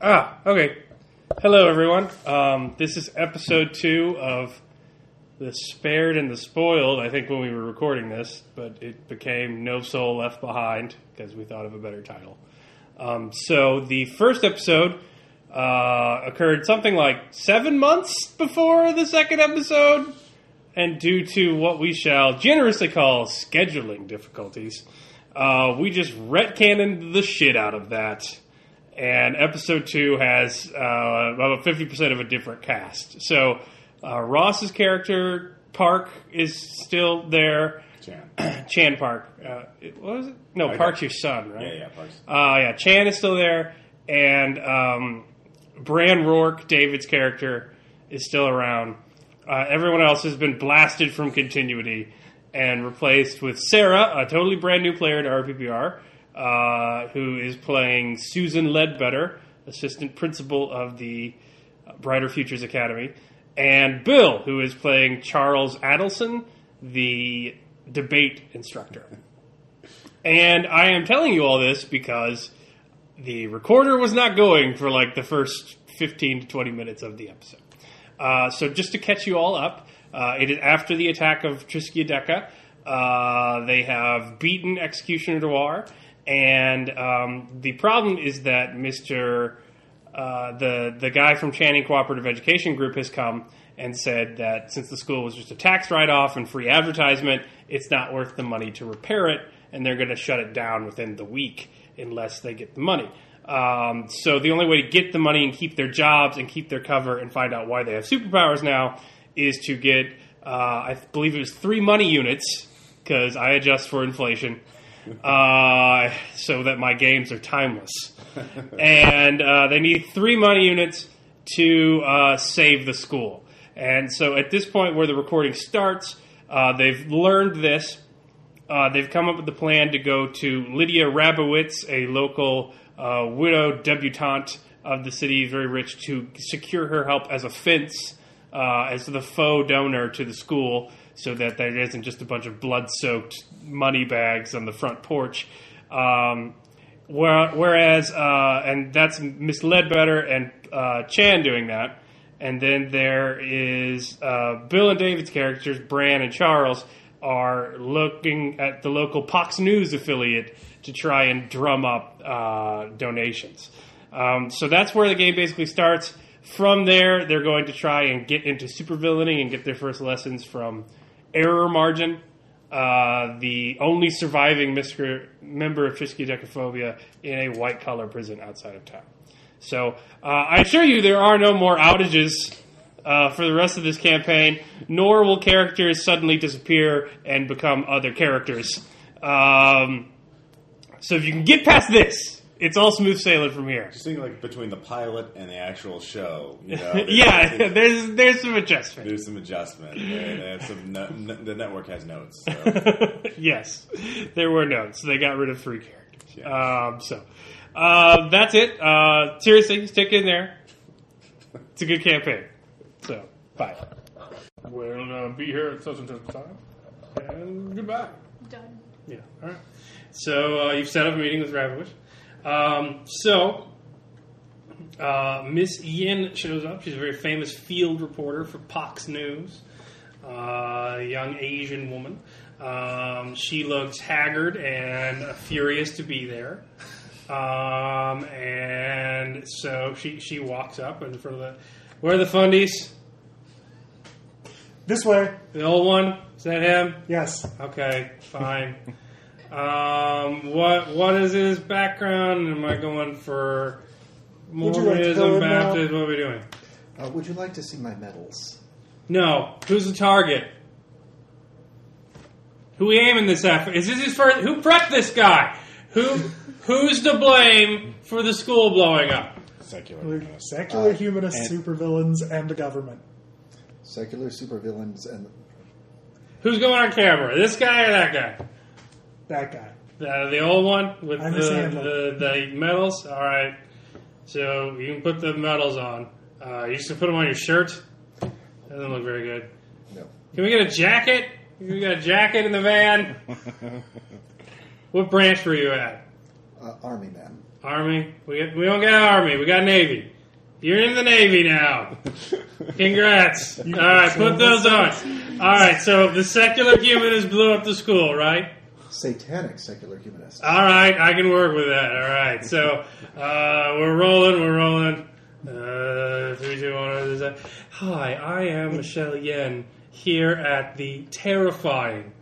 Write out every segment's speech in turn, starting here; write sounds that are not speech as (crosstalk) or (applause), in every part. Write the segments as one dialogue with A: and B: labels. A: Ah, okay. Hello, everyone. Um, this is episode two of the spared and the spoiled. I think when we were recording this, but it became No Soul Left Behind because we thought of a better title. Um, so the first episode uh, occurred something like seven months before the second episode, and due to what we shall generously call scheduling difficulties, uh, we just retcanned the shit out of that. And episode two has uh, about 50% of a different cast. So uh, Ross's character, Park, is still there.
B: Jan.
A: (clears throat) Chan Park. Uh, it- what was it? No,
B: Okay.
A: Park's your son, right?
B: Yeah, yeah, Parks.
A: Uh, yeah, Chan is still there, and um, Bran Rourke, David's character, is still around. Uh, everyone else has been blasted from continuity and replaced with Sarah, a totally brand new player to RPPR, uh, who is playing Susan Ledbetter, assistant principal of the Brighter Futures Academy, and Bill, who is playing Charles Adelson, the debate instructor. And I am telling you all this because the recorder was not going for like the first 15 to 20 minutes of the episode. Uh, so just to catch you all up, uh, it is after the attack of Triskiadeca. Uh, they have beaten Executioner Dwar, and um, the problem is that Mister uh, the the guy from Channing Cooperative Education Group has come and said that since the school was just a tax write off and free advertisement, it's not worth the money to repair it, and they're going to shut it down within the week unless they get the money. Um, so the only way to get the money and keep their jobs and keep their cover and find out why they have superpowers now is to get, uh, I believe it was three money units because I adjust for inflation uh, so that my games are timeless. and uh, they need three money units to uh, save the school. And so at this point where the recording starts, uh, they've learned this. Uh, they've come up with the plan to go to Lydia Rabowitz, a local uh, widow debutante of the city, very rich, to secure her help as a fence, uh, as the faux donor to the school, so that there isn't just a bunch of blood soaked money bags on the front porch. Um, where, whereas, uh, and that's Miss Ledbetter and uh, Chan doing that. And then there is uh, Bill and David's characters, Bran and Charles, are looking at the local Fox News affiliate to try and drum up uh, donations. Um, so that's where the game basically starts. From there, they're going to try and get into supervillainy and get their first lessons from Error Margin, uh, the only surviving Mr. member of Trisky Decaphobia in a white collar prison outside of town. So uh, I assure you, there are no more outages uh, for the rest of this campaign, nor will characters suddenly disappear and become other characters. Um, so if you can get past this, it's all smooth sailing from here.
B: Just think like between the pilot and the actual show,
A: (laughs)
B: you know. there's-
A: Yeah, there's there's some adjustment.
B: There's some adjustment. They, they have some no, no- the network has notes.
A: (laughs)
B: So.
A: yes, there were none, so they got rid of three characters.
B: Yeah.
A: Um, so uh, that's it. Uh, seriously, stick in there. It's a good campaign. So bye.
C: We're gonna be here at such and such time. And goodbye.
D: Done.
A: Yeah. All right. So uh, you've set up a meeting with Ravage. Um, so uh, Miss Yin shows up. She's a very famous field reporter for Fox News. Uh, a young Asian woman. Um, she looks haggard and furious to be there. Um, and so she she walks up in front of the where are the fundies?
E: This way.
A: The old one is that him?
E: Yes.
A: Okay, fine. um, what what is his background? Am I going for
E: Would you like to
A: Mormonism,
E: go now?
A: Baptist? What are we doing?
F: Uh, would you like to see my medals?
A: No. Who's the target? Who we aiming this at? Is this his first? Who prepped this guy? Who who's to blame for the school blowing up?
B: Secular.
E: We're
B: notes. (laughs)
E: secular
F: Uh,
E: humanist
F: and-
E: supervillains and the government.
F: Secular supervillains and
A: Who's going on camera? This guy or that guy?
E: That guy.
A: The, the old one with the,
E: I'm a sandal.
A: the, the medals? All right. So you can put the medals on. Uh, you should put them on your shirt. Doesn't look very good.
F: no.
A: Can we get a jacket? We got a jacket in the van. what branch were you at?
F: uh, army man.
A: Army. We got, we don't got army. We got navy. You're in the navy now. Congrats. All right, put those on. All right, so the secular humanists blew up the school, right?
F: Satanic secular Uh, humanist.
A: All right, I can work with that. All right, so uh, we're rolling, we're rolling. Uh, three, two, one. other side. Hi, I am Michelle Yen here at the terrifying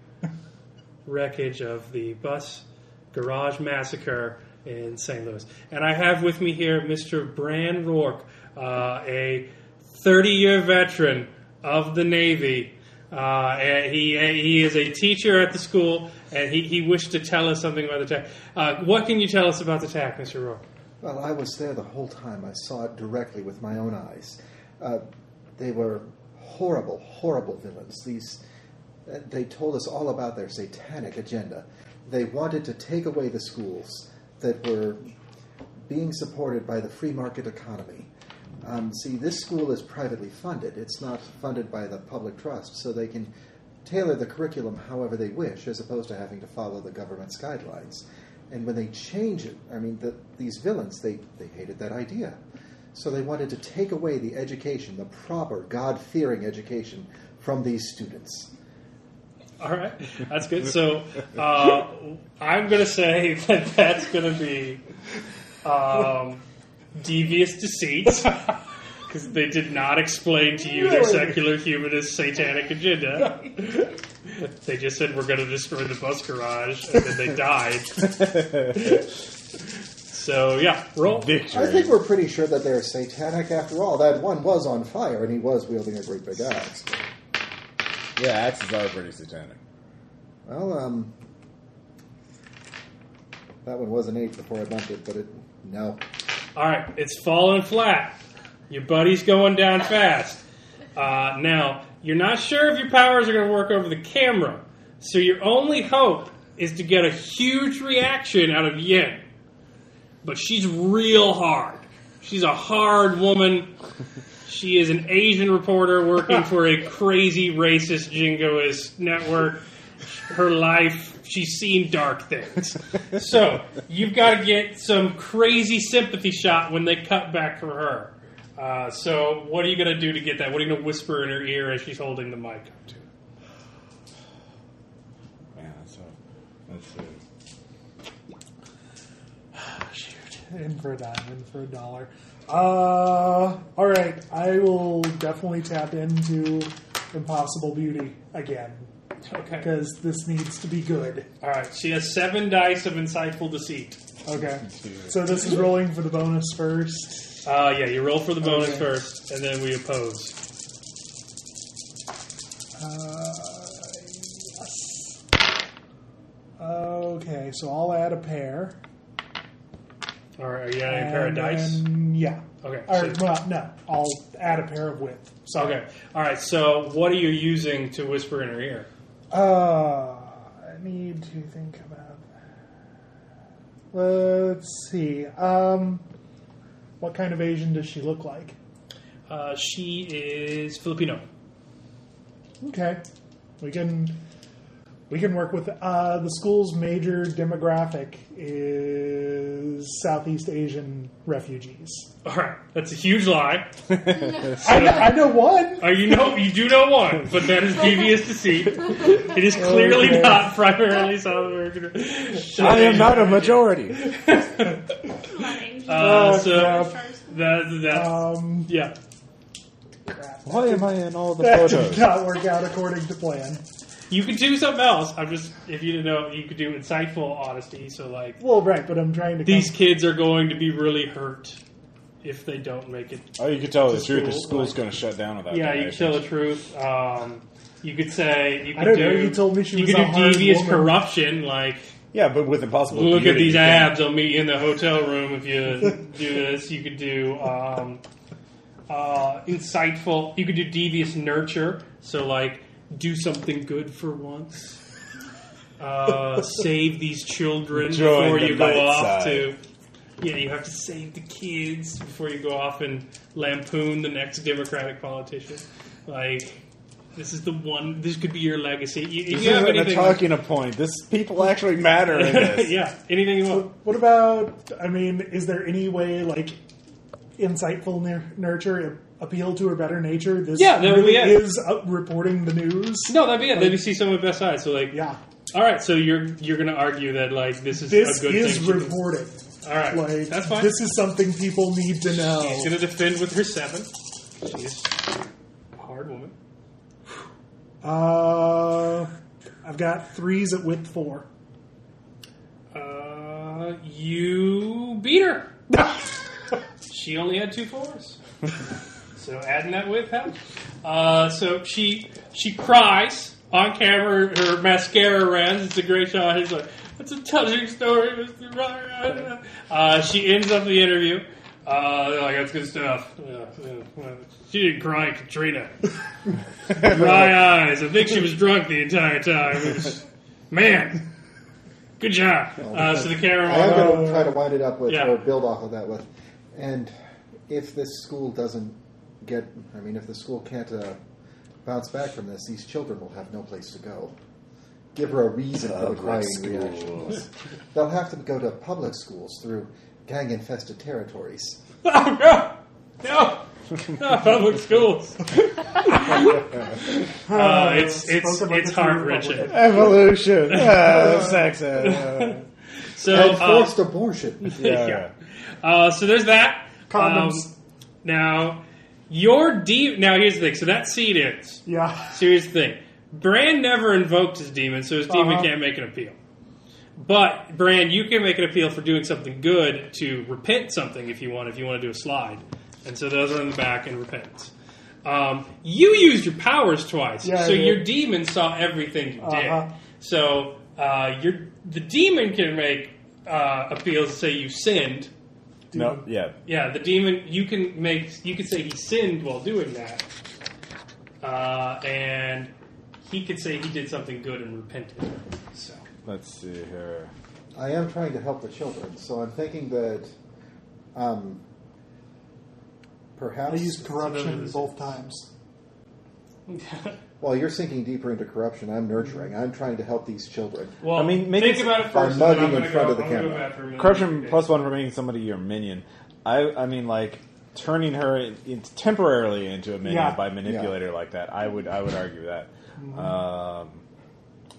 A: wreckage of the bus garage massacre in St. Louis, and I have with me here Mr. Bran Rourke, uh, a 30-year veteran of the Navy. Uh, and he he is a teacher at the school, and he, he wished to tell us something about the attack. Uh, what can you tell us about the attack, Mr. Rourke?
F: Well, I was there the whole time. I saw it directly with my own eyes. Uh, they were horrible, horrible villains. These, uh, they told us all about their satanic agenda. They wanted to take away the schools that were being supported by the free market economy. Um, see, this school is privately funded. It's not funded by the public trust, so they can tailor the curriculum however they wish, as opposed to having to follow the government's guidelines. And when they change it, I mean, the, these villains, they, they hated that idea. So they wanted to take away the education, the proper God fearing education, from these students.
A: (laughs) All right, that's good. So uh, I'm going to say (laughs) that that's going to be um, devious deceit (laughs) because they did not explain to you their secular humanist satanic agenda. They just said we're going to destroy the bus garage, and then they died. so yeah, roll.
B: Victory.
F: I think we're pretty sure that they're satanic after all. That one was on fire, and he was wielding a great big axe.
B: yeah, axes are pretty satanic.
F: Well, um, that one was an eight before I bumped it, but it no.
A: All right, it's falling flat. Your buddy's going down fast. Uh, now, you're not sure if your powers are going to work over the camera, so your only hope is to get a huge reaction out of Yen. But she's real hard. She's a hard woman. She is an Asian reporter working for a crazy racist jingoist network. Her life, she's seen dark things. So you've got to get some crazy sympathy shot when they cut back from her. Uh, so what are you going to do to get that? What are you going to whisper in her ear as she's holding the mic up to? her?
B: Man, that's a, that's a,
F: Oh,
E: In for a dime, in for a dollar. Uh, all right, I will definitely tap into Impossible Beauty again
A: Okay.
E: because this needs to be good.
A: All right. She has seven dice of insightful deceit.
F: (laughs)
E: Okay, so this is rolling for the bonus first.
A: Uh, yeah, you roll for the bonus
E: Okay.
A: first, and then we oppose.
E: Uh, yes. Okay, so I'll add a pair.
A: All right. Are you adding a pair of
E: And
A: dice?
E: then- yeah.
A: Okay,
E: Or,
A: so-
E: well, no, I'll add a pair of width. So
A: Okay. All right. So, what are you using to whisper in her ear?
E: Uh, I need to think about. Let's see. Um, what kind of Asian does she look like?
A: Uh, she is Filipino.
E: Okay, we can we can work with uh, the school's major demographic is Southeast Asian refugees.
A: All right. That's a huge lie.
E: I, know, I know one.
A: Uh, you know, you do know one, but that is devious deceit. It is clearly
E: Okay.
A: not primarily South American.
G: Oh, I am not a majority.
A: Uh,
E: Oh,
A: so
E: crap.
A: that, that's
G: Uh,
E: Um,
A: yeah.
E: crap.
G: Why am I in all the
E: That did
G: photos?
E: not work out according to plan.
A: You could do something else. I'm just if you didn't know, you could do insightful honesty. So like,
E: Well, right, but I'm trying to.
A: these kids are going to be really hurt if they don't make it
B: Oh, you could tell the
A: To
B: truth. The
A: school,
B: school's
A: like-
B: going to shut down without
A: Yeah, you could
B: donations.
A: tell the truth. Um, you could say you could
E: I don't
A: do.
E: know, you told me she
A: you
E: was
A: could
E: a
A: do
E: hard
A: devious
E: woman.
A: corruption, like
B: Yeah, but with impossible.
A: look at
B: beauty,
A: these
B: you can-
A: abs. I'll meet you in the hotel room if you do this. You could do um, uh, insightful. You could do devious nurture. So like do something good for once. Uh, save these children
B: Join
A: before
B: the
A: you go
B: light
A: off
B: side.
A: to. Yeah, you have to save the kids before you go off and lampoon the next Democratic politician. Like, This is the one. This could be your legacy. You, if
B: This
A: you have
B: isn't a
A: anything,
B: talking point. This people actually matter
A: (laughs)
B: in this.
A: yeah, anything you want.
E: What about? I mean, is there any way like insightful nur- nurture appeal to her better nature? This
A: Yeah, that would
E: really
A: be it.
E: is uh, reporting the news.
A: No, that'd be it. Maybe see someone with best eyes. So like,
E: Yeah,
A: all right. So you're you're gonna argue that like this is
E: this
A: a good
E: is
A: thing. she did.
E: reporting.
A: All right,
E: Like
A: that's fine.
E: this is something people need to know.
A: She's gonna defend with her seven. She's a hard woman.
E: Uh, I've got threes at width four.
A: Uh, you beat her. she only had two fours. so adding that with helps. Uh, so she she cries on camera. Her mascara runs. It's a great shot. It's like it's a touching story, Mister Ryan. Uh, she ends up the interview. Uh, they're like that's good stuff. Yeah, yeah, yeah. She didn't cry, Katrina. Dry eyes. I think she was drunk the entire time. It was, man, good job. Uh, so the uh, camera.
F: I am going to try to wind it up with
A: Um, yeah.
F: or build off of that with. And if this school doesn't get, I mean, if the school can't uh, bounce back from this, these children will have no place to go. Give her a reason for the crying reaction. They'll have to go to public schools through gang-infested territories.
A: (laughs) Oh no! No! No, public schools. (laughs) uh, it's it's
E: Spoken like
A: it's
E: a true
A: heart wrenching. (laughs)
B: Evolution. Uh, sex. Uh,
A: So
F: And
A: uh,
F: forced abortion.
B: yeah.
A: uh, so there's that. Um,
E: Condoms.
A: now your deep. Now here's the thing. So that seed ends.
E: Yeah,
A: So here's the thing. Brand never invoked his demon, so his demon
E: Uh-huh.
A: can't make an appeal. But Brand, you can make an appeal for doing something good to repent something if you want. If you want to do a slide, and so those are in the back and repentance. Um, you used your powers twice,
E: Yeah, I
A: so
E: did.
A: your demon saw everything you
E: Uh-huh.
A: did. So uh, your the demon can make uh, appeals. Say you sinned.
B: No. Yeah.
A: Yeah, the demon. You can make. You could say he sinned while doing that, uh, and he could say he did something good and repented. So
B: Let's see here.
F: I am trying to help the children, so I'm thinking that um,
E: I
F: perhaps
E: used corruption both times.
F: Well, you're sinking deeper into corruption. I'm nurturing. I'm trying to help these children.
A: well,
B: I mean, maybe
A: think about it
F: by
A: first. and then
F: mugging
A: I'm gonna
F: in front
A: go,
F: of the
A: I'm gonna go
F: camera.
A: back for a minute.
B: Corruption
A: Okay.
B: plus one for making somebody your minion. I I mean like turning her in, in- temporarily into a minion
E: Yeah.
B: by manipulator like that. I would I would argue that. Um,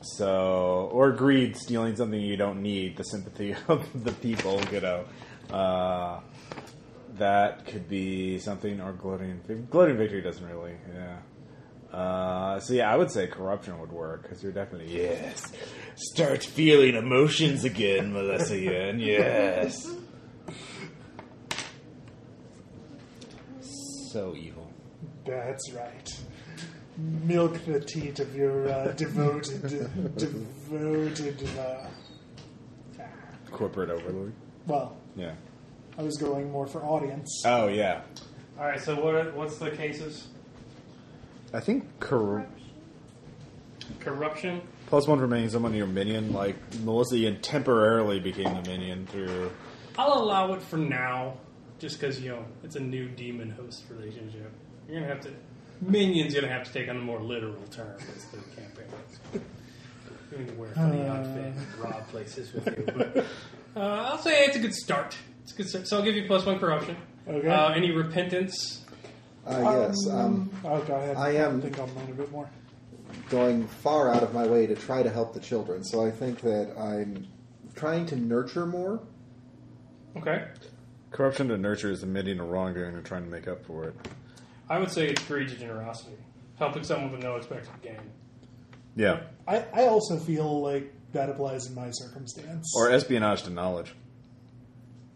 B: so or greed, stealing something you don't need, the sympathy (laughs) of the people, you know. Uh, that could be something or gloating. Gloating victory doesn't really, yeah. Uh, so yeah, I would say corruption would work because you're definitely yes. Start feeling emotions again, Melissa Yen. Yes. So evil.
E: That's right. Milk the teat of your uh, devoted, devoted. Uh,
B: Corporate overlord.
E: well,
B: Yeah.
E: I was going more for audience.
B: Oh yeah.
A: All right. So what? Are, what's the cases?
B: I think cor-
A: Corruption.
B: plus one for making someone your minion. Like Melissa Yen temporarily became the minion through.
A: I'll allow it for now, just because you know it's a new demon host relationship. You're gonna have to minions gonna have to take on a more literal term as the campaign. goes. You're gonna wear a funny outfit and rob places with you. But, uh, I'll say it's a good start. It's a good start. So I'll give you plus one corruption.
E: Okay.
A: Uh, any repentance?
F: Uh, yes, um,
E: oh, go ahead.
F: I am-
E: think I'll learn a bit more.
F: going far out of my way to try to help the children. So I think that I'm trying to nurture more.
A: Okay.
B: Corruption to nurture is admitting a wrongdoing and trying to make up for it.
A: I would say it's greed to generosity, helping someone with no expected gain.
B: Yeah.
E: I, I also feel like that applies in my circumstance.
B: Or espionage to knowledge.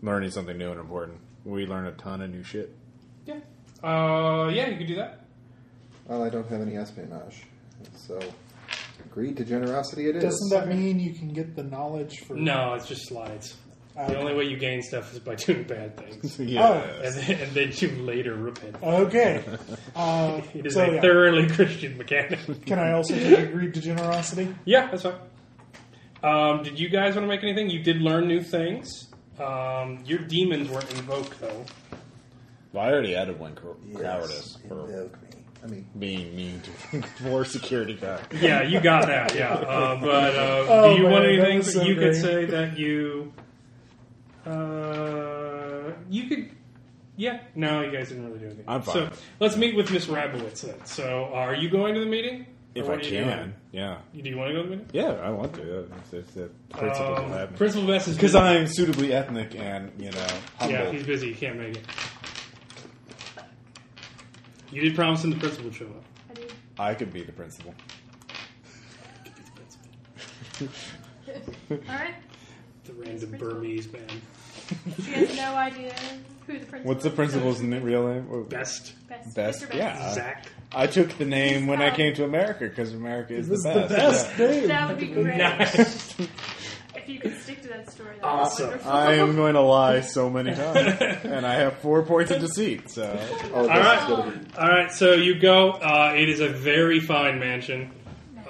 B: Learning something new and important. We learn a ton of new shit. (laughs)
A: Yeah. Uh, yeah, you could do that.
F: Well, I don't have any espionage, so greed to generosity it is.
E: Doesn't that mean you can get the knowledge for?
A: No, it's just slides. The
E: Okay.
A: only way you gain stuff is by doing bad things.
B: Yeah.
A: and, then, and then you later repent.
E: Okay.
B: (laughs)
E: Uh,
A: It is
E: Oh, so
A: a
E: yeah.
A: thoroughly (laughs) Christian mechanic.
E: Can I also take a greed to generosity?
A: yeah, that's fine. Um, did you guys want to make anything? You did learn new things. Um, your demons weren't invoked, though.
B: Well, I already added one cor-
F: Yes,
B: cowardice. For,
F: invoke me. I mean,
B: being mean to (laughs) poor security guard.
A: Yeah, you got that. Yeah, uh, but uh,
E: (laughs) Oh,
A: do you want
E: man, that
A: anything
E: was
A: that
E: so
A: you
E: great.
A: could say that you? Uh, you could. Yeah, no, you guys didn't really do anything.
B: I'm fine.
A: So let's meet with Miss Rabowitz then. So, are you going to the meeting? Or
B: If
A: what
B: I
A: are you doing?
B: can, yeah,
A: do you want to go to the meeting?
B: yeah, I want to. It's, it's a principle
A: Um,
B: to have me.
A: Principal Bess is
B: because I am suitably ethnic and you know humble.
A: Yeah, he's busy. He can't make it. You did promise him the principal would show up.
D: I mean,
B: I could be the principal.
D: all right.
A: The random Burmese man.
D: She has no idea who the principal.
B: What's the
D: is.
B: principal's n- real name? Or-
A: Best.
D: Best.
B: Best?
D: Mr.
B: Yeah.
A: Zach.
B: I took the name when I came to America because America is the
E: This is
B: best.
E: the best name.
D: That would be great
A: Nice.
D: if you could stick to that story. That
A: Awesome.
D: Would be wonderful.
B: I am going to lie so many times, and I have four points of deceit. So
F: all of this
A: right.
F: is going to oh, be
A: All right, so you go. Uh, it is a very fine mansion.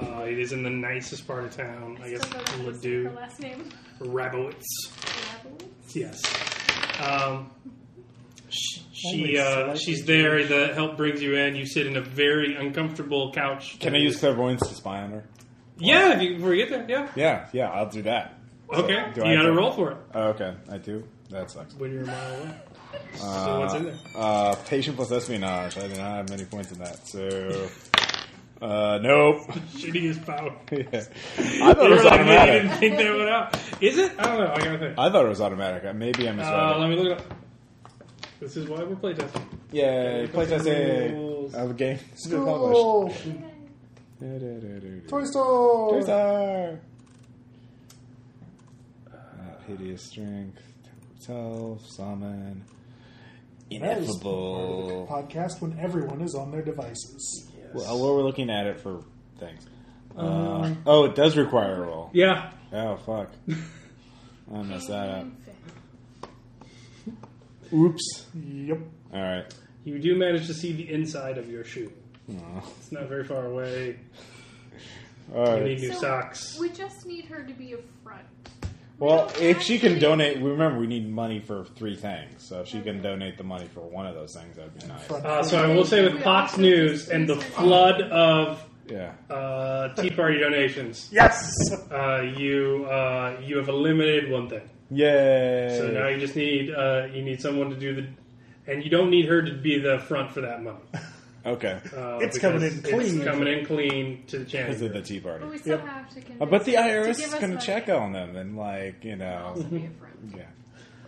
A: Uh, it is in the nicest part of town. I
D: Still
A: guess
D: don't know what's her
A: Ladue
D: last name.
A: Rabowitz.
D: Rabble?
A: Yes. Um, sh- she
E: Only
A: uh,
E: slightly
A: she's there. The help brings you in. You sit in a very uncomfortable couch.
B: can I use clairvoyance to spy on her?
A: Yeah, if you, before you get there. Yeah.
B: Yeah, yeah, I'll do that.
A: Okay.
B: do
A: you got
B: I
A: to
B: have-
A: roll for it
B: Oh, okay, I do. That sucks.
A: when you're a mile away. so what's in there? (laughs)
B: Uh, patient plus espionage. I do not have many points in that. So, uh, nope. (laughs)
A: Shittiest power.
B: Yeah. I
A: (laughs)
B: thought it was
A: You
B: automatic.
A: didn't think that one out. Is it? I don't know. I gotta think.
B: I thought it was automatic. Maybe I
A: Uh,
B: misread
A: let
B: it.
A: me look it up. This is why we're playtesting.
B: Yay! PlayStation.
A: Rules.
B: Our game. (laughs) It's been published.
E: Cool. Toy
B: Toy
E: Story.
B: Star. Uh, hideous strength. Temper Self. Summon.
E: That is part of the
B: Ineffable.
E: podcast when everyone is on their devices.
B: Well, well, we're looking at it for things. Uh,
A: Mm.
B: oh, it does require a roll.
A: Yeah.
B: Oh fuck! (laughs) I messed that up. Oops.
E: Yep.
A: Uh,
B: All right.
A: You do manage to see the inside of your shoe. It's not very far away.
B: All
A: You
B: right.
A: need new
D: So,
A: socks.
D: We just need her to be a front.
B: Well, if she can donate, remember we need money for three things. So if she can donate the money for one of those things, that'd be nice.
E: Front.
A: Uh, so I will say with Fox News and the flood of
B: Yeah.
A: uh, Tea Party donations,
E: Yes.
A: uh, you uh, you have eliminated one thing.
B: Yay!
A: So now you just need uh, you need someone to do the, and you don't need her to be the front for that
E: (laughs)
A: money. (laughs)
B: okay.
A: Uh,
E: It's coming
A: because
E: in
A: It's
E: clean.
A: coming in clean to the
B: Because
A: channel.
B: of the Tea Party.
D: But we still
E: Yep.
D: have to convince
B: Uh, But the
D: her to
B: IRS
D: give
B: is
D: us
B: going to
D: money.
B: check on them and, like, you
D: Also
B: know.
D: be a front.
B: Yeah.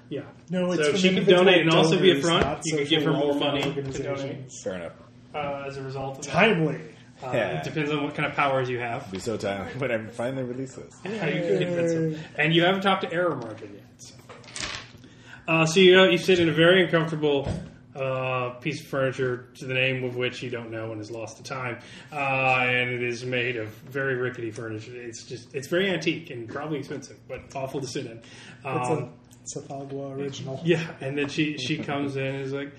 A: Yeah.
E: No, it's
A: So
E: from
A: she can
E: individual
A: donate and also be a
E: donors,
A: front.
E: not
A: You can give her
E: social
A: more
E: welfare
A: money to
E: organizations.
A: donate.
B: Fair enough.
A: Uh, as a result of that.
E: Timely.
A: Uh,
B: Yeah.
A: It depends on what kind of powers you have.
B: Be so timely (laughs) when I finally release this.
A: How you can convince them. And you haven't talked to Error Margin yet. So, uh, so you, know, you sit in a very uncomfortable uh, piece of furniture, to the name of which you don't know and is lost to time. Uh, and it is made of very rickety furniture. It's just it's very antique and probably expensive, but awful to sit in.
E: It's
A: Um,
E: a Cephagua original.
A: yeah, and then she she comes in and is like,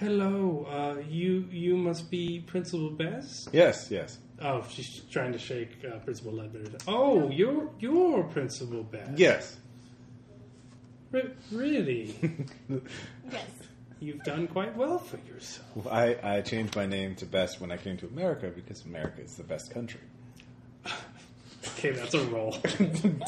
A: "Hello, uh, you you must be Principal Best."
B: Yes, yes.
A: Oh, she's trying to shake uh, Principal Ledbetter. Oh, you're you're Principal Best.
B: Yes. (laughs)
A: Re- really, (laughs) Mm-hmm.
D: Yes.
A: you've done quite well for yourself.
B: I, I changed my name to Best when I came to America because America is the best country. (laughs)
A: Okay, that's a roll.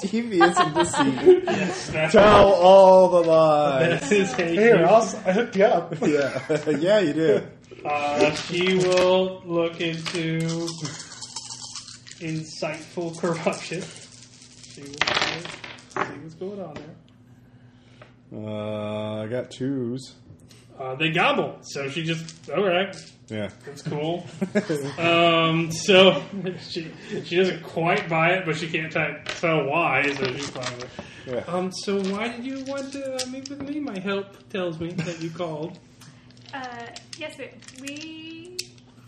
B: Devious and deceit.
A: That's
B: Tell all the lies.
A: that is a
E: Here, I'll, s- I hooked you up.
B: Yeah, (laughs) yeah, you did.
A: Uh, she will look into insightful corruption. She will see what's going on there.
B: Uh, I got twos.
A: Uh, they gobble, so she just all right.
B: Yeah.
A: That's cool. um, so she she doesn't quite buy it, but she can't t- tell why. So she's buying it.
B: Yeah.
A: Um, so why did you want to uh, meet with me? My help tells me that you called.
D: Uh, yes, ma'am. We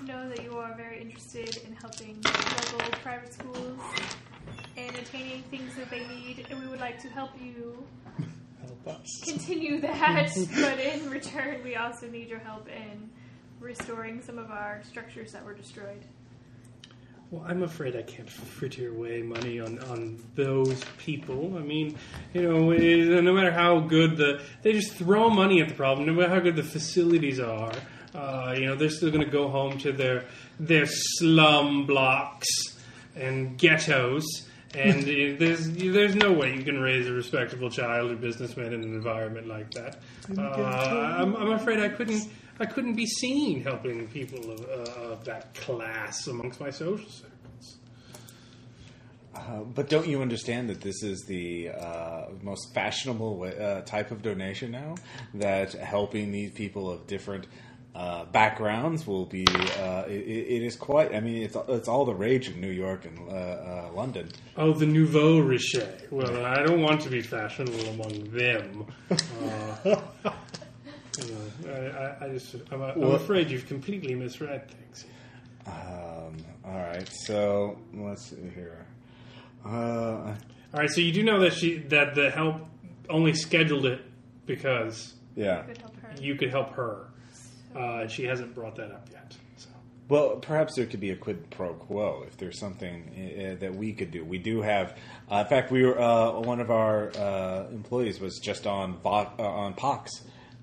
D: know that you are very interested in helping local private schools and attaining things that they need, and we would like to help you
E: Help us. (laughs)
D: continue (laughs) that. but in return, we also need your help in restoring some of our structures that were destroyed.
A: Well, I'm afraid I can't fritter away money on, on those people. I mean, you know, eh, no matter how good the. They just throw money at the problem, no matter how good the facilities are Uh, you know, they're still going to go home to their their slum blocks and ghettos. And uh, there's there's no way you can raise a respectable child or businessman in an environment like that. Uh, I'm, I'm afraid I couldn't I couldn't be seen helping people of, uh, of that class amongst my social circles.
B: Uh, but don't you understand that this is the uh, most fashionable way, uh, type of donation now? That helping these people of different uh, backgrounds will be uh, it, it is quite. I mean, it's it's all the rage in New York and uh, uh, London.
A: Oh, the nouveau riche. Well, I don't want to be fashionable among them. Uh, you know, I, I, I just, I'm, I'm
B: Well-
A: afraid you've completely misread things.
B: Um, all right, so let's see here. Uh,
A: All right, so you do know that she that the help only scheduled it because
B: yeah.
D: Could help her.
A: you could help her, uh, and she hasn't brought that up yet. So.
B: Well, perhaps there could be a quid pro quo if there's something uh, that we could do. We do have, uh, in fact, we were uh, one of our uh, employees was just on Vo- uh, on Pox.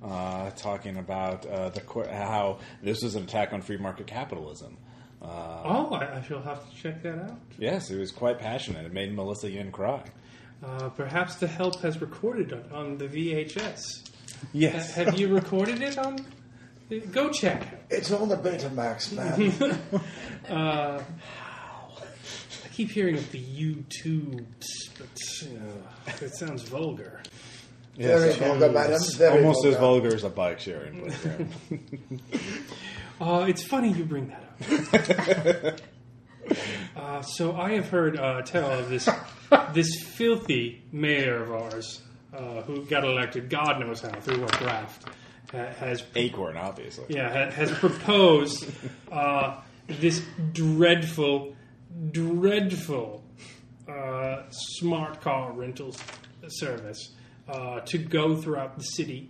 B: Uh, talking about uh, the qu- how this was an attack on free market capitalism. Uh,
A: Oh, I, I shall have to check that out.
B: yes, it was quite passionate. It made Melissa Yin cry.
A: Uh, perhaps the help has recorded it on the VHS.
B: Yes,
A: Have you recorded it on? Go check.
F: It's on the Betamax, (laughs) man.
A: Uh, I keep hearing of the YouTubes, but you know, it sounds vulgar.
B: Yes,
F: Very
B: it
F: vulgar,
B: was
F: madam, very
B: almost as
F: vulgar.
B: vulgar as a bike sharing program.
A: Uh, it's funny you bring that up. uh, so I have heard uh, tell of this this filthy mayor of ours uh, who got elected, God knows how, through a graft, ha- has
B: Acorn, obviously.
A: yeah, ha- has proposed uh, this dreadful, dreadful uh, smart car rentals service uh, to go throughout the city,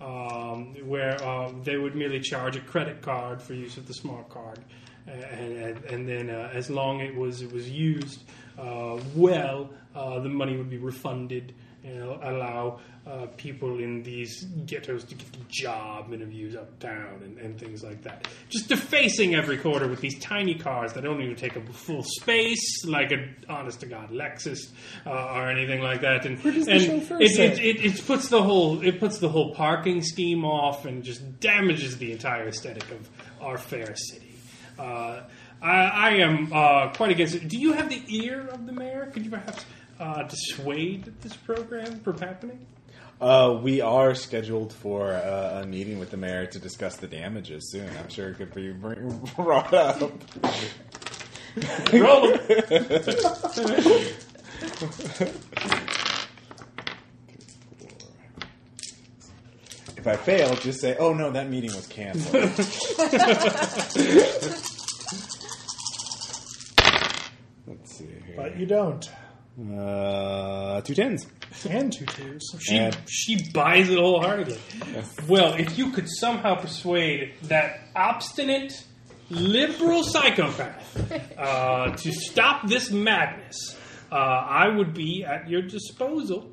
A: um, where uh, they would merely charge a credit card for use of the smart card, and, and, and then uh, as long it was it was used uh, well, uh, the money would be refunded. You know, allow uh, people in these ghettos to get the job interviews uptown and, and things like that. Just defacing every quarter with these tiny cars that don't even take up full space, like an honest to god Lexus uh, or anything like that. And,
E: does the
A: and
E: chauffeur
A: it,
E: sit?
A: it, it, it puts the whole it puts the whole parking scheme off and just damages the entire aesthetic of our fair city. Uh, I, I am uh, quite against it. Do you have the ear of the mayor? Could you perhaps uh, dissuade this program from happening?
B: Uh, we are scheduled for uh, a meeting with the mayor to discuss the damages soon. I'm sure it could be bring- (laughs) brought up.
A: Roll 'em.
B: If I fail, just say, "Oh no, that meeting was (laughs) canceled." Let's see
E: But
B: here.
E: you don't.
B: Uh, two tens.
E: And two twos.
A: She
B: And-
A: she buys it wholeheartedly. Well, if you could somehow persuade that obstinate liberal psychopath uh, to stop this madness, uh, I would be at your disposal.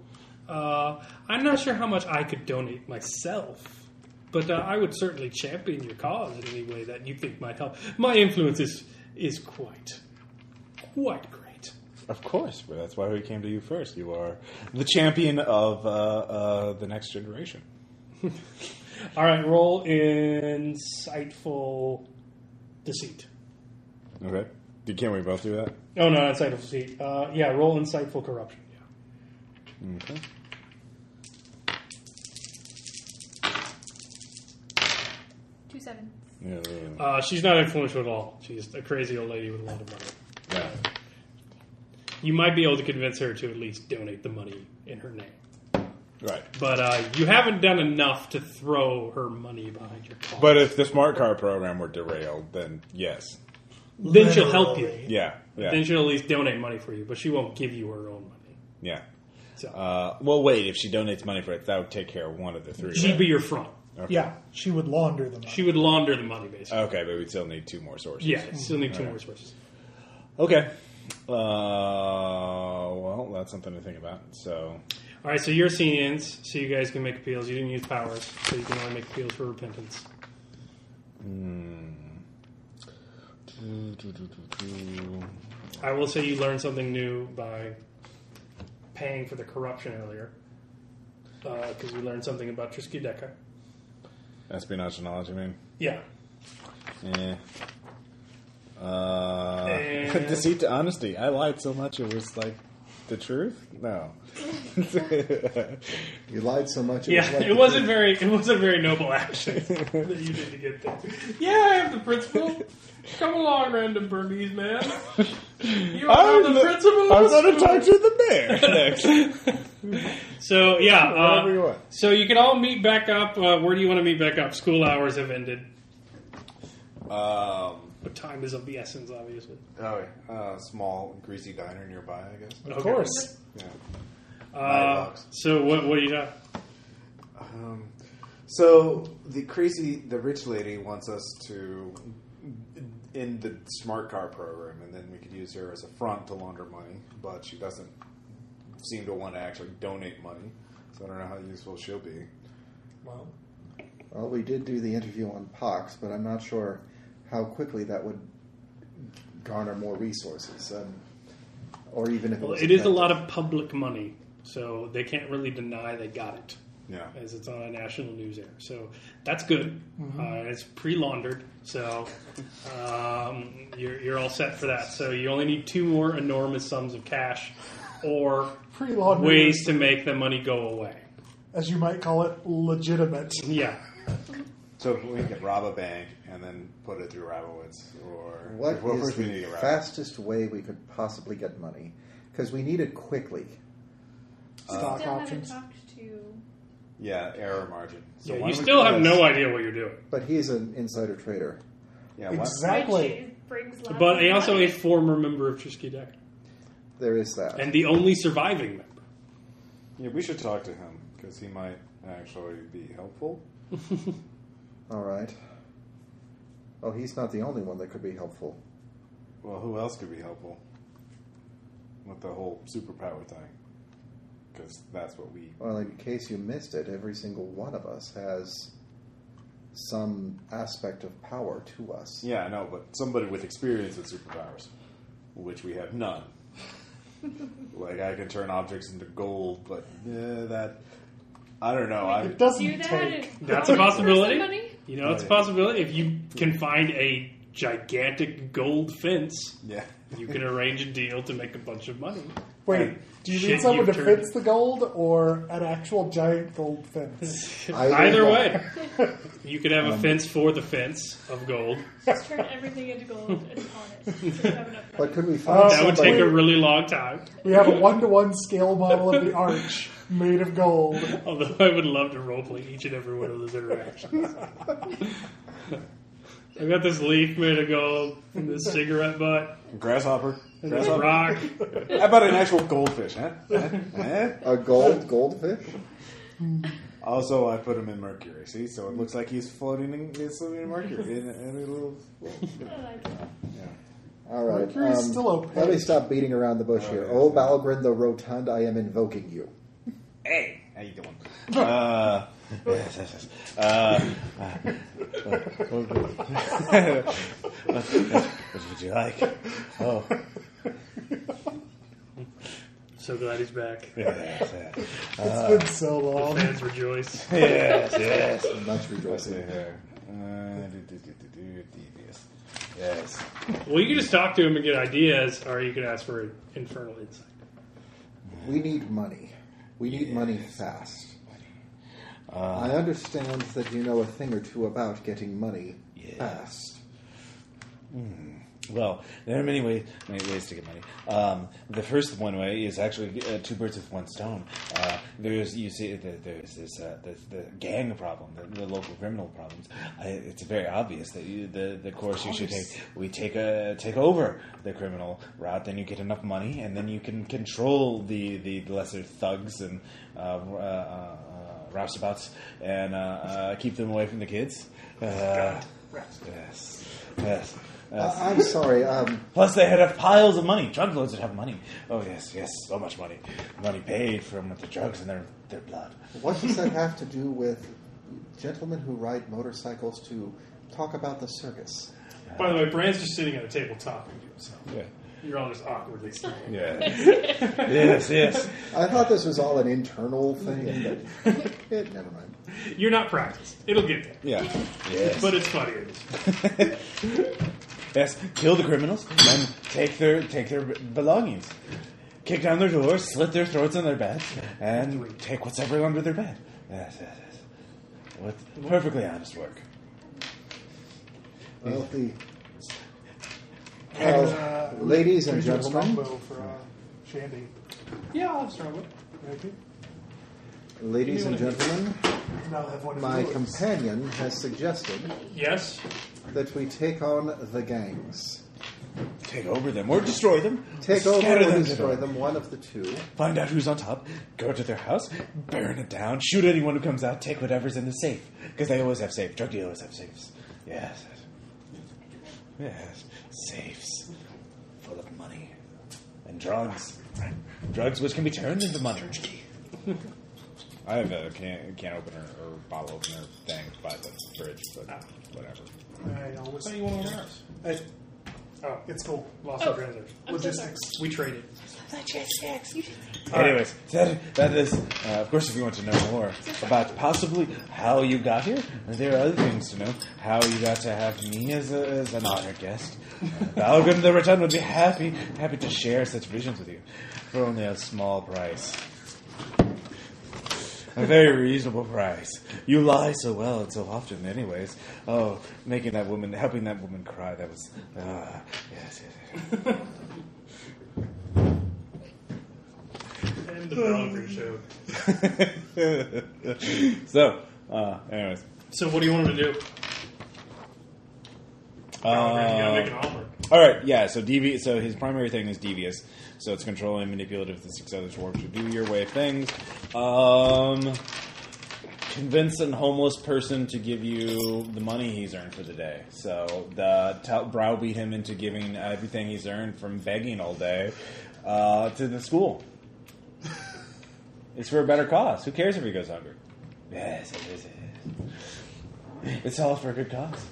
A: Uh, I'm not sure how much I could donate myself, but uh, I would certainly champion your cause in any way that you think might help. My influence is is quite quite great.
B: Of course, but that's why we came to you first. You are the champion of uh, uh, the next generation.
A: All right, roll insightful deceit.
B: Okay, can we both do that?
A: Oh no, not insightful deceit. Uh, yeah, roll insightful corruption. Yeah.
B: Okay.
D: Two sevens.
B: Yeah, yeah, yeah.
A: Uh, she's not influential at all. She's a crazy old lady with a lot of money.
B: Yeah.
A: You might be able to convince her to at least donate the money in her name,
B: Right.
A: but uh, you haven't done enough to throw her money behind your car.
B: But if the smart car program were derailed, then yes.
A: then she'll help you.
B: Yeah.
A: Then
B: Yeah.
A: she'll at least donate money for you, but she won't give you her own money.
B: Yeah.
A: So
B: Uh, well, wait, if she donates money for it, that would take care of one of the three.
A: she'd be your front.
B: okay.
E: Yeah, she would launder them.
A: She would launder the money basically.
B: Okay, but we'd still need two more sources.
A: yeah, still need two more sources.
B: Okay. Uh, well, that's something to think about. So,
A: All right, so you're CNs, so you guys can make appeals. You didn't use powers, so you can only make appeals for repentance.
B: Do, do, do, do, do.
A: I will say you learned something new by paying for the corruption earlier. Because we learned something about Triskideka.
B: Espionage knowledge, I mean.
A: Yeah.
B: Yeah. Uh,
A: And-
B: deceit to honesty. I lied so much it was like the truth. No.
F: You lied so much. It
A: Yeah,
F: was like
A: it wasn't very it wasn't very noble action (laughs) that you did to get there. Yeah, I am the principal. Come along, random Burmese man. You are
B: I'm
A: the,
B: the-
A: principal.
B: I'm
A: of the
B: going to
A: school. Uh,
B: talk to the
A: (laughs)
B: mayor next.
A: So yeah, uh,
B: Whatever you want.
A: so you can all meet back up. Uh, where do you want to meet back up? School hours have ended,
B: Um,
A: but time is of the essence, obviously.
B: oh, yeah. uh, small greasy diner nearby, I guess.
A: Okay.
E: Of course.
B: Yeah.
A: Uh, so what? What do you have?
B: Um, so the crazy, the rich lady wants us to end the smart car program, and then we could use her as a front to launder money. But she doesn't seem to want to actually donate money, so I don't know how useful she'll be.
E: Well,
F: Well, we did do the interview on Pox, but I'm not sure how quickly that would garner more resources, um, or even if it,
A: Well,
F: was
A: it is a
F: effective.
A: lot of public money, so they can't really deny they got it.
B: Yeah,
A: as it's on a national news air. So that's good.
B: Mm-hmm.
A: Uh, it's pre-laundered, so um, you're, you're all set for that. So you only need two more enormous sums of cash or
E: pre-laundering,
A: ways to make the money go away.
E: as you might call it, legitimate.
A: Yeah.
B: so we could rob a bank and then put it through Rabowitz, or
F: What is
B: well, first we need to
F: the
B: get Rabowitz.
F: fastest way we could possibly get money? Because we need it quickly.
E: Stock
D: Still haven't
E: options.
D: talked to.
B: Yeah, error margin. So
A: Yeah,
B: why
A: you
B: don't we
A: still have
B: do this?
A: no idea what you're doing.
F: But he's an insider trader.
B: Yeah, why-
E: Exactly.
D: Which is- brings lots
A: But
D: of
A: he also
D: money.
A: a former member of Trisky Deck
F: There is that.
A: and the only surviving member.
B: yeah, we should talk to him because he might actually be helpful.
F: All right. Well, he's not the only one that could be helpful.
B: Well, who else could be helpful with the whole superpower thing? Because that's what we.
F: Well, in case you missed it, every single one of us has some aspect of power to us.
B: Yeah, I know, but somebody with experience with superpowers, which we have none. like I can turn objects into gold, but eh, that I don't know. I
E: It doesn't
D: do that.
E: take.
D: and
A: That's
D: borrow
A: a
D: it for
A: possibility.
D: somebody?
A: You know, it's a
B: Right.
A: possibility. If you can find a gigantic gold fence,
B: yeah.
A: you
F: (laughs)
A: can arrange a deal to make a bunch of money.
E: Wait, do you
A: Shit,
E: need someone
A: you
E: to
A: turned-
E: fence the gold or an actual giant gold
A: (laughs)
E: fence?
F: Either Um,
A: Either
F: way. (laughs)
A: way, you could have a fence for the fence of gold.
D: Just turn everything into gold and pawn
E: (laughs)
D: it. So you have enough money.
F: But could we find
A: That would
F: somebody?
A: take a really long time. (laughs)
E: We have a one-to-one scale model of the arch made of gold.
A: Although I would love to roleplay each and every one of those
F: (laughs)
A: interactions. (laughs) I've got this leaf made of gold, and this cigarette butt,
B: Grasshopper.
A: and this rock.
B: How about an actual goldfish? Huh? Huh? Huh?
F: a gold goldfish?
B: Also, I put him in Mercury. See, so it looks like he's floating in, he's swimming in Mercury in, in a little.
D: I like that.
B: Yeah.
F: All right.
E: Mercury's
F: um,
E: still opaque.
F: Let me stop beating around the bush
B: Oh,
F: here.
B: yeah.
F: Oh, Balgrin the Rotund, I am invoking you.
B: Hey, how you doing? Uh, yes, yes, yes. Uh, uh, what, what would you like? Oh,
A: So glad he's back.
B: yes, yes,
F: Uh,
E: It's been so long.
A: Fans rejoice.
B: yes, yes.
F: Much
B: Let's see
F: rejoicing.
B: here. Uh, do, do, do, do, do, devious. Yes.
A: Well, you can just talk to him and get ideas, or you can ask for infernal insight.
F: We need money. We need money fast.
B: Uh,
F: I understand that you know a thing or two about getting money
B: Yes.
F: fast.
B: Well, there are many ways, many ways to get money. Um, the first one way is actually uh, two birds with one stone. Uh, there's you see the, there's this uh, the, the gang problem, the, the local criminal problems. I, it's very obvious that you, the the course you should take we take a take over the criminal route. Then you get enough money, and then you can control the the lesser thugs and uh, uh, uh, roustabouts and uh, uh, keep them away from the kids. Uh, yes, yes.
F: Uh, I'm sorry. Um,
B: Plus, they had have piles of money, drugloads that have money. Oh yes, yes, so much money, money paid from the drugs and their their blood.
F: what does that have to do with gentlemen who ride motorcycles to Talk about the circus.
A: By the way, Bran's just sitting at a table talking to himself.
B: Yeah.
A: You're all just awkwardly staring.
B: Yeah. (laughs) yes, yes.
F: I thought this was all an internal thing,
B: (laughs)
F: but it, never mind.
A: You're not practiced. It'll get there.
B: Yeah. Yes.
A: But it's funnier this way.
B: yes. Kill the criminals and take their take their belongings. Kick down their doors, slit their throats on their beds, and take what's ever under their bed. Yes, yes, yes. With perfectly honest work.
F: Well, if the
E: uh,
F: well, ladies and
E: Here's your
F: gentlemen,
E: strongbow for uh, Shandy.
A: Yeah, I'll have Starwood.
E: Maybe.
F: ladies and gentlemen,
E: Now I'll have one of
F: my
E: yours.
F: companion has suggested
A: Yes.
F: that we take on the gangs.
B: Take over them or destroy them.
F: Take
B: Scatter
F: over or
B: them to
F: destroy
B: the-
F: them, one of the two.
B: Find out who's on top. Go to their house, burn it down, shoot anyone who comes out, take whatever's in the safe. Because they always have safe. Drug dealers have safes. Yes. Yes. Safes. Full of money. And drugs. Drugs which can be turned into money. I have a can, can opener or bottle opener thing by the fridge, but whatever.
E: I always.
A: What do you want on ours?
E: I,
A: Oh,
E: it's cool.
A: lost
H: Oh.
A: the transaction.
H: I'm so sorry.
E: Logistics.
A: We traded.
H: Logistics. You just
B: Anyways, that, that is, uh, of course, if you want to know more about possibly how you got here, there are other things to know. How you got to have me as, a, as an honor guest. Uh, Balgrim the Rotund would be happy, happy to share such visions with you for only a small price. A very reasonable price. You lie so well and so often, anyways. Oh, making that woman, helping that woman cry, that was. Uh, yes, yes, yes.
A: And the Bellinger show.
B: so, uh, anyways.
A: So what do you want him to do? Ballinger, you gotta make
B: Uh,
A: an offer.
B: all right, yeah. So devi- So his primary thing is devious. So it's controlling, manipulative, the six others work to do your way of things. Um, convince an homeless person to give you the money he's earned for the day. So the tell, browbeat him into giving everything he's earned from begging all day uh, to the school. it's for a better cause. Who cares if he goes hungry? Yes, it is. It is. It's all for a good cause.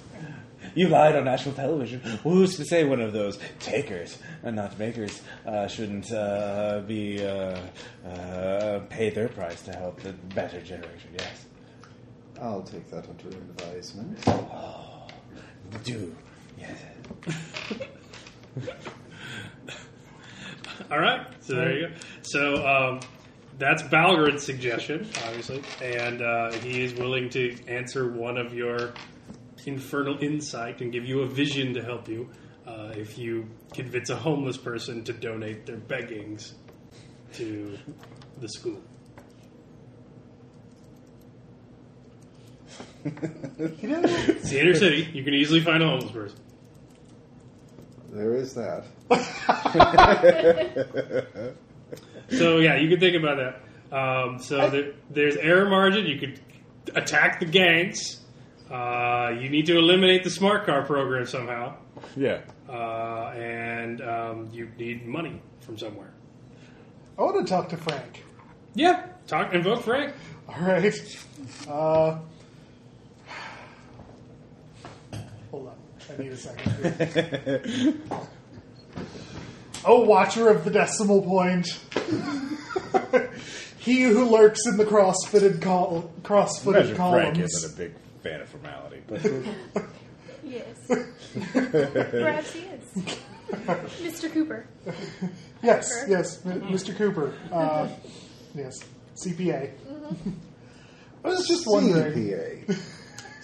B: You lied on national television. Well, who's to say one of those takers and not makers uh, shouldn't uh, be uh, uh, pay their price to help the better generation? Yes,
F: I'll take that under advisement.
B: do yes.
A: All right. So there you go. So um, that's Balgard's suggestion, obviously, and uh, he is willing to answer one of your infernal insight and give you a vision to help you uh, if you convince a homeless person to donate their beggings to the school. it's the inner city. You can easily find a homeless person.
F: There is that.
A: So yeah, you can think about that. Um, so there, there's error margin. You could attack the gangs. Uh, you need to eliminate the smart car program somehow,
B: Yeah.
A: uh, and um, you need money from somewhere.
E: I want to talk to Frank.
A: Yeah, talk invoke Frank.
E: All right. Uh, hold on. I need a second. Here. oh, watcher of the decimal point. (laughs) he who lurks in the cross-footed col- cross-footed columns.
B: a big fan of formality, but (laughs)
I: Yes. Perhaps he is. Mr. Cooper.
E: Yes,
I: Cooper.
E: yes, M- Mr. Cooper. Uh, yes, CPA. I was just wondering.
F: CPA.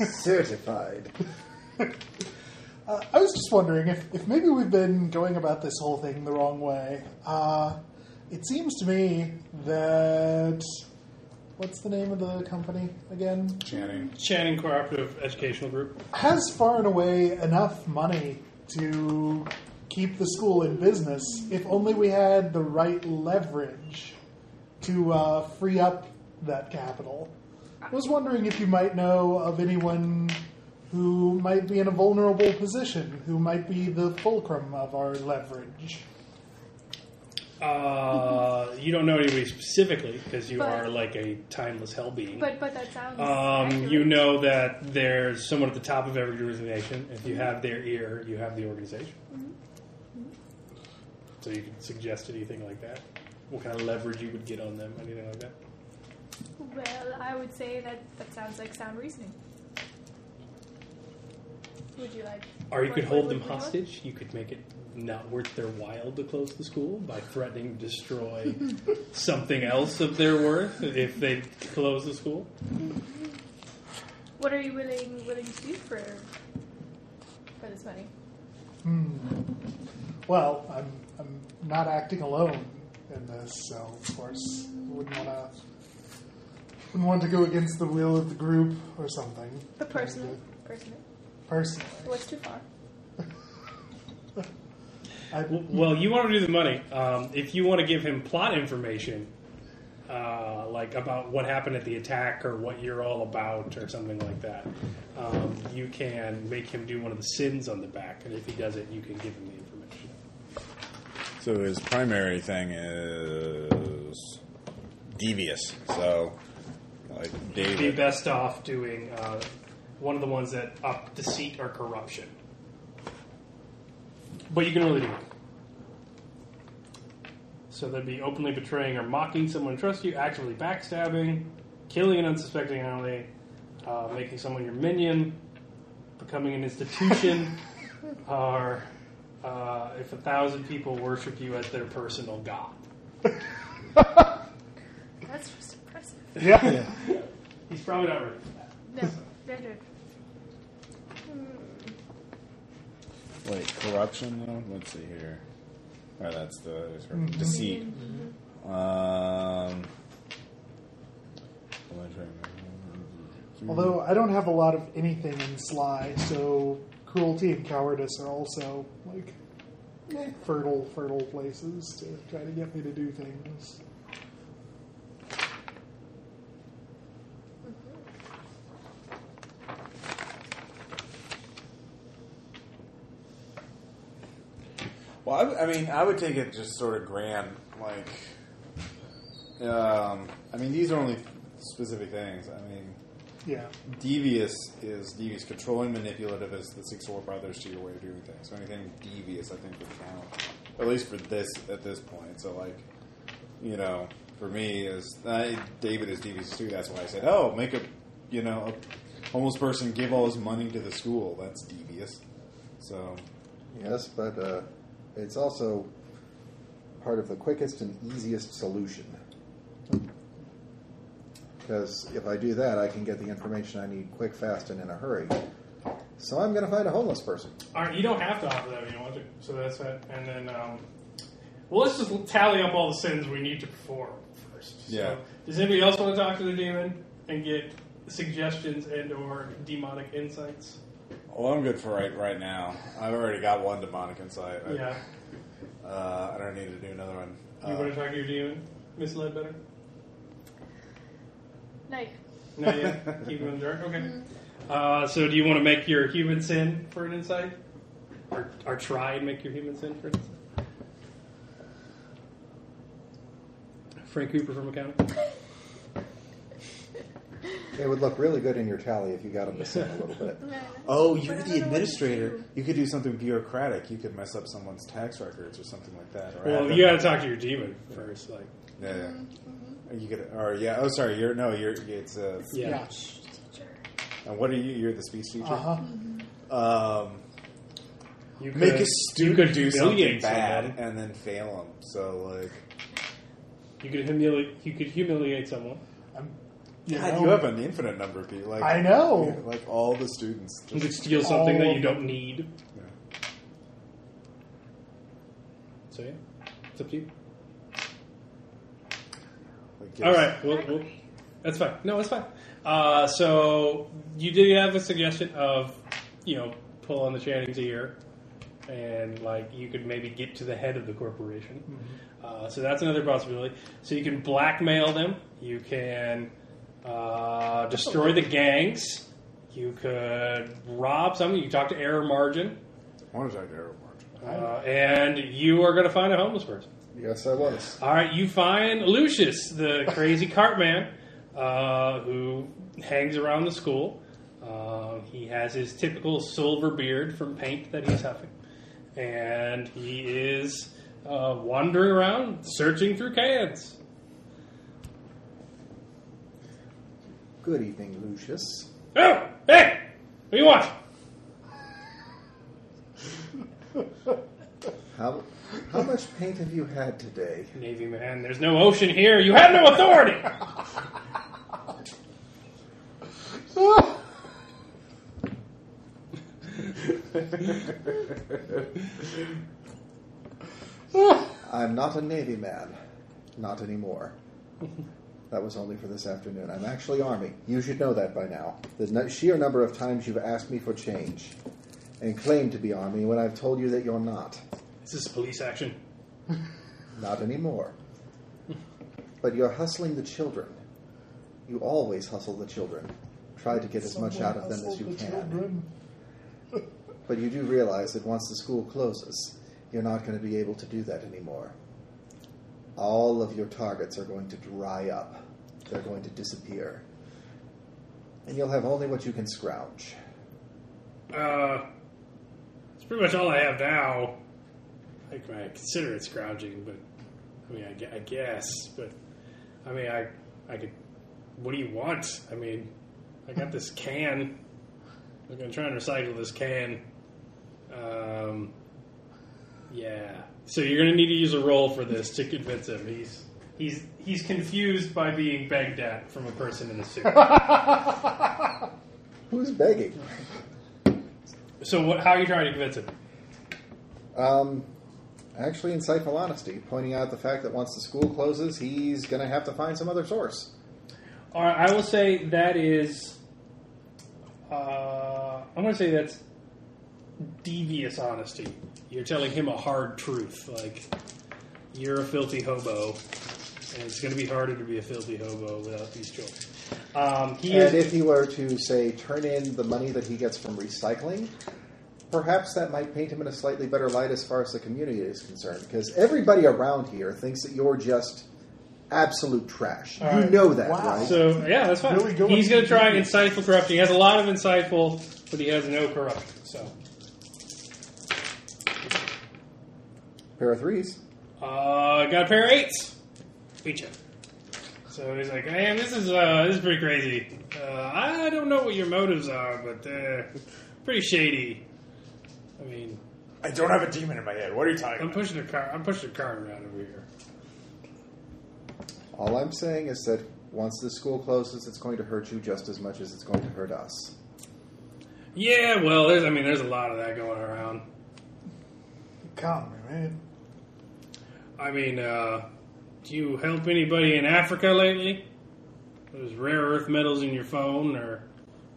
F: Certified.
E: Uh, I was just wondering if, if maybe we've been going about this whole thing the wrong way. Uh, it seems to me that what's the name of the company again?
B: Channing.
A: Channing Cooperative Educational Group.
E: Has far and away enough money to keep the school in business if only we had the right leverage to uh, free up that capital. I was wondering if you might know of anyone who might be in a vulnerable position, who might be the fulcrum of our leverage.
A: Uh, you don't know anybody specifically because you
I: But-
A: are like a timeless hell being.
I: But but that sounds.
A: Um,
I: accurate.
A: you know that there's someone at the top of every organization. If you have their ear, you have the organization. So you can suggest anything like that. What kind of leverage you would get on them, anything like that.
I: Well, I would say that that sounds like sound reasoning. Would you like?
A: Or you
I: what-
A: could
I: what
A: hold
I: would
A: them
I: we want?
A: hostage. You could make it not worth their while to close the school by threatening to destroy something else of their worth if they close the school.
I: What are you willing willing to do for for this money?
E: Well, I'm, I'm not acting alone in this, so of course wouldn't want to wouldn't want to go against the will of the group or something.
I: But personally, personally,
E: Personally,
I: what's too far?
E: I,
A: Well, you want to do the money. Um, if you want to give him plot information, uh, like about what happened at the attack or what you're all about or something like that, um, you can make him do one of the sins on the back, and if he does it, you can give him the information.
B: So his primary thing is devious. So, like
A: You'd be
B: David,
A: best off doing uh, one of the ones that up deceit or corruption. But you can really do it. So that'd be openly betraying or mocking someone who trusts you, actively backstabbing, killing an unsuspecting ally, uh, making someone your minion, becoming an institution, or uh, if a thousand people worship you as their personal god.
I: That's just impressive.
E: yeah,
A: He's probably not ready for that.
I: No, no, no.
B: wait, corruption. Though, let's see here. Oh, that's the deceit. Um,
E: although I don't have a lot of anything in Sly, so cruelty and cowardice are also like fertile, fertile places to try to get me to do things.
B: Well, I, would- I mean, I would take it just sort of grand. Like, um, I mean, these are only specific things. I mean,
E: Yeah,
B: devious is devious. Controlling manipulative is the six or brothers to your way of doing things. So anything devious, I think, would count. At least for this at this point. So like, you know, for me is I, David is devious too. That's why I said, oh, make a, you know, a homeless person give all his money to the school. That's devious. So
F: Yes, but uh, it's also part of the quickest and easiest solution. Because if I do that, I can get the information I need quick, fast, and in a hurry. So I'm going to find a homeless person.
A: All right, you don't have to offer that if you don't want to. So that's that. And then, um, well, let's just tally up all the sins we need to perform first. So,
B: Yeah.
A: does anybody else want to talk to the demon and get suggestions and or demonic insights?
B: Well, I'm good for right right now. I've already got one demonic insight. I,
A: yeah.
B: uh, I don't need to do another one.
A: you want
B: Uh,
A: to talk to your demon, Miss Ledbetter?
I: Like,
A: No, yeah. Keep him in the dark. Okay. Uh, so, do you want to make your human sin for an insight, or, or try and make your human sin for an insight? Frank Cooper from accounting.
F: It would look really good in your tally if you got them to sing a little bit.
B: oh, you're the administrator. You could do something bureaucratic. You could mess up someone's tax records or something like that. Or have
A: Well,
B: them-
A: you got to talk to your demon first, like.
B: Yeah, yeah. You could, or yeah. Oh, sorry. You're no. You're it's. Uh,
A: Yeah.
E: yeah.
B: and what are you? You're the speech teacher.
E: Uh huh.
A: Hmm.
B: Um,
A: Uh-huh. You could,
B: make a student
A: you could
B: do something
A: humiliate
B: bad
A: someone.
B: and then fail them. So like,
A: You could humiliate. You could humiliate someone.
E: You
B: God,
E: know,
B: you have an infinite number of people. Like
E: I know.
B: yeah, like all the students.
A: You
B: Just,
A: could steal something that
E: All
A: you don't need.
B: yeah.
A: So yeah, it's up to you.
B: Like,
A: All
B: yes.
A: right, we'll, we'll, that's fine. No, that's fine. Uh, so you did have a suggestion of you know pull on the Channing's ear, and like you could maybe get to the head of the corporation. Uh, so that's another possibility. So you can blackmail them. You can uh, destroy the gangs. You could rob someone. You can talk to error margin,
B: I want to talk to Arrow March.
A: uh, and you are going to find a homeless person.
F: Yes, I was.
A: All right, you find Lucius, the crazy cartman, uh, who hangs around the school. Uh, he has his typical silver beard from paint that he's huffing, and he is uh, wandering around searching through cans.
F: Good evening, Lucius.
A: Oh, hey, what do you want?
F: How how much paint have you had today?
A: Navy man, there's no ocean here. You have no authority. (laughs)
F: I'm not a Navy man. Not anymore. (laughs) That was only for this afternoon. I'm actually Army. You should know that by now. The no- sheer number of times you've asked me for change and claimed to be Army when I've told you that you're not.
A: This is police action.
F: Not anymore. But you're hustling the children. You always hustle the children. Try to get as much out of them as you can. But you do realize that once the school closes, you're not going to be able to do that anymore. All of your targets are going to dry up, they're going to disappear. And you'll have only what you can scrounge.
A: Uh, it's pretty much all I have now. I, I consider it scrounging, but I mean, I, gue- I guess, but I mean, I, I could. What do you want? I mean, I got this can. I'm gonna try and recycle this can. Um, yeah. So you're gonna need to use a roll for this to convince him. He's he's he's confused by being begged at from a person in a suit.
F: Who's begging?
A: so what? How are you trying to convince him?
F: Um, actually, insightful honesty, pointing out the fact that once the school closes, he's going to have to find some other source.
A: All right, I will say that is. Uh, I'm going to say that's devious honesty. You're telling him a hard truth. Like, you're a filthy hobo, and it's going to be harder to be a filthy hobo without these children. Um, he
F: And
A: is.
F: if he were to, say, turn in the money that he gets from recycling, perhaps that might paint him in a slightly better light as far as the community is concerned. Because everybody around here thinks that you're just absolute trash. you
E: right.
F: know that,
E: Wow.
F: right?
A: so, yeah, that's fine.
E: Here we go
A: He's
E: with
A: going to try insightful corruption. He has a lot of insightful, but he has no corrupt. So,
F: Pair of threes.
A: Uh, got a pair of eights. Beat you. So he's like, man, this is uh, this is pretty crazy. Uh, I don't know what your motives are, but they're pretty shady. I mean,
B: I don't have a demon in my head. What are you talking
A: I'm
B: about?
A: pushing a car. I'm pushing a car around over here.
F: All I'm saying is that once the school closes, it's going to hurt you just as much as it's going to hurt us.
A: Yeah, well, there's. I mean, there's a lot of that going around.
E: Come, man.
A: I mean, uh, do you help anybody in Africa lately? Those rare earth metals in your phone, or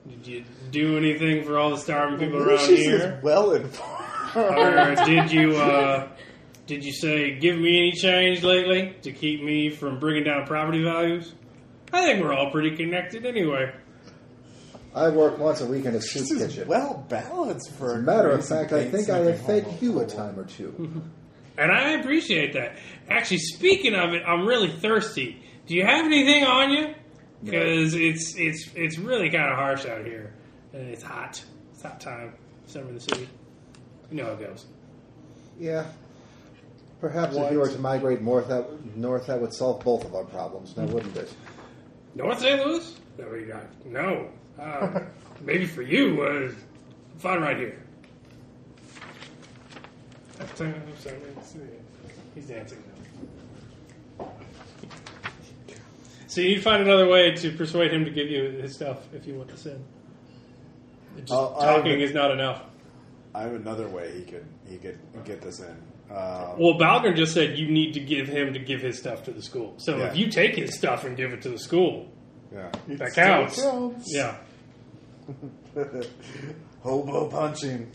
A: did you do anything for all the starving
F: (laughs)
A: people around
B: Lucius
A: here?
B: is well (laughs) informed.
A: or did you uh, did you say give me any change lately to keep me from bringing down property values? I think we're all pretty connected anyway.
F: I work once a week in a soup kitchen.
B: well balanced for
F: As
B: a
F: a matter of
B: crazy
F: fact, I
B: paint
F: think I have
B: sniffing
F: faked
B: homo.
F: you a time or two.
A: And I appreciate that. Actually, speaking of it, I'm really thirsty. Do you have anything on you? Because it's it's it's really kind of harsh out here, and it's hot. It's hot time. Summer in the city. You know how it goes.
F: yeah. Perhaps if you were to migrate north that, north, that would solve both of our problems, now wouldn't it?
A: North St. Louis? No, you got (laughs) no. Uh, maybe for you, uh, fun right here. I'm sorry, I'm sorry, let's see. He's dancing now. So you find another way to persuade him to give you his stuff if you want to send. Just
B: I'll- I'll-
A: talking is not enough.
B: I have another way he could he could get this in. Um,
A: Well, Balgren just said you need to give him to give his stuff to the school. So
B: Yeah.
A: if you take his stuff and give it to the school,
B: yeah.
A: that counts.
E: counts.
A: Yeah.
B: Hobo punching.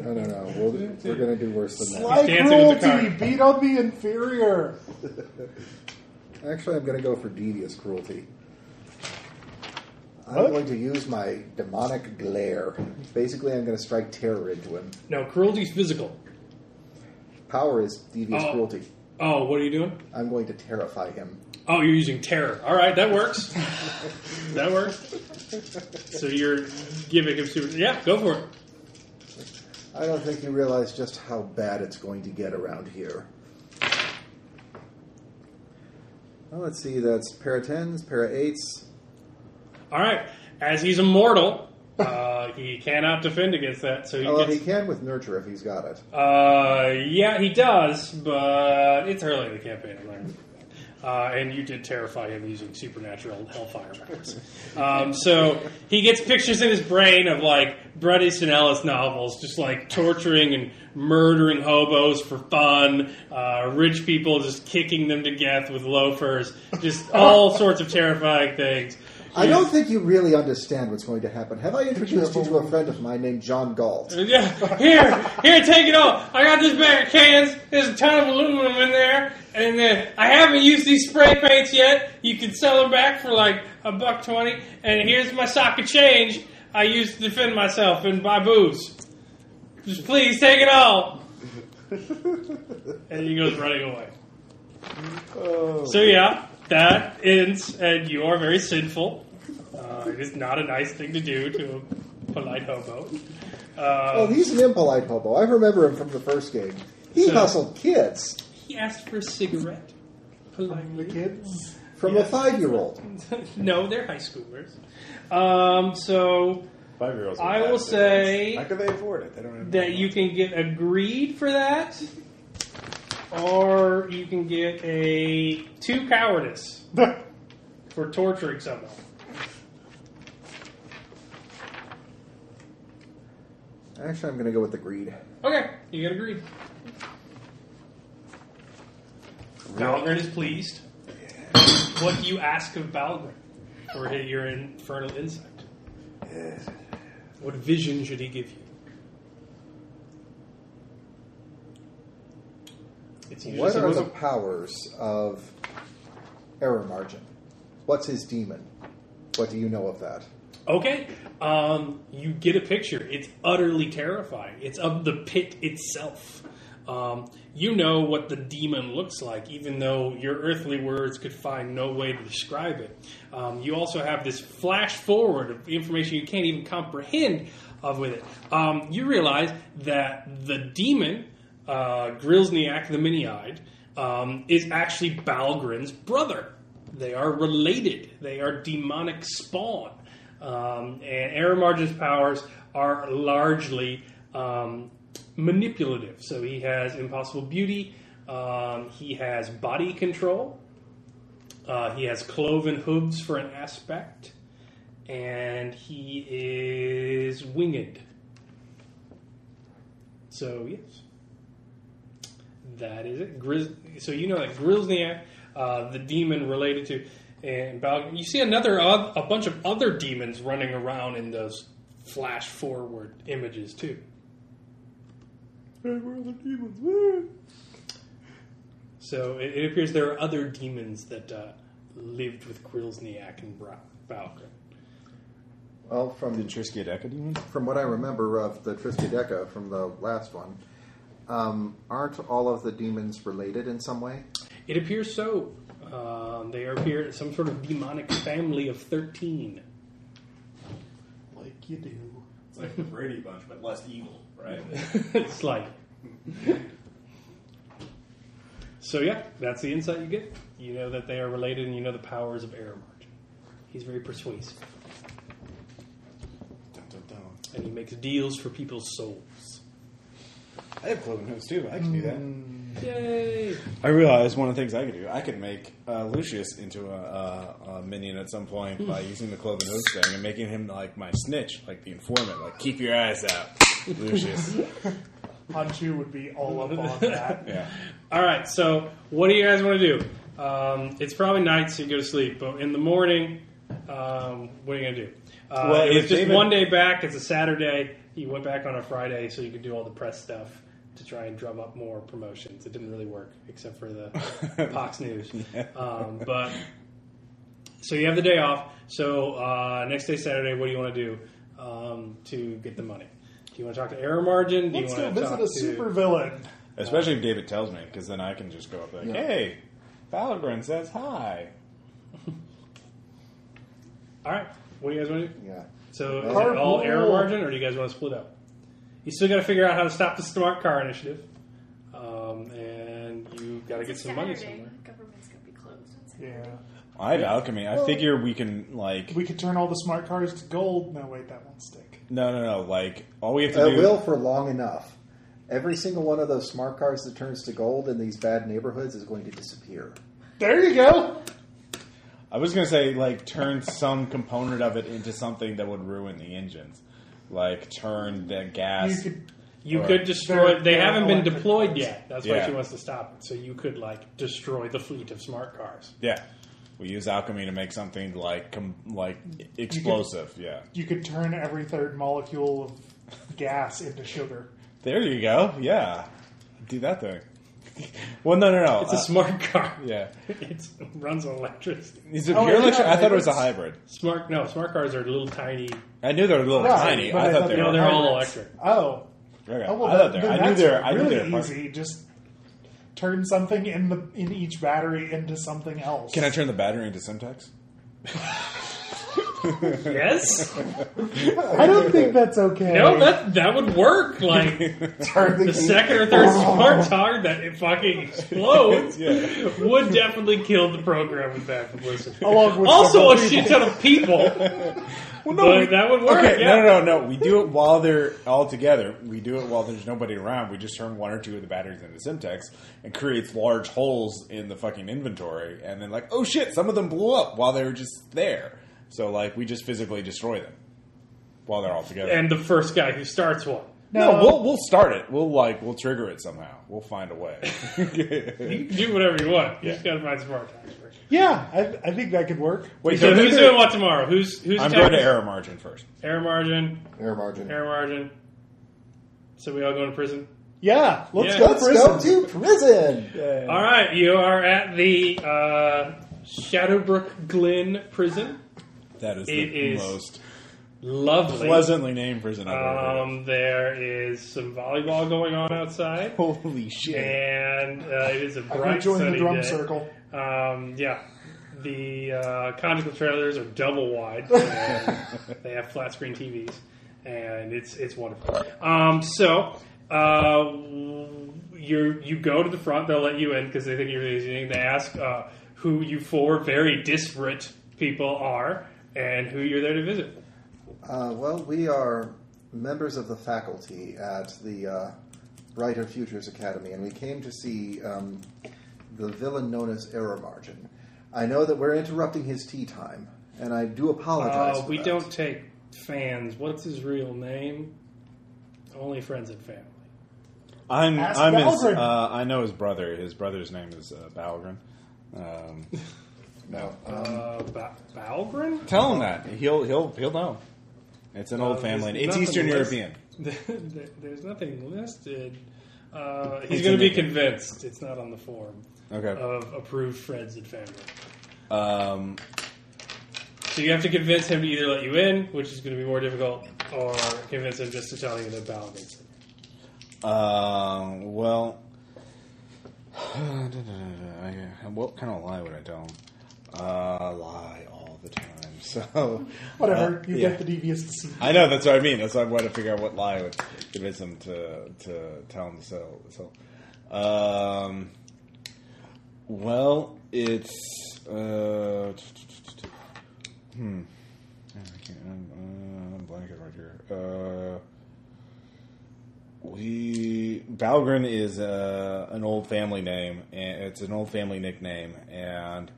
F: No, no, no. We'll, we're going to do worse than that.
E: Like
A: dancing with the
E: cruelty,
A: car.
E: beat on the inferior.
F: Actually, I'm going to go for devious cruelty. I'm going to use my demonic glare. Basically, I'm going to strike terror into him.
A: No, cruelty's physical.
F: Power is devious
A: Oh.
F: cruelty.
A: Oh, what are you doing?
F: I'm going to terrify him.
A: Oh, you're using terror. All right, that works. that works. So you're giving him super. Yeah, go for it.
F: I don't think you realize just how bad it's going to get around here. Well, let's see. That's para tens, para eights.
A: All right. As he's immortal, uh, he cannot defend against that. So he
F: Although he
A: gets.
F: can with nurture if he's got it.
A: Uh, yeah, he does, but it's early in the campaign. I'm not gonna do that. Uh, and you did terrify him using supernatural hellfire powers. Um, so he gets pictures in his brain of like Bret Easton Ellis novels, just like torturing and murdering hobos for fun, uh, rich people just kicking them to death with loafers, just all sorts of terrifying things.
F: I don't think you really understand what's going to happen. Have I introduced you to a friend of mine named John
A: Uh,
F: Galt?
A: Yeah, here, here, take it all. I got this bag of cans. There's a ton of aluminum in there, and then I haven't used these spray paints yet. You can sell them back for like a buck twenty. And here's my sock of change I used to defend myself and buy booze. Just please take it all. and he goes running away.
F: Oh,
A: So yeah, that ends, and you are very sinful. Uh, it is not a nice thing to do to a polite hobo. Uh,
F: Oh, he's an impolite hobo. I remember him from the first game. He
A: So-
F: hustled kids
A: He asked for a cigarette.
E: The
A: Politely.
E: kids.
F: from a
A: Yes.
F: five-year-old.
A: no, they're high schoolers. Um, so
B: Five year olds.
A: I will say-
B: How can they afford it? They don't have
A: that you can get agreed for that, or you can get a two cowardice
E: (laughs)
A: for torturing someone.
F: Actually, I'm going to go with the greed.
A: Okay, you get agreed. Balgren is pleased. What do you ask of Balgren for his- your infernal insight? What vision should he give you? It's usually
F: What are
A: supposed
F: the
A: to-
F: powers of error margin? What's his demon? What do you know of that?
A: Okay, um, you get a picture. It's utterly terrifying. It's of the pit itself. Um, you know what the demon looks like, even though your earthly words could find no way to describe it. Um, you also have this flash forward of information you can't even comprehend of with it. Um, you realize that the demon, uh, Grilsniak the Mini-Eyed, um, is actually Balgrin's brother. They are related. They are demonic spawn. Um, and Aaron Margin's powers are largely um, manipulative. So he has impossible beauty. Um, he has body control. Uh, he has cloven hooves for an aspect. And he is winged. So, yes. That is it. Grizz- so you know that Grilzniak, uh, the demon related to, and Balg- you see another uh, a bunch of other demons running around in those flash forward images too. So it, it appears there are other demons that uh, lived with Grilzniak and Bra- Balgrin.
F: Well, from
B: The Triskiadeca demon?
F: from what I remember of the Triskaideka from the last one, um, aren't all of the demons related in some way?
A: It appears so. Um, they appear some sort of demonic family of thirteen.
E: Like you do.
J: It's like the Brady Bunch, but less evil, right?
A: (laughs) it's like. so yeah, that's the insight you get. You know that they are related, and you know the powers of Aramart. He's very persuasive,
B: Dun, dun, dun.
A: and he makes deals for people's souls.
B: I have cloven hooves too. I can do
F: Mm,
B: that.
A: Yay!
B: I realized one of the things I could do. I could make uh, Lucius into a, a, a minion at some point by using the cloven hooves thing and making him like my snitch, like the informant. Like keep your eyes out, (laughs) Lucius.
E: Hanchu would be all up
A: (laughs)
E: on that.
B: Yeah.
A: All right, so what do you guys want to do? Um, it's probably night, so you go to sleep. But in the morning, um, what are you going to do? Uh,
B: Well,
A: it was
B: if
A: just
B: David-
A: one day back. It's a Saturday. You went back on a Friday, so you could do all the press stuff to try and drum up more promotions. It didn't really work, except for
B: (laughs)
A: the Fox News. Um, but so you have the day off. So uh, next day, Saturday, what do you want to do um, to get the money? Do you want to talk to Error Margin? Do
E: Let's
A: you
E: go
A: want to
E: visit
A: talk
E: a
A: to
E: supervillain.
B: Especially if David tells me, because then I can just go up like,
F: Yeah.
B: "Hey, Valgren says hi."
A: All right. What do you guys want to do?
F: Yeah.
A: So is
E: Carpool.
A: it all error margin, or do you guys want to split up? You still got to figure out how to stop the smart car initiative, um, and you got to get
I: It's
A: some money
I: Saturday.
A: somewhere.
I: Government's gonna be closed. on Saturday.
E: Yeah.
B: I have alchemy. I figure we can like
E: We could turn all the smart cars to gold. No, wait, that won't stick.
B: no, no, no. Like all we have to
F: It
B: do.
F: Uh, will for long enough. Every single one of those smart cars that turns to gold in these bad neighborhoods is going to disappear.
E: There you go.
B: I was gonna say like turn some component of it into something that would ruin the engines, like turn the
E: You
B: gas.
E: could.
A: You
B: Or-
A: could destroy.
E: They're-
A: They
E: they're
A: haven't been
E: electric
A: deployed
E: cars.
A: yet. That's why
B: Yeah.
A: she wants to stop it. So you could like destroy the fleet of smart cars.
B: yeah, we use alchemy to make something like com- like explosive. yeah,
E: You could turn every third molecule of gas into sugar.
B: there you go. Yeah, do that thing. (laughs) well, no, no, no.
A: It's a
B: Uh,
A: smart car.
B: yeah,
A: (laughs) It's, it runs on electricity.
B: is it
E: Oh,
B: pure
E: yeah,
B: electric? I thought it was a
E: it's-
B: hybrid.
A: Smart no, smart cars are little tiny.
B: I knew they were a little
E: Right,
B: tiny.
E: but
B: I thought
A: No,
B: they
E: they
B: were.
A: they're all
E: hybrids.
A: electric.
E: Oh,
B: okay.
E: oh well,
B: I thought
E: that-
B: they. were-
E: then
B: I knew
E: that's
B: they. were- I knew
E: really
B: they. were-
E: easy. Just turn something in the in each battery into something else. (laughs)
B: Can I turn the battery into Simtex?
A: Yes.
E: I don't think that's okay.
A: no, that that would work.
B: (laughs)
A: Like the second or third smart car that it fucking explodes
B: (laughs) Yeah.
A: would definitely kill the program with bad publicity.
E: Along with
A: also, a
E: several
A: shit ton of people. but that would work.
B: Okay,
A: yeah.
B: no, no, no, no. We do it while they're all together. We do it while there's nobody around. We just turn one or two of the batteries into Simtex and creates large holes in the fucking inventory. And then, like, oh shit, some of them blew up while they were just there. So, like, we just physically destroy them while they're all together.
A: And the first guy who starts one.
B: no,
E: No.
B: we'll we'll start it. We'll like we'll trigger it somehow. We'll find
A: (laughs)
B: a way.
A: You can do whatever you want. You just gotta find smart cars. first.
E: Yeah, I, I think that could work.
B: Wait,
A: So
B: don't
A: who's
B: do
A: doing
B: it.
A: what tomorrow? Who's who's
B: I'm going to
A: attacking-
B: error margin first.
A: Error margin.
F: Air margin.
A: Error margin. So we all go to prison.
E: Yeah, let's
A: Yeah.
E: go
F: Let's
E: prison.
F: go to prison.
A: All right, you are at the uh, Shadowbrook Glen prison.
B: That is
A: It
B: the
A: is
B: most
A: Lovely.
B: pleasantly named prison I've ever heard. of.
A: Um, there is some volleyball going on outside,
B: (laughs) Holy shit!
A: and uh, it is a
E: I
A: bright
E: could join the
A: sunny
E: drum
A: day.
E: circle.
A: Um, yeah, the uh, conjugal trailers are double wide. and they have flat screen TVs, and it's it's wonderful. Um, so uh, you you go to the front. They'll let you in because they think you're visiting. They ask uh, who you four very disparate people are and who you're there to visit.
F: Uh, well, we are members of the faculty at the uh, Brighter Futures Academy, and we came to see um, the villain known as Error Margin. I know that we're interrupting his tea time, and I do apologize.
A: Uh,
F: for
A: we
F: that.
A: don't take fans. What's his real name? Only friends and family.
B: I'm,
E: Ask
B: I'm his,
E: Balgren.
B: uh, I know his brother. His brother's name is uh, Balgren. Um,
F: No.
A: Uh, ba- Balgren?
B: tell him that he'll he'll he'll know. It's an old
A: Uh, there's
B: family. name. It's
A: nothing
B: Eastern
A: list-
B: European.
A: (laughs) There- There's nothing listed. Uh, he's
B: It's
A: going to be
B: in the-
A: convinced. It's not on the form
B: Okay.
A: of approved friends and family.
B: Um,
A: So you have to convince him to either let you in, which is going to be more difficult, or convince him just to tell you that Bal needs him.
B: um, well, (sighs) I- what kind of lie would I tell him? Uh, lie all the time. (laughs) So
E: Whatever,
B: uh,
E: you
B: yeah.
E: get the devious deceit.
B: I know that's what I mean. That's why I wanted to figure out what lie would convince him to to tell him to sell. So, um, well, it's uh, hmm. I can't. I'm, uh, I'm blanking right here. Uh, we Balgren is uh, an old family name, and it's an old family nickname. And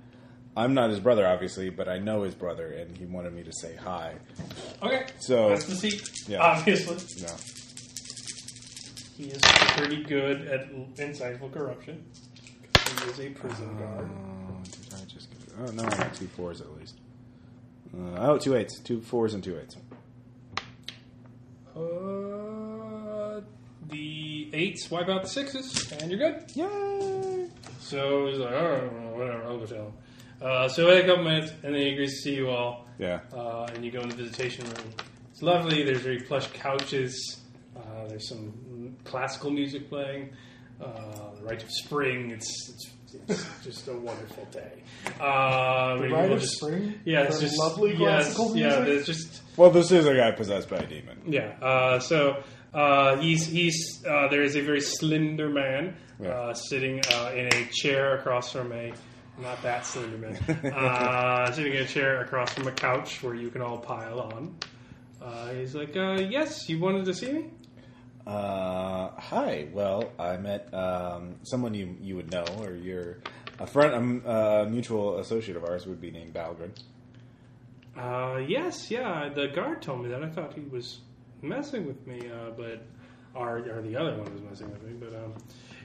B: I'm not his brother, obviously, but I know his brother, and he wanted me to say hi.
A: Okay.
B: So-
A: that's the seat.
B: Yeah.
A: Obviously,
B: No.
A: he is pretty good at l- insightful corruption. He is a prison guard.
B: Oh, did I just get Oh, no, I got two fours at least. Uh, oh, two eights. Two fours and two eights. Uh-huh.
A: Uh, the eights wipe out the sixes, and you're good.
B: Yay!
A: So he's like, oh, whatever, I'll go tell him. Uh, so we had a couple minutes, and then he agrees to see you all,
B: Yeah.
A: uh, and you go in the visitation room. It's lovely. There's very plush couches. Uh, there's some classical music playing. uh, the Rite of Spring. It's, it's,
E: (laughs)
A: it's just a wonderful day. Uh,
E: The
A: maybe
E: Rite
A: we'll
E: of
A: just-
E: Spring?
A: Yeah, it's
E: The
A: just
E: lovely
A: yes,
E: classical
A: Yeah,
E: music?
A: it's just
B: Well, this is a guy possessed by a demon.
A: yeah. Uh, so uh, he's he's uh, there is a very slender man
B: Yeah.
A: uh, sitting uh, in a chair across from a not that slender man uh, sitting in a chair across from a couch where you can all pile on. Uh, he's like, uh, yes, you wanted to see me.
B: Uh, hi. Well, I met um, someone you you would know, or your a friend, a m- a mutual associate of ours would be named Balgren.
A: Uh, yes, yeah. The guard told me that. I thought he was messing with me, uh, but or, or the other one was messing with me. But um,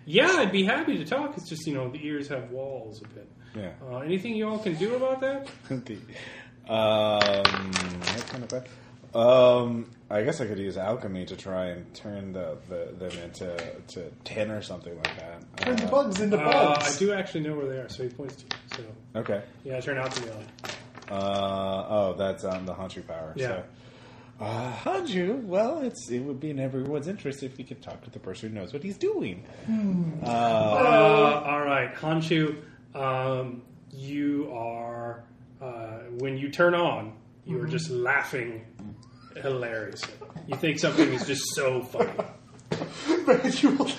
A: yeah, I'd be happy to talk. It's just you know the ears have walls a bit.
B: Yeah. (laughs)
A: Uh, anything you all can do about that?
B: The- um, what kind of que- um, I guess I could use alchemy to try and turn the, the them into to tin or something like that.
E: Turn the
B: Uh,
E: bugs into
A: Uh,
E: bugs.
A: I do actually know where they are, so he points to. it. So
B: Okay.
A: yeah, turn out to be on.
B: Uh, oh, that's on the Hanchu power.
A: Yeah.
B: So. Uh, Hanju, well, it's it would be in everyone's interest if we could talk to the person who knows what he's doing. (laughs)
A: Uh, all right, Hanchu, um, you are uh, when you turn on, you
E: Mm-hmm.
A: are just laughing hilariously. You think something is just so funny.
E: But (laughs) you will-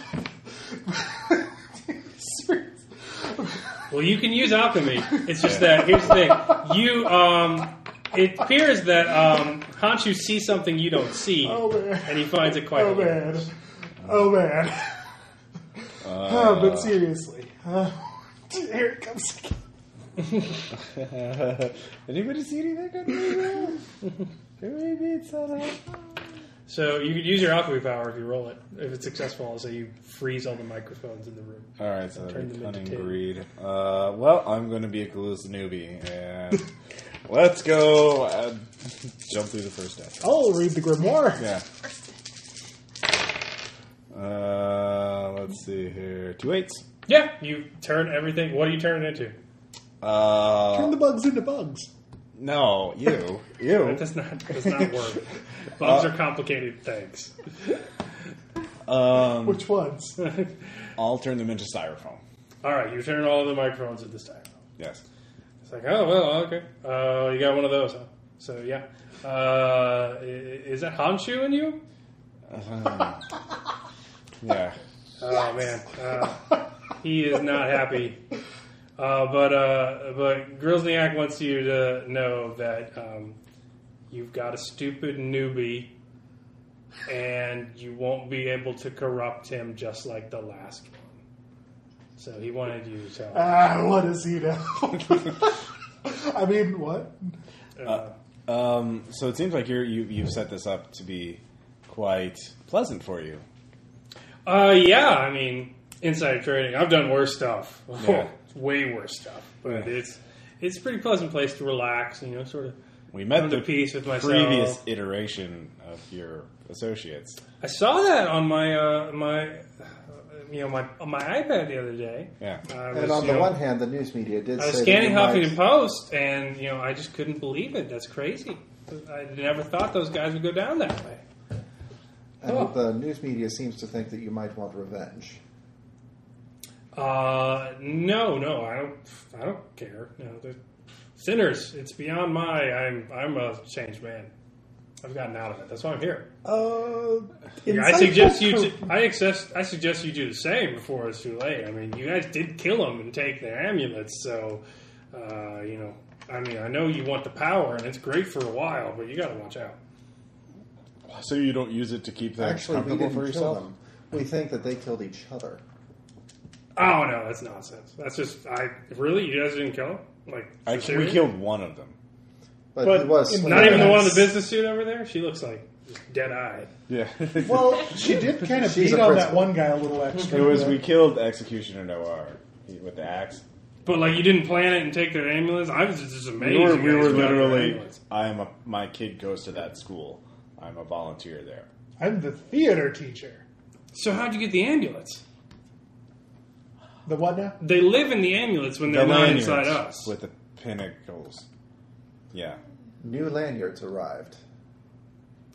A: Well, you can use alchemy. It's just that here's the thing: you um, it appears that um, Hanchu sees something you don't see,
E: Oh, man.
A: and he finds it quite.
E: Oh
A: hilarious.
E: man. Oh man. (laughs) Huh, but seriously. Huh? (laughs) here it comes again.
B: Anybody see anything? on the radio? Maybe it's on. a-
A: So you could use your alchemy power if you roll it. If it's successful, I'll say you freeze all the microphones in the room.
B: All right, so that'd
A: Turn
B: be
A: them into
B: cunning
A: tin.
B: greed. Uh, well, I'm going to be a Galus newbie, and (laughs) let's go uh, (laughs) jump through the first step.
E: Oh, read the grimoire.
B: Yeah. Uh, let's see here. Two eights.
A: Yeah, you turn everything. What do you turn it into?
B: Uh,
E: (laughs) Turn the bugs into bugs.
B: no, you, you.
A: That does not does not work. (laughs) Bugs are complicated things. (laughs)
B: Um,
E: Which ones?
B: I'll turn them into styrofoam.
A: All right, you turn all the microphones at this time.
B: Yes.
A: It's like, oh well, okay. Uh, you got one of those, huh? So yeah, uh, i- is that Honshu in you?
B: Yeah.
A: Oh man, uh, (laughs) he is not happy. Uh, but uh, but Grilzniak wants you to know that um, you've got a stupid newbie, and you won't be able to corrupt him just like the last one. So he wanted you to tell. him.
E: Ah, what is he now? (laughs) I mean, what?
B: Um, so it seems like you're, you you've set this up to be quite pleasant for you.
A: Uh, yeah, I mean, insider trading. I've done worse stuff.
B: Yeah.
A: (laughs) Way worse stuff. But
B: Yeah.
A: it's it's a pretty pleasant place to relax, you know, sort of.
B: We met
A: Come
B: the
A: to peace with myself.
B: previous iteration of your associates.
A: I saw that on my uh, my uh, you know my on my iPad the other day. Uh,
B: Yeah.
A: I was,
F: And on
A: you
F: the
A: know,
F: one hand, the news media did
A: I
F: say
A: was
F: that
A: scanning
F: you might-
A: Huffington Post, and you know I just couldn't believe it. That's crazy. I never thought those guys would go down that way. Oh.
F: and the news media seems to think that you might want revenge.
A: Uh, no, no, I don't. I don't care. No, they're sinners. It's beyond my. I'm. I'm a changed man. I've gotten out of it. That's why I'm here.
E: Uh,
A: I suggest you. To, I access, I suggest you do the same before it's too late. I mean, you guys did kill them and take their amulets, so uh, you know. I mean, I know you want the power, and it's great for a while, but you got to watch out.
B: So you don't use it to keep things
F: Actually, we
B: comfortable
F: didn't
B: for
F: kill
B: yourself.
F: them. We think that they killed each other.
A: Oh no, that's nonsense. That's just. I really, you guys didn't kill them. Like
B: I,
A: for
B: we
A: serious?
B: killed one of them.
F: But,
E: But
F: it was
E: in-
A: Not even the one in the
E: Yes.
A: business suit over there. She looks like dead eyed.
B: Yeah. (laughs)
E: Well, she did kind of
F: She's
E: beat
F: a
E: on that
F: principal.
E: one guy a little extra.
B: it was we killed executioner Noir with the axe.
A: But like you didn't plan it and take their ambulance. I was just amazed.
B: We were,
A: you
B: we
A: guys
B: were
A: got their
B: literally.
A: ambulance.
B: I am a. My kid goes to that school. I'm a volunteer there.
E: I'm the theater teacher.
A: So how'd you get the ambulance?
E: The what now?
A: They live in the ambulance when they're
B: The
A: not
B: lanyards
A: inside us.
B: with the pinnacles. Yeah.
F: new lanyards arrived.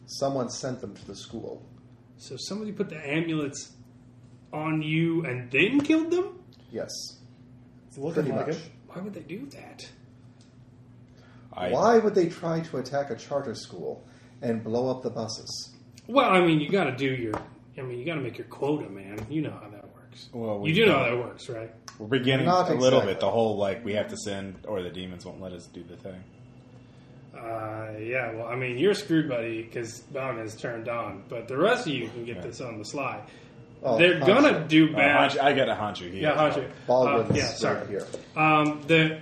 F: Someone sent them to the school.
A: So somebody put the ambulance on you and then killed them?
F: Yes,
E: It's looking
F: pretty
E: like
F: much.
E: it.
A: Why would they do that?
B: I,
F: Why would they try to attack a charter school and blow up the buses?
A: Well, I mean, you got to do your. I mean, you got to make your quota, man. You know how that works.
B: Well, we
A: you do know
B: don't.
A: how that works, right?
B: We're beginning
F: Not
B: a little
F: exactly.
B: bit the whole like we have to send or the demons won't let us do the thing.
A: Uh, yeah, well, I mean, you're screwed, buddy, because Don is turned on. But the rest of you can get this on the sly.
F: Oh,
A: They're
F: Hancho.
A: gonna do
B: Uh,
A: bad.
B: Hanchu- I got a Hanchu here.
A: yeah, Hancho.
F: Baldwin's
A: Uh, yeah, sorry.
F: right here.
A: Um, the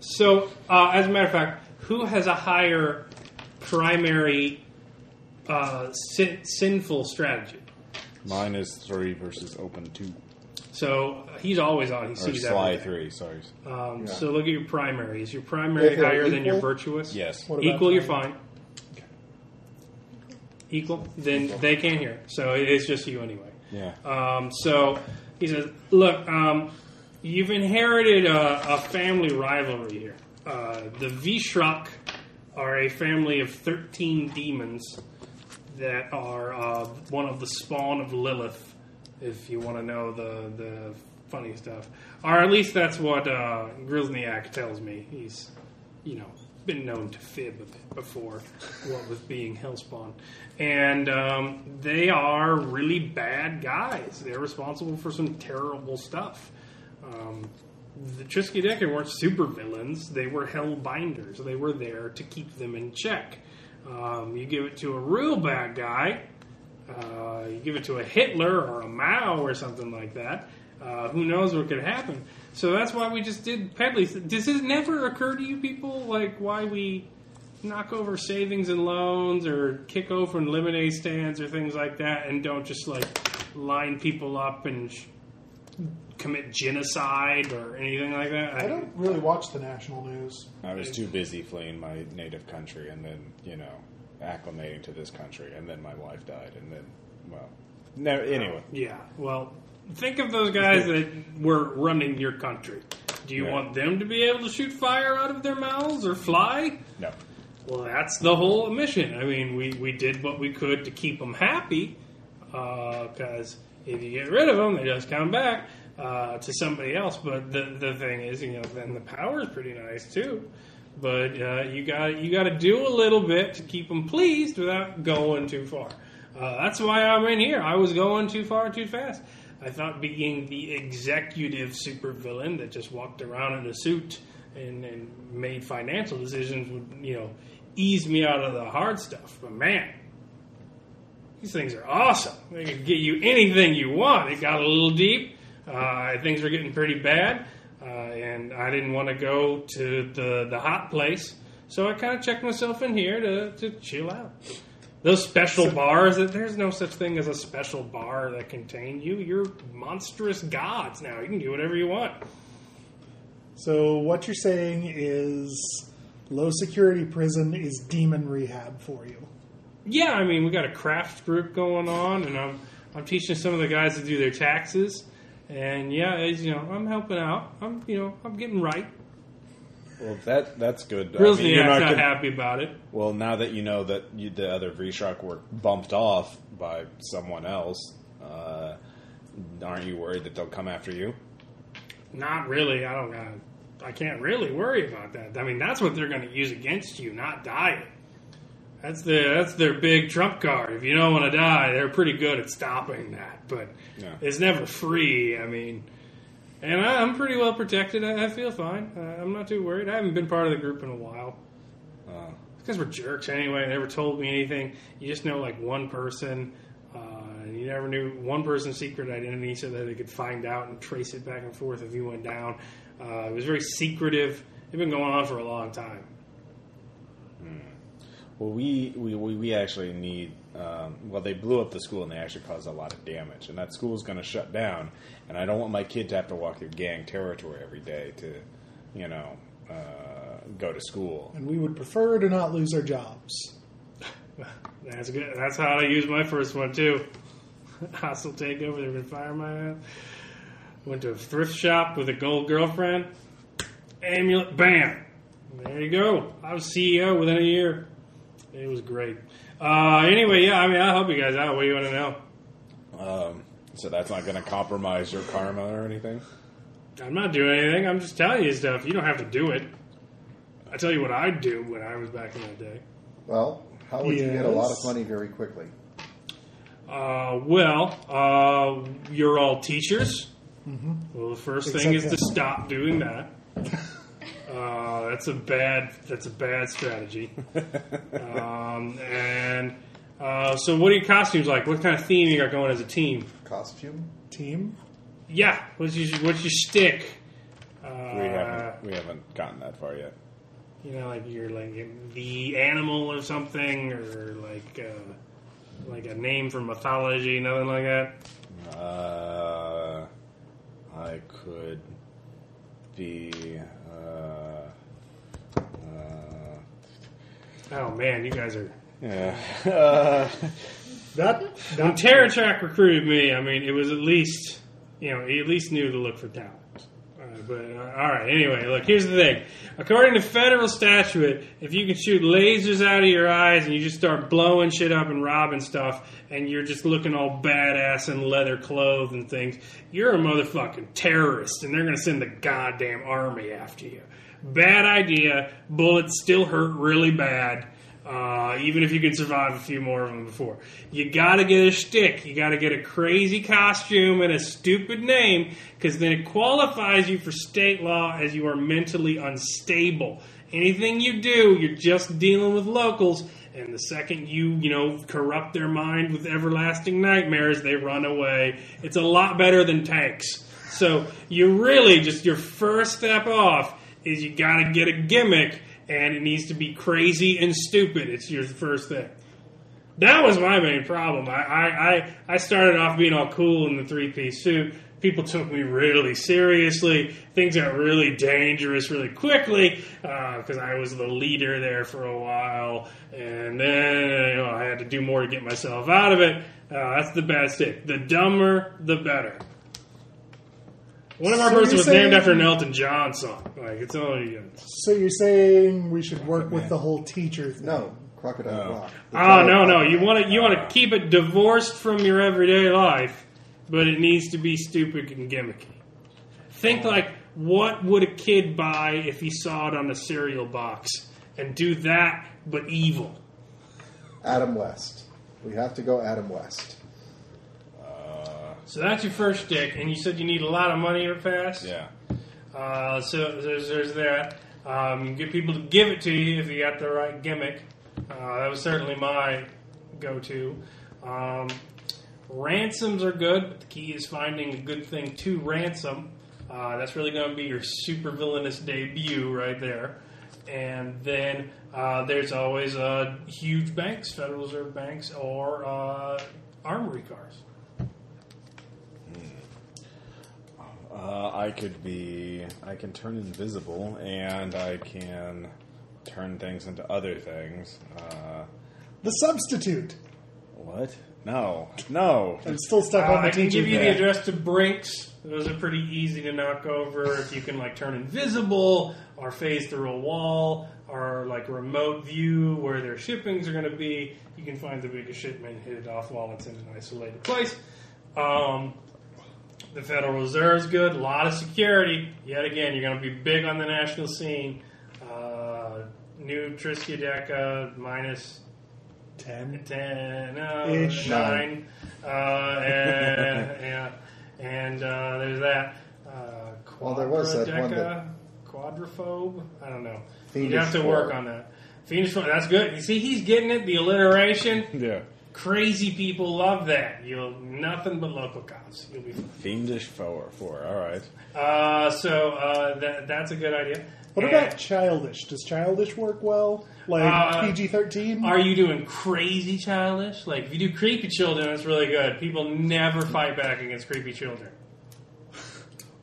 A: so uh, as a matter of fact, who has a higher primary uh, sin, sinful strategy?
B: Mine is three versus open two
A: So uh, he's always on. He
B: or
A: sees
B: sly
A: everything.
B: three. Sorry.
F: Uh,
A: Um,
F: Yeah.
A: So look at your primary. Is your primary
F: If they're
A: higher than your
F: equal?
A: virtuous?
B: Yes.
E: What about
A: Equal, you're
E: mine?
A: fine. Equal, then they can't hear. So it- it's just you anyway.
B: Yeah.
F: uh,
A: Um, so he says, "Look, um, you've inherited a, a family rivalry here. Uh, the Vishruk are a family of thirteen demons that are uh, one of the spawn of Lilith. If you want to know the the funny stuff, or at least that's what uh, Grisniak tells me. He's, you know, been known to fib a bit before, what with being Hellspawn, and um, they are really bad guys. They're responsible for some terrible stuff. Um, the Trisky Decker weren't super villains. They were hellbinders. They were there to keep them in check. Um, you give it to a real bad guy, uh, you give it to a Hitler or a Mao or something like that. Uh, who knows what could happen? So that's why we just did Pedley. Does it never occur to you people like why we knock over savings and loans or kick over lemonade stands or things like that and don't just like line people up and sh- commit genocide or anything like that?
E: I don't really watch the national news.
B: I was too busy fleeing my native country and then you know acclimating to this country and then my wife died and then well no anyway
A: Yeah. Well, think of those guys that were running your country. Do you
B: Yeah.
A: want them to be able to shoot fire out of their mouths or fly?
B: no
A: Well, that's the whole mission. I mean, we, we did what we could to keep them happy, because if you get rid of them, they just come back uh, to somebody else. But the, the thing is, you know, then the power is pretty nice too. But uh, you got you got to do a little bit to keep them pleased without going too far. Uh, that's why I'm in here. I was going too far too fast. I thought being the executive supervillain that just walked around in a suit and, and made financial decisions would, you know, ease me out of the hard stuff. But man, these things are awesome. They can get you anything you want. It got a little deep. Uh, things were getting pretty bad, uh, and I didn't want to go to the, the hot place. So I kind of checked myself in here to, to chill out. Those special bars, that there's no such thing as a special bar that contain you. You're monstrous gods now. You can do whatever you want.
E: So what you're saying is low security prison is demon rehab for you.
A: Yeah, I mean, we got a craft group going on, and I'm I'm teaching some of the guys to do their taxes, and yeah, it's, you know, I'm helping out. I'm you know, I'm getting right.
B: well that that's good
A: Grills
B: I mean, you're
A: not,
B: not
A: not
B: gonna-
A: happy about it.
B: well now that you know that you, the other Vishrak were bumped off by someone else uh, aren't you worried that they'll come after you
A: Not really. I don't got. I can't really worry about that. I mean, that's what they're going to use against you, not dying. That's their that's their big trump card. If you don't want to die, they're pretty good at stopping that. But
B: Yeah.
A: it's never free. I mean, and I, I'm pretty well protected. I, I feel fine. Uh, I'm not too worried. I haven't been part of the group in a while. because we're jerks anyway. They never told me anything. You just know like one person. Uh, and you never knew one person's secret identity so that they could find out and trace it back and forth if you went down. Uh, it was very secretive. It's been going on for a long time.
B: Well, we we, we, we actually need. Um, well, they blew up the school and they actually caused a lot of damage, and that school is going to shut down. And I don't want my kid to have to walk through gang territory every day to, you know, uh, go to school.
E: And we would prefer to not lose our jobs.
A: That's good. That's how I used my first one too. (laughs) Hostile takeover. They're gonna fire my ass. Went to a thrift shop with a gold girlfriend. Amulet. Bam. There you go. I was CEO within a year. It was great. Uh, anyway, yeah. I mean, I'll help you guys out. What do you want to know?
B: Um, So that's not going to compromise your karma or anything.
A: I'm not doing anything. I'm just telling you stuff. You don't have to do it. I tell you what I'd do when I was back in that day.
F: Well, how would you get a lot of
E: Yes.
F: money very quickly?
A: Uh, well, uh, you're all teachers. Well, the first thing is
E: Except
A: to stop doing that. Uh, that's a bad. That's a bad strategy. um, and uh, so, what are your costumes like? What kind of theme you got going as a team?
F: Costume?
E: Team?
A: Yeah, what's your what's your stick? Uh,
B: We haven't we haven't gotten that far yet.
A: you know, like you're like the animal or something, or like uh, like a name from mythology, nothing like that.
B: Uh, I could be. Uh, uh,
A: Oh man, you guys are.
B: yeah. (laughs) Uh,
E: That
A: When TerraTrack recruited me, I mean, it was at least you know he at least knew to look for talent. Uh, but uh, all right, anyway, look. Here's the thing. According to federal statute, if you can shoot lasers out of your eyes and you just start blowing shit up and robbing stuff, and you're just looking all badass in leather clothes and things, you're a motherfucking terrorist, and they're gonna send the goddamn army after you. Bad idea. Bullets still hurt really bad. Uh, even if you can survive a few more of them before, you gotta get a shtick. You gotta get a crazy costume and a stupid name, because then it qualifies you for state law as you are mentally unstable. Anything you do, you're just dealing with locals, and the second you, you know, corrupt their mind with everlasting nightmares, they run away. It's a lot better than tanks. So you really just your first step off is you got to get a gimmick, and it needs to be crazy and stupid. It's your first thing. That was my main problem. I I, I, I started off being all cool in the three piece suit. People took me really seriously. Things got really dangerous really quickly because I was the leader there for a while, and then you know, I had to do more to get myself out of it. Uh, that's the bad stick. The dumber, the better. One of our
E: So
A: birds
E: you're
A: was named
E: saying-
A: after an Elton John song. Like it's only. uh,
E: So you're saying we should work with the whole teacher thing?
F: No, Crocodile Rock. The
A: Oh no
F: Crocodile
A: no!
F: Rock.
A: You want to you want to keep it divorced from your everyday life, but it needs to be stupid and gimmicky. Think like what would a kid buy if he saw it on a cereal box, and do that but evil.
F: Adam West. We have to go Adam West.
A: So that's your first dick, and you said you need a lot of money or pass.
B: Yeah.
A: Uh, so there's, there's that. Um, get people to give it to you if you got the right gimmick. Uh, that was certainly my go-to. Um, ransoms are good, but the key is finding a good thing to ransom. Uh, that's really going to be your super villainous debut right there. And then uh, there's always uh, huge banks, Federal Reserve banks, or uh, armory cars.
B: Uh, I could be. I can turn invisible, and I can turn things into other things. Uh,
E: The substitute.
B: what? No, no. (laughs)
E: I'm still stuck
A: Uh,
E: on the
A: I can
E: teacher
A: give you
E: thing.
A: the address to Brinks. Those are pretty easy to knock over if you can like turn invisible or phase through a wall or like remote view where their shippings are going to be. You can find the biggest shipment, hit it off while it's in an isolated place. Um, the Federal Reserve's good. A lot of security. Yet again, you're going to be big on the national scene. Uh, new Tristia Deca minus
E: Ten.
A: 10, uh,
E: Ish.
A: 9.
F: (laughs)
A: Uh, and yeah, and uh, there's that. Uh,
F: Well, there was that one that-
A: quadrodeca, Quadrophobe? I don't know.
F: Fiendish
A: You'd have to work
F: Four.
A: on that. Fiendish Four, that's good. You see, he's getting it, the alliteration.
B: Yeah.
A: Crazy people love that. You'll nothing but local cops. You'll be fine.
B: Fiendish four. Four. All right.
A: Uh, so uh, that, that's a good idea.
E: What
A: And
E: about childish? Does childish work well? Like
A: Uh,
E: PG thirteen?
A: Are you doing crazy childish? Like if you do creepy children, it's really good. People never fight back against creepy children.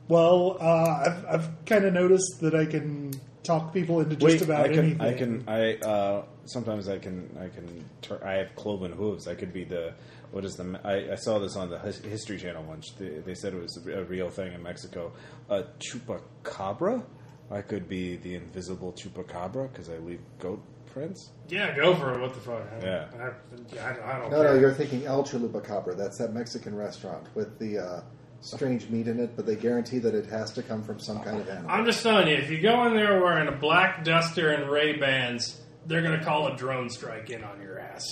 E: Well, uh, I've, I've kind of noticed that I can talk people into just about
B: I can,
E: anything.
B: I can. I uh, sometimes I can. I can. Tur- I have cloven hooves. I could be the. What is the? me- I, I saw this on the his, History Channel once. They, they said it was a real thing in Mexico. A chupacabra. I could be the invisible chupacabra because I leave goat Prince?
A: Yeah, go for it. What the fuck? I-
B: Yeah.
A: I, I, I don't
F: No, no,
A: care.
F: you're thinking El Chalupa Copper. That's that Mexican restaurant with the uh, strange meat in it, but they guarantee that it has to come from some kind of animal.
A: I'm just telling you, if you go in there wearing a black duster and Ray Bans, they're going to call a drone strike in on your ass.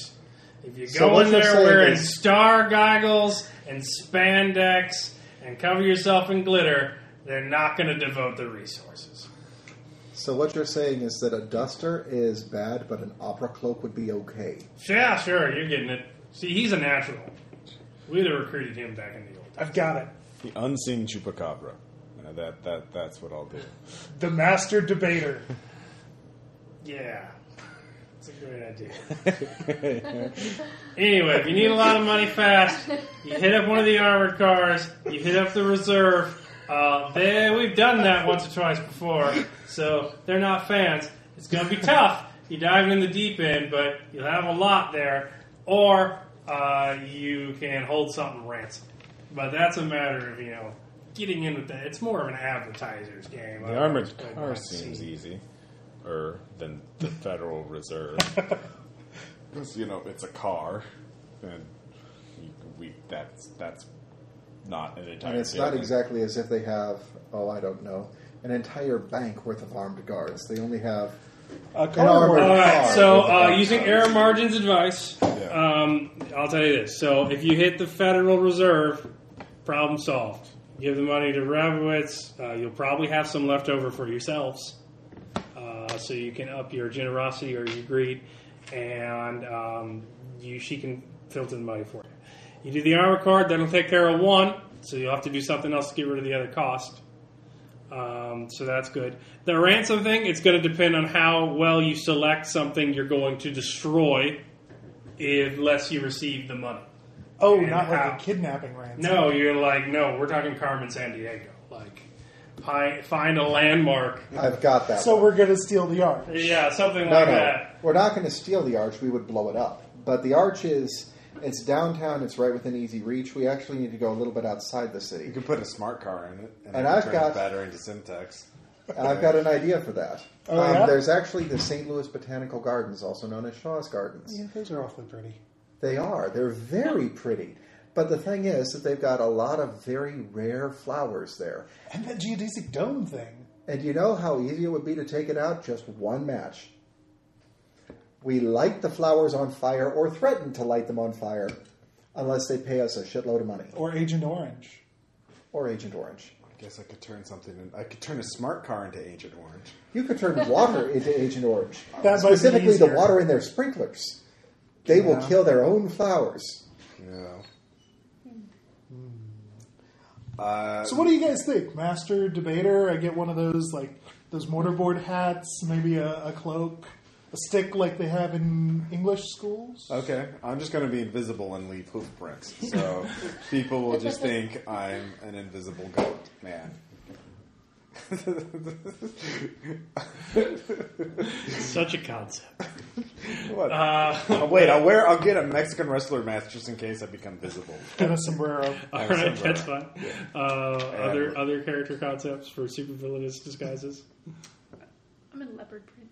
A: If you go
F: So what
A: in
F: you're
A: there
F: saying
A: wearing
F: is-
A: star goggles and spandex and cover yourself in glitter, they're not going to devote the resources.
F: So what you're saying is that a duster is bad, but an opera cloak would be okay.
A: Yeah, sure, you're getting it. See, he's a natural. We'd have recruited him back in the old days.
E: I've got it.
B: The unseen chupacabra. Uh, that that that's what I'll do.
E: The master debater.
A: Yeah. It's a great idea. (laughs) anyway, if you need a lot of money fast, you hit up one of the armored cars, you hit up the reserve. Uh, they, we've done that once or twice before, so they're not fans. It's going to be tough. You dive in the deep end, but you'll have a lot there, or uh, you can hold something ransom. But that's a matter of, you know, getting in with that. It's more of an advertiser's game.
F: Oh,
B: The armored car seems easy, er, than
F: (laughs)
B: the Federal Reserve. 'Cause, you know, it's a car, and you, we that's that's not an entire.
F: And it's not
B: building.
F: exactly as if they have, oh, I don't know, an entire bank worth of armed guards. They only have
B: a
E: Oh,
F: an
B: car.
F: armored
A: All right.
F: car
A: So,
F: with a
A: uh,
F: bank
A: using
F: guard.
A: error margins advice,
B: Yeah.
A: um, I'll tell you this. So, if you hit the Federal Reserve, problem solved. Give the money to Rabowitz. Uh, you'll probably have some left over for yourselves, uh, so you can up your generosity or your greed, and um, you she can filter the money for you. You do the armor card, that'll take care of one, so you'll have to do something else to get rid of the other cost. Um, so that's good. The ransom thing, it's going to depend on how well you select something you're going to destroy, unless you receive the money.
E: Oh,
A: And
E: not
A: how-
E: like a kidnapping ransom.
A: No, you're like, no, we're talking Carmen San Diego. Like, pi- find a landmark.
F: I've got that.
E: So
F: one.
E: we're going to steal the arch.
A: Yeah, something
F: no,
A: like
F: no,
A: that.
F: we're not going to steal the arch. We would blow it up. But the arch is it's downtown. It's right within easy reach. We actually need to go a little bit outside the
B: You
F: city.
B: could put a smart car in it, and, then
F: And I've
B: turn
F: got-
B: the battery into syntax.
F: And I've got an idea for that.
E: Oh,
F: um,
E: yeah?
F: There's actually the St. Louis Botanical Gardens, also known as Shaw's Gardens.
E: Yeah, those are awfully pretty.
F: They are. They're very pretty. But the thing is that they've got a lot of very rare flowers there.
E: And that geodesic dome thing.
F: And you know how easy it would be to take it out? Just one match. We light the flowers on fire or threaten to light them on fire unless they pay us a shitload of money
E: Or Agent Orange.
F: or Agent Orange.
B: I guess I could turn something. In, I could turn a smart car into Agent Orange.
F: You could turn (laughs) water into Agent Orange.
E: That might be
F: Specifically, the
E: easier.
F: water in their sprinklers. They will kill their own flowers.
B: Yeah.
F: Hmm.
B: Uh,
E: So what do you guys think? Master debater? I get one of those like those mortarboard hats, maybe a, a cloak, a stick like they have in English schools.
A: Uh,
B: Okay, I'm just going to be invisible and leave hoof prints, so people will just think I'm an invisible goat man. (laughs)
A: Such a
F: (laughs)
A: concept.
B: What?
A: Uh,
B: Oh, wait, I'll wear. I'll get a Mexican wrestler mask just in case I become visible.
E: And a sombrero.
A: all right, that's fine. Uh,
B: And-
A: other other character concepts for supervillainous disguises.
I: I'm in leopard print.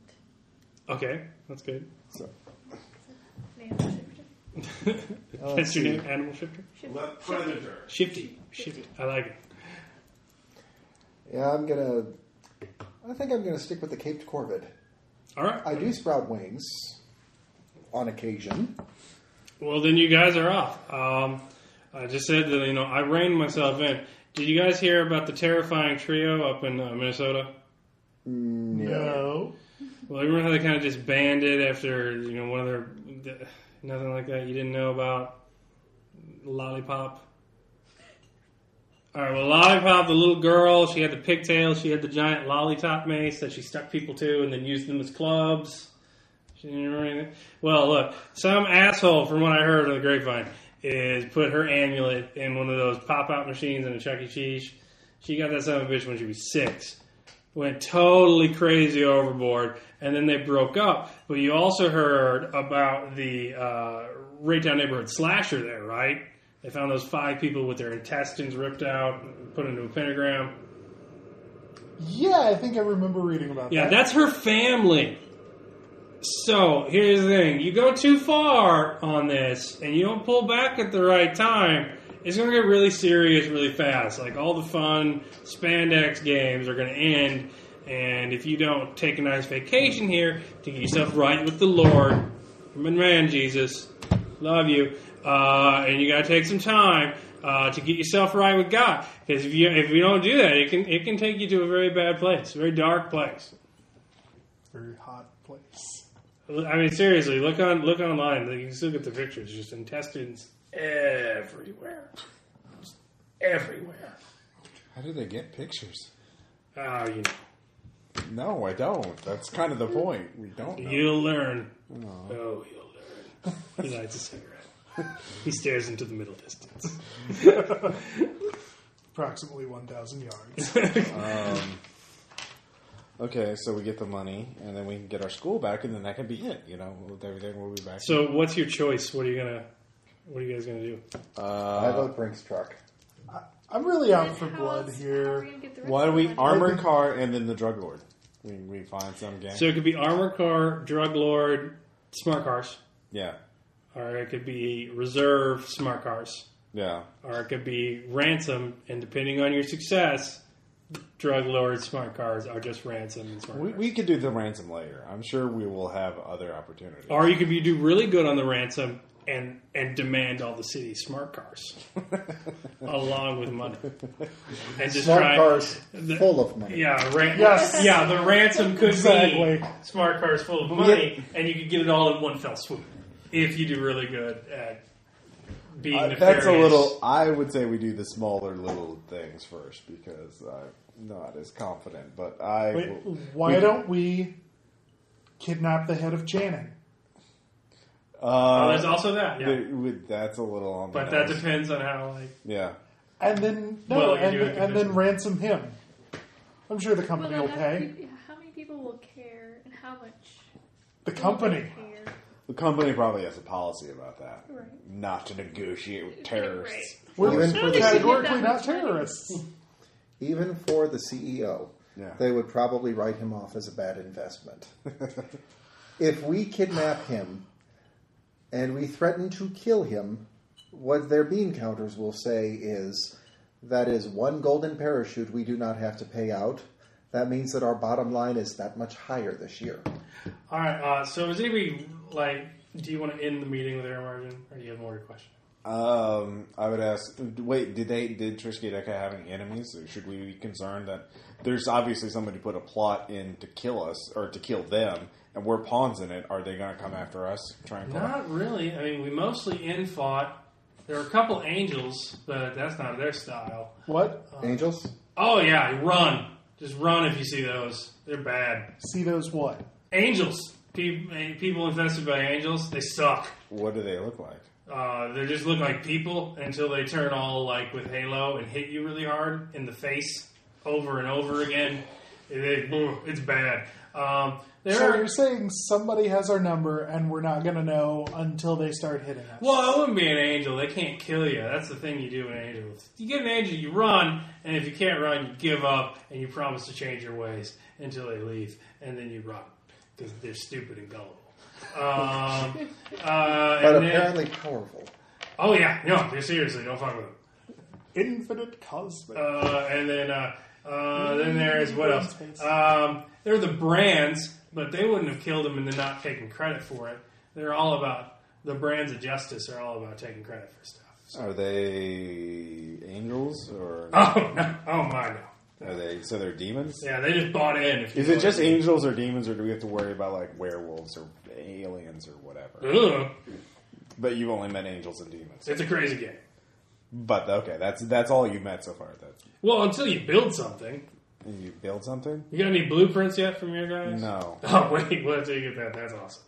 A: Okay, that's good.
I: Name of shifter.
F: Oh,
A: (laughs) That's your name, Animal Shifter?
I: Shifter.
J: Le Predator.
A: Shifty. Shifty. I like it.
F: Yeah, I'm gonna. I think I'm gonna stick with the Caped Corvid.
A: All right.
F: I do sprout wings on occasion.
A: Well, then you guys are off. Um, I just said that you know I reined myself in. Did you guys hear about the terrifying trio up in uh, Minnesota?
E: No.
A: Well, remember how they kind of just banned it after you know one of their th- nothing like that. You didn't know about lollipop. All right, well, lollipop, the little girl, she had the pigtails, she had the giant lollipop mace that she stuck people to and then used them as clubs. She didn't remember anything. Well, look, some asshole, from what I heard on the grapevine, is put her amulet in one of those pop-out machines in a Chuck E. Cheese. She got that son of a bitch when she was six went totally crazy overboard, and then they broke up. But you also heard about the uh, Raytown neighborhood slasher there, right? They found those five people with their intestines ripped out, put into a pentagram.
E: Yeah, I think I remember reading about
A: Yeah,
E: that.
A: that's her family. So here's the thing: you go too far on this, and you don't pull back at the right time. It's going to get really serious really fast. Like all the fun spandex games are going to end, and if you don't take a nice vacation here to get yourself right with the Lord, man, man Jesus, love you, uh, and you got to take some time. Uh, to get yourself right with God, because if you if you don't do that, it can it can take you to a very bad place, a very dark place.
E: Very hot place.
A: I mean, seriously, look on look online. You can still get the pictures. Just intestines everywhere, Just everywhere.
B: How do they get pictures?
A: Oh, you know,
B: No, I don't. That's kind of the point. We don't know.
A: you'll learn. Oh, you'll learn. He lights a cigarette. He stares into the middle distance. (laughs)
E: Approximately 1,000 yards.
B: Okay, so we get the money, and then we can get our school back, and then that can be it. You know, with everything will be back.
A: So, what's your choice? What are you gonna? What are you guys gonna do?
F: I
B: uh,
F: vote Brinks truck.
E: I'm really out
D: Then
E: for
D: how
E: blood
D: else are we
E: here.
D: gonna get the rest
B: why
D: of
B: don't we
D: the money?
B: armored car and then the drug lord? We, we find some gang.
A: So it could be armor car, drug lord, smart cars,
B: yeah,
A: or it could be reserve smart cars.
B: yeah.
A: or it could be ransom. And depending on your success, drug lord smart cars are just ransom and smart
B: We,
A: cars.
B: we could do the ransom later. I'm sure we will have other opportunities.
A: or you could be do really good on the ransom and and demand all the city's smart cars (laughs) along with money and just
F: Smart
A: try-
F: cars
A: the-
F: full of
A: (laughs)
F: money.
A: Yeah, ran-
E: Yes.
A: yeah. The ransom could
E: Exactly.
A: be smart cars full of money, and you could get it all in one fell swoop if you do really good at being.
B: Uh,
A: nefarious.
B: that's a little. I would say we do the smaller little things first because I'm not as confident. But I
E: Wait,
B: will-
E: why don't we kidnap the head of Channing?
A: Oh,
B: Uh,
A: there's also that, yeah.
B: the- with- that's a little on. the
A: but that
B: nose.
A: depends on how like
B: yeah.
E: And then no,
A: Well, you
E: and,
A: do have to
E: and then
A: convince-
E: ransom him. I'm sure the company
D: Well,
E: will
D: no, how,
E: pay.
D: many peop- how many people will care and how much?
E: The company.
D: will care?
B: The company probably has a policy about that.
D: Right.
B: Not to negotiate with terrorists.
F: Even
E: We're
F: for the
E: categorically
D: Not
E: not
D: that much money.
E: terrorists.
F: Even for the CEO,
B: Yeah.
F: they would probably write him off as a
B: (laughs)
F: bad investment. if we kidnap him and we threaten to kill him, what their bean counters will say is that is one golden parachute we do not have to pay out. That means that our bottom line is that much higher this year.
A: All right. Uh, so, is anybody like? Do you want to end the meeting with air margin, or do you have more question?
B: Um, I would ask. Wait, did they did Trisky Deca have any enemies? Or should we be concerned that there's obviously somebody put a plot in to kill us or to kill them, and we're pawns in it? Are they going to come after us? Try and collect-
A: Not really. I mean, we mostly in fought. There were a couple angels, but that's not their style.
E: What?
F: Angels?
A: Oh yeah, run! Just run if you see those. They're bad.
E: See those what?
A: Angels. Pe- eh, People infested by angels. They suck.
B: What do they look like?
A: Uh, they just look like people until they turn all like with Halo and hit you really hard in the face over and over again. It- it- it's bad. Um, there
E: So
A: are-
E: you're saying somebody has our number and we're not going to know until they start hitting us.
A: Well, it wouldn't be an angel. They can't kill you. That's the thing you do in angels. You get an angel, you run, and if you can't run, you give up, and you promise to change your ways until they leave, and then you run because they're stupid and gullible.
F: (laughs)
A: Um, uh,
F: But
A: and then-
F: apparently powerful.
A: oh yeah, no, they're seriously don't fuck with them.
E: Infinite cosmic.
A: Uh, and then uh, uh, then there's what else? Um, they're the brands, but they wouldn't have killed them and they're not taking credit for it. They're all about the brands of justice are all about taking credit for stuff.
B: Are they angels or
A: (laughs) Oh no! Oh my no!
B: are they so they're demons?
A: Yeah, they just bought in. If you
B: Is it
A: will.
B: just angels or demons, or do we have to worry about like werewolves or aliens or whatever?
A: Ugh,
B: But you've only met angels and demons.
A: it's a crazy game.
B: But okay, that's that's all you met so far. That's
A: Well, until you build something,
B: and you build something.
A: you got any blueprints yet from your guys?
B: No.
A: (laughs) Oh wait, well until you get that, that's awesome.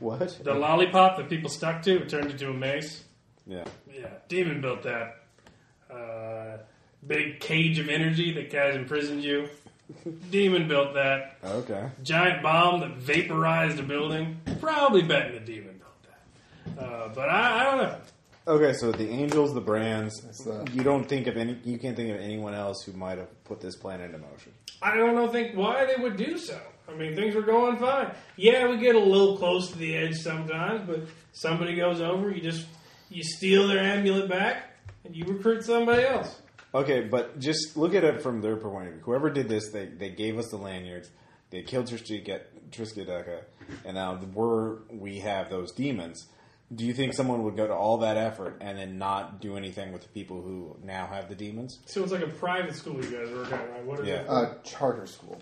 B: What?
A: The lollipop that people stuck to it turned into a maze.
B: Yeah.
A: Yeah, Demon built that. Uh, big cage of energy that guys imprisoned you.
B: (laughs)
A: Demon built that.
B: Okay.
A: giant bomb that vaporized a building. Probably betting the demon built that. Uh, but I, I don't know.
B: Okay, so the angels, the brands.
F: the-
B: You don't think of any. You can't think of anyone else who might have put this plan into motion.
A: I don't know think why they would do so. I mean, things were going fine. Yeah, we get a little close to the edge sometimes, but somebody goes over, you just you steal their amulet back, and you recruit somebody else.
B: Okay, but just look at it from their point of view. Whoever did this, they, they gave us the lanyards. They killed Triskaideka, Triskaideka, and now we're we have those demons. Do you think someone would go to all that effort and then not do anything with the people who now have the demons?
A: So it's like a private school you guys work at, right? What are
B: Yeah.
A: they?
F: Uh, charter school.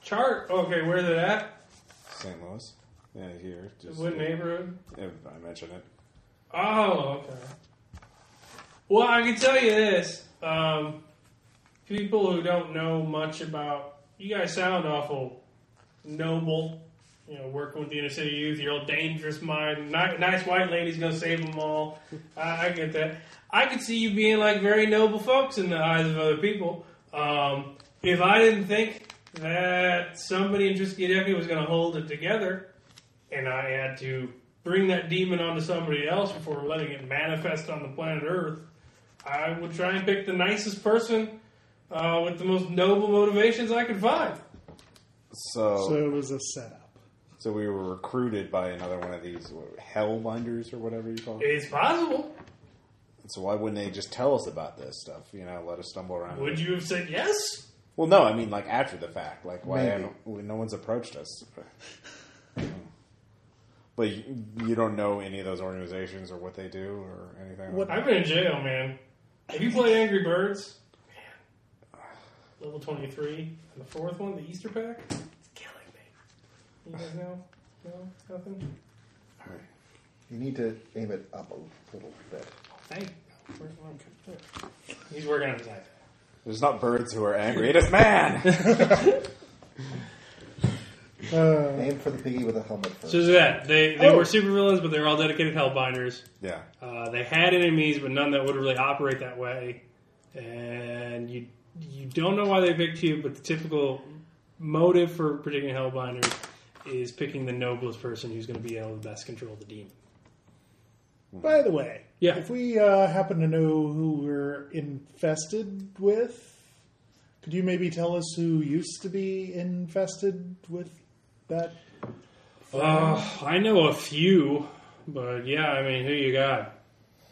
A: Chart. Okay, where's it at?
B: St. Louis, yeah, here. Just
A: What neighborhood?
B: If I mention it.
A: Oh, okay. Well, I can tell you this. Um, people who don't know much about you guys sound awful noble. You know, working with the inner city youth, your old dangerous mind. Ni- nice white lady's gonna save them all. I, I get that. I could see you being like very noble folks in the eyes of other people. Um, if I didn't think that somebody in Triskaideka was gonna hold it together, and I had to bring that demon onto somebody else before letting it manifest on the planet Earth, I would try and pick the nicest person uh, with the most noble motivations I could find.
E: So
B: So,
E: it was a setup.
B: so we were recruited by another one of these what, hellbinders or whatever you call them.
A: It's possible.
B: So why wouldn't they just tell us about this stuff? You know, let us stumble around.
A: Would you have said yes?
B: Well, no, I mean like after the fact, like why
F: Maybe.
B: haven't- well, no one's approached us. but you, you don't know any of those organizations or what they do or anything.
E: What-
A: I've been in jail, man. Have you played Angry Birds? Man. Level 23. And the fourth one, the Easter pack? It's killing me. You guys know? No? Nothing?
F: You need to aim it up a little bit.
A: Hey. He's working on his iPad.
B: There's not birds who are angry. It is man.
E: Uh,
F: Aim for the piggy with a helmet first.
A: So is that they they
E: Oh.
A: were supervillains, but they were all dedicated hellbinders.
B: yeah.
A: Uh, they had enemies, but none that would really operate that way. And you you don't know why they picked you, but the typical motive for picking a hellbinder is picking the noblest person who's going to be able to best control the demon.
E: by the way,
A: Yeah.
E: if we uh, happen to know who we're infested with, could you maybe tell us who used to be infested with that?
A: Uh, I know a few, but yeah, I mean, who you got?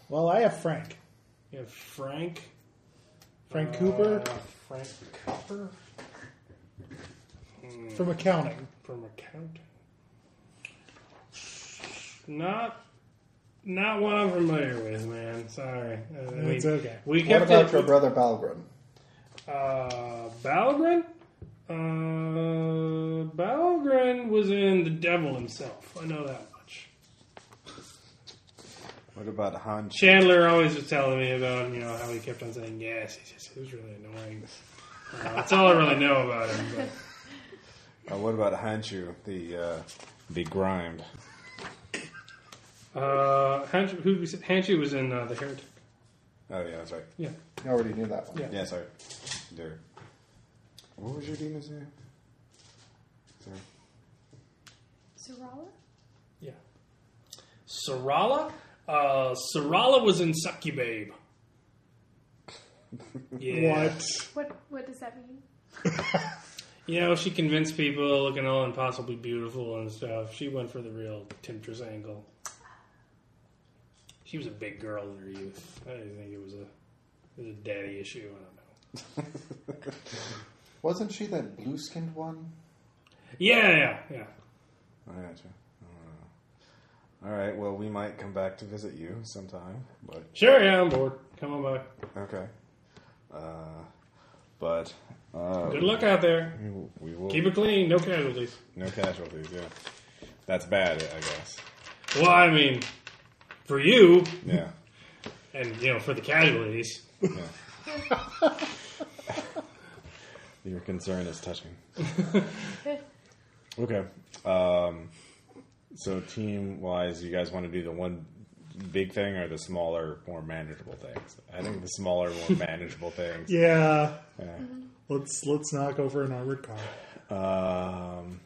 E: Well, I have Frank.
A: You have Frank.
E: Frank Cooper
A: Uh, Frank Cooper
E: from accounting.
A: from accounting. Not, not one I'm familiar with, man. Sorry, Uh, I mean,
E: It's okay.
A: We
F: what
A: kept
F: about
A: it-
F: your brother Balgrim?
A: uh, Balgren. Uh, Balgren was in the devil himself. I know that much.
B: What about Han? Ch-
A: Chandler always was telling me about you know how he kept on saying yes. He just it was really annoying. Uh, that's all I really know about him. But.
B: uh, what about Hanchu? The uh, begrimed.
A: Uh, Hanchu, who was, Hanchu was in uh, the Heretic.
B: Oh yeah, that's right.
A: Yeah.
F: You already knew that one.
A: Yeah.
B: Yeah, sorry. Dude. What was your demon's name? Sorry.
I: Sorala?
A: Yeah. Sarala? Uh, Sarala was in Succubabe. Yeah.
E: What?
I: What, what does that
E: (laughs)
I: mean?
A: You know, she convinced people looking all impossibly beautiful and stuff. She went for the real temptress angle. She was a big girl in her youth. I didn't think it was a, it was a daddy issue. I don't know.
F: Wasn't she that blue skinned one?
A: Yeah, yeah, yeah.
B: I gotcha. Uh, All right. Well, we might come back to visit you sometime, but
A: Sure, yeah, I'm bored. Come on back.
B: okay. Uh, but uh,
A: Good luck out there.
B: We will. We will
A: Keep it clean. No casualties.
B: no casualties. Yeah, that's bad. I guess.
A: Well, I mean, for you,
B: Yeah.
A: and, you know, for the casualties.
B: yeah. Your concern is touching. okay. Um, so team wise, you guys want to do the one big thing or the smaller, more manageable things? I think the smaller, more manageable things.
E: Yeah.
B: Yeah.
E: Let's let's knock over an armored car.
B: Um,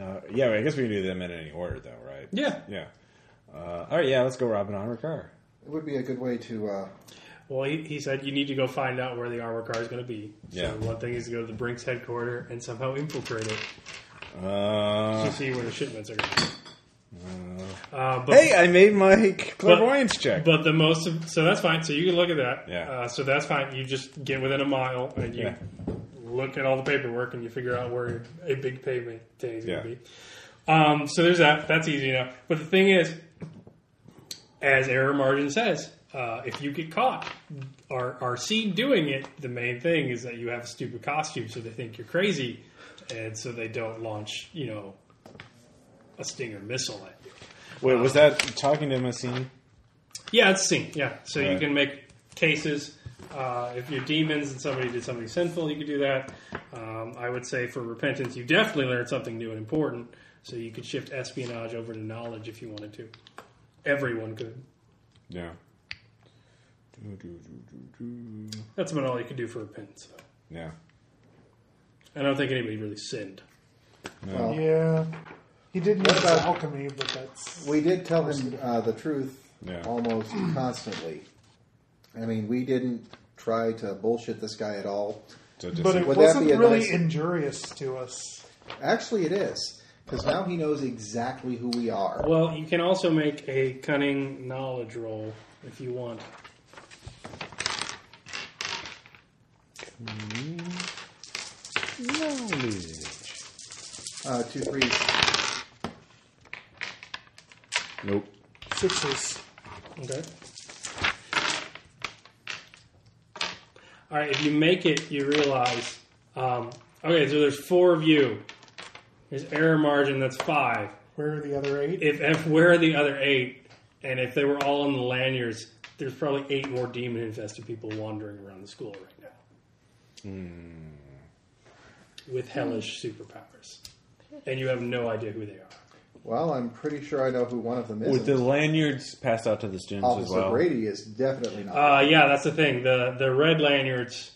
B: uh, yeah, I guess we can do them in any order, though, right?
A: Yeah.
B: Yeah. Uh, all right, yeah, let's go rob an armored car.
F: would be a good way to. Uh,
A: Well, he, he said you need to go find out where the armor car is going to be.
B: Yeah.
A: So one thing is to go to the Brinks headquarters and somehow infiltrate it to
B: (laughs) Uh,
A: see where the shipments are going. Uh, but,
B: hey, I made my clairvoyance check.
A: but the most so that's fine. So you can look at that.
B: Yeah.
A: Uh, so that's fine. You just get within a mile and you
B: Yeah.
A: look at all the paperwork and you figure out where a big payment day is going to
B: Yeah.
A: be. Um, so there's that. That's easy enough. But the thing is, as error margin says, uh, if you get caught or are seen doing it, the main thing is that you have a stupid costume, so they think you're crazy, and so they don't launch, you know, a Stinger missile at you.
B: Wait, was that talking to Messini?
A: Yeah, it's seen. Yeah, so you
B: Right.
A: can make cases. Uh, if you're demons and somebody did something sinful, you could do that. Um, I would say for repentance, you definitely learned something new and important, so you could shift espionage over to knowledge if you wanted to. Everyone could.
B: Yeah. Do, do, do, do, do.
A: That's about all you could do for repentance. though.
B: Yeah.
A: I don't think anybody really sinned.
F: well,
E: Yeah. He did use
F: about-
E: alchemy, but that's.
F: we did tell him uh, the truth
B: Yeah.
A: (clears throat)
F: almost constantly. I mean, we didn't try to bullshit this guy at all.
B: So
E: But it
F: Would that
E: wasn't
F: be a
E: really
F: nice-
E: injurious to us.
F: Actually, it is because now he knows exactly who we are.
A: Well, you can also make a cunning knowledge roll if you want.
F: Uh, two threes.
B: nope.
E: Sixes.
A: Okay. All right. If you make it, you realize. Um, okay, so there's four of you. There's error margin. That's five.
E: Where are the other eight?
A: If, if where are the other eight? And if they were all on the lanyards, there's probably eight more demon-infested people wandering around the school right now, with hellish superpowers, and you have no idea who they are.
F: Well, I'm pretty sure I know who one of them is.
B: With the lanyards passed out to the students as
F: Officer
B: well.
F: Brady is definitely not.
A: Uh, yeah, that's the thing. The the red lanyards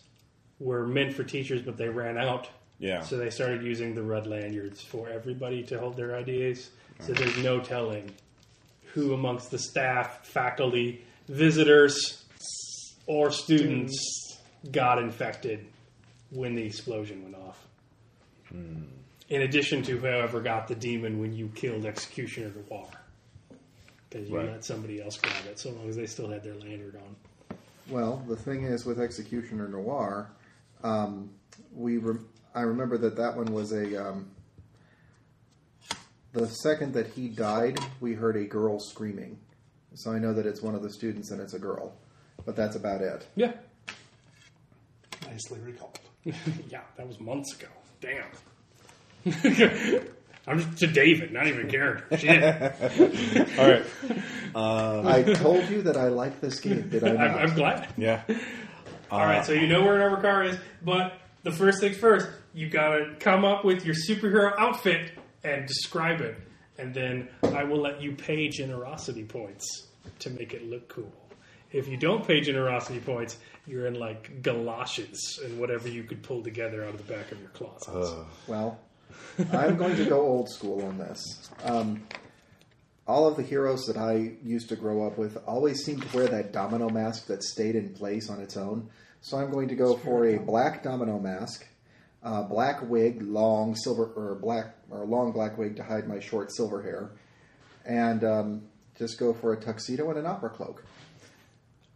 A: were meant for teachers, but they ran out.
B: Yeah.
A: So they started using the red lanyards for everybody to hold their IDs. So there's no telling who amongst the staff, faculty, visitors, or students got infected when the explosion went off.
B: Hmm.
A: In addition to whoever got the demon when you killed Executioner Noir. Because you
B: Right.
A: let somebody else grab it, so long as they still had their lanyard on.
F: Well, the thing is with Executioner Noir, um, we re- I remember that that one was a. Um, the second that he died, we heard a girl screaming. So I know that it's one of the students and it's a girl, but that's about it.
A: Yeah.
E: Nicely recalled.
A: Yeah, that was months ago. Damn. (laughs) I'm just to David, not even Garrett. Shit. (laughs)
B: All right.
F: I told you that I like this game, did I
A: Uh-huh. (laughs) I'm,
F: not?
A: I'm glad.
B: Yeah.
A: (laughs)
B: Uh,
A: All right, so you know where an armor car is, but the first things first, you gotta come up with your superhero outfit and describe it, and then I will let you pay generosity points to make it look cool. If you don't pay generosity points, you're in like galoshes and whatever you could pull together out of the back of your closets.
F: Well, I'm going to go old school on this. Um, all of the heroes that I used to grow up with always seemed to wear that domino mask that stayed in place on its own. So I'm going to go for a black domino mask, uh, black wig, long silver or black or long black wig to hide my short silver hair, and um, just go for a tuxedo and an opera cloak.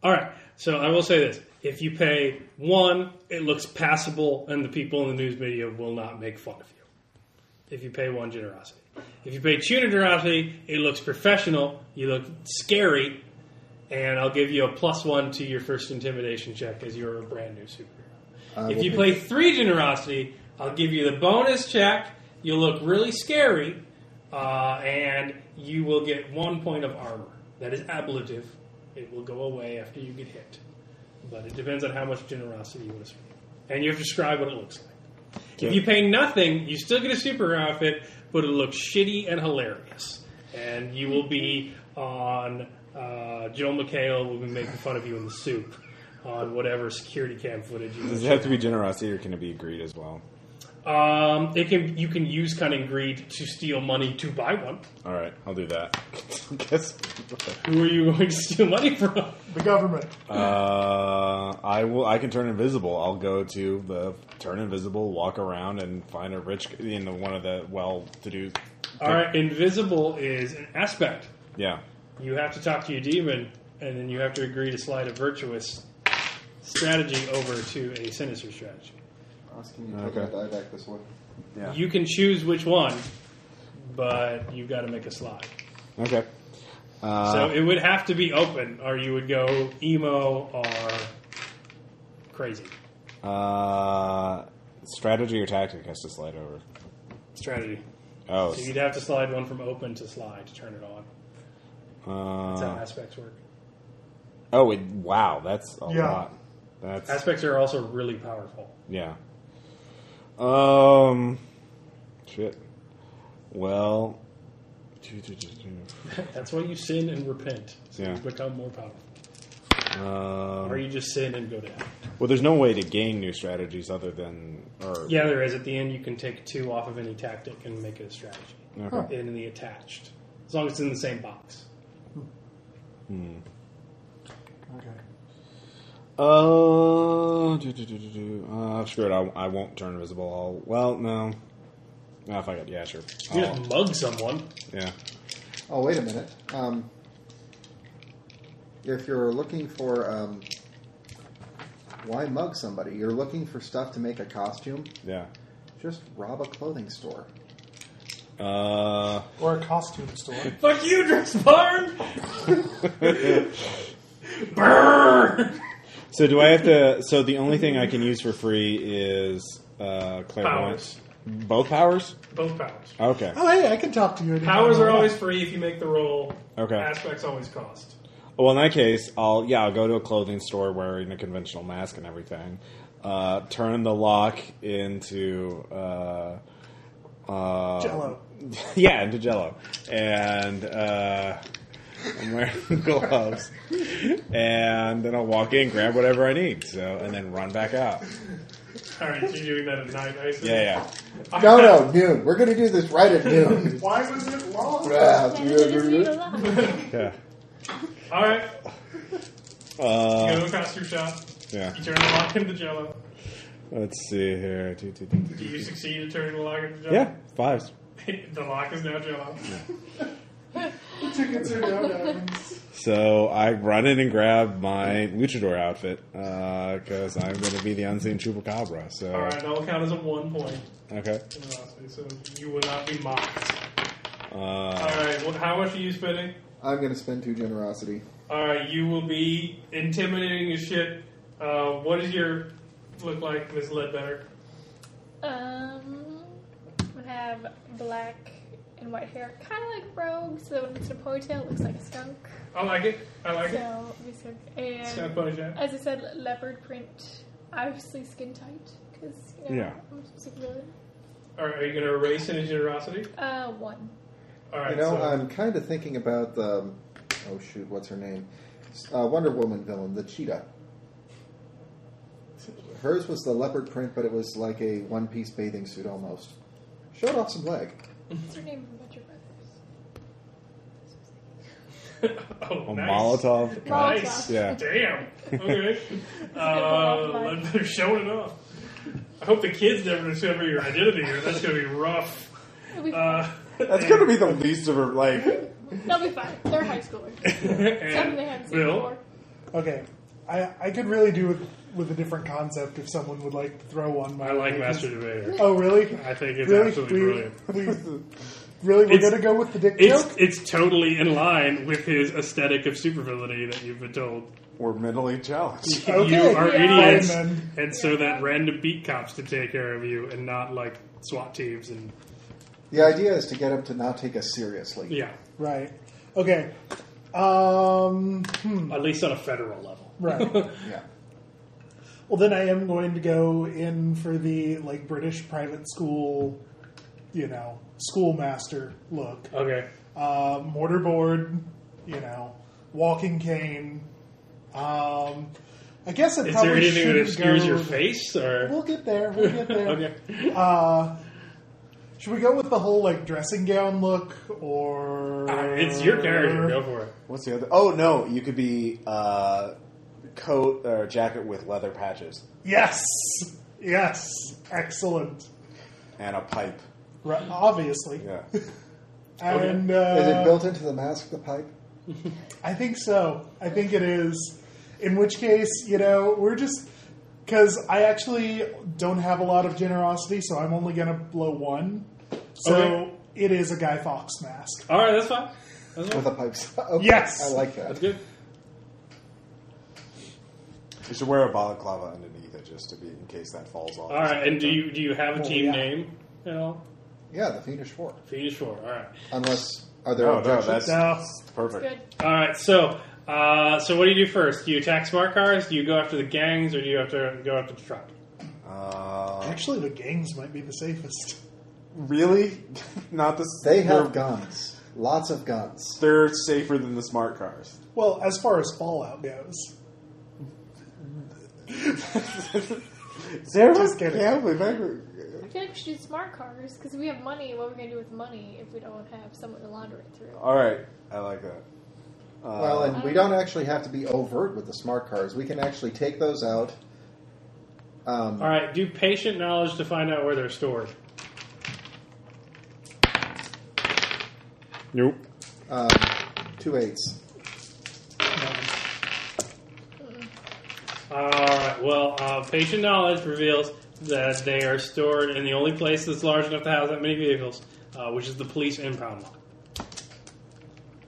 A: All right. So I will say this: if you pay one, it looks passable, and the people in the news media will not make fun of you. If you pay one generosity, if you pay two generosity, it looks professional. You look scary, and I'll give you a plus one to your first intimidation check as you're a brand new superhero. if
F: will
A: you
F: be-
A: play three generosity, I'll give you the bonus check. You look really scary, uh, and you will get one point of armor. That is ablative. It will go away after you get hit. But it depends on how much generosity you want to spend. And you have to describe what it looks like. If you pay nothing, you still get a super outfit, but it'll look shitty and hilarious. And you will be on. Uh, Joe McHale will be making fun of you in the soup on whatever security cam footage you
B: Does it have to be generosity or can it be greed as well?
A: Um, it can you can use cunning greed to steal money to buy one.
B: All right, I'll do that. (laughs) Guess.
A: Who are you (laughs) going to steal money from?
E: The government.
B: Uh, I will. I can turn invisible. I'll go to the turn invisible, walk around, and find a rich in the one of the well-to-do.
A: All right, invisible is an aspect.
B: Yeah.
A: You have to talk to your demon, and then you have to agree to slide a virtuous strategy over to a sinister strategy.
F: Austin, you
B: Okay.
F: take my die back this way.
B: Yeah.
A: You can choose which one, but you got to make a slide.
B: Okay. Uh,
A: So it would have to be open, or you would go emo or crazy
B: Uh, strategy or tactic has to slide over.
A: strategy.
B: Oh,
A: So you'd have to slide one from open to slide to turn it on. That's how
B: uh,
A: aspects work.
B: oh, it, wow, that's a
E: Yeah.
B: lot. That's
A: Aspects are also really powerful.
B: yeah. Um, shit. Well,
A: That's why you sin and repent. So
B: Yeah.
A: you become more powerful.
B: um,
A: Or you just sin and go down.
B: well, there's no way to gain new strategies other than or
A: Yeah, there is. At the end, you can take two off of any tactic and make it a strategy.
B: Okay.
A: In the attached. As long as it's in the same box.
E: Okay.
B: Uh, do, do, do, do, do. uh, screw it. I, I won't turn invisible. I'll, well, no. Ah, fuck it. Yeah, sure.
A: You
B: I'll-
A: just mug someone.
B: yeah.
F: Oh, wait a minute. Um, if you're looking for. Um, why mug somebody? You're looking for stuff to make a costume?
B: Yeah.
F: Just rob a clothing store.
B: Uh,
E: Or a costume store.
A: Fuck you, Drixbarn! Burn!
B: so do I have to? So the only thing I can use for free is uh, clairvoyance. Both powers?
A: Both powers.
B: Okay.
E: Oh, hey, I can talk to you. anytime
A: Powers
E: I
A: are
E: want.
A: always free if you make the roll.
B: Okay.
A: Aspects always cost.
B: Well, in that case, I'll yeah, I'll go to a clothing store wearing a conventional mask and everything. Uh, turn the lock into uh, uh,
E: (laughs) Jell-O.
B: Yeah, into Jello, and uh, I'm wearing (laughs) gloves, and then I'll walk in, grab whatever I need, so and then run back out.
A: Alright, so you're doing that at night, I see.
B: Yeah,
F: No,
A: (laughs)
F: no, noon. We're going to do this right at noon.
E: Why was it long? (laughs)
B: yeah, yeah.
A: Alright, you
B: Uh,
A: go to a costume shop.
B: yeah.
A: You turn the lock into jello.
B: Let's see here. Do, do, do,
A: Do
B: do, do.
A: you succeed at turning the lock into jello?
B: Yeah, fives.
A: (laughs) the lock is now jello.
E: Tickets are down, Evans.
B: So I run in and grab my luchador outfit because I'm going to be the unseen chupacabra. So
A: Alright, that will count as a one point.
B: okay,
A: generosity, So you will not be mocked.
B: uh,
A: Alright, well, how much are you spending?
F: I'm going to spend two generosity.
A: Alright, you will be intimidating as shit. Uh, what does your look like, Miss Ledbetter?
I: Um, would have black and white hair, kind of like Rogue. So when it's in a ponytail, it looks like a skunk.
A: I like it. I like it.
I: So basic.
A: It's kind
I: and
A: of funny, Jack.
I: as I said, le- leopard print, obviously skin tight because you know,
B: Yeah.
I: I'm just a villain.
A: All right, are you going to erase any generosity?
I: Uh, one.
A: All right,
F: You know,
A: so
F: I'm kind of thinking about the. Oh, shoot, what's her name? Uh, Wonder Woman villain, the cheetah. Hers was the leopard print, but it was like a one piece bathing suit almost. Showed off some leg.
I: What's her name from Butcher Brothers?
A: (laughs) oh,
B: a
A: nice.
B: Molotov.
I: (laughs)
A: Nice.
B: Yeah.
A: Damn. Okay. uh, Ledbetter showing it off. I hope the kids never discover your identity, or that's going to be rough.
I: It'll be fine.
A: Uh,
B: That's going to be the least of her. Like,
I: They'll be fine. They're high schoolers. Something they haven't
A: (laughs) and
I: seen
A: Bill,
I: before.
E: Okay. I, I could really do with, with a different concept if someone would like to throw one my
A: I like
E: way,
A: Master
E: 'cause-
A: Debater.
E: Oh, really?
A: I think it's
E: really?
A: absolutely brilliant.
E: we, we, really? We're
A: It's-
E: going to go with the dick
A: It's
E: joke?
A: it's totally in line with his aesthetic of supervillainy that you've been told.
B: we're mentally challenged.
E: Okay.
A: You are
I: Yeah.
A: idiots,
E: Fine, then.
A: and so that random beat cops to take care of you, and not like SWAT teams and
F: The idea is to get him to not take us seriously.
A: yeah,
E: Right. Okay. Um, hmm,
A: at least on a federal level.
E: right.
F: Yeah.
E: Well, then I am going to go in for the like British private school, you know, schoolmaster look.
A: Okay,
E: Uh, mortarboard, you know, walking cane. Um, I guess it
A: Is
E: probably
A: there anything that
E: shouldn't
A: obscures
E: go
A: your
E: th-
A: face? Or
E: We'll get there. We'll get there.
A: (laughs) okay,
E: Uh, should we go with the whole like dressing gown look, or
A: Uh, it's your character. Go for it.
B: What's the other? Oh no, you could be uh, coat or jacket with leather patches
E: Yes, yes, excellent.
B: and a pipe.
E: Right, obviously,
B: Yeah, (laughs)
E: and
F: Is
E: uh,
F: it built into the mask, the pipe?
E: I think so. I think it is. In which case, you know, we're just because I actually don't have a lot of generosity, so I'm only going to blow one. So
A: Okay.
E: it is a Guy Fox mask.
A: All right, that's fine. That's fine.
F: With a pipe. (laughs) Okay,
E: Yes.
F: I like
A: That's
F: that.
A: good.
B: you should wear a balaclava underneath it just to be in case that falls off.
A: All right, and do you do you have a team
E: yeah.
A: name at all?
F: Yeah, the Fiendish Four.
A: Phoenix Four. All right.
F: Unless, are there
B: Oh, No, no,
F: objections?
B: that's
E: No.
B: perfect.
I: Good.
A: All right. So, uh, so what do you do first? Do you attack smart cars? Do you go after the gangs, or do you have to go after the truck?
B: Uh,
E: Actually, the gangs might be the safest.
B: really? (laughs) Not this.
F: They have
B: they're-
F: guns. Lots of guns.
B: They're safer than the smart cars. (laughs)
E: Well, as far as Fallout goes,
B: There
E: Just
B: was
E: kidding.
B: yeah, we better-
I: I feel like we should do smart cars because we have money. What are we going to do with money if we don't have someone to launder it through?
B: All right, I like that. Uh,
F: Well, and we don't actually have to be overt with the smart cars. We can actually take those out. Um,
A: All right. Do patient knowledge to find out where they're stored.
B: nope.
F: um, two eights.
A: All right. Well, uh, patient knowledge reveals that they are stored in the only place that's large enough to house that many vehicles, uh, which is the police impound lot.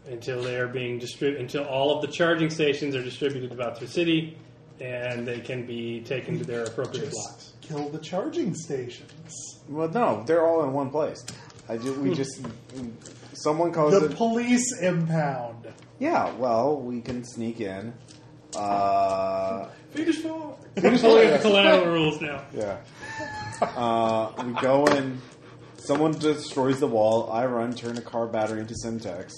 A: Until they are being distributed, until all of the charging stations are distributed about the city, and they can be taken to their appropriate blocks.
E: just kill the charging stations.
B: Well, no, they're all in one place. I ju-
F: Hmm.
B: we just someone calls
E: The
B: it.
E: police impound.
B: Uh, yeah, well, we can sneak in. Uh,
A: Finish four. Finish four. the collateral rules now.
B: yeah, (laughs) uh, we go in. Someone destroys the wall. I run, turn a car battery into Simtex,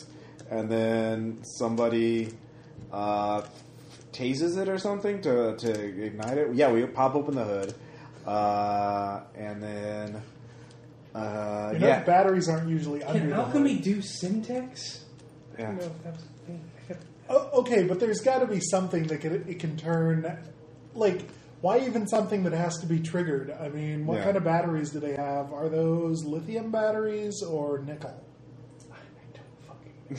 B: and then somebody uh, tases it or something to to ignite it. Yeah, we pop open the hood, uh, and then uh,
E: You know,
B: yeah,
E: batteries aren't usually under. the hood.
A: do syntax?
B: yeah. (laughs)
E: O- Oh, okay, but there's got to be something that can, it can turn. Like, why even something that has to be triggered? I mean, what
B: Yeah.
E: kind of batteries do they have? Are those lithium batteries or nickel?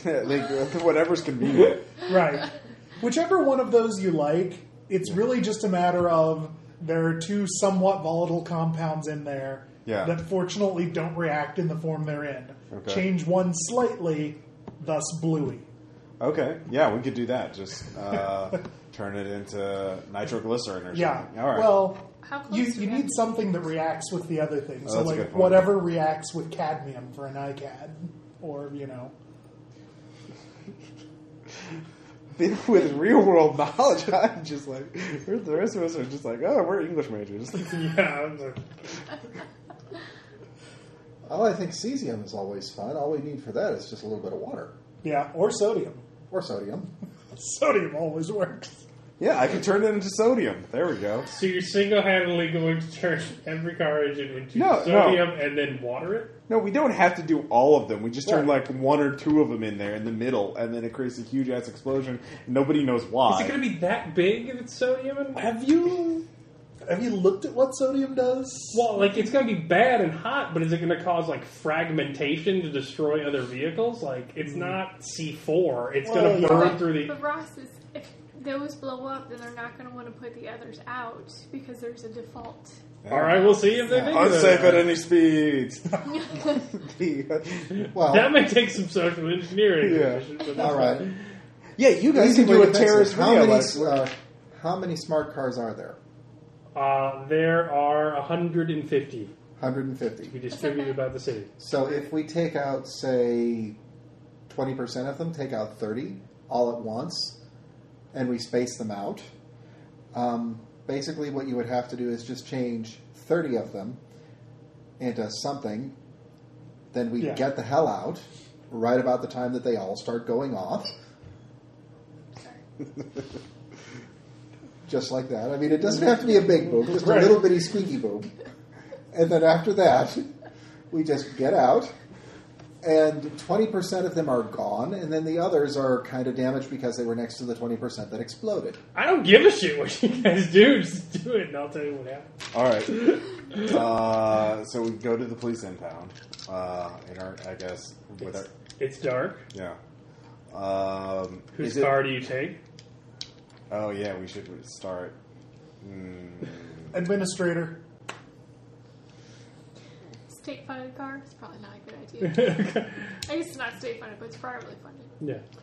B: like (laughs) whatever's convenient.
E: Right. Whichever one of those you like, it's really just a matter of there are two somewhat volatile compounds in there
B: Yeah.
E: that fortunately don't react in the form they're in.
B: Okay.
E: Change one slightly, thus bluey.
B: Okay, yeah, we could do that. Just
E: (laughs)
B: uh, turn it into nitroglycerin or
E: Yeah.
B: something. All right.
E: Well,
I: How close
E: you,
I: do we
E: you
I: have
E: need
I: to-
E: something that reacts with the other thing.
B: Oh,
E: so,
B: that's a good
E: like,
B: point.
E: whatever reacts with cadmium for an ICAD, or, you know.
B: with real world (laughs) knowledge, I'm just like the rest of us are just like, oh, we're English majors.
A: (laughs) Yeah. I'm like-
F: Well, I think cesium is always fun. All we need for that is just a little bit of water
E: Yeah, or sodium.
B: (laughs)
F: or sodium.
E: Sodium always works.
B: yeah, I can turn it into sodium. There we go.
A: So you're single-handedly going to turn every car engine into
B: No, no.
A: sodium and then water it?
B: No, we don't have to do all of them. We just turn like one or two of them in there in the middle, and then it creates a huge ass explosion. Nobody knows
A: Is it
B: why.
A: going to be that big if it's sodium? And-
E: Have you. Have you looked at what sodium does?
A: well, like it's going to be bad and hot, but is it going to cause like fragmentation to destroy other vehicles? Like it's not C four; Hmm. it's going to
E: Well,
A: burn
I: But-
A: through the.
I: But Ross is, if those blow up, then they're not going to want to put the others out because there's a default.
A: All right, we'll see if they do that.
B: Unsafe at
E: (laughs)
B: any speed.
F: Well,
A: That may take some social engineering.
B: Yeah.
A: But that's
F: all right.
B: (laughs) yeah, you guys
F: Easy
B: can do
F: way to
B: a
F: fix it.
B: terrorist
F: How
B: video.
F: many,
B: Lex.
F: uh, how many smart cars are there?
A: Uh, there are 150 to
F: 150.
A: be distributed about the city.
F: So if we take out, say, 20% of them, take out 30 all at once, and we space them out, um, basically what you would have to do is just change 30 of them into something. Then we
E: Yeah.
F: get the hell out right about the time that they all start going off. just like that. I mean, it doesn't have to be a big boom, just a little bitty squeaky boom. And then after that, we just get out, and 20% of them are gone, and then the others are kind of damaged because they were next to the 20% that exploded.
A: I don't give a shit what you guys do. Just do it, and I'll tell you what happened.
B: All right. Uh, so we go to the police impound. Uh, in our, I guess, with our,
A: It's, it's dark.
B: yeah. Um,
A: Whose
B: is it-
A: car do you take? (laughs)
B: Oh yeah, we should start. Mm,
E: Administrator.
I: State funded car is probably not a good
A: (laughs)
I: idea. I guess it's not state funded, but it's privately funded.
A: yeah.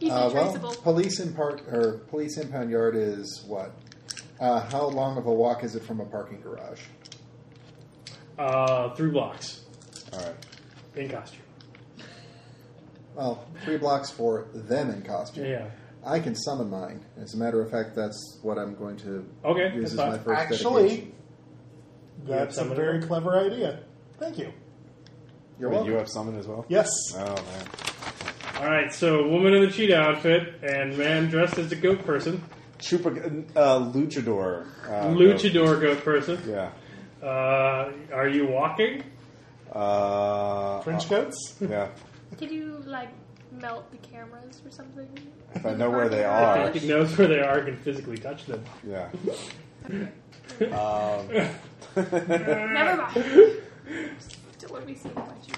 I: Easily
F: Uh,
I: traceable.
F: well, police in park or police impound yard is what? Uh, how long of a walk is it from a parking garage?
A: Uh, three blocks
B: all right.
A: in costume.
F: Well, three blocks for them in costume.
A: Yeah.
F: I can summon mine. As a matter of fact, that's what I'm going to
A: Okay,
F: use as
A: that's
F: my
A: fine.
F: first
E: Actually-
F: dedication.
E: That's a
A: somebody
E: very
A: there?
E: clever idea. Thank you.
F: You're
B: Wait,
F: welcome.
B: you have summon as well.
E: Yes.
B: Oh man.
A: All right. So, woman in the cheetah outfit and man dressed as a goat person,
B: Chupa, uh, luchador. Uh,
A: luchador goat person.
B: goat. Yeah.
A: Uh, are you walking?
B: Uh,
E: French coats?
B: uh, yeah.
I: Did you like melt the cameras or something?
B: If I know where they
A: I
B: are.
A: think he knows where they are and can physically touch them.
B: Yeah. Um, (laughs) oh,
I: Never mind. Don't let me see how much you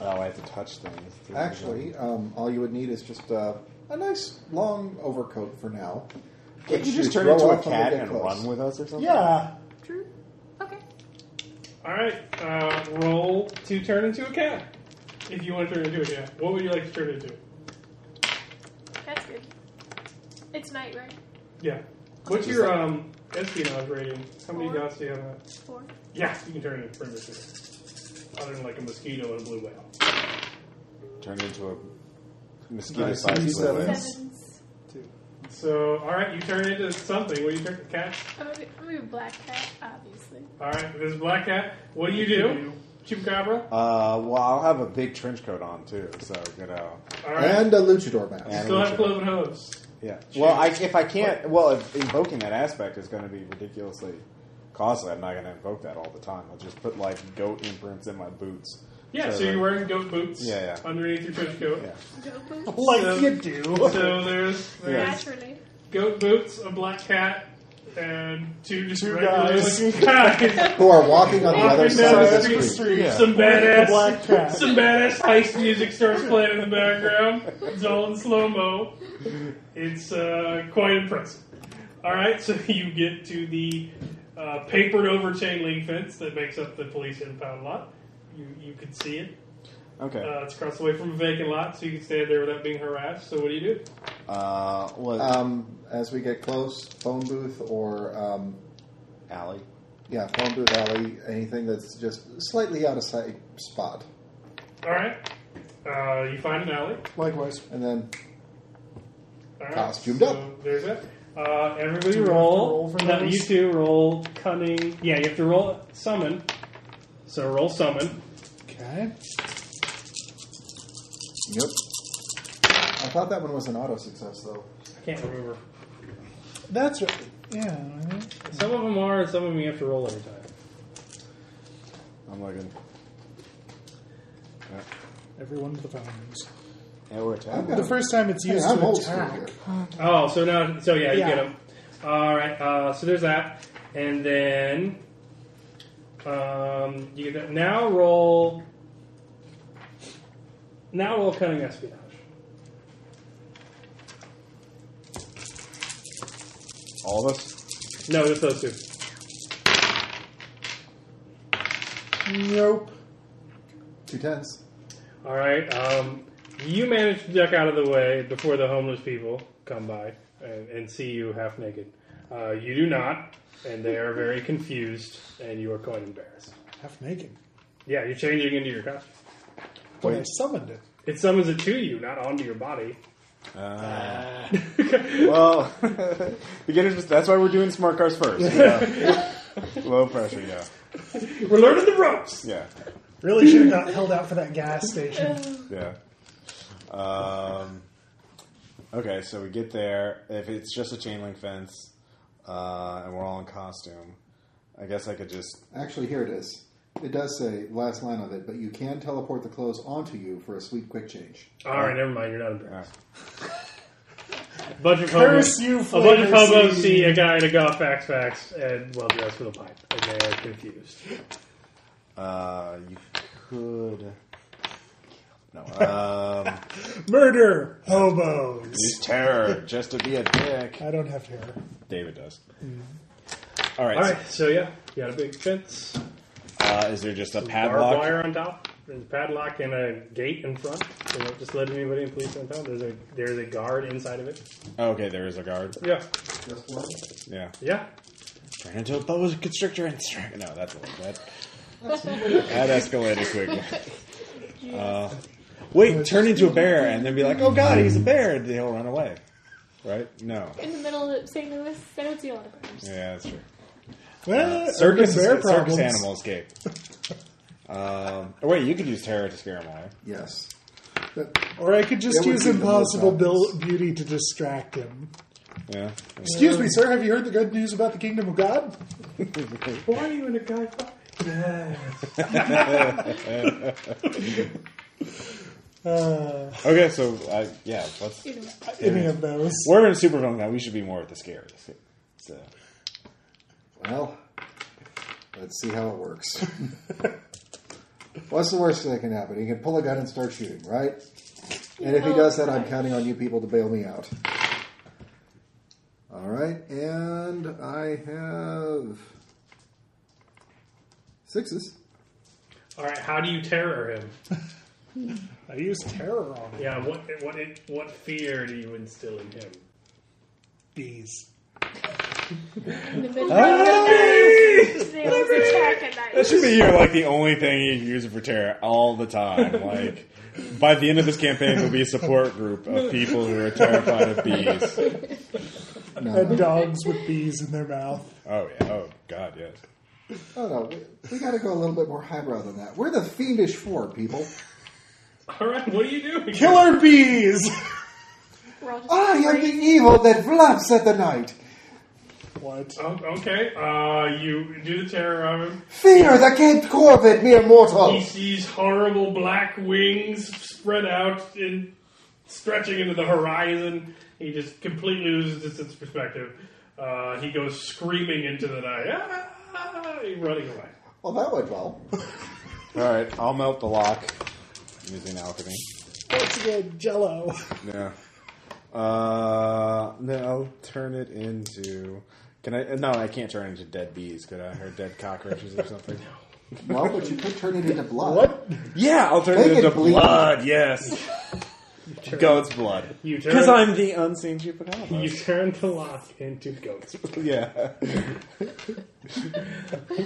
B: Oh, I have to touch things.
F: Actually, um, all you would need is just uh, a nice long overcoat for now.
B: Can't you just
F: Should
B: turn into
F: grow
B: a
F: up when we
B: cat
F: get
B: and
F: close.
B: run with us or something?
E: Yeah. (laughs)
I: True. Okay.
A: All right. Uh, roll to turn into a cat. If you want to turn into a cat, what would you like to turn into?
I: That's good. It's night, right?
A: Yeah. What's your um, espionage rating? How many
I: Four.
A: dots do you have? Left?
I: Four.
A: Yeah, you can turn into a predator. Other than like a mosquito and a blue whale.
B: Turn into a mosquito-sized
F: Nice.
B: blue whale.
I: Sevens.
A: So, all right, you turn into something. What do you turn? Cat.
I: I'm gonna, be, I'm gonna be black cat, obviously.
A: All right, there's a black cat. What do you do? Chupacabra.
B: Uh, well, I'll have a big trench coat on too, so you know.
A: All right.
F: And a luchador mask.
B: And-
A: Still have cloven hooves.
B: Yeah. Well, I, if I can't, well, if invoking that aspect is going to be ridiculously costly, I'm not going to invoke that all the time. I'll just put like goat imprints in my boots.
A: Yeah, so
B: like-
A: you're wearing goat boots
B: Yeah, yeah.
A: underneath your trench coat.
B: Yeah.
I: Goat boots.
E: Like
A: So-
E: you (laughs) do.
A: So there's, there's
I: Naturally.
A: goat boots, a black cat, and two just
E: Two
A: regular
E: guys.
A: looking guys.
F: Who are walking on the
A: Walking
F: other
A: down
F: side
A: the
F: of
A: street.
F: the street.
B: Yeah.
A: Some
E: The
A: badass,
E: black cat.
A: some badass heist music starts playing in the background. It's all in slow mo. It's uh, quite impressive. All right, so (laughs) you get to the uh, papered over chain link fence that makes up the police impound lot. You you can see it.
B: Okay.
A: Uh, it's across the way from a vacant lot, so you can stand there without being harassed. So what do you do?
B: Uh, what?
F: Um, as we get close, phone booth or um,
B: alley.
F: yeah, phone booth alley, anything that's just slightly out of sight spot,
A: All right, uh, you find an alley.
E: Likewise.
F: and then
A: All right,
F: Costumed
A: so
F: up.
A: There's it. Uh, everybody
E: Do you have to
A: roll.
E: roll for
A: no,
E: those?
A: you two roll cunning. Yeah, you have to roll summon. So roll summon.
E: Okay.
F: yep. I thought that one was an auto success though.
A: I can't remember.
E: That's right. Yeah. I mean,
A: Some of them are, and some of them you have to roll every time.
B: I'm looking.
E: Everyone with the phones.
B: Yeah, we're
F: I've
B: attacking.
F: got
E: The
F: a
E: first time it's
F: Hey,
E: used
F: I'm
E: to
F: old school
E: attack.
F: here.
A: Oh, so now, so yeah, you
E: Yeah.
A: get them. All right. Uh, so there's that, and then um, you get that. Now roll. Now roll cunning espionage.
B: All of us.
A: No, just those two.
E: Nope.
F: Two tens.
A: All right. Um, you manage to duck out of the way before the homeless people come by and, and see you half naked. Uh, you do not, and they are
E: (laughs)
A: very confused, and you are quite embarrassed.
E: Half naked.
A: Yeah, you're changing into your costume.
E: But I summoned it.
A: It summons it to you, not onto your
E: (laughs)
A: body.
B: Uh, Well, (laughs) beginners. That's why we're doing smart cars first. Yeah. Low pressure. Yeah.
A: We're learning the ropes.
B: Yeah.
E: Really should have got held out for that gas station.
B: Yeah. Um, okay, so we get there. If it's just a chain link fence, uh, and we're all in costume. I guess I could just
F: Actually, here it is. It does say last line of it, but you can teleport the clothes onto you for a sweet quick change.
A: All right, never mind. You're not
B: uh,
A: embarrassed. A bunch of
E: Curse
A: hobos,
E: you,
A: a bunch of
E: Flavor
A: hobos
E: Seed.
A: see a guy in a golf backpack and well dressed with a pipe, and they are confused.
B: uh, you could. No,
A: (laughs)
B: um,
E: (laughs) Murder hobos.
B: use terror just to be a dick.
E: I don't have hair.
B: David does. All
A: Mm.
B: right.
A: All right, so yeah, you got a big fence,
B: Uh, is there just a
A: barbed
B: padlock?
A: wire on top, there's a padlock and a gate in front. They don't just let anybody in police on top. There's a there's a guard inside of it.
B: Okay, there is a guard.
A: Yeah,
F: Just one?
B: Yeah.
A: yeah.
B: Turn into a boa constrictor and strike. No, that's a little bad. that escalated quick.
E: (laughs)
B: Uh, wait, turn into a bear and then be like, oh god, he's a bear. and They'll run away. Right? No.
D: In the middle of St. Louis, I don't see a lot of birds.
B: Yeah, that's true.
E: Well,
B: Circus,
E: urban (laughs) bear
B: circus
E: problems.
B: animal escape. Um, oh, wait, you could use terror to scare him away.
F: Yes.
E: Or I could just
F: That would
E: use
F: be the most
E: impossible
F: obvious.
E: Bill beauty to distract him.
B: Yeah.
E: Excuse me, sir. Have you heard the good news about the kingdom of (laughs) God?
A: Why are you in a guy? fi-
E: Uh,
B: Okay, so I, yeah, let's.
D: Either way.
E: any of those?
B: We're in supervillain now. We should be more at the scary. So,
F: Well, let's see how it works. What's the worst that can happen? He can pull a gun and start shooting, right? And if he does that, I'm counting on you people to bail me out. All right, and I have sixes.
A: All right, how do you terror him?
E: I use terror on him.
A: Yeah, what what what fear do you instill in him?
E: Bees.
D: In the middle of
I: They always attack at night.
B: that should be your like the only thing you use it for terror all the time. Like by the end of this campaign, there'll be a support group of people who are terrified of bees.
E: And dogs with bees in their mouth.
B: Oh yeah. Oh god. Yes.
F: Oh no, we, we got to go a little bit more highbrow than that. We're the fiendish four people.
A: All right, what do you do?
E: Killer bees.
D: we're all just
F: I am the
D: crazy.
F: evil that laughs at the night.
E: what?
A: Oh, okay, uh, you do the terror on him.
F: Fear that can't covet mere
A: He
F: mortal.
A: sees horrible black wings spread out and stretching into the horizon. He just completely loses his sense of perspective. Uh, he goes screaming into the night, ah, he's running away.
F: Well, that went well.
B: All right. I'll melt the lock using alchemy.
E: That's good jello.
B: Yeah. Uh, then I'll turn it into. Can I? No, I can't turn it into dead bees. Could I? Or dead cockroaches or
A: (laughs)
B: something?
F: Well, but you could turn it into blood.
E: What?
B: Yeah, I'll turn
F: Make
B: it
F: it
B: into
F: bleed.
B: blood. Yes,
A: (laughs)
B: goat's blood.
A: You turn,
B: Because I'm the unseen chupacabra.
A: you turn the lock into goats.
B: yeah.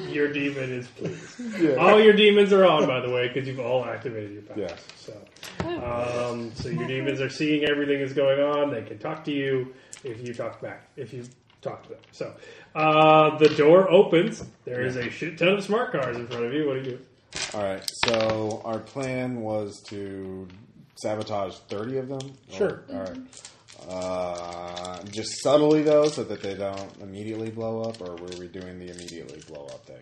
A: Your demon is pleased. All your demons are on, by the way, because you've all activated your powers.
B: Yeah.
A: So, um, so your demons are seeing everything that's going on. They can talk to you if you talk back. If you talk to them. So, uh, the door opens. There is a shit ton of smart cars in front of you. What do you do?
B: All right. So our plan was to sabotage thirty of them.
E: Sure.
B: Or- all right. Uh, just subtly though, so that they don't immediately blow up, or were we doing the immediately blow up thing?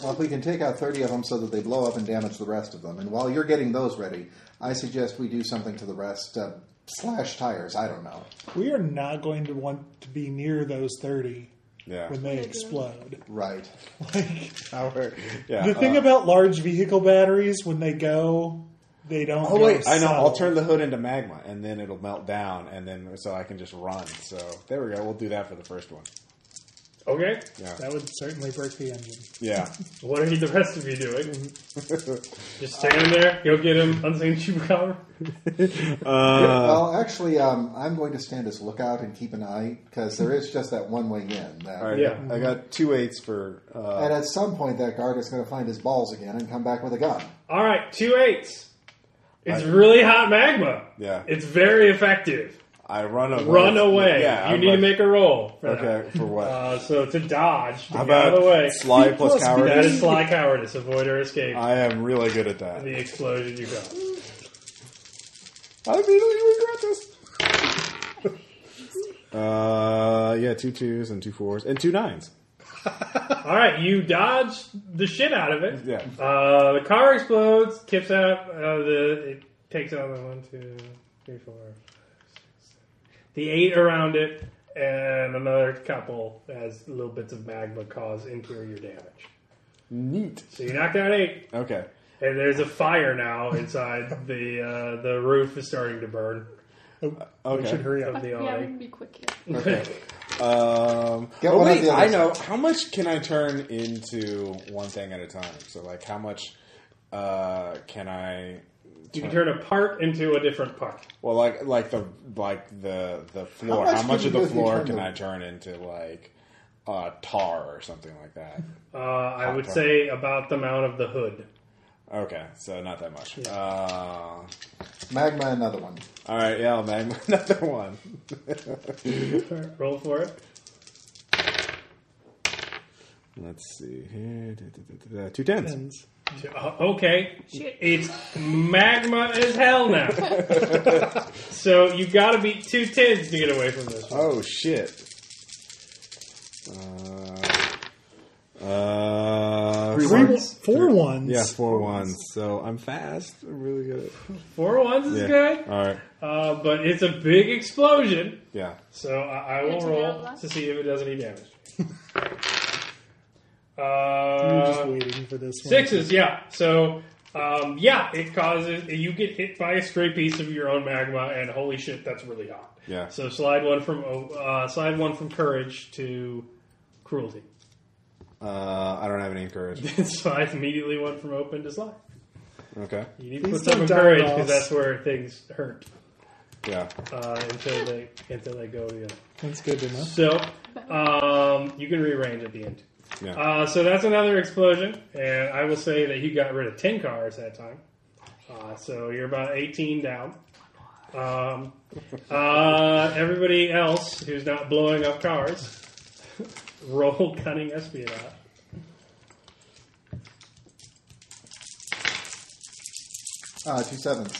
F: Well, if we can take out 30 of them so that they blow up and damage the rest of them. And while you're getting those ready, I suggest we do something to the rest. Uh, slash tires, I don't know.
E: We are not going to want to be near those thirty
B: Yeah.
E: when they explode.
F: Right.
E: (laughs) Like
B: Our- yeah.
E: the thing
B: uh,
E: about large vehicle batteries, when they go, they don't.
B: Oh
E: go
B: wait, I know. I'll
E: subtle.
B: turn the hood into magma, and then it'll melt down, and then so I can just run. So there we go. We'll do that for the first one.
A: Okay.
B: Yeah,
E: That would certainly break the engine.
B: yeah.
A: What are the rest of you
B: (laughs)
A: doing? Just stand there. Go get him. Unseen chupacabra. Uh.
F: well, actually, um, I'm going to stand as lookout and keep an eye because there is just that one way in. That,
B: All right,
A: Yeah.
B: I got two eights for. Uh,
F: And at some point, that guard is going to find his balls again and come back with a gun.
A: All right. Two eights. It's really hot magma.
B: Yeah.
A: It's very effective.
B: I run away.
A: Run away.
B: Yeah,
A: you
B: I'm
A: need to
B: like-
A: make a roll. For that.
B: Okay, for what?
A: (laughs) Uh, so to dodge, to
B: How
A: get out of the way.
B: about sly plus,
E: Plus
B: cowardice?
A: That is sly cowardice. Avoid or escape
B: I am really good at that.
A: the explosion you got.
B: I immediately regret this. (laughs) Uh, yeah, two twos and two fours and two nines.
A: All right, you dodge the shit out of it.
B: Yeah.
A: Uh, the car explodes, tips out. Uh, the it takes out the one, two, three, four, five, six, seven. the eight around it, and another couple as little bits of magma cause interior damage.
B: Neat.
A: So you knock down eight,
B: Okay.
A: and there's a fire now inside the uh, the roof is starting to burn.
E: We should
B: Okay.
E: hurry
D: Fuck,
E: up.
A: the
D: yeah,
A: alley.
D: we can be quick here.
B: Okay. Um,
F: Get
B: oh
F: one of
B: wait,
F: the
B: I
F: others.
B: know. How much can I turn into one thing at a time? So like, how much uh, can I?
A: (laughs) You can turn a part into a different part.
B: Well, like like the like the the floor.
F: much
B: How much,
F: can you
B: of the
F: do if you
B: floor
F: turn
B: can
F: the-
B: I turn into like uh, tar or something like that?
A: Uh, I would
B: part.
A: say about the amount of the hood.
B: Okay, so not that much. Uh,
F: Magma, another one.
B: all right, yeah, man, (laughs) another one.
A: Roll for it.
B: Let's see here, Da, da, da, da, da. two tens.
A: Uh, okay,
I: Shit.
A: it's magma as hell now. so you got to beat two tens to get away from this. One.
B: Oh shit. Uh, uh,
F: Three
E: Three,
F: ones.
E: four ones.
B: Yeah, four ones. So I'm fast. I'm really good.
A: Four ones is
B: Yeah.
A: good,
B: All right.
A: uh, but it's a big explosion.
B: Yeah.
A: So I, I will
D: It's a
A: roll
D: vanilla.
A: to see if it does any damage.
E: We're just
A: uh,
E: waiting for this one.
A: sixes, yeah. So um, yeah, it causes you get hit by a stray piece of your own magma, and holy shit, that's really hot.
B: Yeah.
A: So slide one from uh, slide one from courage to cruelty. (laughs)
B: Uh, I don't have any courage.
A: slide immediately one from open to slide.
B: Okay.
A: You need to
E: Please
A: put some
E: don't
A: in
E: die,
A: courage
E: Ross.
A: because that's where things hurt
B: Yeah.
A: uh, until they until they go together.
E: That's good enough.
A: So um, you can rearrange at the end.
B: Yeah.
A: Uh, so that's another explosion, and I will say that you got rid of ten cars that time. Uh, so you're about eighteen down. Um, uh, everybody else who's not blowing up cars, (laughs) roll cunning espionage.
F: Ah, two sevens.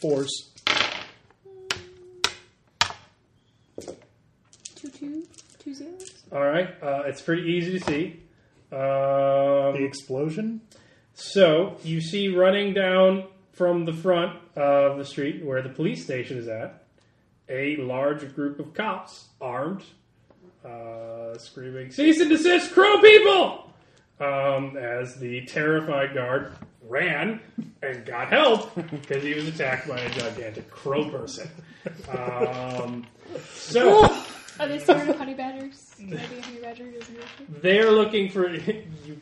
E: Fours.
D: Two two two zeros.
A: All right, uh, it's pretty easy to see.
E: The
A: Um,
E: explosion.
A: so you see running down from the front of the street where the police station is at a large group of cops armed, uh, screaming "Cease and desist, crow people!" Um, as the terrified guard ran and got help because he was attacked by a gigantic crow person. Um, so.
D: Are they scared of honey badgers? Can I be a honey badger? Doesn't do shit?
A: They're looking for. (laughs) You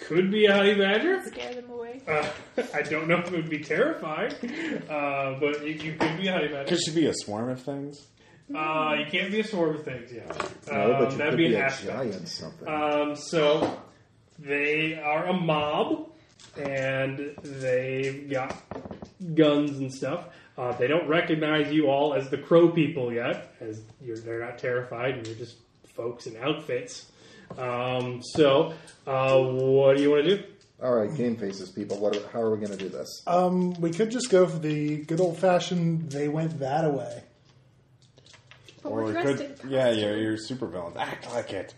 A: could be a honey badger.
D: Scare them away.
A: Uh, (laughs) I don't know if it would be terrifying, uh, but you, you could be a honey badger.
B: There should be a swarm of things.
A: Uh, you can't be a swarm of things, yeah.
F: Uh, No,
A: Um,
F: but you
A: that'd
F: could
A: be an
F: a
A: aspect.
F: giant something.
A: Um, so they are a mob, and they've got guns and stuff. Uh, they don't recognize you all as the Crow people yet, as you're, they're not terrified. and You're just folks in outfits. Um, so, uh, what do you want to do?
F: All right, game faces, people. What? Are, how are we going to do this?
E: Um, we could just go for the good old fashioned. They went that away.
D: But we're
B: we
D: dressed in
B: Yeah, you're, you're super villains. Act like it.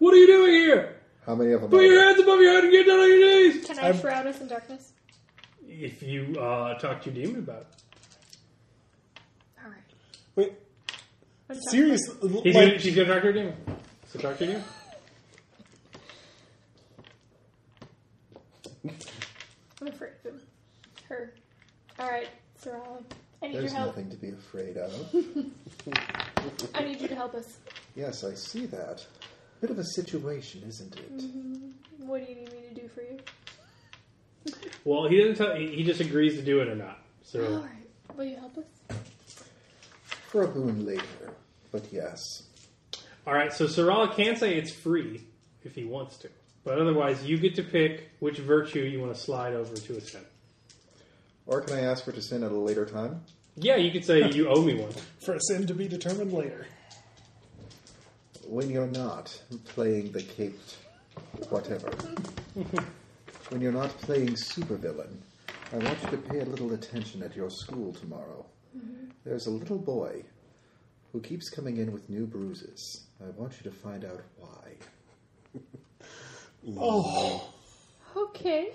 A: What are you doing here?
F: How many of them?
A: Put
F: are
A: your
F: there?
A: hands above your head and get down on your knees.
D: Can I shroud us in darkness?
A: If you uh, talk to your demon about it,
D: All right.
E: Wait,
D: I'm sorry.
E: seriously?
A: He's
E: like-
A: gonna, she's gonna talk to your demon. So talk to your demon.
D: I'm afraid of her. All right, Sir Alan. I need
F: There's
D: your help.
F: nothing to be afraid of. (laughs)
D: I need you to help us.
F: yes, I see that. Bit of a situation, isn't it?
D: What do you need me to do for you?
A: Well, he doesn't tell. He he just agrees to do it or not.
D: All
A: So
D: right. Will you help us?
F: For a boon later, but yes.
A: all right. So Sarala can say it's free if he wants to, but otherwise you get to pick which virtue you want to slide over to a sin.
F: Or can I ask for to sin at a later time?
A: Yeah, you could say you owe me one.
E: for a sin to be determined later.
F: When you're not playing the caped whatever. when you're not playing supervillain, I want you to pay a little attention at your school tomorrow. There's a little boy who keeps coming in with new bruises. I want you to find out why.
E: Oh,
D: Okay.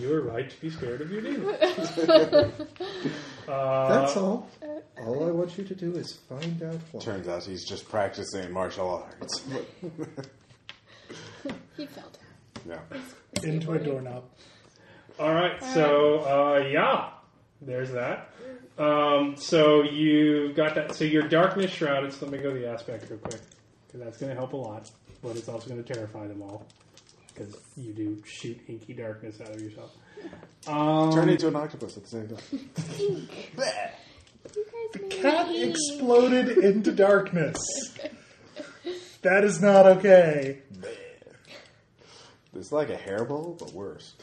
A: You are right to be scared of your demon.
F: That's all. All I want you to do is find out why.
B: Turns out he's just practicing martial arts.
D: He fell down.
B: yeah.
E: into a doorknob.
A: All right, so uh, yeah, there's that. Um, so you've got that. So your darkness shrouded. So let me go to the aspect real quick because that's going to help a lot, but it's also going to terrify them all because you do shoot inky darkness out of yourself.
B: Turn into an octopus at the same time.
D: You guys made
E: Cat
D: me eat.
E: exploded into darkness. That is not okay.
B: It's like a hairball, but worse.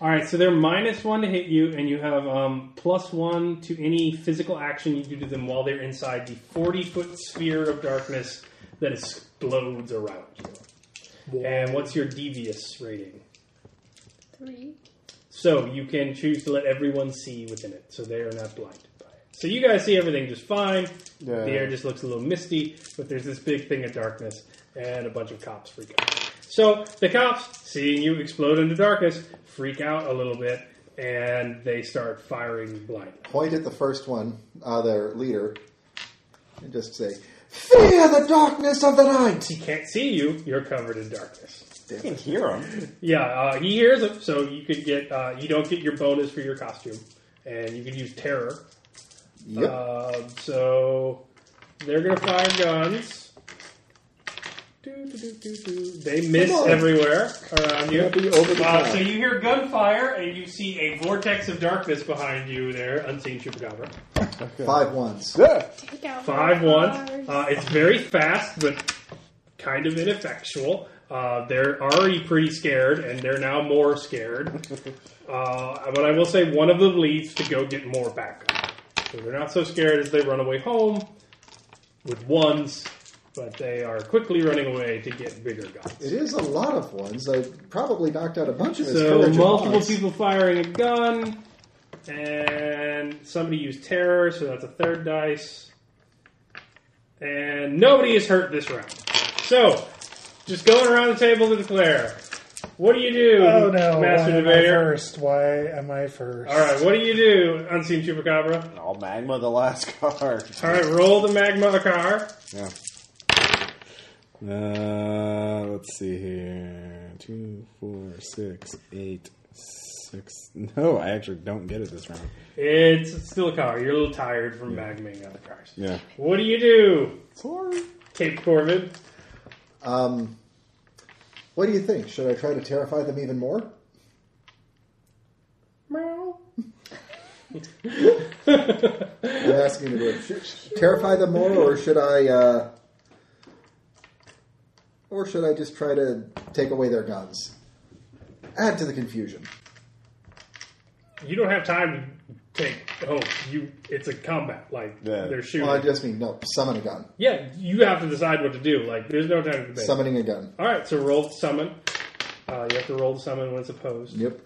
A: All right, so they're minus one to hit you, and you have um, plus one to any physical action you do to them while they're inside the forty foot sphere of darkness that explodes around you. And what's your devious rating?
D: Three.
A: So you can choose to let everyone see within it, so they are not blinded by it. So you guys see everything just fine.
B: Yeah.
A: The air just looks a little misty, but there's this big thing of darkness, and a bunch of cops freak out. So the cops, seeing you explode into darkness, freak out a little bit, and they start firing blindly.
F: Point at the first one, uh, their leader, and just say, Fear the darkness of the night!
A: He can't see you. You're covered in darkness.
B: You can hear him.
A: Yeah, uh, he hears it, so you could get uh, you don't get your bonus for your costume, and you can use terror.
F: Yep.
A: Uh, so they're gonna fire guns. Do, do, do, do, do. They miss
F: Come on.
A: everywhere around you.
F: Happy over the
A: Uh,
F: top.
A: so you hear gunfire, and you see a vortex of darkness behind you there, unseen chupacabra.
F: Five ones.
B: Yeah.
D: Take out
A: Five
D: Oh my
A: one.
D: cars.
A: Uh, it's very fast, but kind of ineffectual. Uh, they're already pretty scared, and they're now more scared. Uh, but I will say one of them leaves to go get more backup. So they're not so scared as they run away home with ones, but they are quickly running away to get bigger guns.
F: It is a lot of ones. I probably knocked out a bunch of his
A: So
F: courage at
A: multiple
F: once.
A: people firing a gun, and somebody used terror, so that's a third dice. And nobody is hurt this round. So, just going around the table to declare. What do you do,
E: Oh no!
A: Master
E: Why am I
A: Debater?
E: first? Why am I first?
A: All right, what do you do, Unseen Chupacabra?
B: I'll magma the last card.
A: All right, roll the magma car.
B: Yeah. Uh, let's see here. Two, four, six, eight, six. No, I actually don't get it this round.
A: It's still a car. You're a little tired from magmaing other cars.
B: Yeah.
A: What do you do,
B: Sorry.
A: Cape Corvid?
F: Um, what do you think? Should I try to terrify them even more? I'm asking you to do it. Should- should terrify them more, or should I? Uh, or should I just try to take away their guns? Add to the confusion.
A: You don't have time to take. Oh, you. It's a combat. Like
B: Yeah.
A: they're shooting.
F: Well, I just mean no. Summon a gun.
A: yeah, you have to decide what to do. Like there's no time to debate.
F: Summoning a gun.
A: All right, so roll to summon. Uh, you have to roll to summon when it's opposed.
F: Yep.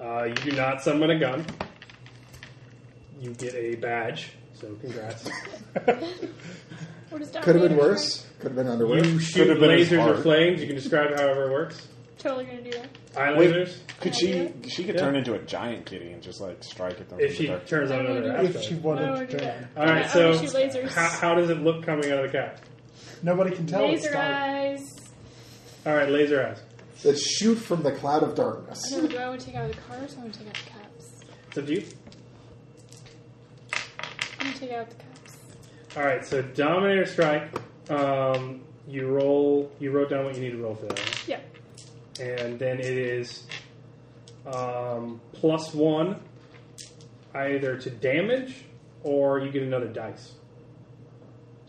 A: Uh, you do not summon a gun. You get a badge. So
F: (laughs)
A: congrats.
D: What is
F: Could have
D: Dominator
F: been worse. Could have been underwear.
A: you shoot
B: have been as
A: lasers or
B: hard.
A: flames. You can describe it however it works.
D: trying? Totally gonna do that.
A: Eye
B: Wait.
A: lasers.
B: Could she? She could
A: Yeah.
B: turn into a giant kitty and just like strike at them.
A: If
B: from
A: she
B: the dark.
A: turns on another
E: If she
A: aspect.
D: Why would I
E: wanted
D: do
E: to
D: that?
E: turn,
A: All right,
D: I'm
A: so
D: gonna shoot lasers.
A: how, how does it look coming out of the cat?
E: nobody can tell. It's
D: Laser
E: dark.
D: eyes.
A: All right, laser eyes.
F: That shoot from the cloud of
D: I
F: darkness.
D: don't know, do I want to take out the cars or I want to take out the cops?
A: It's up to you.
D: I'm gonna take out the cops.
A: All right, so Dominator Strike. Um, you roll. You wrote down what you need to roll for that, right?
D: Yeah.
A: and then it is um, plus one, either to damage or you get another dice.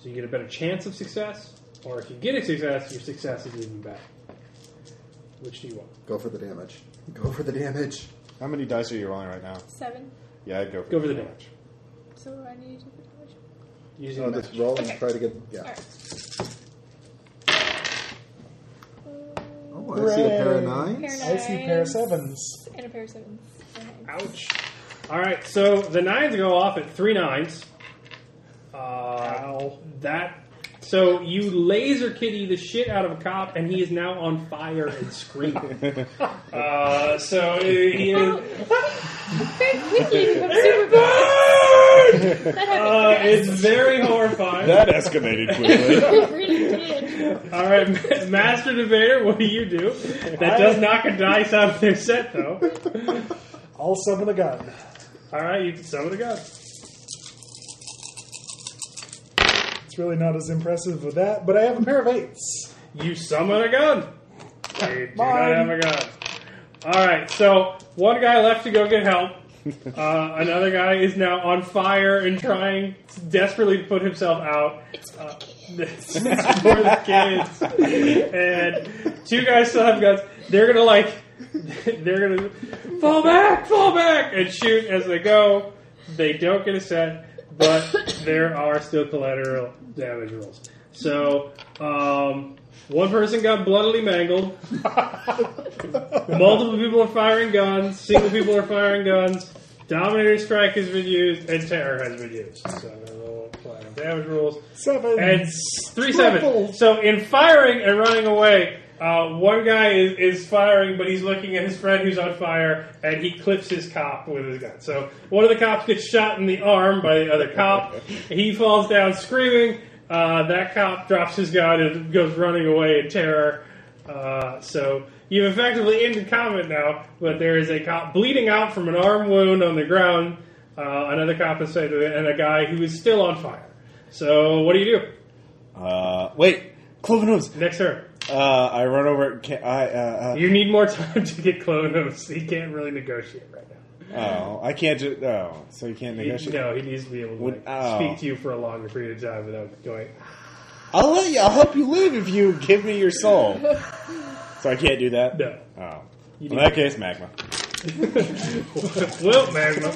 A: So you get a better chance of success, or if you get a success, your success is even better. Which do you want?
F: Go for the damage. Go for the damage.
B: How many dice are you rolling right now?
D: Seven.
B: Yeah, I'd go for
A: Go for the
B: damage.
D: So I need to do the damage.
A: Using
F: Oh,
A: the
F: just roll and
D: Okay.
F: try to get. Yeah.
D: Alright.
F: Oh, I see a pair of
E: Hooray.
F: nines.
D: Pair of
E: I see
F: Oh,
D: nines
E: pair of sevens.
D: And a pair of sevens. Okay.
A: Ouch. All right, so the nines go off at three nines. Uh, that. So you laser kitty the shit out of a cop, and he is now on fire and
B: (laughs)
A: screaming. uh, so uh, he is,
D: Very quickly, I'm super bad. That
A: uh,
D: happened
A: it's very horrifying.
B: That escalated quickly.
D: fast. It really did.
A: All right, Ma- Master Debater, what do you do? That does knock a dice out of their set, though.
E: I'll summon a gun.
A: All right, you can summon a gun.
E: It's really not as impressive with that, but I have a pair of eights.
A: You summon a gun. You do not
E: Mine.
A: have a gun. All right, so one guy left to go get help. Uh, another guy is now on fire and trying desperately to put himself out. Uh,
D: It's for the
A: (laughs)
D: kid.
A: It's for the kids. And two guys still have guns. They're gonna like, (laughs) they're gonna fall back, fall back, and shoot as they go. They don't get a set, but there are still collateral damage rules. So, um, one person got bloodily mangled. Multiple people are firing guns. Single people are firing guns. Dominator strike has been used, and terror has been used. So, we'll apply the damage rules.
E: Seven.
A: And s- three seven.
E: Triple.
A: So in firing and running away, uh, one guy is, is firing, but he's looking at his friend who's on fire, and he clips his cop with his gun. So one of the cops gets shot in the arm by the other cop. he falls down screaming. Uh, that cop drops his gun and goes running away in terror. Uh, so you've effectively ended combat now, but there is a cop bleeding out from an arm wound on the ground. Uh, another cop is saved, and a guy who is still on fire. So what do you do?
B: (laughs) Uh, wait, cloven hooves.
A: Next turn.
B: Uh, I run over. Can, I uh,
A: You need more (laughs) time to get Clonos. He can't really negotiate right now.
B: uh, oh, I can't just. Oh, so you can't
A: He-
B: negotiate.
A: no, he needs to be able to
B: Would-
A: like,
B: oh.
A: speak to you for a longer period of time without going.
B: I'll let you. I'll help you live if you give me your soul. so I can't do that.
A: No. (laughs)
B: Oh.
A: You
B: In
A: need-
B: that case, magma.
A: well, Magma.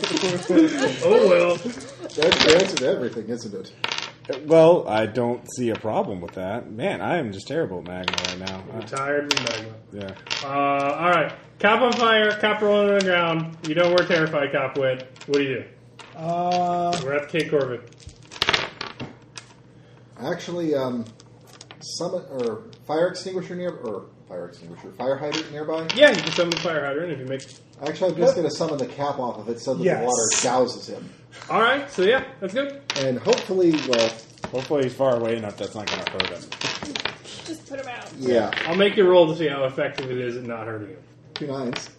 A: oh well.
F: That's the answer to everything, isn't it?
B: Uh, Well, I don't see a problem with that. Man, I am just terrible at magma right now.
A: I'm
B: Uh,
A: tired of Magma.
B: yeah.
A: Uh, all right. Cop on fire. Cop rolling on the ground. You know we're terrified. Cop went. What do you do?
E: Uh,
A: We're at King Corbin.
F: Actually, um, summon or fire extinguisher near or fire extinguisher, fire hydrant nearby.
A: Yeah, you can summon the fire hydrant if you make.
F: Actually, I'm just going to summon the cap off of it so that
E: Yes.
F: the water douses him,
A: All right. So yeah, that's good.
F: and hopefully, uh, well,
B: Hopefully, he's far away enough that's not going to hurt him.
D: Just put him out.
F: yeah,
A: I'll make you roll to see how effective it is at not hurting you.
F: two nines.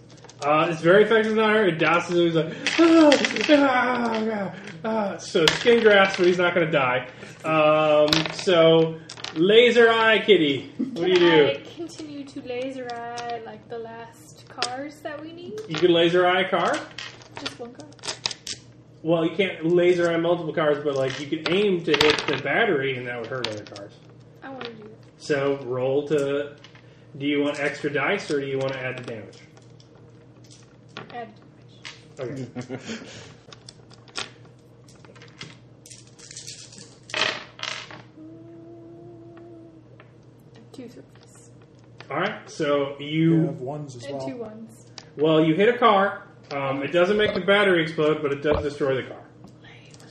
A: Uh, it's very effective on her. It douses him. He's like, ah, ah, ah, ah. so skin grafts, but he's not going to die. Um, so, laser eye kitty. What do you
D: (laughs) Can
A: do?
D: I continue to laser eye like the last cars that we need?
A: You could laser eye a car.
D: Just one car.
A: Well, you can't laser eye multiple cars, but like you could aim to hit the battery, and that would hurt other cars.
D: I want to do that.
A: So roll to. Do you want extra dice, or do you want to add the damage?
D: Add
A: Okay.
D: two threes
A: All right. So
E: you
A: you
E: have ones as
D: and two
E: well.
D: ones.
A: Well, you hit a car. Um, it doesn't make the battery explode, but it does destroy the car.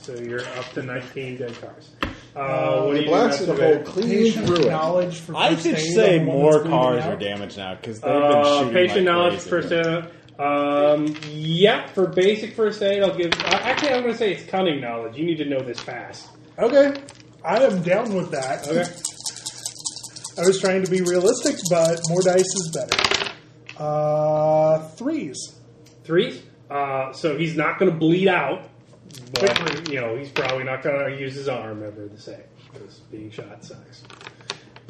A: So you're up to 19 dead cars. Uh, what do
F: It
A: you
F: blasted
A: do,
F: a hole
A: Master
F: clean
E: Patient
F: through it.
E: knowledge for
B: I
E: first
B: should
E: aid
B: say
E: on the one
B: more
E: that's bleeding
B: cars
E: out.
B: are damaged now because they've
A: Vader?
B: been
A: Uh,
B: shooting.
A: patient
B: like
A: knowledge,
B: crazy.
A: first aid. Um, yeah, for basic first aid, I'll give. I- Actually, I'm going to say it's cunning knowledge. You need to know this fast.
E: Okay, I am down with that.
A: Okay.
E: I was trying to be realistic, but more dice is better. Uh, threes.
A: Three. Uh, so he's not going to bleed out. But, you know, he's probably not going to use his arm ever the same. Because being shot sucks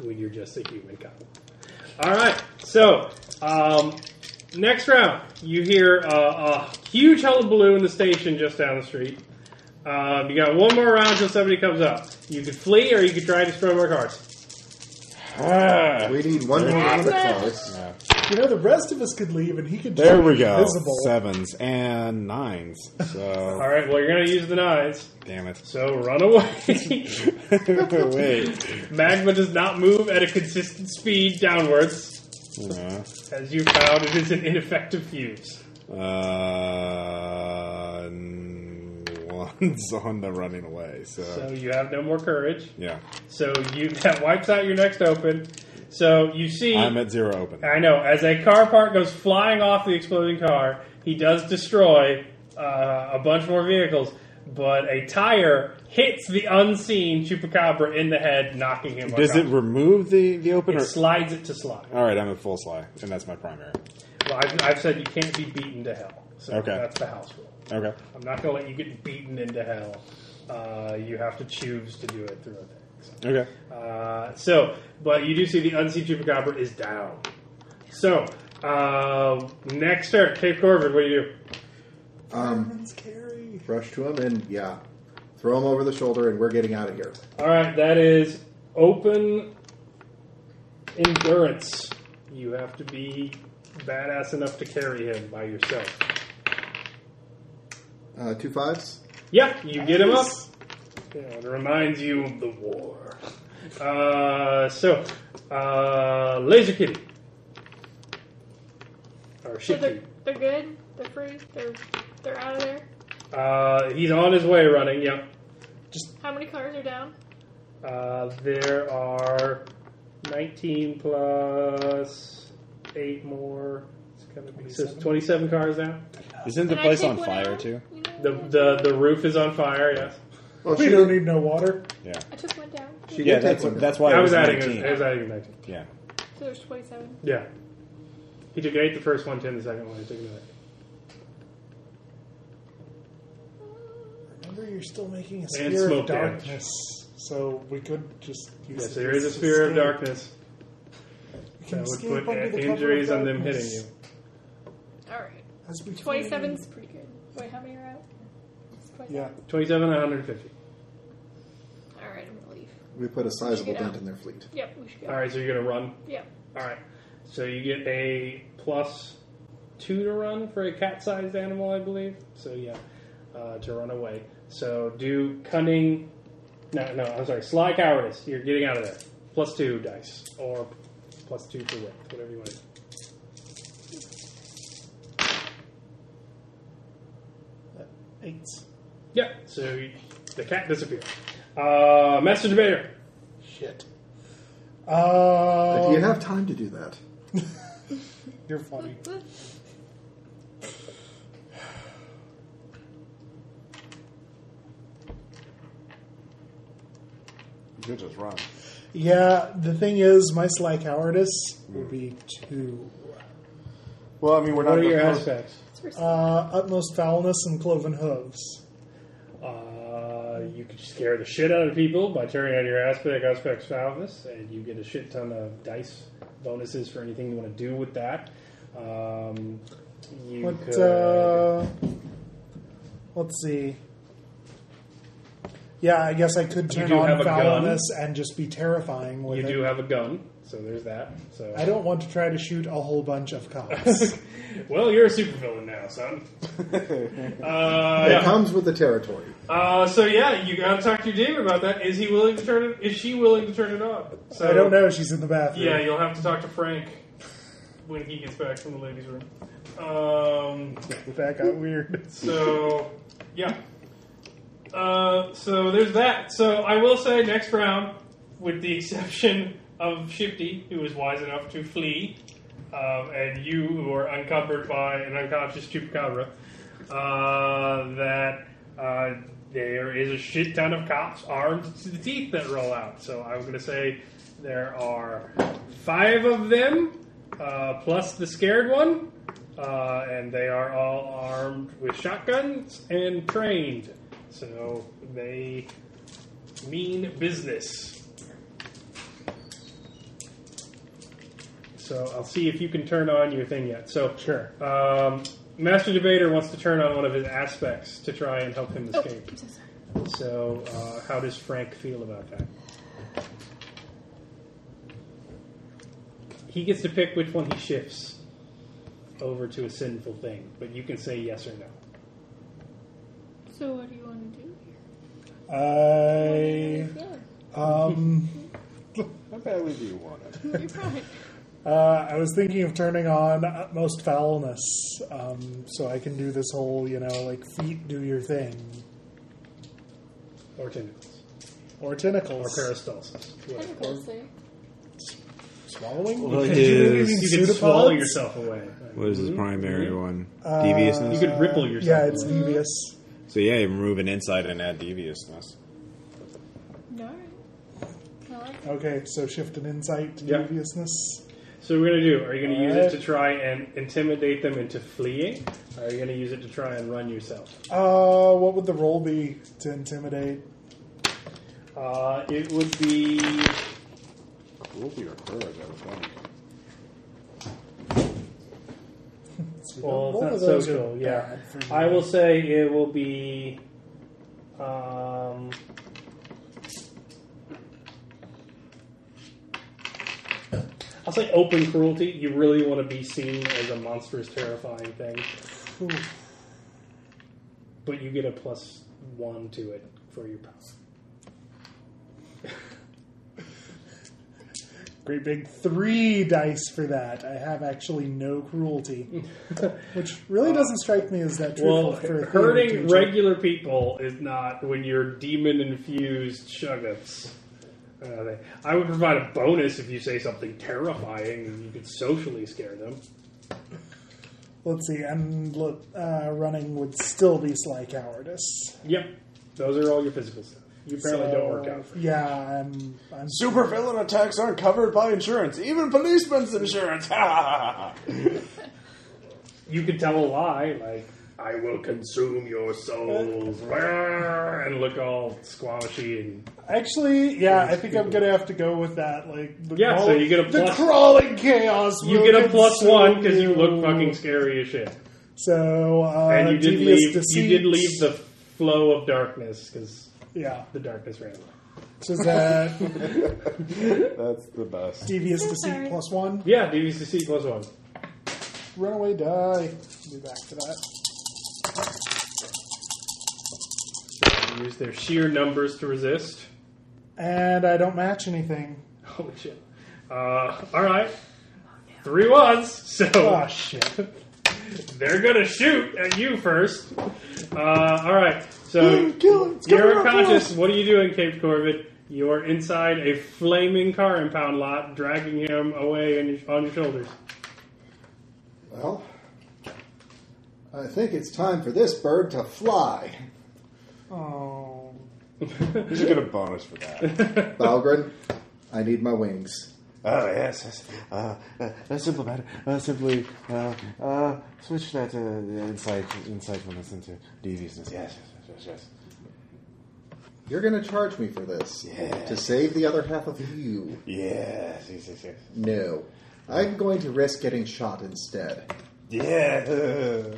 A: when you're just a human cop. All right. So, um, next round, you hear uh, a huge hullabaloo in the station just down the street. Um, you got one more round until somebody comes up. You could flee or you could try to destroy more cars.
B: Ah.
F: We need one more round of cars.
B: Yeah.
E: You know, the rest of us could leave, and he could.
B: There
E: just
B: we
E: be
B: go.
E: Invisible.
B: Sevens and nines.
A: All (laughs)
B: So
A: right. Well, you're going to use the knives.
B: damn it.
A: So run away. (laughs)
B: Wait.
A: Magma does not move at a consistent speed downwards.
B: Yeah.
A: As you found, it is an ineffective fuse.
B: Uh, and (laughs) one's Zonda running away. So,
A: So you have no more courage.
B: yeah,
A: So you (laughs) that wipes out your next open. So you see,
B: I'm at zero open.
A: I know. As a car part goes flying off the exploding car, he does destroy uh, a bunch more vehicles, but a tire hits the unseen chupacabra in the head, knocking him.
B: Does it
A: unconscious.
B: remove the the open?
A: It
B: Or,
A: slides it to slide.
B: all right, I'm at full sly, and that's my primary.
A: Well, I've, I've said you can't be beaten to hell. So
B: Okay.
A: that's the house rule.
B: Okay,
A: I'm not going to let you get beaten into hell. Uh, you have to choose to do it through a thing. So-
B: okay.
A: Uh, so, but you do see the unseen chupacabra is down. So, uh, next turn, Cape Corvid, what do you do?
E: Fireman's carry.
F: Rush to him and yeah, throw him over the shoulder, and we're getting out of here.
A: All right, that is open endurance. You have to be badass enough to carry him by yourself.
F: Uh, two fives.
A: Yeah, you get him up. Yeah, it reminds you of the war. Uh, so, uh, Laser Kitty. Or
D: So
A: Shit
D: they're,
A: Kitty.
D: they're good. They're free. They're they're out of there.
A: Uh, he's on his way running, yeah.
D: How many cars are down?
A: Uh, there are 19 plus 8 more. It's gonna be so it's 27 cars now.
B: Isn't the
D: Can I
B: place
D: take
B: on
D: one
B: fire
D: out?
B: too?
D: You know,
A: The, the the roof is on fire, yes.
F: Well,
E: We don't need no water.
B: Yeah,
D: I took one down.
F: She
B: yeah.
F: did take
B: That's
F: one.
B: that's why it
A: I was adding a,
B: 19.
A: I was adding a 19.
B: Yeah,
D: So there's 27.
A: Yeah. He took 8 the first one, 10 the second one, he took 9.
E: Remember, you're still making a
A: And
E: sphere
A: smoke
E: of darkness, so we could just use.
A: Yes,
E: it
A: there is a
E: as
A: sphere of
E: escape.
A: darkness
E: We can
A: that would
E: escape
A: put
E: under the cover of
A: injuries on them hitting
E: darkness
A: you.
D: All right.
E: As we
D: 27's
A: Mm-hmm.
D: pretty good. Wait, how many are out? It's 27.
E: Yeah.
A: 27 and 150.
D: All right, I'm gonna leave.
F: We put a sizable
D: Get out.
F: dent in their fleet.
D: Yep, we should go.
A: Alright, so you're going to run?
D: Yep.
A: Alright. So you get a plus two to run for a cat sized animal, I believe. So yeah, uh, to run away. So do cunning. No, no, I'm sorry. Sly cowardice. You're getting out of there. Plus two dice. Or plus two for wit. Whatever you want to do.
E: Eights.
A: Yeah, so you- the cat disappears. Uh, Master Debater.
E: Shit.
F: But do you
E: Uh,
F: have time to do that?
E: you're funny.
B: you could just run.
E: Yeah, the thing is, my sly cowardice will be two.
B: Well, I mean, we're
A: What
B: not.
A: are your
B: we're-
A: aspects?
E: Uh, utmost foulness and cloven hooves.
A: Uh, you could scare the shit out of people by turning on your aspect aspect salvis, and you get a shit ton of dice bonuses for anything you want to do with that. Um, you
E: What?
A: could
E: Uh, let's see. Yeah, I guess I could
A: You
E: turn
A: do
E: on
A: have a gun.
E: foulness and just be terrifying with
A: you
E: it.
A: do have a gun, so there's that.
E: (laughs)
A: So (laughs)
E: I don't want to try to shoot a whole bunch of cops.
A: Well, you're a supervillain now,
E: (laughs)
A: son. uh,
F: It
A: yeah.
F: comes with the territory.
A: Uh, so yeah, you gotta talk to your David about that. Is he willing to turn it? Is she willing to turn it on? So
E: I don't know. She's in the bathroom.
A: Yeah, you'll have to talk to Frank when he gets back from the ladies' room. Um,
E: That got weird.
A: so, yeah. Uh, so there's that. So I will say next round, with the exception of Shifty, who is wise enough to flee, um, and you, who are uncumbered by an unconscious chupacabra, uh, that uh, there is a shit ton of cops armed to the teeth that roll out. So I'm going to say there are five of them, uh, plus the scared one, uh, and they are all armed with shotguns and trained. So they mean business. So I'll see if you can turn on your thing yet. So
E: Sure.
A: um, Master Debater wants to turn on one of his aspects to try and help him
D: Oh,
A: escape.
D: I'm so sorry.
A: So, uh, how does Frank feel about that? He gets to pick which one he shifts over to a sinful thing, but you can say yes or no.
D: So what do you want to do?
E: I
D: Yeah,
E: um.
B: How badly do you want it?
A: (laughs)
D: you're fine.
E: Uh, I was thinking of turning on utmost foulness, um, so I can do this whole, you know, like feet do your thing
A: Or tentacles.
E: or
A: Or
E: tentacles,
A: peristalsis. Whatever.
D: Tentacles there.
E: swallowing.
K: Well,
A: (laughs) You
K: his,
A: can
E: Pseudopods?
A: swallow yourself away.
K: what is his primary one?
E: Uh,
K: deviousness?
A: You could ripple yourself
E: Yeah, it's
A: away.
E: devious.
K: so yeah, you remove an insight and add deviousness.
D: No. I like it.
E: Okay, so shift an insight to
A: Yep.
E: deviousness.
A: So we're going to do, are you going to use it
E: Alright.
A: to try and intimidate them into fleeing? Or are you going to use it to try and run yourself?
E: Uh, what would the roll be to intimidate?
A: Uh, it would be...
B: Ruby or Courage, I was wondering.
A: Well, it's
E: Both
A: not
E: of those are
A: social, yeah.
E: bad for me.
A: I will say it will be... Um, I'll say open cruelty. You really want to be seen as a monstrous, terrifying thing. But you get a plus one to it for your power.
E: Great big three dice for that. I have actually no cruelty, (laughs) which really doesn't strike me as that truthful
A: Uh, Well,
E: for a theater
A: hurting
E: teacher.
A: regular people is not when you're demon infused shuggups. Uh, they- I would provide a bonus if you say something terrifying and you could socially scare them.
E: Let's see, and look, uh, running would still be sly cowardice.
A: Yep, those are all your physical stuff. You apparently
E: So,
A: don't work out. For
E: Yeah, I'm. I'm
B: Super villain attacks aren't covered by insurance, even policeman's insurance. (laughs) Ha ha ha ha.
A: you could tell a lie like "I will consume your souls" and look all squashy and
E: Actually, yeah, I think I'm gonna have to go with that. Like, the
A: Yeah, so you get a
E: the
A: plus-
E: crawling chaos.
A: you
E: will
A: get a plus
E: consume
A: one because you look fucking scary as shit.
E: So uh,
A: and you did
E: devious
A: leave.
E: deceit.
A: You did leave the flow of darkness because
E: yeah.
A: the darkness ran away.
E: So
A: (laughs)
E: is that
B: That's the best.
E: devious
I: So
E: deceit
I: sorry.
E: plus one?
A: Yeah, DVCC plus one.
E: Runaway die. Be back to that.
A: Use their sheer numbers to resist.
E: And I don't match anything.
A: (laughs) Holy shit! Uh, all right, three ones. So
E: Oh shit!
A: they're gonna shoot at you first. Uh, all right. So
E: Kill it. It's
A: you're
E: coming up
A: unconscious. What are you doing, Cape Corvid? You're inside a flaming car impound lot, dragging him away on your, on your shoulders.
F: Well, I think it's time for this bird to fly.
E: close. Oh.
B: You should get a bonus for that.
E: (laughs)
F: Balgrin, I need my wings.
B: Oh yes, yes. Uh, uh, a simple matter. Uh, simply uh, uh, switch that uh, insight insightfulness into deviousness. Yes, yes, yes, yes.
F: You're going to charge me for this
B: Yeah.
F: to save the other half of you.
B: Yes, yes, yes, yes. yes.
F: No, I'm going to risk getting shot instead.
B: Yeah.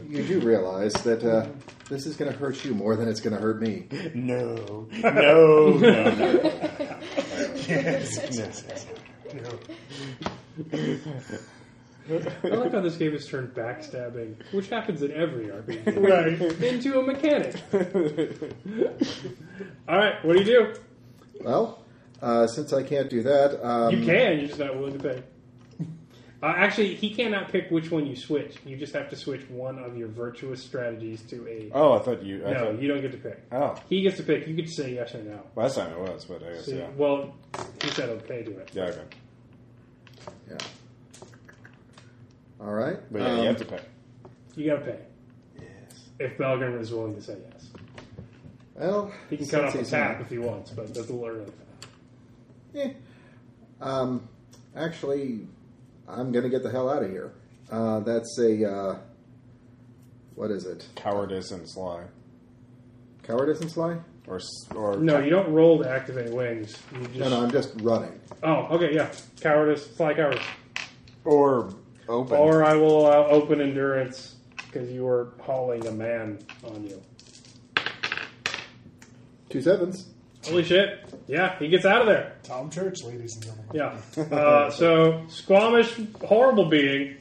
F: You do realize that uh, this is going to hurt you more than it's going to hurt me.
B: (laughs) No. No. No.
A: (laughs)
B: no. yes. Yes. yes.
A: I like how this game has turned backstabbing, which happens in every RPG.
E: Right.
A: into a mechanic. All right, what do you do?
F: Well, uh, since I can't do that, um,
A: You can, you're just not willing to pay. (laughs) Uh, actually, he cannot pick which one you switch. You just have to switch one of your virtuous strategies to a.
B: (laughs) Oh, I thought you. I
A: no,
B: thought,
A: you don't get to pick.
B: Oh,
A: He gets to pick. You get to say yes or no.
B: last time it was, but I guess
A: So,
B: yeah.
A: Well, he said okay to it.
B: Yeah. Okay.
F: Yeah. All right.
B: But yeah,
F: um,
B: you have to pay.
A: You got to pay. Yes. If Belgrin is willing to say yes,
F: Well,
A: he can
F: since
A: cut off the
F: he's
A: tap if he wants, but that's a little early.
F: not- eh. Um, actually, I'm going to get the hell out of here. Uh, that's a uh, what is it?
B: Cowardice and sly,
F: Cowardice and sly?
B: or s- or
A: No, you don't roll to activate wings. You just.
F: No, no, I'm just running.
A: Oh, okay, yeah. Cowardice, fly cowardice.
B: or open.
A: Or I will allow open endurance because you were hauling a man on you.
F: Two sevens.
A: Holy shit. Yeah, he gets out of there.
E: Tom Church, ladies and gentlemen.
A: Yeah.
E: (laughs)
A: Uh, so, Squamish, horrible being.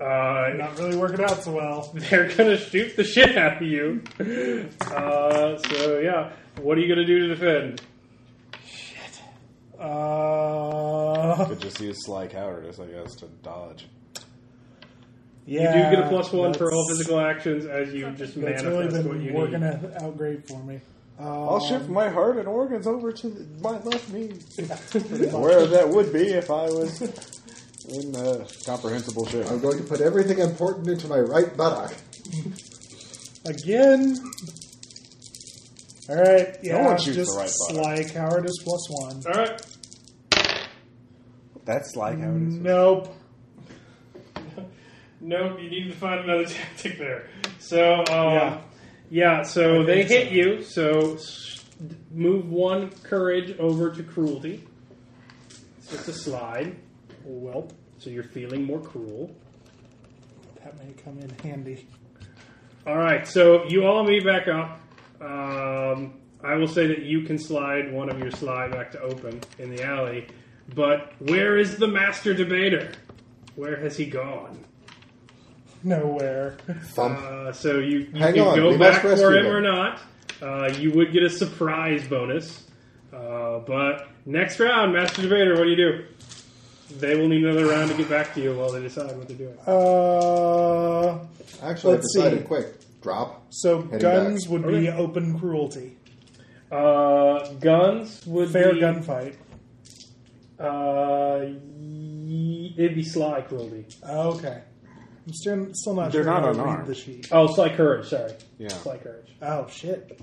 A: Uh,
E: Not really working out so well.
A: they're going to shoot the shit out of you. Uh, so, yeah. What are you going to do to defend?
E: Uh,
K: Could just use sly cowardice, I guess, to dodge.
A: you do get a plus one for all physical actions as you just
E: That's
A: manifest
E: really
A: what you
E: been working
A: need.
E: out out great for me. Uh,
B: I'll
E: Um,
B: shift my heart and organs over to the, my left knee. Where that would be if I was in uh, comprehensible shape.
F: I'm going to put everything important into my right buttock.
E: (laughs) Again. All right. Yeah.
B: one shoots the
E: just
B: right button.
E: sly cowardice plus one.
A: All right.
B: That's like how it is.
E: Nope.
A: Nope, you need to find another (laughs) tactic there. So, um, yeah. so they hit you, so s- move one courage over to cruelty. It's just a slide. Welp. So you're feeling more cruel.
E: That may come in handy. (laughs)
A: All right, so you all meet back up. Um, I will say that you can slide one of your slide back to open in the alley, but where is the master debater? Where has he gone?
E: Nowhere.
F: Thump.
A: Uh, so you, you
F: Hang
A: can
F: on,
A: go
F: we
A: back
F: must
A: for
F: rescue
A: him
F: him.
A: or not. Uh, you would get a surprise bonus. Uh, but next round, Master Debater, what do you do? They will need another round to get back to you while they decide what they're doing.
E: Uh,
F: Actually,
E: Let's
F: I decided
E: see.
F: quick. Drop.
E: so
F: Heading
E: guns
F: back.
E: would
A: Okay.
E: be open cruelty.
A: Uh, guns would
E: Fair
A: be.
E: gunfight.
A: Uh, y- it'd be sly cruelty.
E: Okay. I'm still, still not
K: They're
E: sure
K: not
E: how to read
K: unarmed.
E: the sheet.
A: Oh, sly courage. Sorry,
K: Yeah.
A: sly courage.
E: Oh shit.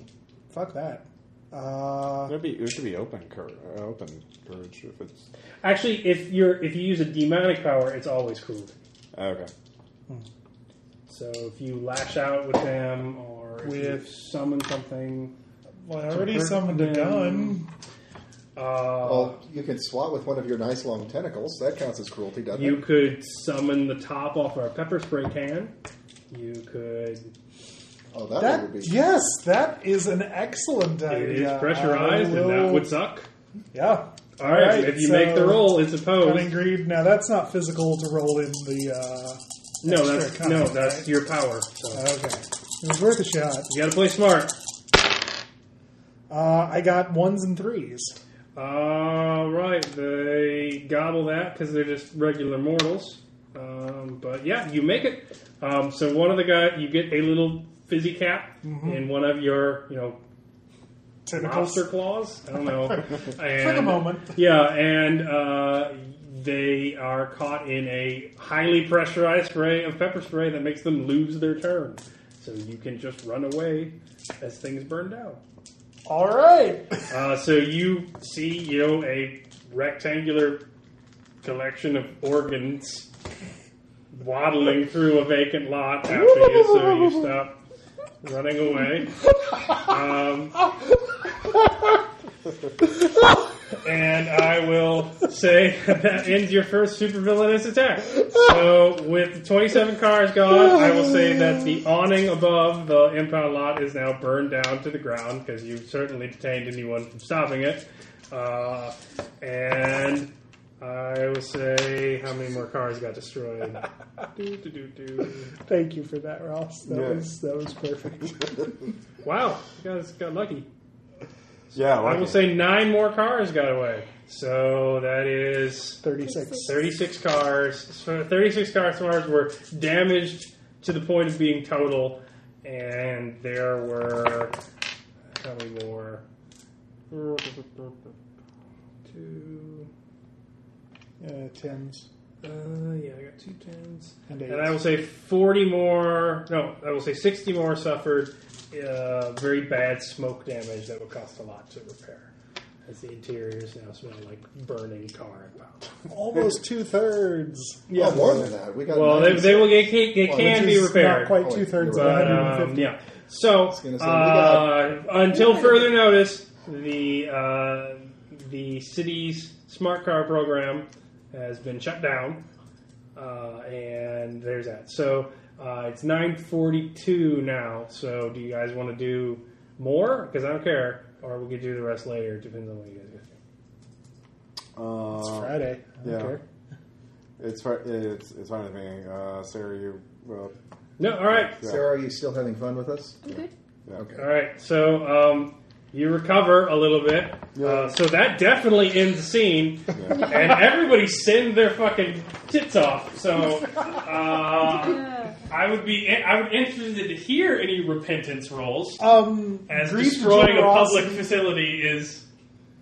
E: Fuck that. Uh,
K: That'd be, it should be open, cur- uh, open courage if it's.
A: Actually, if you're if you use a demonic power, it's always cruelty.
B: uh,
K: Okay.
A: So if you lash out with them or if you
E: With-
A: summon something,
E: well, I already
A: hurt
E: summoned a
A: them.
E: gun.
A: uh,
F: Well, you can swat with one of your nice long tentacles. That counts as cruelty, doesn't
A: you
F: it?
A: could summon the top off a pepper spray can. You could.
F: Oh, that,
E: That
F: one would be.
E: yes, that is an excellent idea.
A: It is pressurized,
E: I
A: and that
E: will-
A: would suck.
E: yeah.
A: All right,
E: Alright,
A: if you
E: so-
A: make the roll, it's
E: Cunning
A: opposed.
E: greed. Oh, Now that's not physical to roll in the. Uh,
A: No,
E: extra
A: that's
E: cunning,
A: no, that's
E: right?
A: your power. So.
E: okay. It was worth a shot.
A: You got to play smart.
E: Uh, I got ones and threes.
A: All right, they gobble that because they're just regular mortals. Um, but yeah, you make it. Um, so one of the guy, you get a little fizzy cap
E: Mm-hmm.
A: in one of your, you know,
E: Tentacles.
A: lobster claws. I don't know.
E: For
A: And-
E: the moment.
A: Yeah, and uh, they are caught in a highly pressurized spray of pepper spray that makes them lose their turn. So you can just run away as things burn down.
E: All right.
A: Uh, so you see, you know, a rectangular collection of organs waddling through a vacant lot after you, so you stop running away. Um, and I will say (laughs) that ends your first supervillainous attack. So with 27 cars gone, I will say that the awning above the impound lot is now burned down to the ground because you certainly detained anyone from stopping it. Uh, and I will say how many more cars got destroyed. Do, do, do, do.
E: (laughs) Thank you for that, Ross. That
B: Yeah.
E: was that was (laughs) perfect.
A: Wow, you guys got lucky.
B: Yeah,
A: I will say nine more cars got away. So that is
E: Thirty six.
A: 36 cars. So 36 cars cars were damaged to the point of being total, and there were how many more? Two.
E: Uh, tens
A: Uh, yeah, I got two tens.
E: and eights.
A: And I will say 40 more. No, I will say 60 more suffered uh, very bad smoke damage that would cost a lot to repair. As the interiors now smell like burning tar and powder.
E: almost two thirds.
F: Yeah, Oh, more than that. We got.
A: Well, they,
F: 90.
A: they will get they, they can be repaired,
E: Not quite
F: Oh,
E: two thirds.
F: you're
A: but
E: One hundred and
A: um,
E: fifty.
A: yeah. So
F: gonna say, we
A: uh, until further notice, the uh, the city's smart car program has been shut down, uh, and there's that. So uh, it's nine forty two now. So do you guys want to do more? Because I don't care, or we could do the rest later. Depends on what you guys do.
E: It's
B: Um,
K: Uh,
E: Friday. I don't
K: yeah.
E: care.
K: it's, fi- it's, it's fine with me. Uh, Sarah, you. Well,
A: No, all right.
K: yeah.
F: Sarah, are you still having fun with us?
I: I'm good.
K: Yeah.
F: Okay.
A: All right. So um, You recover a little bit. Uh, so that definitely ends the scene.
E: (laughs)
A: And everybody send their fucking tits off. So uh, I would be I would be interested to hear any repentance rolls.
E: Um,
A: as
E: Greed's
A: destroying a public
E: generosity-
A: facility is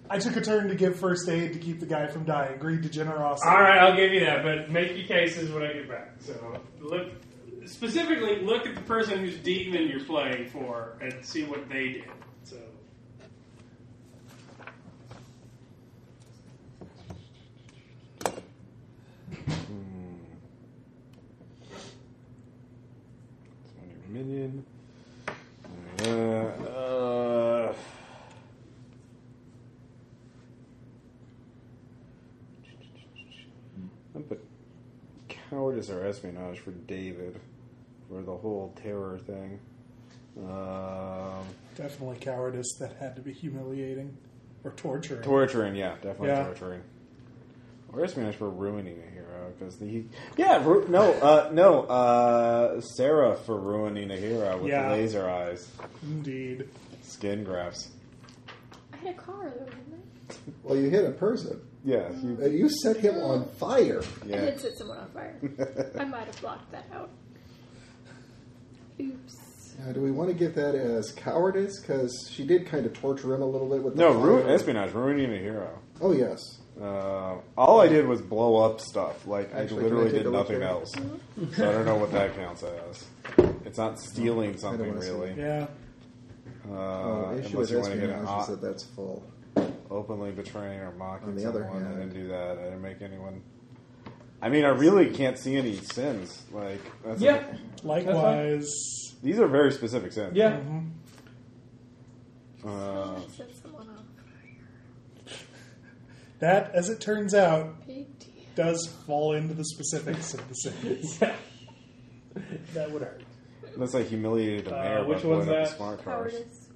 E: I took a turn to give first aid to keep the guy from dying. Greed to generosity.
A: all right. I'll give you that, but make your cases when I get back. So look specifically look at the person whose demon you're playing for and see what they did. So
B: Hmm. On your minion. Uh, uh, but cowardice or espionage for David for the whole terror thing. Um,
E: Definitely cowardice. That had to be humiliating or torturing.
B: torturing, yeah, definitely
E: Yeah.
B: torturing. Or espionage for ruining a hero because the yeah ru- no uh, no uh, Sarah for ruining a hero with
E: Yeah.
B: the laser eyes
E: Indeed.
B: skin grafts.
D: I had a car though, didn't
F: Well, you hit a person.
B: Yeah, you
F: Uh, You set him on fire.
D: I? I
B: Yeah.
D: did set someone on fire. I might have blocked that out. Oops.
F: Now, Uh, do we want to get that as cowardice? Because she did kind of torture him a little bit
B: (laughs)
F: with
B: No,
F: the
B: ru-
F: fire.
B: espionage, ruining a hero.
F: Oh yes.
B: Uh, all I did was blow up stuff. Like
F: Actually,
B: I
F: can I
B: literally
F: take a
B: did
F: look
B: nothing
F: here?
B: else. So I don't know what that counts as. It's not stealing something
F: wanna see
B: really.
E: Yeah.
B: Uh,
F: Oh, the issue
B: unless
F: with
B: you want to get an
F: espionage is
B: o-
F: that that's full.
B: openly betraying or mocking
F: On the other
B: someone. I
F: hand-
B: didn't do that. I didn't make anyone. I mean, I really can't see any sins. Like that's
A: yeah,
E: Likewise. mhm.
B: these are very specific sins.
A: yeah.
B: Uh,
D: Oh, I set someone on fire.
E: That, as it turns out,
D: Big deal.
E: does fall into the specifics of
A: (laughs)
E: the sentence. that would hurt.
B: unless I humiliated a
A: Uh,
B: mayor
A: which
B: by blowing
A: one's
B: up
A: that?
B: the smart cars.
D: Cowardice.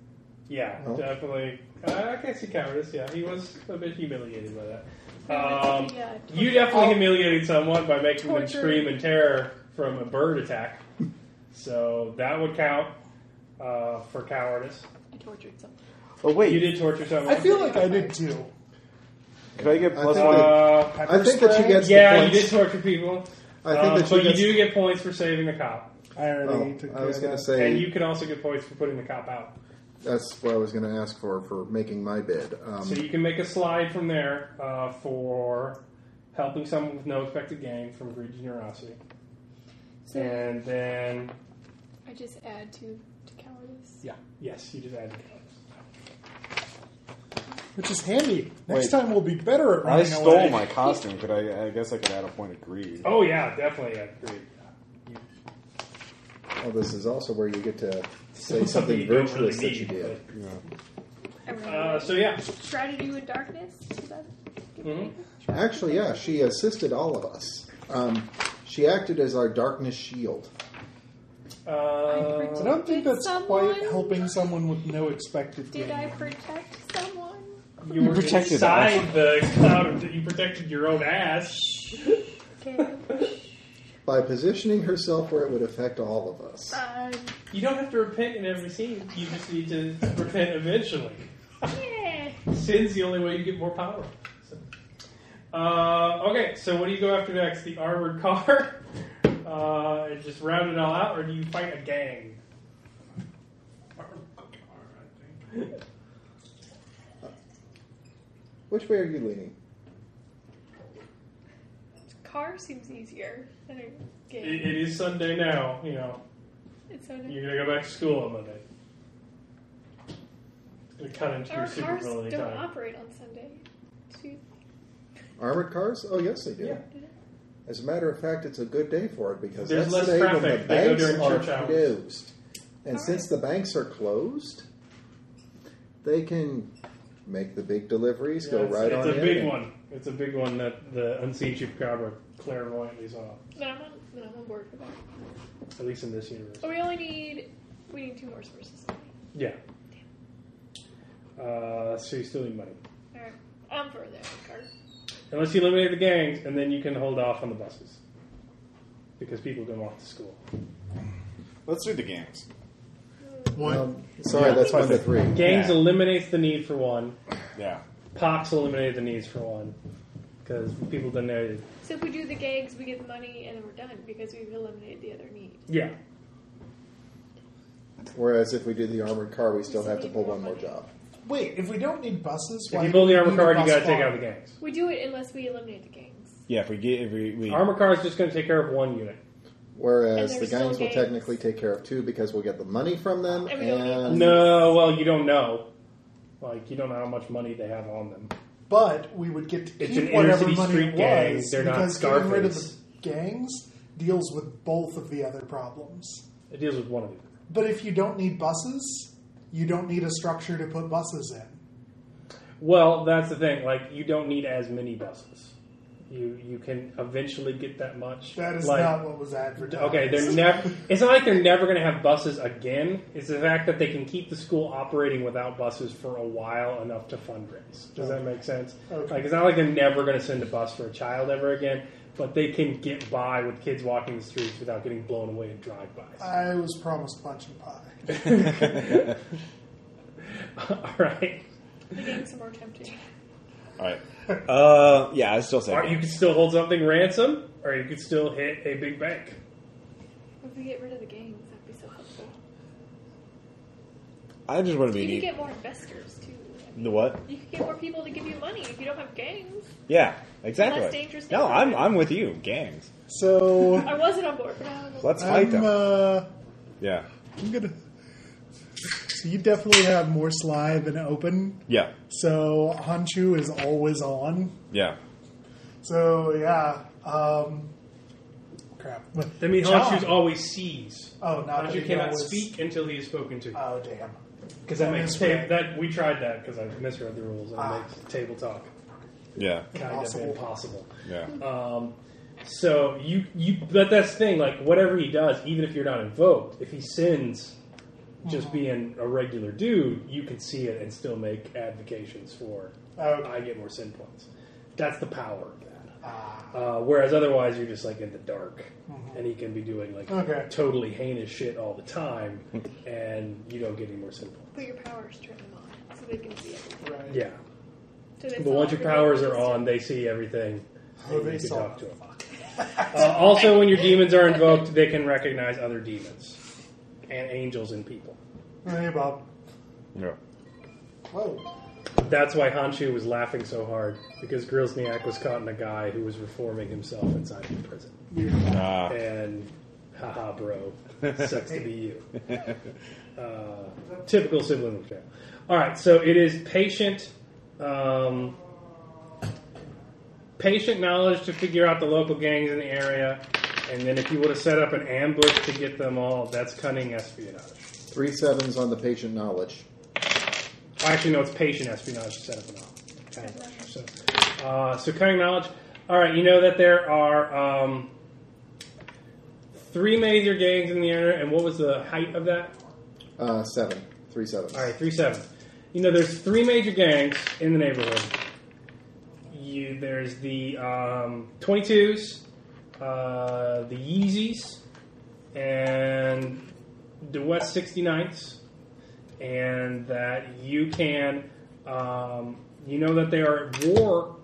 A: Yeah,
F: Oh.
A: definitely. Uh, I can see cowardice. Yeah, he was a bit humiliated by that. Um,
D: yeah, torture.
A: you definitely humiliated someone by making them
D: Torture.
A: scream in terror from a bird attack. So that would count uh, for cowardice.
D: I tortured someone.
B: Oh wait,
A: You did torture someone.
E: I feel like I did too.
B: could I get
F: I
B: plus
F: think
B: one?
F: that-
A: Uh,
E: Pepper
F: I think that
E: spray?
F: she gets
A: yeah,
F: the
A: you
F: points.
A: did torture people.
F: I think
A: Uh,
F: that she
A: but you
F: gets.
A: do get points for saving the cop,
E: I already took
F: oh, I
E: care
F: was
E: of
F: going to
E: that.
F: say
A: and you can also get points for putting the cop out.
F: that's what I was going to ask for for making my bid. Um,
A: So you can make a slide from there uh, for helping someone with no expected gain from greed and generosity.
D: So
A: And then,
D: I just add to to cowardice.
A: yeah, yes, you just added cowardice.
E: Which is handy. Next
B: Wait.
E: time we'll be better at
B: I
E: running
B: stole
E: away.
B: my costume. Could I? I guess I could add a point of greed.
A: Oh yeah, definitely I agree.
F: well, this is also where you get to
A: Something
F: say
A: you
F: something
A: don't
F: virtuous
A: really
F: that you
A: need,
F: did.
D: I ran
A: Uh,
D: away.
A: so yeah,
D: Strategy in darkness. Is that
A: Mhm.
F: Actually, yeah, she assisted all of us. Um, she acted as our darkness shield.
A: uh,
E: I don't think
D: Did
E: that's quite
D: someone-
E: helping someone with no expected
D: Did
E: gain.
D: I protect someone?
A: you were
B: protected
A: inside the cloud. Of, you protected your own ass.
D: Okay.
A: (laughs)
F: By positioning herself where it would affect all of us.
D: um,
A: You don't have to repent in every scene. You just need to repent eventually.
D: yeah.
A: Sin's the only way you get more power. So. Uh, okay, so what do you go after next? The armored car, (laughs) uh, and just round it all out, or do you fight a gang?
F: Which way are you leaning?
D: Car seems easier than a
A: It,
D: game.
A: it is Sunday now. You know
D: It's so
A: you're gonna go back to school on Monday. Gonna cut into your
D: Our cars
A: supervillainy
D: don't
A: time.
D: operate on Sunday. She-
F: Armored cars? Oh, yes, they do.
A: Yeah.
F: As a matter of fact, it's a good day for it because
A: There's less
F: that's the day when the
A: traffic. They go
F: banks
A: during
F: are
A: church hours.
F: closed. And
D: All
F: since the banks are closed, they can make the big deliveries,
A: Yeah,
F: go
A: it's,
F: right
A: it's
F: on
A: a
F: in.
A: big
F: and-
A: one. It's a big one that the unseen chupacabra clairvoyantly saw,
D: Then I'm, on, then I'm on board for that.
A: at least in this universe.
D: But we only need we need two more sources.
A: Yeah. Uh, so you still need money,
D: All right, I'm for that car.
A: unless you eliminate the gangs, and then you can hold off on the buses because people can walk to school.
B: Let's do the games.
D: Hmm.
E: One.
F: Um, sorry, that's one to three.
A: Gangs eliminates the need for one.
B: Yeah.
A: Pox eliminated the needs for one because people didn't know.
I: So if we do the gags, we get the money, and then we're done because we've eliminated the other need.
A: Yeah.
F: Whereas if we do the armored car, we still have to pull one more job.
E: Wait, if we don't need buses,
A: If
E: why
A: you build
E: do
A: the
E: we
A: armor
E: need
A: car,
E: a
A: you
E: bus
A: got to take
E: barn?
A: out the gangs.
I: We do it unless we eliminate the gangs.
B: Yeah, if we get if we, we
A: Armor car is just going to take care of one unit.
I: And
F: Whereas
I: there's
F: the
I: still
F: gangs will
I: gangs.
F: technically take care of two because we'll get the money from them.
I: And we don't need
F: And
A: No, well, you don't know. Like you don't know how much money they have on them.
E: But we would get to
A: It's
E: keep
A: an
E: whatever
A: inner-city
E: money
A: street
E: it
A: gang.
E: was
A: They're not
E: because getting rid of the
A: Scarface.
E: gangs deals with both of the other problems.
A: It deals with one of them.
E: But if you don't need buses, you don't need a structure to put buses in.
A: Well, that's the thing. Like you don't need as many buses. You you can eventually get that much.
E: That is
A: Like,
E: not what was advertised.
A: Okay, they're never. It's not like they're never going to have buses again. It's the fact that they can keep the school operating without buses for a while enough to fundraise. Does that make sense?
E: Okay.
A: Like it's not like they're never going to send a bus for a child ever again, but they can get by with kids walking the streets without getting blown away in drive-bys.
E: I was promised punch and pie.
A: (laughs) All right,
I: The gangs are more tempting.
B: all
A: (laughs)
B: right. Uh, yeah, I still say
A: or you could still hold something ransom, or you could still hit a big bank.
I: If we get rid of the gangs, that'd be so helpful.
B: I just want to
I: You
B: be
I: could
B: neat.
I: get more investors too. I mean,
B: The what?
I: You could get more people to give you money if you don't have gangs.
B: Yeah, exactly.
I: Less dangerous
B: no,
I: neighborhood.
B: I'm I'm with you. Gangs.
E: So
I: I wasn't on board, but now I'm on
B: Let's fight
E: I'm,
B: them.
E: uh,
B: yeah.
E: I'm gonna. So you definitely have more sly than open.
B: Yeah.
E: So Hanchu is always on.
B: Yeah.
E: So yeah, um, crap.
A: That means
E: John.
A: Hanshu's always sees.
E: Oh, not that
A: Hanshu
E: he
A: cannot
E: always-
A: speak until he is spoken to.
E: Oh damn.
A: Because that makes
E: That's
A: ta-
E: right.
A: that we tried that because I misread the rules and
E: Ah.
A: it makes table talk
B: Yeah.
A: kind
E: Impossible.
A: of impossible.
B: Yeah.
A: Um, so you you but that's the thing like whatever he does, even if you're not invoked, if he sins, just
E: Mm-hmm.
A: being a regular dude, you can see it and still make advocations for
E: Okay.
A: I get more sin points. That's the power of that.
E: Ah. Mm-hmm.
A: Uh, whereas otherwise you're just like in the dark, and he can be doing like
E: Okay.
A: totally heinous shit all the time, and you don't get any more sin points.
I: But your powers turn them on, so they can see everything.
E: Right.
A: Yeah.
I: So they
A: But
I: saw
A: once your
I: everything
A: powers
I: that
A: are
I: was
A: on, they see everything.
E: Oh,
A: and
E: they
A: you can
E: saw
A: talk to them. Uh, also, when your demons are invoked, they can recognize other demons and angels and people.
E: Hey Bob.
B: Yeah.
E: Whoa.
A: That's why Hanshu was laughing so hard because Grilsniak was caught in a guy who was reforming himself inside of the prison.
B: Ah.
A: And haha, bro, sucks to be you. Uh, typical sibling betrayal. All right, so it is patient, um, patient knowledge to figure out the local gangs in the area, and then if you would have set up an ambush to get them all, that's cunning espionage.
F: three sevens on the patient knowledge.
A: Actually, no, it's patient espionage to set up an ambush. So, uh, so cunning knowledge. All right, you know that there are um, three major gangs in the area, and what was the height of that?
F: Uh, seven, three sevens.
A: All right, three seven. You know, there's three major gangs in the neighborhood. You there's the um, 22s, uh, the Yeezys, and the West 69s, and that you can um, you know that they are at war,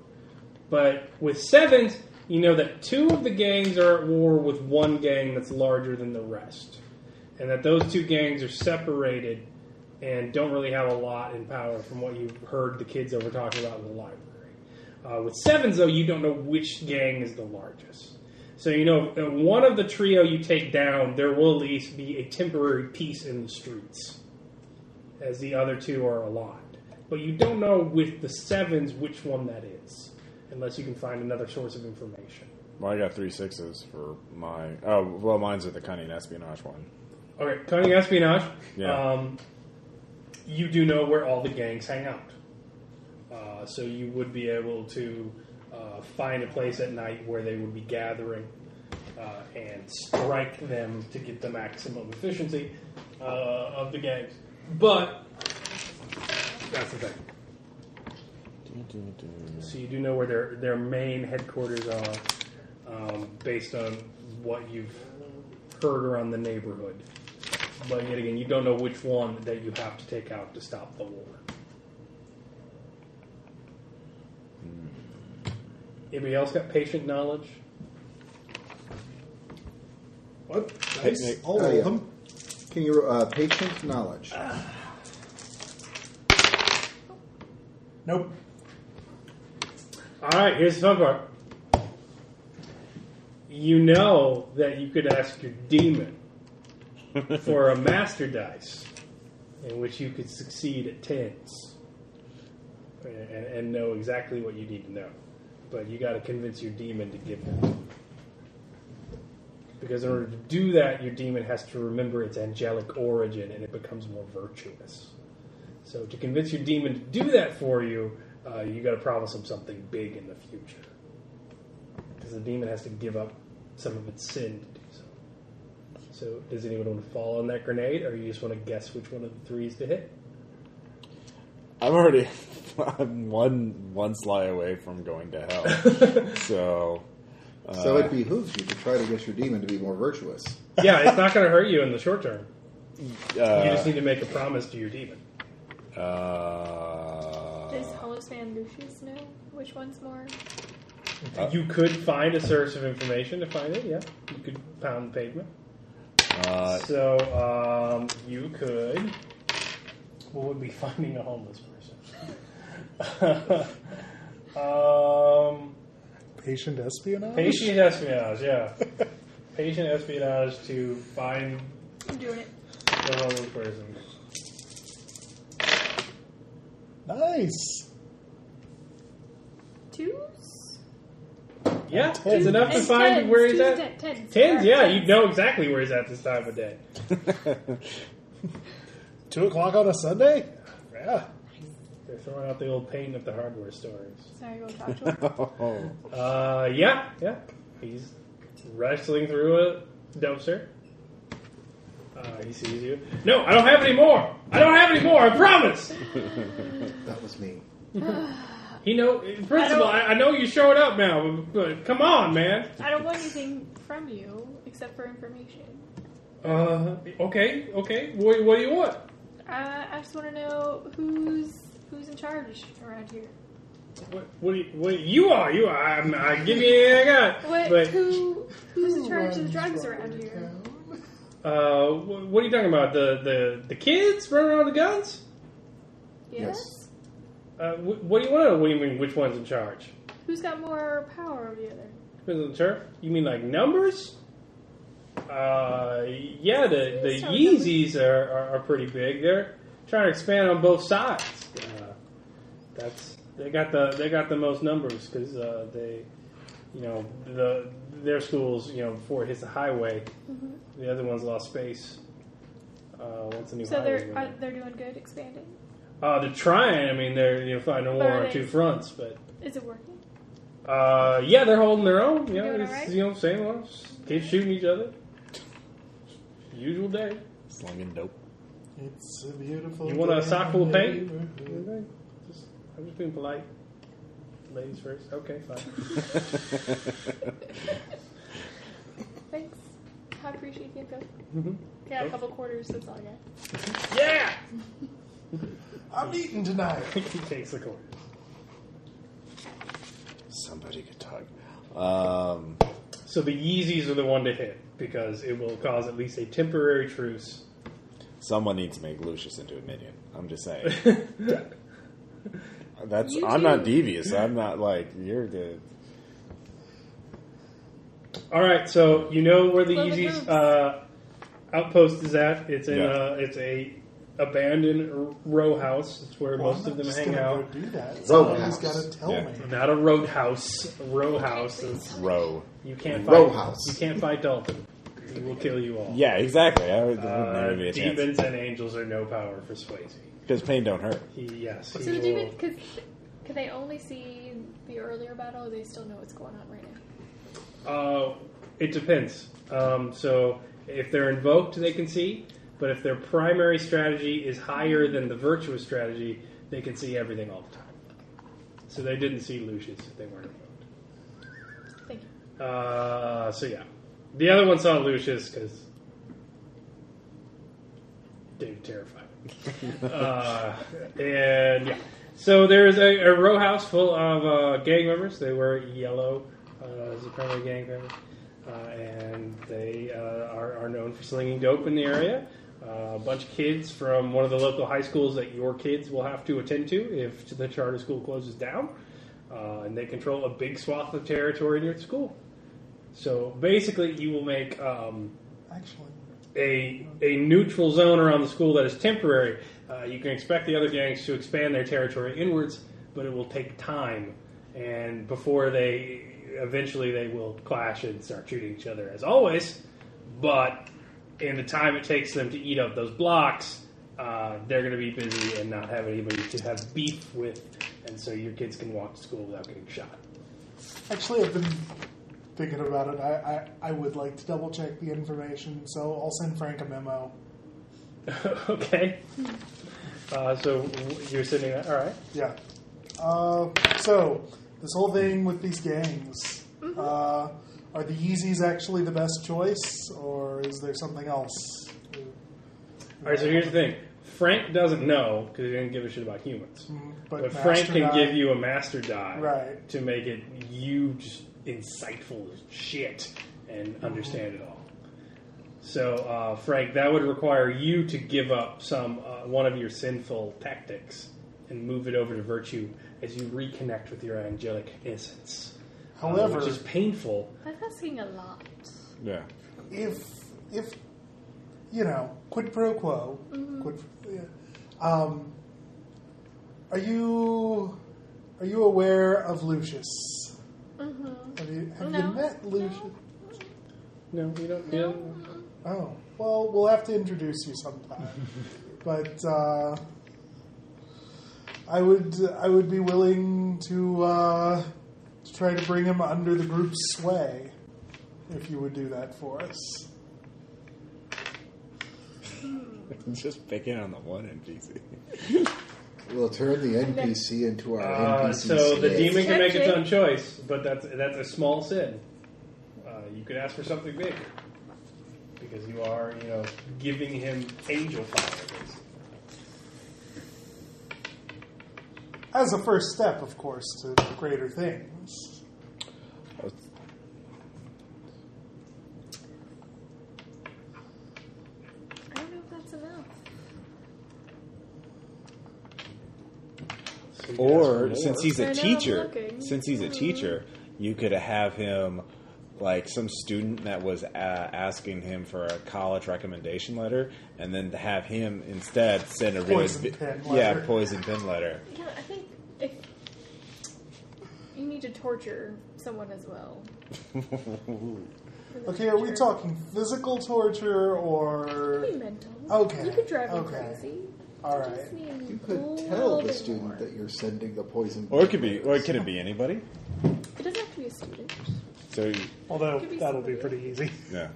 A: but with sevens, you know that two of the gangs are at war with one gang that's larger than the rest, and that those two gangs are separated and don't really have a lot in power from what you heard the kids over talking about in the library. Uh, with sevens, though, you don't know which gang is the largest. So you know, if one of the trio you take down, there will at least be a temporary peace in the streets, as the other two are aligned. But you don't know with the sevens which one that is, unless you can find another source of information.
B: Well, I got three sixes for my. Oh, well, mine's with the cunning espionage one.
A: Okay, cunning espionage.
B: Yeah.
A: Um, you do know where all the gangs hang out, uh, so you would be able to uh, find a place at night where they would be gathering uh, and strike them to get the maximum efficiency uh, of the gangs. But that's the thing. So you do know where their their main headquarters are, um, based on what you've heard around the neighborhood. But yet again, you don't know which one that you have to take out to stop the war. Anybody else got patient knowledge?
E: What?
F: Hey,
E: Nice.
F: Nick.
E: All
F: Oh, yeah.
E: of them.
F: Can you uh, patient knowledge?
B: Uh,
E: Nope.
A: All right, here's the fun part. You know that you could ask your demon for a master dice, in which you could succeed at tens, and, and know exactly what you need to know. But you got to convince your demon to give that. Because in order to do that, your demon has to remember its angelic origin, and it becomes more virtuous. So to convince your demon to do that for you, uh, you got to promise him something big in the future. Because the demon has to give up some of its sin to do so. So does anyone want to fall on that grenade, or you just want to guess which one of the threes
K: (laughs)
A: to hit?
K: I'm
B: (laughs)
K: already I'm one one sly away from going to
A: (laughs)
K: hell. so, uh,
F: so it behooves you to try to get your demon to be more virtuous.
A: Yeah, it's not going to hurt you in the short term. you just
K: uh,
A: need to make a promise to your demon.
K: uh,
B: uh,
D: Does Holosman Lucius know which one's more?
K: Uh.
A: you could find a source of information to find it. Yeah, you could pound the pavement.
K: uh,
A: so um, you could. What would be (laughs) finding a homeless person? (laughs) um,
E: Patient espionage.
A: patient espionage, (laughs) yeah. patient espionage to find
D: I'm doing it.
A: the homeless person.
E: Nice.
D: Twos?
A: Yeah, it's enough to
D: And
A: find
D: tens,
A: where he's
D: twos,
A: at.
D: ten- Tens.
A: Tens,
D: Alright,
A: yeah,
D: tens.
A: you know exactly where he's at this time of day.
B: uh,
E: Two o'clock on a Sunday. Yeah.
A: They're throwing out the old pain of the hardware stories.
D: Sorry, go talk
B: (laughs)
E: (laughs)
D: to him.
B: oh,
A: Uh, yeah, yeah. He's wrestling through a dumpster. Uh, he sees you. No, I don't have any more. I don't have any more. I promise.
F: That was me.
A: He know, in principle,
D: I
A: I, I, know you showed up now, but, but come on, man.
D: I don't want anything from you except for information.
A: Uh, okay, okay. What, what do you want?
D: Uh, I just want to know who's who's in charge around here.
A: What, what, do you, what you are? You are. I'm, I give you anything I got.
D: (laughs) What?
A: But
D: who? Who's in
E: Who
D: charge of the
E: runs
D: drugs
E: Robert
D: around here?
E: Town?
A: uh, wh- what are you talking about? The the the kids running around with guns?
D: Yes.
A: Uh, wh- what do you want to know? What do you mean? Which one's in charge?
D: Who's got more power over the other?
A: Who's in charge? You mean like numbers? Uh, yeah, the the
D: Yes, our numbers.
A: Yeezys are, are, are pretty big. They're trying to expand on both sides. Uh, that's they got the they got the most numbers because uh, they, you know, the their schools you know before it hits the highway, the other ones lost space. Uh, once a new
D: Mm-hmm. So
A: highway
D: they're
A: went
D: are,
A: in.
D: they're doing good, expanding.
A: uh, they're trying. I mean, they're you know fighting a
D: But are
A: war on
D: they-
A: two fronts, but
D: Is
E: (laughs)
D: it working?
A: uh, yeah, they're holding their own. You know,
D: Doing
A: it's,
D: alright?
A: you know, same ones. Just Keep shooting each other. Usual day.
K: slinging
B: (laughs)
K: dope.
E: It's a beautiful.
A: You want a
E: day
A: sock full of paint?
E: neighborhood.
A: Just, I'm just being polite. Ladies first. Okay, fine. (laughs)
D: Thanks. I appreciate the info.
A: Mm-hmm.
D: Got a couple quarters. That's all I got.
A: yeah.
E: I'm eating tonight.
A: he takes the corner.
K: Somebody could talk. Um,
A: So the Yeezys are the one to hit because it will cause at least a temporary truce.
K: someone needs to make Lucius into a minion. I'm just saying.
D: (laughs)
A: All
K: That's
D: You
K: I'm
D: do.
K: not devious. I'm not like you're the.
A: right. So you know where the
D: Well, the
A: Yeezys
D: groups.
A: uh, outpost is at. It's in
K: Yeah.
A: a, it's a abandoned r- row house. It's where
E: Well,
A: most
E: I'm
A: of
E: not
A: them
E: just
A: hang
E: gonna
A: out.
E: Go do that.
F: Rogue
E: Somebody's
F: house.
E: got to tell
K: Yeah.
E: me.
A: Not a roadhouse. A row house. is-
K: row.
A: You can't fight.
F: Row house.
A: You can't fight Dalton. He will kill you all.
K: Yeah, exactly. I would,
A: Uh,
K: wouldn't be a
A: demons and angels are no power for Swayze.
K: because pain don't hurt.
A: He yes.
D: So
A: He
D: the
A: will,
D: demon, because can they only see the earlier battle? Or they still know what's going on right now.
A: uh, it depends. Um, so if they're invoked, they can see. But if their primary strategy is higher than the virtuous strategy, they can see everything all the time. So they didn't see Lucius if they weren't invoked.
D: Thank you.
A: Uh, so yeah, the other one saw Lucius because David terrified. uh, and yeah. So there is a, a row house full of uh, gang members. They wear yellow uh, as the primary gang member, uh, and they uh, are, are known for slinging dope in the area. Uh, a bunch of kids from one of the local high schools that your kids will have to attend to if the charter school closes down, uh, and they control a big swath of territory in your school. So basically, you will make um,
E: Actually,
A: a, a neutral zone around the school that is temporary. Uh, you can expect the other gangs to expand their territory inwards, but it will take time. And before they eventually they will clash and start shooting each other as always. But in the time it takes them to eat up those blocks, uh, they're going to be busy and not have anybody to have beef with, and so your kids can walk to school without getting shot.
E: actually, I've been thinking about it. I, I, I would like to double check the information, so I'll send Frank a memo.
A: (laughs) okay. Uh, so w- you're sending that. All right.
E: Yeah. Uh, so this whole thing with these gangs. Uh, are the Yeezys actually the best choice, or is there something else?
A: All right, so here's the thing. Frank doesn't know because he didn't give a shit about humans.
E: but
A: But, Frank
E: Master
A: can
E: Die-
A: give you a master die
E: Right.
A: to make it you just insightful as shit and understand it all. So uh, Frank, that would require you to give up some uh, one of your sinful tactics and move it over to virtue as you reconnect with your angelic essence. uh,
E: However-
A: which is painful.
I: That's asking a lot.
B: Yeah.
E: If if you know quid pro quo, quid, um, are you are you aware of Lucius?
I: Mm-hmm.
E: Have you have
I: No.
E: you met Lucius?
A: No, you don't. You don't
E: Oh, well, we'll have to introduce you (laughs) sometime. but uh, I would I would be willing to, uh, to try to bring him under the group's sway if you would do that for us.
B: (laughs) Just picking on the one NPC.
F: We'll turn the NPC into our
A: Uh,
F: NPC.
A: so the
F: slave.
A: demon can make its
I: Check it.
A: own choice, but that's that's a small sin. Uh, you could ask for something big because you are, you know, giving him angel power.
E: As a first step, of course, to greater things.
I: I don't know if that's enough.
A: basically. So you ask for
B: Or
A: more.
B: since he's
I: I know,
B: a
I: I'm
B: teacher,
I: looking.
B: since he's a
D: Mm-hmm.
B: teacher, you could have him like some student that was uh, asking him for a college recommendation letter, and then to have him instead send a really
E: Poison
B: bi-
E: pen
B: yeah
E: letter.
B: poison pin letter.
D: Yeah, I think if you need to torture someone as
F: (laughs)
D: well.
E: Okay, are we talking physical torture or?
D: Be mental.
E: Okay,
D: You could drive me
E: okay.
D: crazy.
E: All
D: You
E: right.
D: just need
F: You
D: a
F: could
D: little
F: tell the
D: bit
F: student
D: more.
F: that you're sending the poison.
B: Or it could be, or can it be anybody?
D: It doesn't have to be a student.
B: So you-
E: Although
D: Could be
E: that'll be
D: somebody.
E: pretty easy.
B: yeah,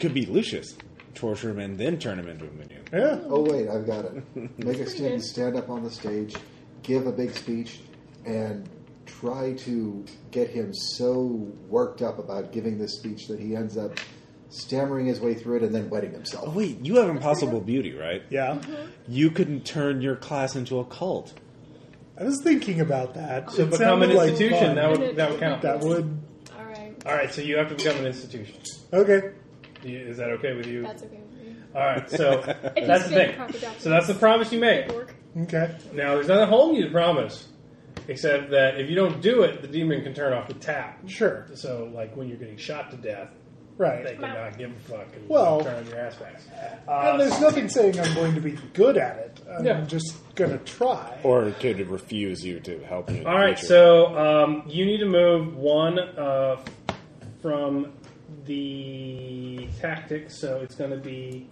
B: could be Lucius. Torture him and then turn him into a minion.
E: Yeah.
F: Oh wait, I've
A: (laughs)
F: got it. Make a student stand up on the stage, give a big speech, and try to get him so worked up about giving this speech that he ends up stammering his way through it and then wetting
B: Oh
F: himself.
B: wait, you have impossible beauty, right?
E: (laughs) Yeah.
D: Mm-hmm.
B: You couldn't turn your class into a cult.
E: I was thinking about that.
A: to
E: It
A: become an
E: sounded like
A: institution,
E: fun.
A: that would that would count.
E: that would.
D: All right.
A: All right, so you have to become an institution.
E: Okay.
A: Do you- Is that okay with you?
D: That's okay with me.
A: All right,
E: (laughs)
A: so that's
D: It just
A: the
D: been
A: thing.
D: proper
A: So that's the promise you made.
D: Work.
E: Okay.
A: Now there's nothing holding you to promise, except that if you don't do it, the demon can turn off the tap.
E: Sure.
A: So like when you're getting shot to death,
E: Right.
A: They could not give a fuck and
E: Well-
A: turn on your ass fast.
E: And there's nothing saying I'm going to be good at it. I'm
A: Yeah.
E: just going to try.
B: Or could it refuse you to help you? in the
A: All right,
B: future?
A: so um, you need to move one uh, from the tactics, so it's going to be.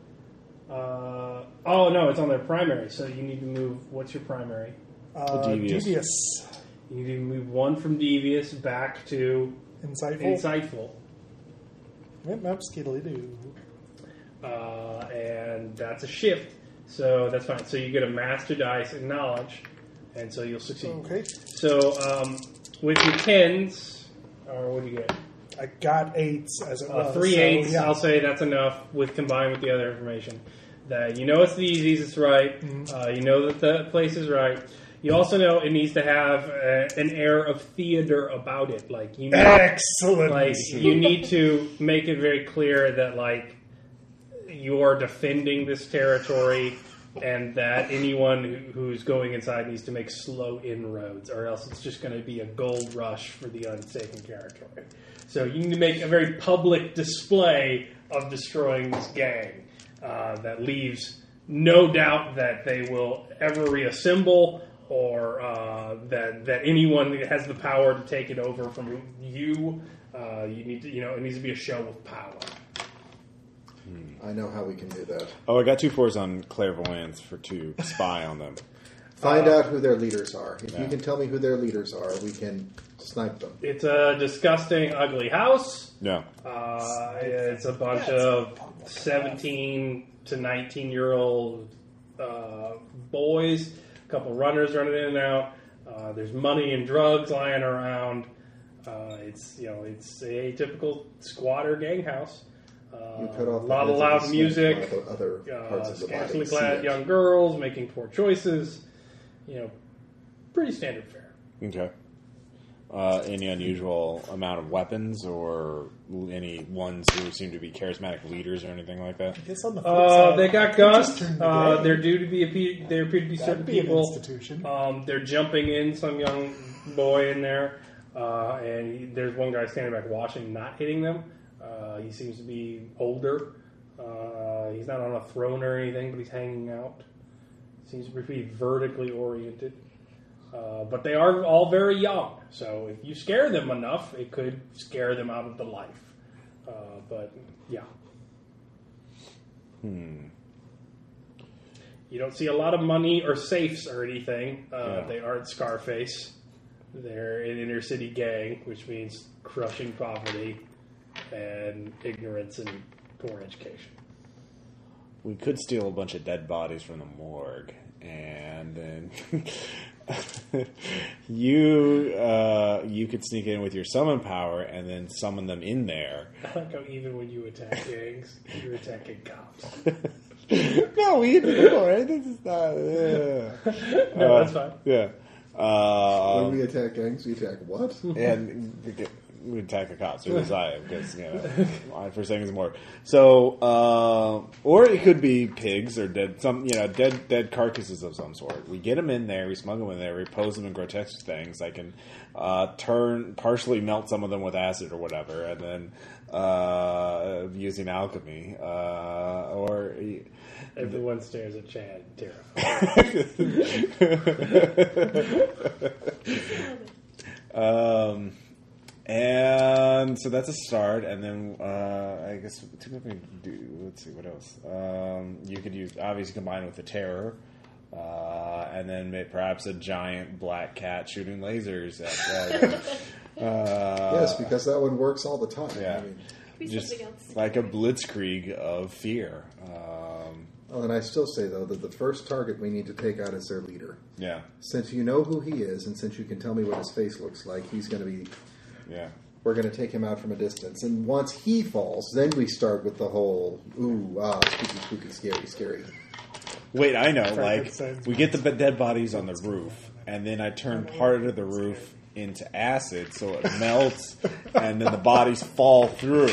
A: Uh, oh no, it's on their primary, so you need to move. What's your primary?
E: Uh,
B: devious.
E: devious.
A: You need to move one from devious back to
E: Insightful.
A: insightful,
E: Yep, yep, skiddly-doo.
A: uh, and that's a shift. So that's fine. So you get a master dice in knowledge, and so you'll succeed.
E: Okay.
A: So um, with your tens, or what do you get?
E: I got eights as it
A: Uh,
E: was.
A: three
E: so,
A: eights.
E: yeah.
A: I'll say that's enough with combined with the other information. That you know it's the easiest right.
E: Mm-hmm.
A: Uh, you know that the place is right. You also know it needs to have uh, an air of theater about it. Like you,
E: (coughs) Excellent.
A: Like you need to make it very clear that like you are defending this territory. And that anyone who- who's going inside needs to make slow inroads, or else it's just going to be a gold rush for the unsafe territory. So you need to make a very public display of destroying this gang uh, that leaves no doubt that they will ever reassemble or uh, that that anyone that has the power to take it over from you. Uh, you need to, you know, it needs to be a show of power.
F: I know how we can do
A: Uh,
F: that.
B: Oh, I got two fours on clairvoyance for to spy on them.
F: Find
A: Uh,
F: out who their leaders are. If
B: yeah.
F: you can tell me who their leaders are, we can snipe them.
A: It's a disgusting, ugly house.
B: No.
A: Uh, it's a bunch of 17 to 19 year old uh, boys, a couple runners running in and out. Uh, there's money and drugs lying around. Uh, it's you know it's a typical squatter gang house. Uh,
F: You cut off
A: a
F: the
A: lot of
F: heads of the
A: loud
F: snake
A: music.
F: while the other parts
A: uh,
F: of the body
A: scantily
F: see
A: clad
F: it.
A: young girls making poor choices. You know, pretty standard fare.
B: Okay. Uh, any unusual amount of weapons or any ones who seem to be charismatic leaders or anything like that?
E: Guess on the flip
A: Uh,
E: side,
A: they
E: I
A: got
E: could just
A: guns.
E: turn the
A: Uh,
E: day.
A: they're due to be appe- they appear to be
E: That'd
A: certain
E: be an
A: people.
E: institution.
A: Um, they're jumping in some young boy in there, uh, and he, there's one guy standing back watching, not hitting them. Uh, he seems to be older. Uh, he's not on a throne or anything, but he's hanging out. Seems to be vertically oriented. Uh, but they are all very young, so if you scare them enough, it could scare them out of the life. Uh, but yeah.
B: Hmm.
A: You don't see a lot of money or safes or anything. Uh,
B: Yeah.
A: They aren't Scarface. They're an inner city gang, which means crushing poverty and ignorance and poor education. (laughs)
B: We could steal a bunch of dead bodies from the morgue, and then (laughs) you uh, you could sneak in with your summon power and then summon them in there. (laughs)
A: I like how even when you attack gangs, you're attacking cops.
B: (laughs) no, we didn't do it. This is not. uh,
A: (laughs) No,
B: uh,
A: that's fine.
B: Yeah. Uh,
F: when we attack gangs, we attack
A: (laughs)
F: what?
B: and we get- we attack the cops or desire because you know I- for saying it's more. So, uh, or it could be pigs or dead some you know dead dead carcasses of some sort. We get them in there, we smuggle them in there, we pose them in grotesque things. I can uh, turn partially melt some of them with acid or whatever, and then uh, using alchemy uh, or. (laughs)
A: Everyone stares at Chad, terrified.
B: um, and so that's a start, and then uh, I guess what do we do? Let's see what else. Um, you could use obviously combine with the terror, uh, and then may, perhaps a giant black cat shooting lasers at. Uh, uh,
F: yes, because that one works all the time.
B: yeah.
F: I mean,
D: (laughs) Be
B: just
D: something else.
B: like a blitzkrieg of fear. Um,
F: oh, and I still say though that the first target we need to take out is their leader.
B: yeah,
F: Since you know who he is, and since you can tell me what his face looks like, he's going to be.
B: yeah.
F: We're going to take him out from a distance, and once he falls, then we start with the whole ooh ah spooky spooky scary scary.
B: Wait, I know. Like
E: Frankenstein's
B: we get the b- dead bodies on the roof, and then I turn part of the roof into acid, so it melts, and then the bodies fall through,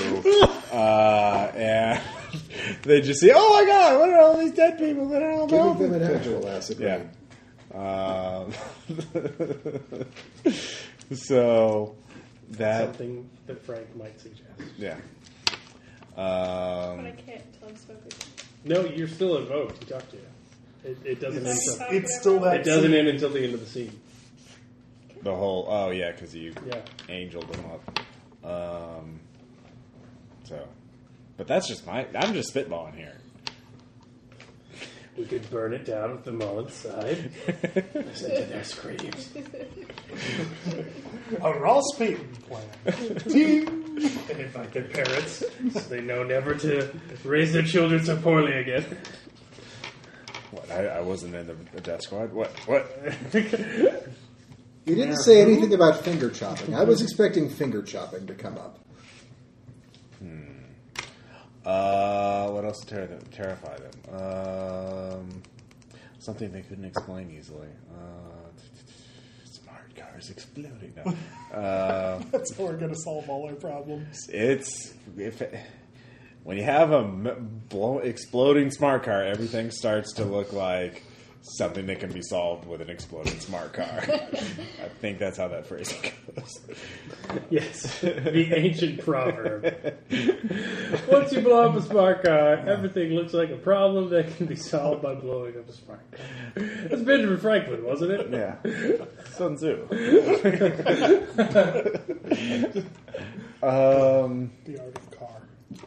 B: uh, and (laughs) they just say, "Oh my god, what are all these dead people? They're all
F: Giving them
L: uh,
B: melted."
F: an actual acid
B: Yeah.
F: rain.
B: Um, (laughs) so that
A: Something that Frank might suggest.
B: yeah.
D: But I
B: Um,
D: can't tell him so everything.
A: No, you're still invoked. You talk to him. It, it doesn't. End
E: It's,
D: Sorry,
A: till-
D: sorry,
E: it's still
D: whatever.
E: that.
A: it doesn't end until the end of the scene.
B: the whole oh yeah, because you
A: Yeah.
B: angeled them up. Um, so, but that's just my. I'm just spitballing here.
A: We could burn it down with them all inside. Listen to their screams.
E: A Ross Payton plan.
A: (laughs)
E: Team.
A: and invite their parents so they know never to raise their children so poorly again.
B: What? I, I wasn't in the, the death squad. What? What? (laughs)
F: You didn't say anything about finger chopping. I was expecting finger chopping to come up.
B: Uh, what else to terror them, terrify them? Um, something they couldn't explain easily. Uh, (laughs) smart cars exploding. No. Uh,
E: (laughs) That's how we're going to solve all our problems.
B: it's if it, when you have a m- blow, exploding smart car, everything starts to look like something that can be solved with an exploding smart car. I think that's how that phrase goes.
A: Yes, the ancient proverb. Once
B: Once
A: you blow up a smart car, everything looks like a problem that can be solved by blowing up a smart car. That's Benjamin Franklin, wasn't it?
B: yeah, Sun Tzu. um,
E: The art of car.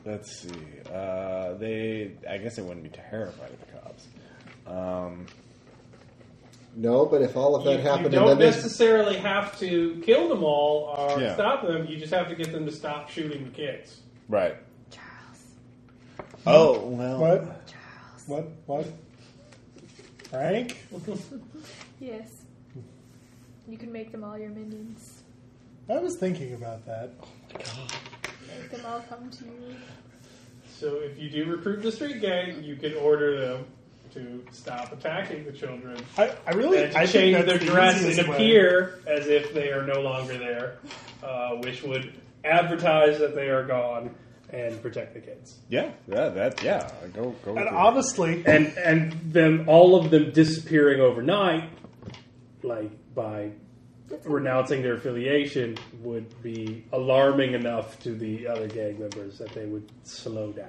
B: let's see. Uh, they, I guess, they wouldn't be terrified of the cops. Um,
F: No, but if all of that
L: you,
F: happened
L: you
F: and
L: don't
F: then they-
L: necessarily have to kill them all or
B: Yeah.
L: stop them. You just have to get them to stop shooting the kids.
B: right. Charles. Oh well.
E: What? What? What? Frank?
M: Yes. You can make them all your minions.
E: I was thinking about that.
M: Make them all come to you.
L: So if you do recruit the street gang, you can order them to stop attacking the children.
E: I, I really
L: and to
E: I think
L: change
E: that's
L: their
E: the
L: dress
E: easiest
L: and
E: way.
L: appear as if they are no longer there, uh, which would advertise that they are gone and protect the kids.
B: Yeah. Yeah. That. Yeah. Go. Go.
E: And
B: with it.
E: honestly,
A: And and them all of them disappearing overnight, like by renouncing their affiliation, would be alarming enough to the other gang members that they would slow down.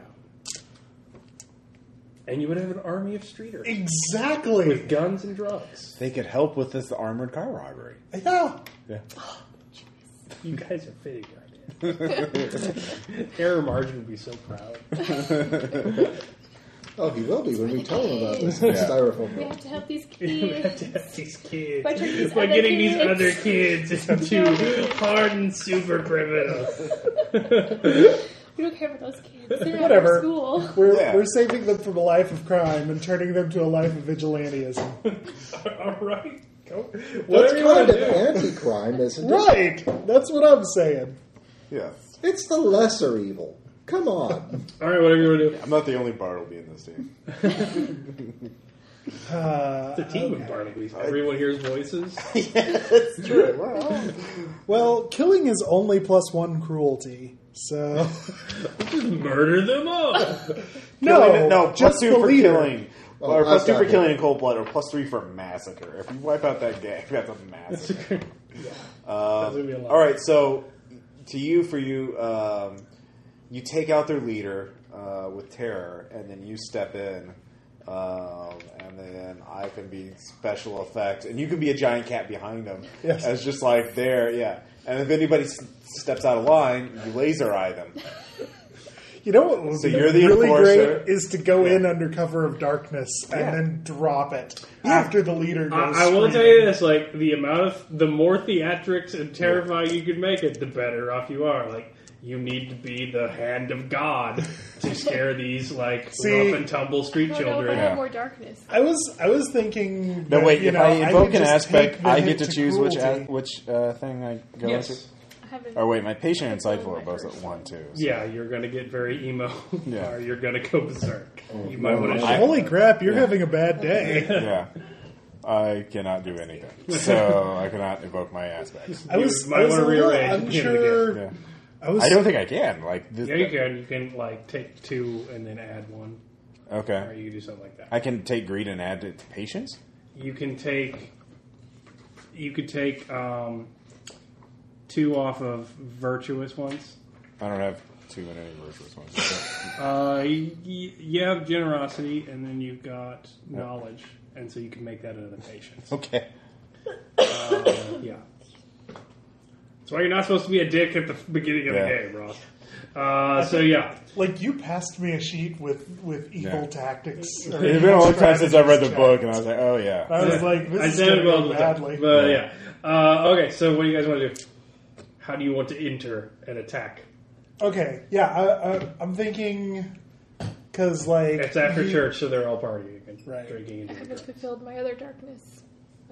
A: And you would have an army of streeters
E: exactly.
A: with guns and drugs.
B: they could help with this armored car (laughs) robbery.
E: I know.
B: Yeah.
A: You guys are fitting right in. Error margin would be so proud.
F: Oh, he will be when we tell him about this
B: Yeah.
F: styrofoam.
D: We have to help these
A: (laughs) You have
D: kids.
A: to have these kids.
D: By turning these
A: By
D: other
A: getting these
D: kids.
A: other kids into
D: (laughs)
A: hardened super criminals.
D: we don't care about those kids. They're out
E: Whatever.
D: of school.
E: We're,
B: Yeah.
E: we're saving them from a life of crime and turning them to a life
B: (laughs)
E: of vigilantism.
A: (laughs)
L: All right. Go.
F: That's
L: Whatever you
F: kind
L: want
F: of
L: to do.
F: anti-crime, isn't it?
E: right. That's what I'm saying.
B: Yeah.
F: It's the lesser evil. Come on.
A: All right, whatever you want to do.
B: I'm not the only Bartleby in this team.
E: Uh,
A: The team of Barnaby's. Everyone hears voices.
B: That's true. Wow.
E: well, killing is only plus one cruelty. So
A: Murder them all.
B: (laughs)
E: (laughs)
B: no, no, plus
E: just
B: two
E: the
B: for
E: leader.
B: killing.
F: Oh,
B: or plus
F: I've
B: two
F: got
B: for
F: it.
B: killing in cold blood, or plus three for massacre. If you wipe out that gang, (laughs) that's a
A: (laughs)
B: massacre. Uh,
A: That's gonna be a lot.
B: all right, so to you, for you, um, you take out their leader uh, with terror, and then you step in, um, and then I can be special effects, and you can be a giant cat behind them.
E: Yes.
B: As just like there, yeah. And if anybody s- steps out of line, you laser eye them.
E: You know what would
B: So
E: be
B: you're the
E: really
B: enforcer.
E: great is to go in under cover of darkness and
B: Yeah.
E: then drop it after the leader goes.
A: I, I will tell
E: screaming.
A: you this: like the amount of the more theatrics and terrifying you can make it, the better off you are. Like you need to be the hand of God to scare these like
E: See-
A: rough and tumble street
D: No, no,
A: children.
D: but I have more darkness.
E: I was I was thinking.
B: No,
E: that,
B: wait.
E: You
B: if
E: know,
B: I
E: could
B: invoke an
E: just take
B: aspect,
E: the
B: I
E: hit
B: get to choose which
E: cruelty.
B: a- which uh, thing I go
L: Yes.
B: into.
D: I haven't.
B: Or Oh, wait, my patient and
D: That's
B: insightful
D: one
B: are
D: of
B: both
D: my
B: at
D: first
B: one too. so-
A: Yeah, you're gonna get very emo, (laughs)
B: Yeah.
A: or you're gonna go berserk. You might
B: no,
A: want
B: no.
A: to.
B: I-
E: Holy crap! You're
B: Yeah.
E: having a bad
B: (laughs)
E: day.
B: yeah. I cannot do anything, so I cannot invoke my aspects.
E: I was.
A: might
E: I was
A: wanna
E: a little
A: rearrange.
E: unsure.
B: Yeah.
E: I was.
B: I don't think I can. Like this.
A: Yeah, you can. You can like take two and then add one, or
B: Okay.
A: you can do something like that.
B: I can take greed and add it to patience.
A: You can take. You could take um, two off of virtuous ones.
B: I don't have too many virtuous ones. so-
A: Uh, y- y- you have generosity, and then you've got knowledge, and so you can make that another patience.
B: (laughs) okay.
A: yeah. That's why you're not supposed to be a dick at the beginning of
B: Yeah.
A: the game, Ross. Uh, so yeah,
E: Like you passed me a sheet with with evil
B: Yeah.
E: tactics.
B: It's
E: or
B: been a
E: evil
B: long time since I read the
E: strategies
B: book, and I
E: checked.
B: was like, oh yeah.
E: I was like,
A: I
E: this is
A: said
E: going
A: it
E: to
A: well
E: go
A: the time,
E: badly.
A: but yeah. Uh, okay, so what do you guys want to do? How do you want to enter an attack?
E: Okay, yeah, I, I, I'm thinking because like
A: It's after
E: you-
A: church, so they're all partying and
E: Right.
A: drinking and
D: I
A: doing
D: haven't
A: drugs.
D: fulfilled my other darkness.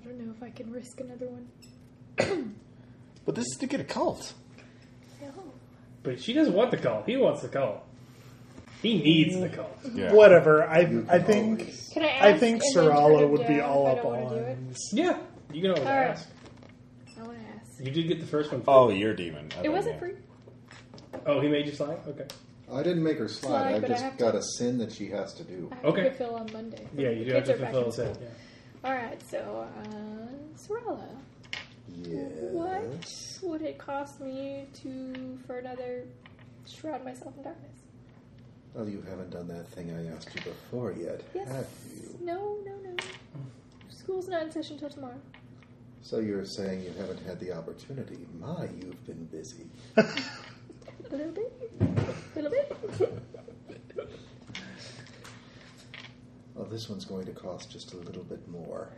D: I don't know if I can risk another one.
B: But this is to get a cult.
D: No.
A: But she doesn't want the call. He wants the call. He needs the call.
E: Whatever. I I think
D: Can I ask?
E: I think
D: and then turn
E: Sarala
D: him
E: would be
D: down
E: all
D: if I
E: up
D: don't wanna do it?
E: on.
A: Yeah, you can always
D: All right.
A: ask.
D: I want to ask.
A: You did get the first one. Free.
K: Oh, you're a demon. I
D: It
K: thought,
D: wasn't
K: yeah.
D: free.
A: Oh, he made you slide. Okay.
F: I didn't make her slide.
D: Slide,
F: I
D: but I
F: just
D: have to-
F: got a sin that she has to do.
D: I have
A: Okay.
D: to fulfill on Monday.
A: Yeah, you do have to
D: Kids are back
A: fulfill
D: in
A: his head.
D: school.
A: Yeah.
D: All right, so uh, Sorella, what
F: Yes.
D: would it cost me to for another shroud myself in darkness?
F: Oh, you haven't done that thing I asked you before yet,
D: Yes.
F: have you?
D: No, no, no. School's not in session till tomorrow.
F: So you're saying you haven't had the opportunity. My, you've been busy.
D: A little bit, a little bit.
F: Well, Oh, this one's going to cost just a little bit more.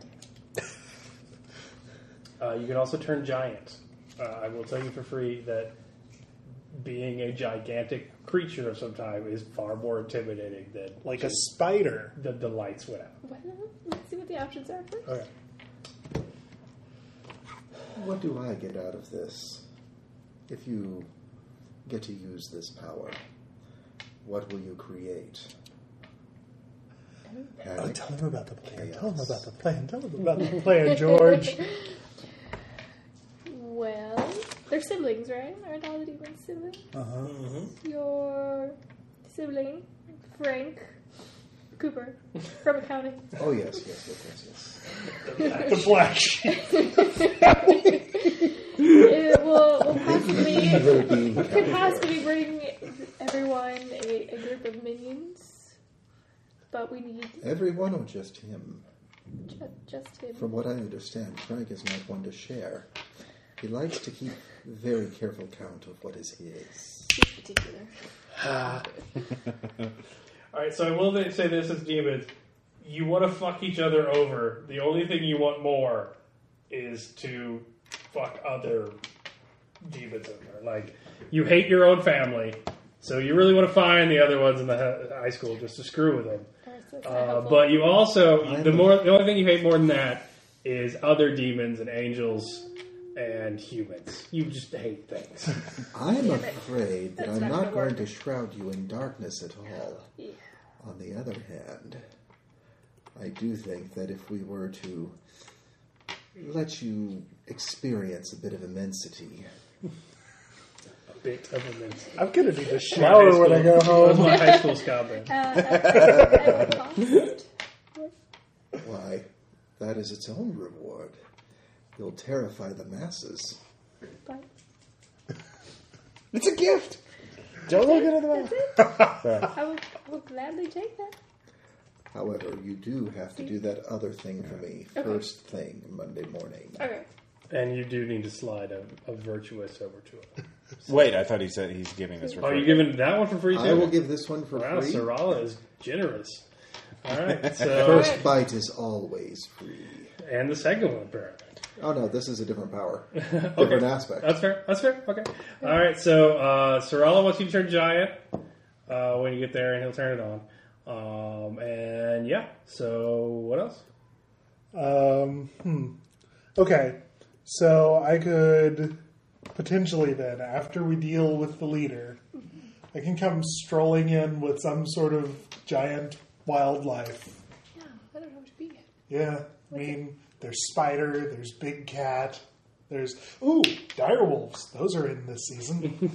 A: Uh, you can also turn giant. Uh, I will tell you for free that being a gigantic creature of some time is far more intimidating than
E: Like a spider.
A: the, the lights went out.
D: well, let's see what the options are first.
A: Okay.
F: What do I get out of this? If you get to use this power, what will you create?
E: Oh,
F: Panic?
E: tell him about the plan. Tell him
F: Chaos.
E: about the plan. Tell him about the plan, George.
D: Well, they're siblings, right? Aren't all the demons siblings?
E: Uh-huh.
D: Your sibling, Frank Cooper, from accounting.
F: (laughs) Oh, yes, yes, yes, yes, yes.
E: The flash.
D: it will, will
F: (laughs)
D: possibly (laughs)
F: Will be
D: could possibly bring everyone a, a group of minions, but we need
F: Everyone or just him?
D: ju- just him.
F: From what I understand, Frank is not one to share. He likes to keep very careful count of what is his.
D: He's particular.
A: All right. So I will then say this as demons: you want to fuck each other over. The only thing you want more is to fuck other demons over. Like you hate your own family, so you really want to find the other ones in the hi- high school just to screw with them.
D: Or it's like
A: Uh,
D: helpful.
A: but you also
F: I'm-
A: the more the only thing you hate more than that is other demons and angels and humans. You just hate things. (laughs)
F: I'm afraid that
D: That's
F: I'm
D: not
F: not
D: gonna work.
F: going to shroud you in darkness at all.
D: Yeah.
F: On the other hand, I do think that if we were to let you experience a bit of immensity,
A: A bit of immensity.
E: I'm gonna need a shower when I go
A: That's
E: home.
A: my high school ska band.
D: Uh, at- at what cost?
F: why, that is its own reward. You'll terrify the masses.
D: But-
F: It's a gift!
K: Don't look into the
D: That's it.
B: (laughs)
D: I will, I will gladly take that.
F: However, you do have to do that other thing for me first thing Monday morning.
D: Okay.
A: And you do need to slide a, a virtuous over to it.
K: Wait, I thought he said he's giving this.
A: Are Oh, you giving that one for free too?
F: I will give this one for
A: wow,
F: free.
A: Sarala is generous. All
F: (laughs)
A: right, so
F: First bite is always free.
A: and the second one apparently.
F: Oh no, this is a different
A: (laughs)
F: power, (laughs) different aspect.
A: That's fair. That's fair. Okay. All right. So uh, Sorella wants you to turn giant uh, when you get there, and he'll turn it on. Um, and yeah. So what else?
E: Um, hmm. Okay, so I could potentially then, after we deal with the leader, I can come strolling in with some sort of giant wildlife.
D: Yeah, I don't know what to be yet.
E: Yeah, I mean, there's spider, there's big cat, there's ooh, direwolves. Those are in this season.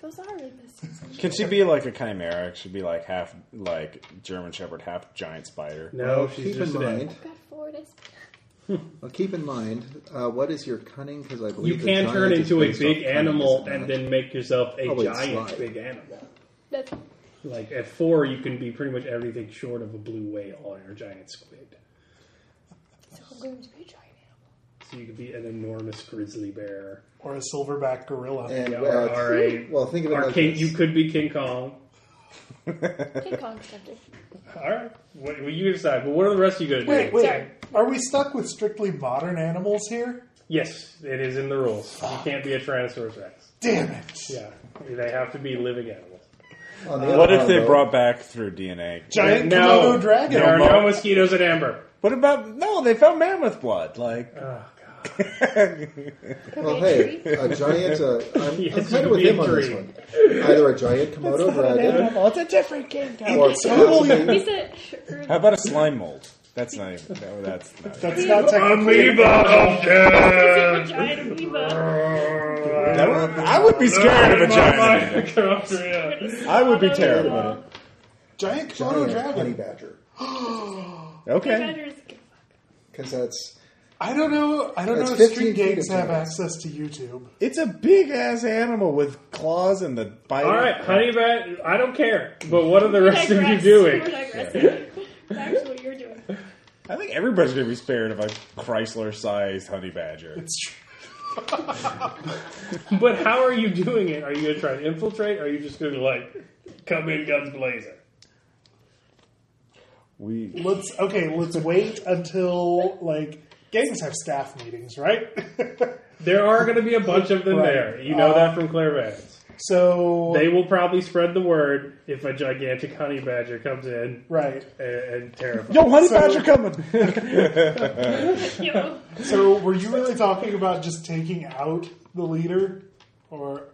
D: Those are in this season.
K: Can she be like a chimera? She Should be like half like German Shepherd, half giant spider.
A: No,
F: Well, keep in
A: an
F: mind.
A: egg.
D: Got four days.
F: Well, keep in mind. Uh, what is your cunning? Because I believe
A: You
F: the
A: can
F: giant
A: turn
F: is
A: into a
F: based off
A: big
F: cunning, is
A: animal
F: it
A: and
F: not?
A: then make yourself a
F: Oh, wait,
A: giant
F: slide.
A: big animal.
D: That's
A: Like at four, you can be pretty much everything short of a blue whale or a giant squid.
D: so I'm going to be a giant animal.
A: So you could be an enormous grizzly bear.
E: or a silverback gorilla.
F: And,
A: Yeah,
F: well,
A: or, or a,
F: well, think of it
A: or
F: like
A: King,
F: this.
A: you could be King Kong.
D: King Kong's tempting.
A: All right, what, well, you decide. But what are the rest of you going to
E: Wait,
A: do?
E: wait.
D: Sorry.
E: Are we stuck with strictly modern animals here?
A: Yes, it is in the rules. You can't be a Tyrannosaurus Rex.
E: Damn it!
A: Yeah, they have to be living animals.
F: On the
K: What
F: other
K: if
F: hand,
K: they
F: though,
K: brought back through DNA?
E: Giant
A: no,
E: Komodo dragon.
A: There are no mosquitoes in amber.
K: What about no? They found mammoth blood. Like
A: Oh god.
F: well, hey, a giant.
A: (laughs)
F: Uh, I'm, I'm kind of with him on this one. Either a giant
A: (laughs)
F: Komodo dragon,
B: It's a different game.
F: or possibly,
D: He's a.
B: How about a slime mold? That's not even. No, that's not.
E: That's not technically.
N: Amoeba of death.
D: He's a giant amoeba.
B: That would- I would be scared of a giant.
A: (laughs)
B: amoeba. I would be terrified.
E: Giant Komodo
F: giant honey
E: dragon.
F: badger,
B: Okay.
F: because that's
E: I don't know. I don't
F: That's
E: know if Street
F: 15 feet
E: Games
F: of
E: have
F: giant.
E: access to YouTube.
B: It's a big ass animal with claws and the bite.
A: All right, honey bat. I don't care. But what are the rest of you
D: Digress.
A: doing?
D: (laughs) We're digressing. That's actually what you're doing.
A: (laughs)
B: I think everybody's gonna be scared of a Chrysler sized honey badger.
E: It's true.
A: But how are you doing it? Are you going to try to infiltrate? Or are you just going to like come in guns blazing?
B: We
E: Let's okay. Let's wait until like games have staff meetings, right? (laughs)
A: There are going to be a bunch of them
E: Right.
A: there. You know
E: Uh,
A: that from Clairvance.
E: so
A: They will probably spread the word if a gigantic honey badger comes in
E: right.
A: and, and terrifies.
B: yo honey
E: So-
B: badger coming. (laughs)
D: You know,
E: So were you really talking about just taking out the leader, or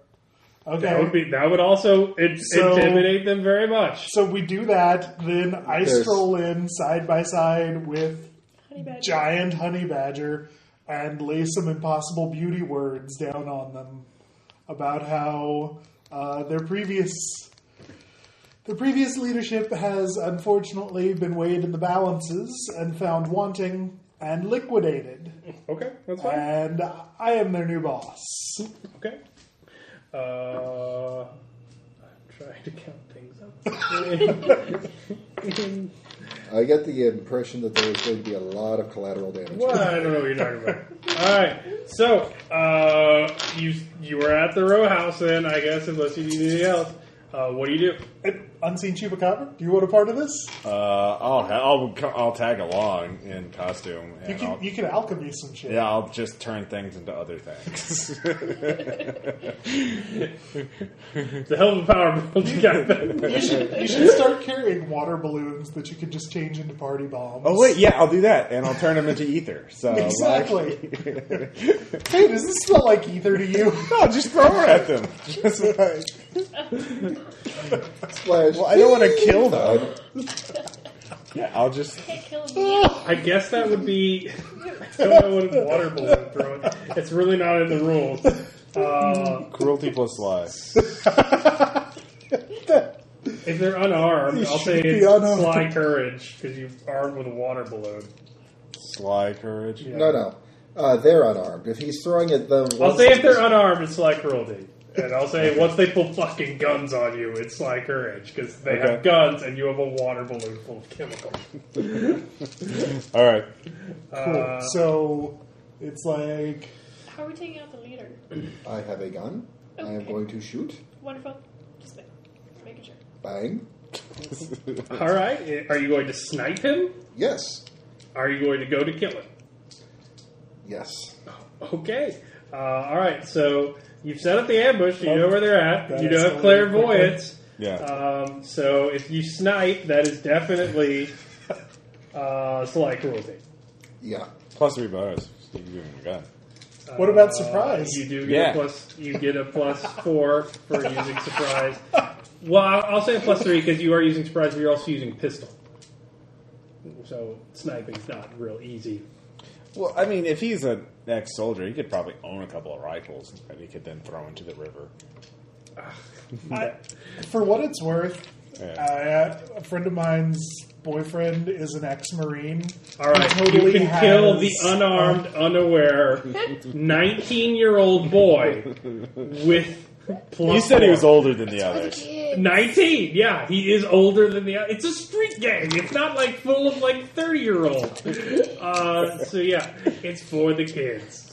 E: okay?
A: That would be that would also in-
E: So-
A: intimidate them very much.
E: So we do that, then I
F: There's-
E: stroll in side by side with
D: honey badger.
E: giant honey badger and lay some impossible beauty words down on them about how uh, their previous the previous leadership has unfortunately been weighed in the balances and found wanting and liquidated,
A: Okay, that's fine.
E: and I am their new boss.
A: Okay. Uh, I'm trying to count things up.
F: I get the impression that there is going to be a lot of collateral damage.
A: Well, I don't know what you're talking about. All right, so uh, you you were at the row house then, I guess, unless you need anything else. Uh, what do you do?
E: Unseen Chupacabra, do you want a part of this?
B: Uh, I'll, I'll I'll tag along in costume. And
E: You
B: I'll,
E: can you can alchemy some shit.
B: yeah, I'll just turn things into other things. (laughs)
A: The hell of a power (laughs) build you got there.
E: You should, you should start carrying water balloons that you can just change into party bombs.
B: oh wait, yeah, I'll do that, and I'll turn them into ether. So like- (laughs)
E: Exactly. (laughs) hey, does this smell like ether to you?
B: no, just throw it at them. Just like-
F: Splash.
B: well, I don't want to kill them. Yeah, I'll just
D: Can't kill me.
A: I guess that would be. I don't know what a water balloon throw. it. It's really not in the rules. Uh,
B: cruelty plus lie.
A: if they're unarmed, I'll say
E: be
A: it's
E: unarmed.
A: sly courage because you're armed with a water balloon.
B: Sly courage.
F: No, no. Uh, they're unarmed. If he's throwing at them,
A: I'll say if they're unarmed, it's sly cruelty. And I'll say once they pull fucking guns on you, it's sly courage because they have
B: Okay.
A: guns and you have a water balloon full of chemicals.
B: All right. (laughs)
A: Uh,
E: cool. So it's like
D: How are we taking out the leader?
F: I have a gun. I am going to shoot.
D: Wonderful. Just ma- making sure.
F: Bang.
A: All right, eh, are you going to snipe him?
F: Yes.
A: Are you going to go to kill him?
F: Yes.
A: Okay. Uh, all right. So you've set up the ambush. You know where they're at.
E: Oh, That
A: You don't have
E: escalated
A: clairvoyance.
B: Yeah.
A: Um, so if you snipe, that is definitely uh, sly cruelty.
F: Yeah.
B: Plus three bonus. You can give him a gun.
E: what
B: Uh,
E: about surprise?
A: You do get
B: Yeah.
A: a plus. You get a plus four for using surprise. Well, I'll I'll say a plus three because you are using surprise, but you're also using pistol. So sniping's not real easy.
B: Well, I mean, if he's an ex-soldier, he could probably own a couple of rifles that he could then throw into the river.
E: For what it's worth,
B: Yeah.
E: uh, a friend of mine's boyfriend is an ex-marine.
A: All right,
E: He totally
A: you can
E: has-
A: kill the unarmed,
E: (laughs)
A: unaware, nineteen-year-old boy
B: (laughs)
A: with. Plus
B: You said he
A: four.
B: was older than the others.
A: Nineteen, yeah, he is older than the. It's a street gang. It's not like full of like thirty-year-old. Uh, so yeah, it's for the kids.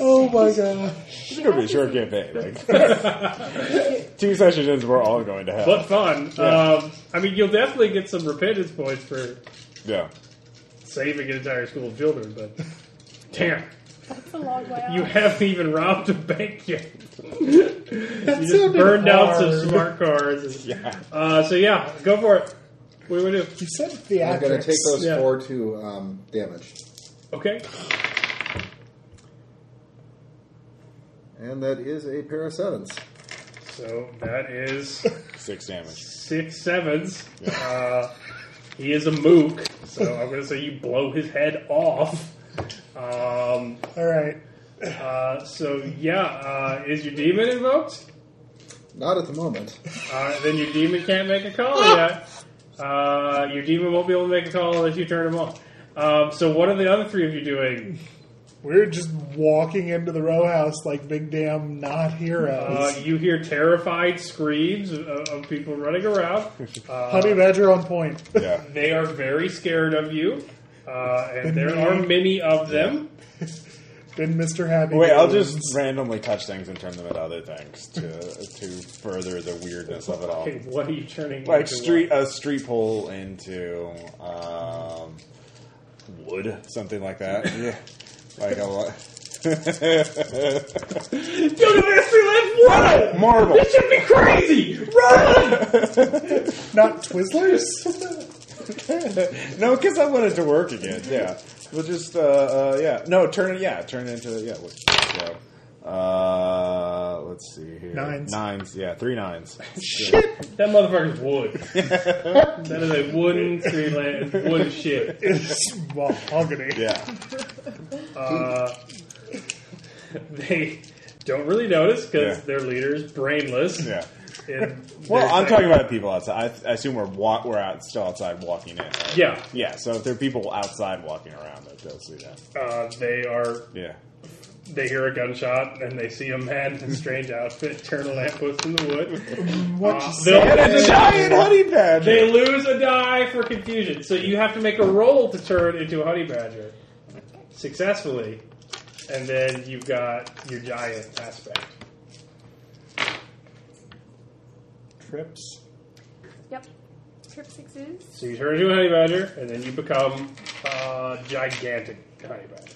E: Oh my god!
B: It's gonna be a short campaign. Like, (laughs) two sessions in, we're all going to hell.
A: but fun.
B: Yeah.
A: Um, I mean, you'll definitely get some repentance points for
B: yeah.
A: saving an entire school of children, but damn,
D: That's a long way out.
A: you haven't even robbed a bank yet.
E: That
A: You just
E: sounded
A: burned out
E: hard.
A: some smart cars. And, uh, so yeah, go for it. What do we do?
E: You said
F: I'm going to take those
A: Yeah.
F: four to um, damage.
A: Okay.
F: And that is a pair of sevens.
A: So that is
B: Six damage.
A: six sevens. Uh, he is a mook, so I'm going to say you blow his head off. Um,
E: All right.
A: uh, so yeah, uh, is your demon invoked?
F: Not at the moment.
A: Uh, then your demon can't make a call yet. Uh, your demon won't be able to make a call unless you turn him off. Um, so what are the other three of you doing?
E: We're just walking into the row house like big damn not
A: Uh,
E: heroes.
A: you hear terrified screams of, of people running around. Uh,
E: Honey Badger on point. (laughs)
B: Yeah.
A: They are very scared of you, uh, and there
E: Yeah.
A: are many of them.
E: Been Mr. Happy.
B: Wait, I'll
E: Days.
B: just randomly touch things and turn them into other things to to further the weirdness of it all.
A: Okay, what are you turning?
B: Like
A: into?
B: street a street pole into um, wood, something like that. (laughs) Yeah, like a lot.
A: Yo, the master left one.
B: (laughs) Marble.
A: This should be crazy. Run!
E: (laughs) Not Twizzlers?
B: (laughs) no, because I wanted to work again. Yeah, we'll just uh, uh, yeah. No, turn it. Yeah, turn it into yeah. Let's go. Uh, let's see here.
E: Nines.
B: Nines. Yeah, three nines.
A: That motherfucker's
B: (laughs)
A: wood. that is a wooden tree land, wooden shit.
E: (laughs) it's mahogany.
B: yeah.
A: Uh, they don't really notice because
B: Yeah.
A: their leader is brainless.
B: Yeah.
A: And
B: Well,
A: they're
B: I'm
A: like-
B: talking about people outside. I, I assume we're walk, we're out still outside walking in. Right?
A: Yeah,
B: Yeah. So if there are people outside walking around, that they'll see that.
A: uh, they are.
B: Yeah.
A: They hear a gunshot and they see a man in a strange outfit turn a lamppost in the wood.
E: What
A: Uh,
E: you
A: they'll-
E: said.
B: And a giant honey badger.
A: They lose a die for confusion, so you have to make a roll to turn into a honey badger successfully, and then you've got your giant aspect.
E: Trips.
D: Yep. Trip sixes.
A: So you turn into a honey badger, and then you become uh, gigantic honey badger.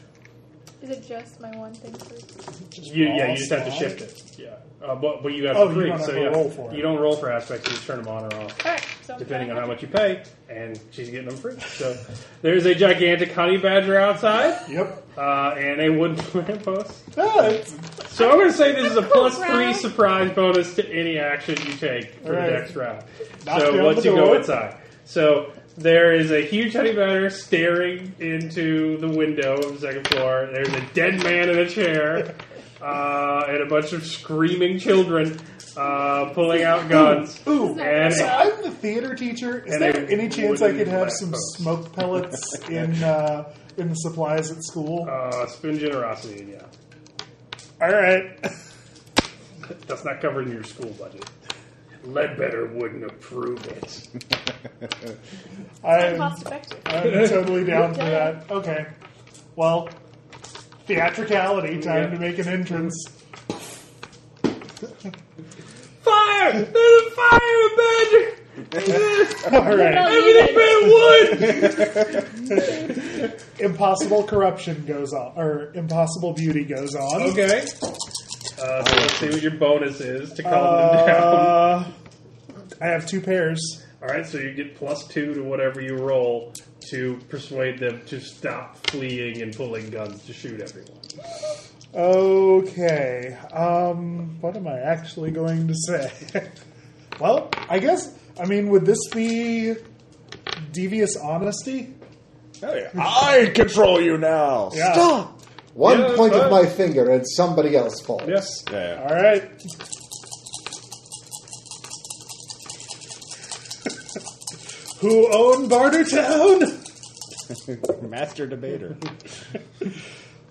D: Is it just my one thing? For...
A: You, yeah,
E: raw
A: you just have to
E: spawn?
A: shift it. Yeah, uh, but, but you have
E: Oh, you
A: three,
E: don't have
A: so
E: to
A: yeah,
E: roll for it.
A: you don't roll for aspects. You just turn them on or off.
D: All right. So I'm
A: depending on
D: trying
A: how much
D: to-
A: you pay, and she's getting them free. So there's a gigantic honey badger outside,
E: Yep.
A: uh, and a wooden (laughs) lamppost.
E: Ah, it's-
A: So I'm going to say this is a plus
D: Round.
A: three surprise bonus to any action you take for
E: Right.
A: the next round.
E: Knock
A: so
E: down
A: once
E: the
A: you go
E: door.
A: inside, so there is a huge honey badger staring into the window of the second floor. There's a dead man in a
E: (laughs)
A: chair, uh, and a bunch of screaming children uh, pulling out guns.
E: Ooh.
A: and
E: So I'm the theater teacher. Is
A: And
E: there
A: a
E: any chance I
A: wooden
E: could have some
A: lamppost.
E: smoke pellets
A: (laughs)
E: in uh, in the supplies at school?
A: uh, spin generosity, yeah,
E: All right.
A: that's not covered in your school budget. Ledbetter wouldn't approve it.
D: I'm
E: I'm,
D: cost effective.
E: I'm totally down for that. Okay. Well, theatricality. Time
A: Yeah.
E: to make an entrance. (laughs)
A: Fire! There's a fire in Badger!
E: (laughs) All right.
A: (laughs) Everything made of wood!
E: Impossible corruption goes on, or impossible beauty goes
A: (laughs)
E: on.
A: Okay. Uh, so let's see what your bonus is to calm them down. (laughs)
E: Uh, I have two pairs.
A: Alright, so you get plus two to whatever you roll to persuade them to stop fleeing and pulling guns to shoot everyone.
E: Okay. Um, what am I actually going to say? (laughs) well, I guess. I mean, would this be devious honesty?
B: Oh, yeah. I control you now.
E: Yeah.
F: Stop! One
A: Yeah,
F: point
A: fine.
F: of my finger and somebody else falls.
A: Yes.
B: Yeah.
E: All right. (laughs) Who owned Bartertown?
B: Master debater.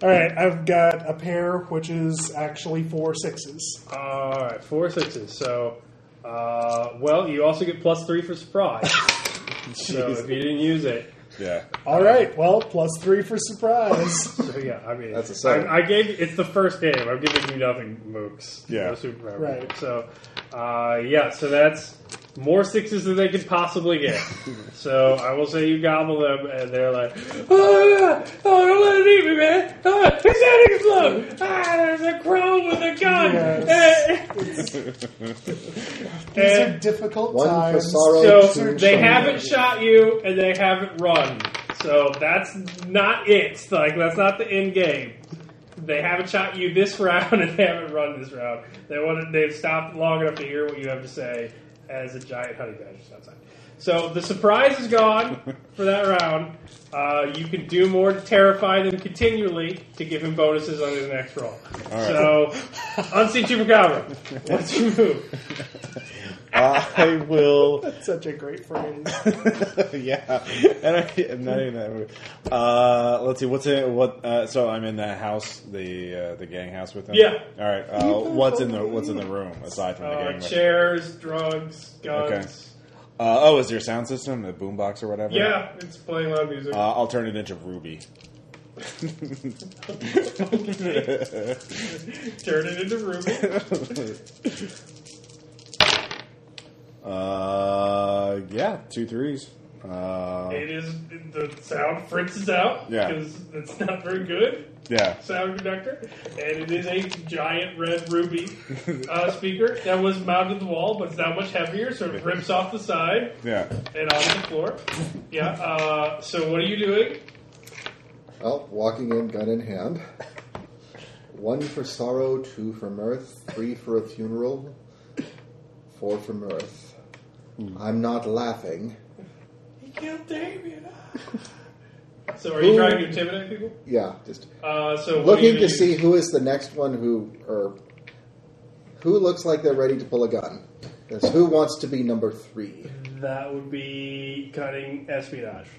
E: All right, I've got a pair, which is actually four sixes.
A: Alright, four sixes. So, uh, well, you also get plus three for surprise. so if you didn't use it.
B: Yeah.
E: All right, well, plus three for (laughs) surprise.
A: So yeah, I mean,
F: That's a seven.
A: I, I gave it's the first game. I'm giving you nothing, mooks.
B: Yeah.
A: no superpower.
E: Right.
A: So, Uh, yeah, so that's more sixes than they could possibly
F: (laughs)
A: get. so I will say you gobble them, and they're like, "Oh, yeah. oh don't let it eat me, man! Oh, it's that explode! Ah, there's a crow with a gun!" (laughs)
E: These are difficult
F: One for
E: times.
F: sorrow,
A: so
F: two
A: they
F: for-
A: haven't shot you, and they haven't run. So that's not it. Like that's not the end game. They haven't shot you this (laughs) round, and they haven't run this round. They want they've stopped long enough to hear what you have to say as a giant honey badger is outside. So the surprise is gone for that round. Uh, you can do more to terrify them continually to give him bonuses on his next roll.
K: right.
A: So, unseen chupacabra. What's your move?
K: I will. (laughs)
E: That's such a great (laughs) phrase.
K: yeah, and I, I'm not even that. rude. Uh, let's see. What's in what? Uh, so I'm in the house, the uh, the gang house with them.
A: Yeah.
K: All right. Uh, what's in the What's in the room aside from the
A: Uh,
K: gang?
A: chairs, drugs, guns.
K: Okay. Uh, oh, is there a sound system, a boombox or whatever?
A: Yeah, it's playing loud music.
K: Uh, I'll turn it into Ruby.
A: Turn it into Ruby.
K: uh, yeah, two threes. (laughs) Uh,
A: it is the sound frinces out
K: Yeah.
A: because it's not very good
K: yeah.
A: sound conductor, and it is a giant red ruby
K: (laughs)
A: uh, speaker that was mounted to the wall, but it's not much heavier, so it rips off the side
K: Yeah.
A: and onto the floor. Yeah. Uh, so what are you doing?
F: Well, Oh, walking in, gun in hand. One for sorrow, two for mirth, three for a funeral, four for mirth. I'm not laughing.
A: He killed Damien. So are you trying to intimidate people?
F: Yeah, just
A: Uh, so what are you
F: looking
A: gonna
F: to
A: do?
F: see who is the next one who or who looks like they're ready to pull a gun. That's who wants to be number three.
A: That would be cunning espionage.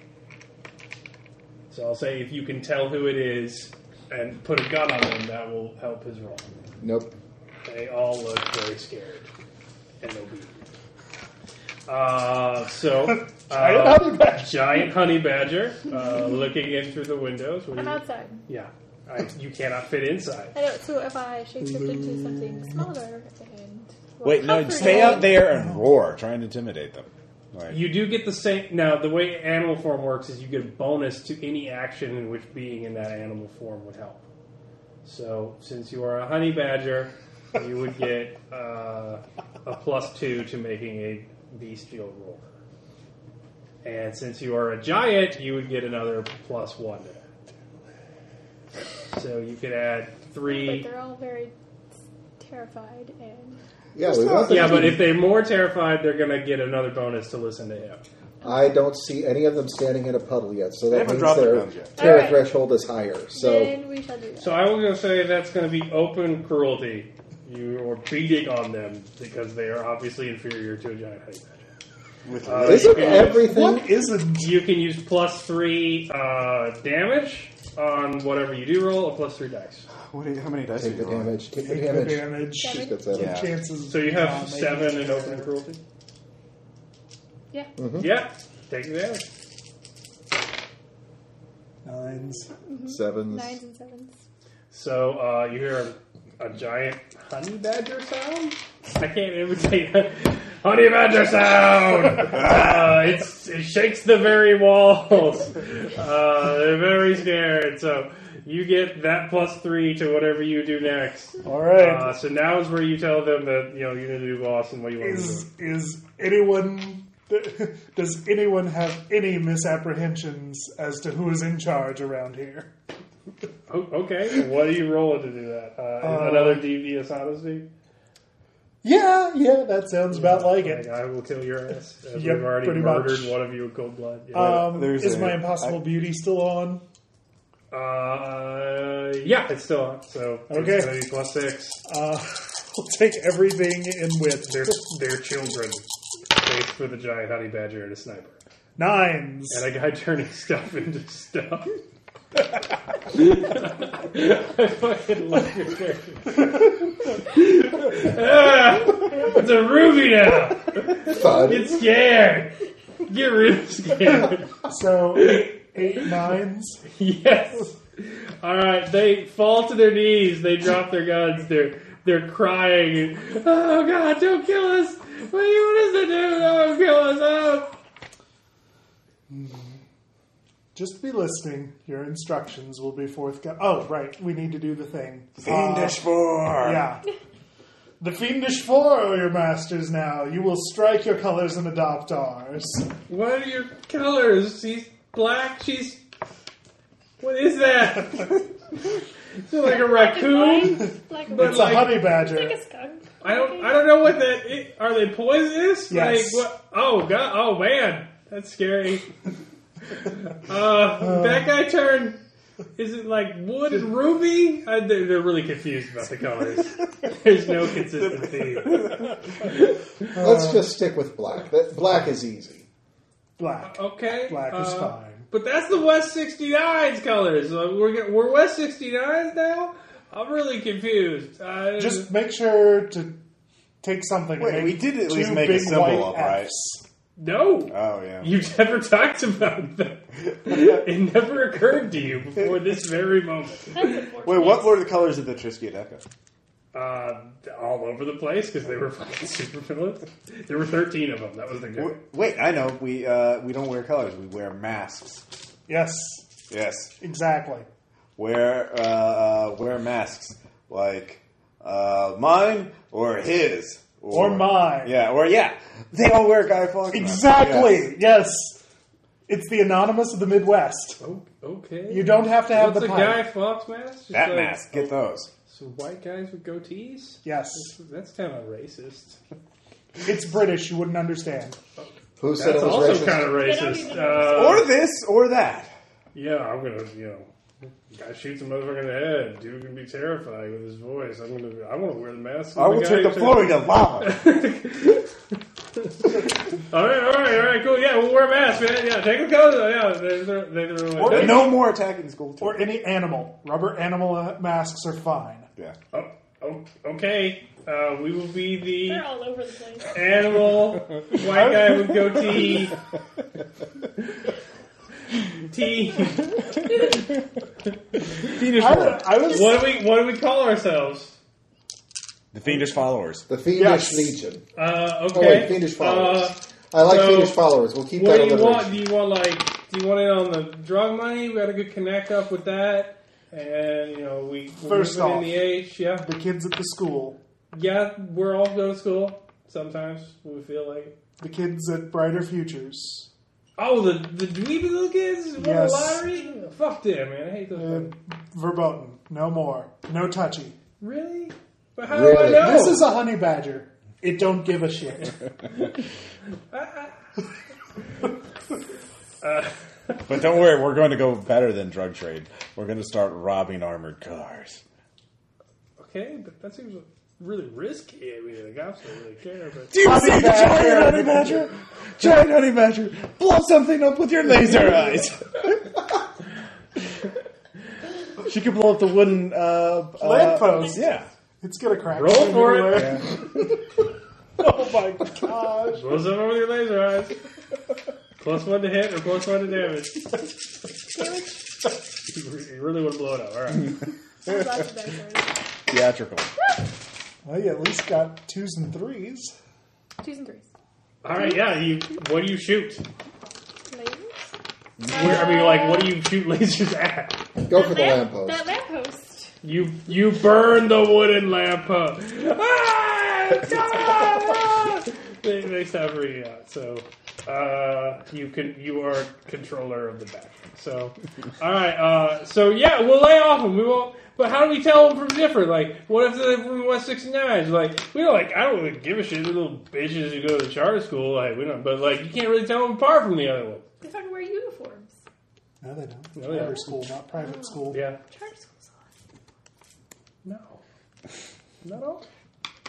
A: So I'll say if you can tell who it is and put a gun on them, that will help his role.
F: Nope.
A: They all look very scared and obedient. Uh, so
E: (laughs) Giant
A: uh,
E: honey badger.
A: giant honey badger uh, looking in through the windows. What do
D: I'm
A: you-
D: outside.
A: yeah, I, you cannot fit inside.
D: I don't, so if I shapeshifted to something smaller and. more
K: Wait, no, stay
D: comfortable-
K: out there and roar. Try and intimidate them. Like,
A: You do get the same. Now, the way animal form works is you get a bonus to any action in which being in that animal form would help. So, since you are a honey badger, you would get uh, a plus two to making a bestial roll. And since you are a giant, you would get another plus one to that. So, you could add
D: But
A: three.
D: they're all very terrified and.
F: Yeah, we want the
A: Yeah, but if they're more terrified, they're going to get another bonus to listen to him.
F: I don't see any of them standing in a puddle yet, so that
K: haven't
F: means
K: dropped their
F: their
K: guns yet.
F: terror
D: Alright.
F: threshold is higher. So
D: Then we shall do that.
A: So I was going to say that's going to be open cruelty. You are beating on them because they are obviously inferior to a giant honey badger. Uh, you,
F: isn't
A: can,
F: everything
E: What isn't?
A: you can use plus three uh, damage on whatever you do roll, or plus three dice.
K: what do you- how many dice
F: take the
K: rolling?
F: damage, take the
E: Take the
F: damage.
E: damage.
D: Damage.
F: Just gets that
K: Yeah.
E: Chances.
A: So you
E: uh,
A: have
E: maybe
A: seven in
E: two.
A: open cruelty.
D: Yeah.
A: Yeah, take the damage.
E: Nines.
F: Sevens.
D: Nines and sevens.
A: So uh, you hear a, a giant honey badger sound. I can't imitate that. honey badger sound.
E: (laughs)
A: uh, it's, it shakes the very walls. Uh, they're very scared. So you get that plus three to whatever you do next.
E: All right.
A: Uh, so now is where you tell them that you know you're going to do boss and what you want to do.
E: is is anyone (laughs) does anyone have any misapprehensions as to who is in charge around here?
A: O- Oh, Okay, what are you rolling to do that? Uh, is
E: Uh,
A: another devious honesty?
E: Yeah, yeah, that sounds about like
A: Like,
E: it.
A: I will kill your ass. As
E: Yep,
A: we've already
E: pretty
A: murdered
E: much.
A: one of you in cold blood. Yeah.
E: Um,
K: There's
E: is
K: a-
E: my impossible beauty still on?
A: Uh, yeah, it's still on. So
E: Okay.
A: it's gonna be plus six.
E: Uh, (laughs) I'll take everything in with
A: They're they're children, faced with a giant honey badger and a sniper,
E: nines.
A: and a guy (laughs) turning stuff into stuff. I fucking love your character. ah, it's a ruby now.
F: Fun.
A: Get scared. Get real scared.
E: So eight, eight nines.
A: Yes. All right. They fall to their knees. They drop their guns. They're they're crying. and, oh God, don't kill us! What do you want us to do? Don't kill us! Oh.
E: Just be listening. Your instructions will be forthcoming. Oh, right. We need to do the thing.
B: Fiendish
E: Uh,
B: four.
E: Yeah. The fiendish four are your masters now. You will strike your colors and adopt ours.
A: What are your colors? She's black. She's what is that? Is it like a raccoon?
D: Like
A: But
E: it's
A: like-
E: a honey badger.
D: like a skunk.
A: I don't. I don't know what that. i- Are they poisonous?
E: Yes.
A: Like what? Oh god. Oh man, that's scary. Uh, that guy turned. Is it like wood and ruby? I, they're, they're really confused about the colors. There's no consistent
E: (laughs)
A: theme.
F: Let's just stick with black. That, black is easy.
E: Black.
A: Okay.
E: Black is
A: uh,
E: fine.
A: But that's the West 69's colors. Uh, we're get- we're West 69's now. I'm really confused. I,
E: Just make sure to take something.
B: Wait,
E: and
B: we
E: make
B: did at
E: two
B: least make a
E: big
B: symbol
E: white
B: up, right?
E: Fs.
A: no.
B: Oh yeah.
A: You never talked about
E: (laughs)
A: that. it never occurred to you before this very moment.
B: Wait, what were the colors of the Triskaideka?
A: Uh, all over the place because they were fucking super villains. There were 13 of them. That was the good.
B: W- Wait, I know. We uh, we don't wear colors. We wear masks.
E: Yes,
B: Yes.
E: exactly.
B: wear uh, uh, wear masks like uh, mine or his
E: Or mine.
B: Yeah, or yeah, they all wear Guy Fawkes. masks.
E: Exactly. Yes. It's the anonymous of the Midwest.
A: Oh, okay.
E: You don't have to have
A: What's
E: the
A: a
E: pipe.
A: guy fox mask? Just
B: Yeah. that
A: like-
B: mask. Get those.
A: So white guys with goatees?
E: Yes.
A: That's kind of racist.
E: It's British. You wouldn't understand.
F: Who said
A: That's
F: it was
A: also
F: racist?
A: kind of
D: don't
A: racist.
D: even
A: Uh,
B: Or this, or that.
A: yeah, I'm gonna, you know, guy shoots a motherfucker in the head. Dude can be terrifying with his voice. I'm gonna, I want to wear the mask.
B: I will
A: guy
B: turn the
A: who-
B: floor
A: (laughs)
B: into lava.
A: All right, all right, all right, cool. Yeah, we'll wear a mask, man. Yeah, take a coat. off. Yeah, they throw, they throw away.
B: no more attacking school.
E: Or any animal. Rubber animal uh, masks are fine.
B: yeah.
A: Oh, oh, okay, uh, we will be
D: They're
A: the
D: all over the place. (laughs)
A: animal white guy with goatee. T.
B: Fiendish
E: I, I was.
A: What do we what do we call ourselves?
B: The fiendish followers.
F: The Fiendish
E: Yes.
F: Legion.
A: Uh, okay.
F: Oh, wait, Fiendish followers.
A: Uh,
F: I like
A: so-
F: Fiendish followers. We'll keep
A: What
F: that
A: do
F: on
A: you
F: the
A: want? Do you want like? Do you want it on the drug money? We got a good connect up with that, and you know we we're
E: First
A: moving
E: off.
A: in the age. Yeah,
E: The kids at the school.
A: yeah, we're all go to school sometimes when we feel like. it.
E: The kids at Brighter Futures.
A: Oh, the the dweeby little kids won
E: Yes.
A: the lottery. Fuck them, man. I hate those.
E: Uh,
A: fucking-
E: verboten. No more. No touchy.
A: Really? But how do I
F: Really?
A: know?
E: This is a honey badger. It don't give a shit.
B: But don't worry, we're going to go better than drug trade. We're going to start robbing armored cars.
A: okay, but that seems really risky. I mean, the cops don't really care, but.
B: Do you see the giant honey badger? Giant honey badger, blow something up with
A: (laughs)
B: your laser eyes. she could blow up the wooden uh, uh,
E: Lamppost.
B: Yeah.
E: It's gonna crack.
A: Roll for it.
E: everywhere. oh my gosh.
A: Blow someone with your laser eyes. plus one to hit or plus one to damage. you re- you really want to blow it up. All right.
D: There's lots of backstories.
B: Theatrical.
E: Well, you at least got twos and threes.
D: Twos and threes.
A: All right. Yeah. You. What do you shoot?
D: Lasers?
A: Where, I mean, like, what do you shoot lasers at?
F: list. Go for the
D: lamp-
F: lamppost.
D: Uh, That lamppost.
A: You you burn the wooden lamppost. Ah! Ah! they, they stop reading out. So uh, you can you are controller of the back. So all right. Uh, so yeah, we'll lay off them. We won't. But how do we tell them from different? Like, what if they're from West 69? Like, we don't like. I don't really give a shit. They're little bitches who go to charter school. Like, we don't. But like, you can't really tell them apart from the other one.
D: They fucking wear uniforms.
E: No, they don't.
A: No, they
E: Charter
A: don't.
E: school, not private school.
A: Oh, Yeah.
D: Charter schools.
A: No. Not all.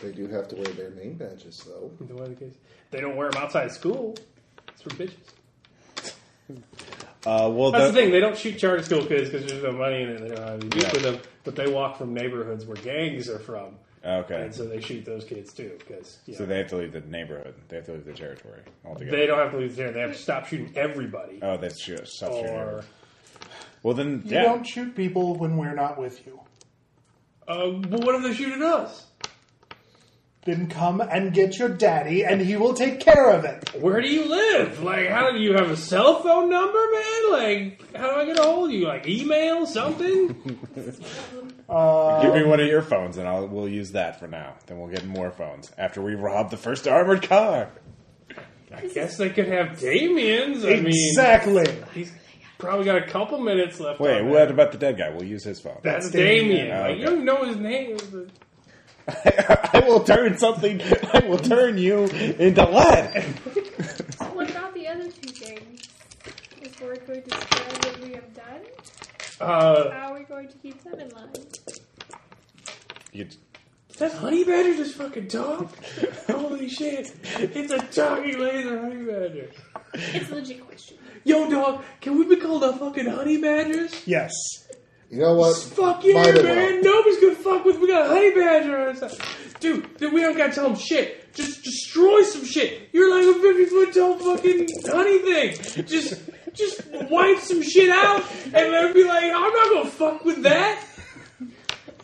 F: They do have to wear their name badges, though.
A: Either way, the case. They don't wear them outside school. It's for bitches.
B: Uh, well,
A: That's the
B: the-
A: thing. They don't shoot charter school kids because there's no money in it. They don't have any use for them. But they walk from neighborhoods where gangs are from,
B: okay.
A: and so they shoot those kids too because
B: So they have to leave the neighborhood. They have to leave the territory altogether.
A: they don't have to leave there. They have to stop shooting everybody.
B: oh, that's true. Stop shooting
A: or
B: everyone. Well, then,
E: You
B: yeah.
E: don't shoot people when we're not with you.
A: um, uh, but what if they shoot at us?
E: Then come and get your daddy, and he will take care of it.
A: Where do you live? Like, how do you have a cell phone number, man? Like, how do I get a hold of you? Like, email,
B: (laughs)
A: something?
E: Uh,
B: Give me one of your phones, and I'll we'll use that for now. Then we'll get more phones after we rob the first armored car.
A: I guess they could have Damien's. I mean,
E: exactly.
A: he's probably got a couple minutes left.
B: Wait,
A: on
B: what
A: that.
B: about the dead guy? We'll use his phone.
A: Oh, That's
E: Damien.
A: Damien.
B: Oh,
A: Like,
B: okay.
A: You don't know his name.
B: I will turn something. I will turn you into lead.
D: What about the other two things? Is the word going to spread what we have done?
A: Uh,
D: How are we going to keep them in line?
B: You,
A: is that honey badger just fucking
F: (laughs)
A: talk? Holy shit! It's a talking laser honey badger.
D: It's a legit question.
A: Yo, dog, can we be called a fucking honey badgers?
E: Yes.
F: You know what?
A: Fuck yeah,
F: Might as well.
A: man! Nobody's gonna fuck with. We got a honey badger on our side, dude. Dude, we don't gotta tell them shit. Just destroy some shit. You're like a fifty foot tall fucking honey thing. Just, just wipe some shit out and let them be like, I'm not gonna fuck with that.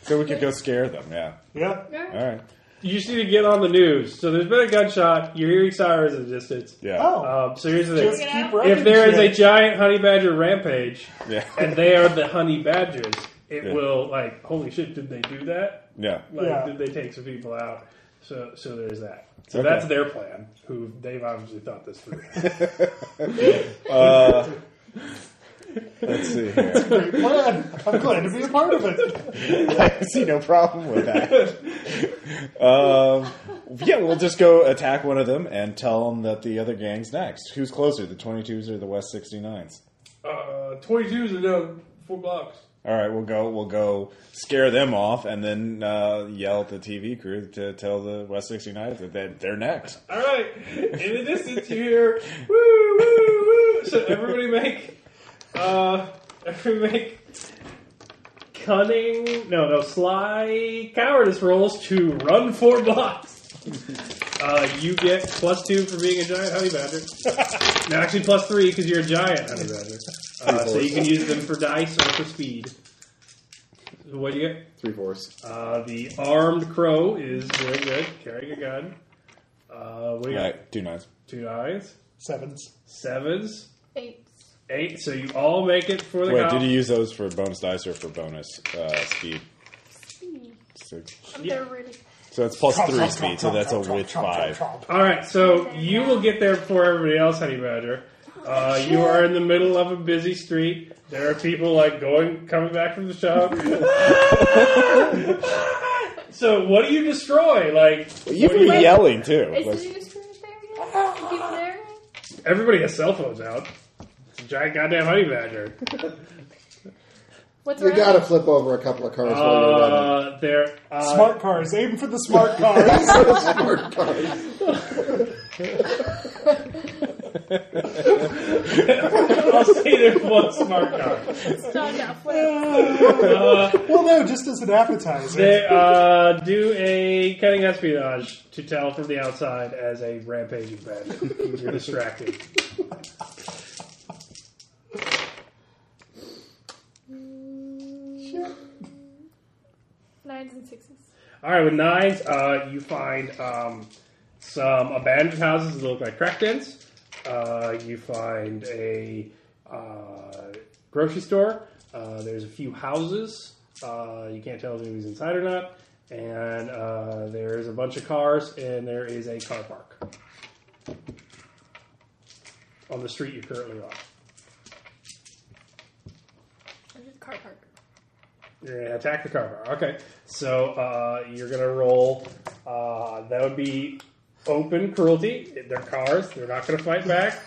B: so we could go scare them. Yeah.
E: Yeah.
B: All right.
A: You just need to get on the news. So there's been a gunshot. You're hearing sirens in the distance.
B: Yeah.
E: Oh.
A: Um, so here's the
E: Just
A: thing:
E: keep
A: if
E: wrecking
A: there is a
E: shit.
A: giant honey badger rampage,
B: Yeah.
A: and they are the honey badgers, it
B: Yeah.
A: will like, holy shit, did they do that?
B: Yeah.
A: Like,
E: Yeah.
A: did they take some people out? So, so there's that. So
B: Okay.
A: that's their plan. Who they've obviously thought this through.
B: Uh, let's see here. (laughs)
E: Great plan. I'm glad to be a part of it.
B: I see no problem with that. um, yeah, we'll just go attack one of them and tell them that the other gang's next. Who's closer, the 22s or the West 69s?
A: (laughs) uh, Twenty-twos are down four blocks.
B: All right, we'll go. We'll go scare them off, and then uh, yell at the TV crew to tell the West 69s that they're, they're next.
A: All right. In the distance, you hear woo woo woo. So everybody make, uh, everybody make cunning. No, no, sly cowardice rolls to run four blocks. Uh, you get plus two for being a giant honey badger. No, actually plus three because you're a giant honey badger. Uh, so you can use them for dice or for speed. What do you get?
O: Three fourths.
A: Uh, the armed crow is very good, carrying a gun. Uh, what do you
B: All
A: got?
B: right, two nines.
A: Two nines,
E: Sevens.
A: sevens,
P: Eight.
A: eight. So you all make it for the
B: Wait,
A: cop.
B: did you use those for bonus dice or for bonus uh, speed? Six.
P: Um,
A: Yeah.
P: They're really.
B: So that's plus three speed, so that's a witch five.
A: all right, so you will get there before everybody else, Honey Badger. Uh, you are in the middle of a busy street. There are people like going, coming back from the shop. so what do you destroy? Like
B: You can be yelling too.
P: Is
B: Like,
P: the news finish there yet? Is people there?
A: everybody has cell phones out. It's a giant goddamn honey badger.
P: What's
F: You
P: around?
F: gotta flip over a couple of cars while you're running.
A: Uh, there. Uh,
E: Smart cars. Aim for the
B: (laughs)
E: smart cars.
F: Smart
A: (laughs)
F: cars.
A: I'll say there's one smart car.
P: Stop that flip.
E: well, no, just as an appetizer.
A: They uh, do a cutting espionage to tell from the outside as a rampaging badger. (laughs) You're distracted.
D: Nines and sixes.
A: All right, with nines, uh, you find um, some abandoned houses that look like crack dens. Uh, you find a uh, grocery store. Uh, there's a few houses. Uh, you can't tell if anybody's inside or not. And uh, there's a bunch of cars, and there is a car park on the street you're currently on.
P: There's a car park.
A: You're gonna attack the car park. Okay, so uh, you're gonna roll. Uh, that would be open cruelty. They're cars. They're not gonna fight back.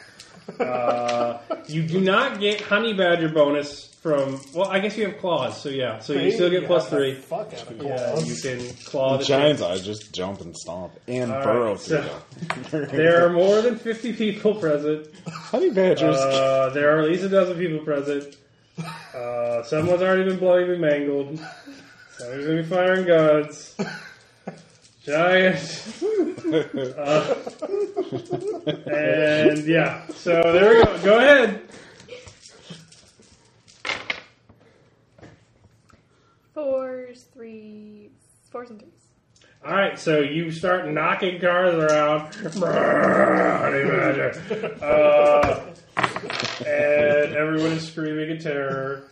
A: Uh, you do not get honey badger bonus from. Well, I guess you have claws. So yeah. So you still get plus three.
E: They Fuck out of
A: Yeah,
E: claws.
A: you can claw the
B: Giants, I just jump and stomp and
A: All
B: burrow
A: right,
B: through
A: so-
B: them.
A: (laughs) There are more than fifty people present.
B: (laughs) Honey badgers.
A: Uh, there are at least a dozen people present. Uh, someone's already been bloody and mangled. Someone's gonna be firing guns. Giant. Uh, and yeah, so there we go. Go ahead.
P: Fours, threes, fours and threes.
A: All right, so you start knocking cars around. Honey badger. Uh, and everyone is screaming in terror.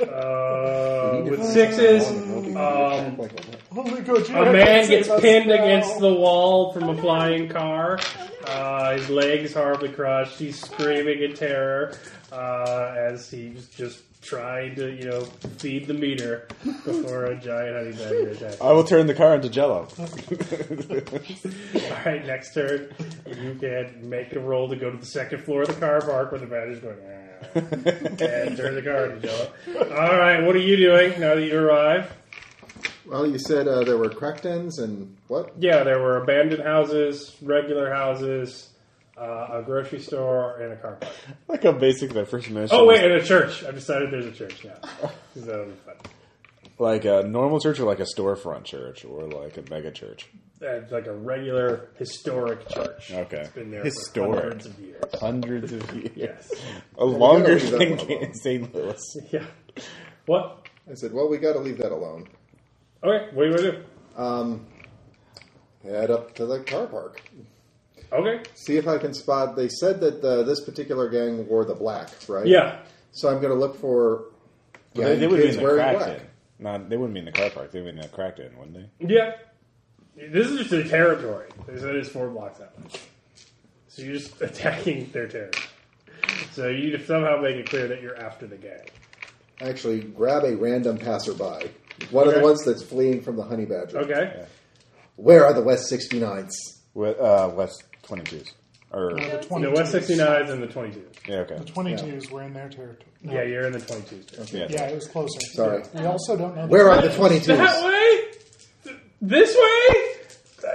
A: Uh, with sixes, um, a man gets pinned against the wall from a flying car. Uh, his legs horribly crushed. He's screaming in terror uh, as he's just trying to, you know, feed the meter before a giant honey badger attacks.
B: I will turn the car
A: (laughs)
B: into jello. (laughs)
A: All right, next turn, you can make a roll to go to the second floor of the car park where the badger's going. "Ah," and turn the car into jello. All right, what are you doing now that you arrive?
F: Well, you said uh, there were crack dens and what?
A: Yeah, there were abandoned houses, regular houses, uh, a grocery store, and a car park.
B: Like how basic that first mention.
A: Oh wait, and
B: was.
A: a church. I decided there's a church
B: (laughs)
A: now. So that'll be fun.
B: like a normal church or like a storefront church or like a mega church.
A: Uh, It's like a regular historic church.
B: Okay,
A: It's been there
B: historic,
A: for hundreds of years.
B: Hundreds of years.
A: Yes. (laughs)
B: a
F: we
B: longer
F: gotta leave
B: than
F: that one alone.
B: St. Louis.
A: Yeah. What?
F: I said, well, we got to leave that alone.
A: Okay. What do you want to do?
F: Um, head up to the car park.
A: Okay.
F: See if I can spot. They said that uh, this particular gang wore the black, right?
A: Yeah.
F: So I'm going to look for.
B: But they, they would be in
F: kids
B: the
F: wearing
B: crack
F: black.
B: den. Not, they wouldn't be in the car park. They would be in the crack den, wouldn't they?
A: Yeah. This is just their territory. They said it's four blocks out. So you're just attacking their territory. So you need to somehow make it clear that you're after the gang.
F: Actually, grab a random passerby. One of
A: Okay.
F: the ones that's fleeing from the honey badger.
A: Okay.
F: Where are the West 69s?
B: With, uh, West 22s. Or,
E: No, the
A: The
E: 22s.
A: West 69s and the 22s.
B: yeah, okay.
E: The 22s were in their territory. No.
A: Yeah, you're in the 22s.
F: Okay.
E: Yeah, it was closer.
F: Sorry.
E: We also don't know.
F: Where are the
A: That
F: 22s?
A: way? Th- This way?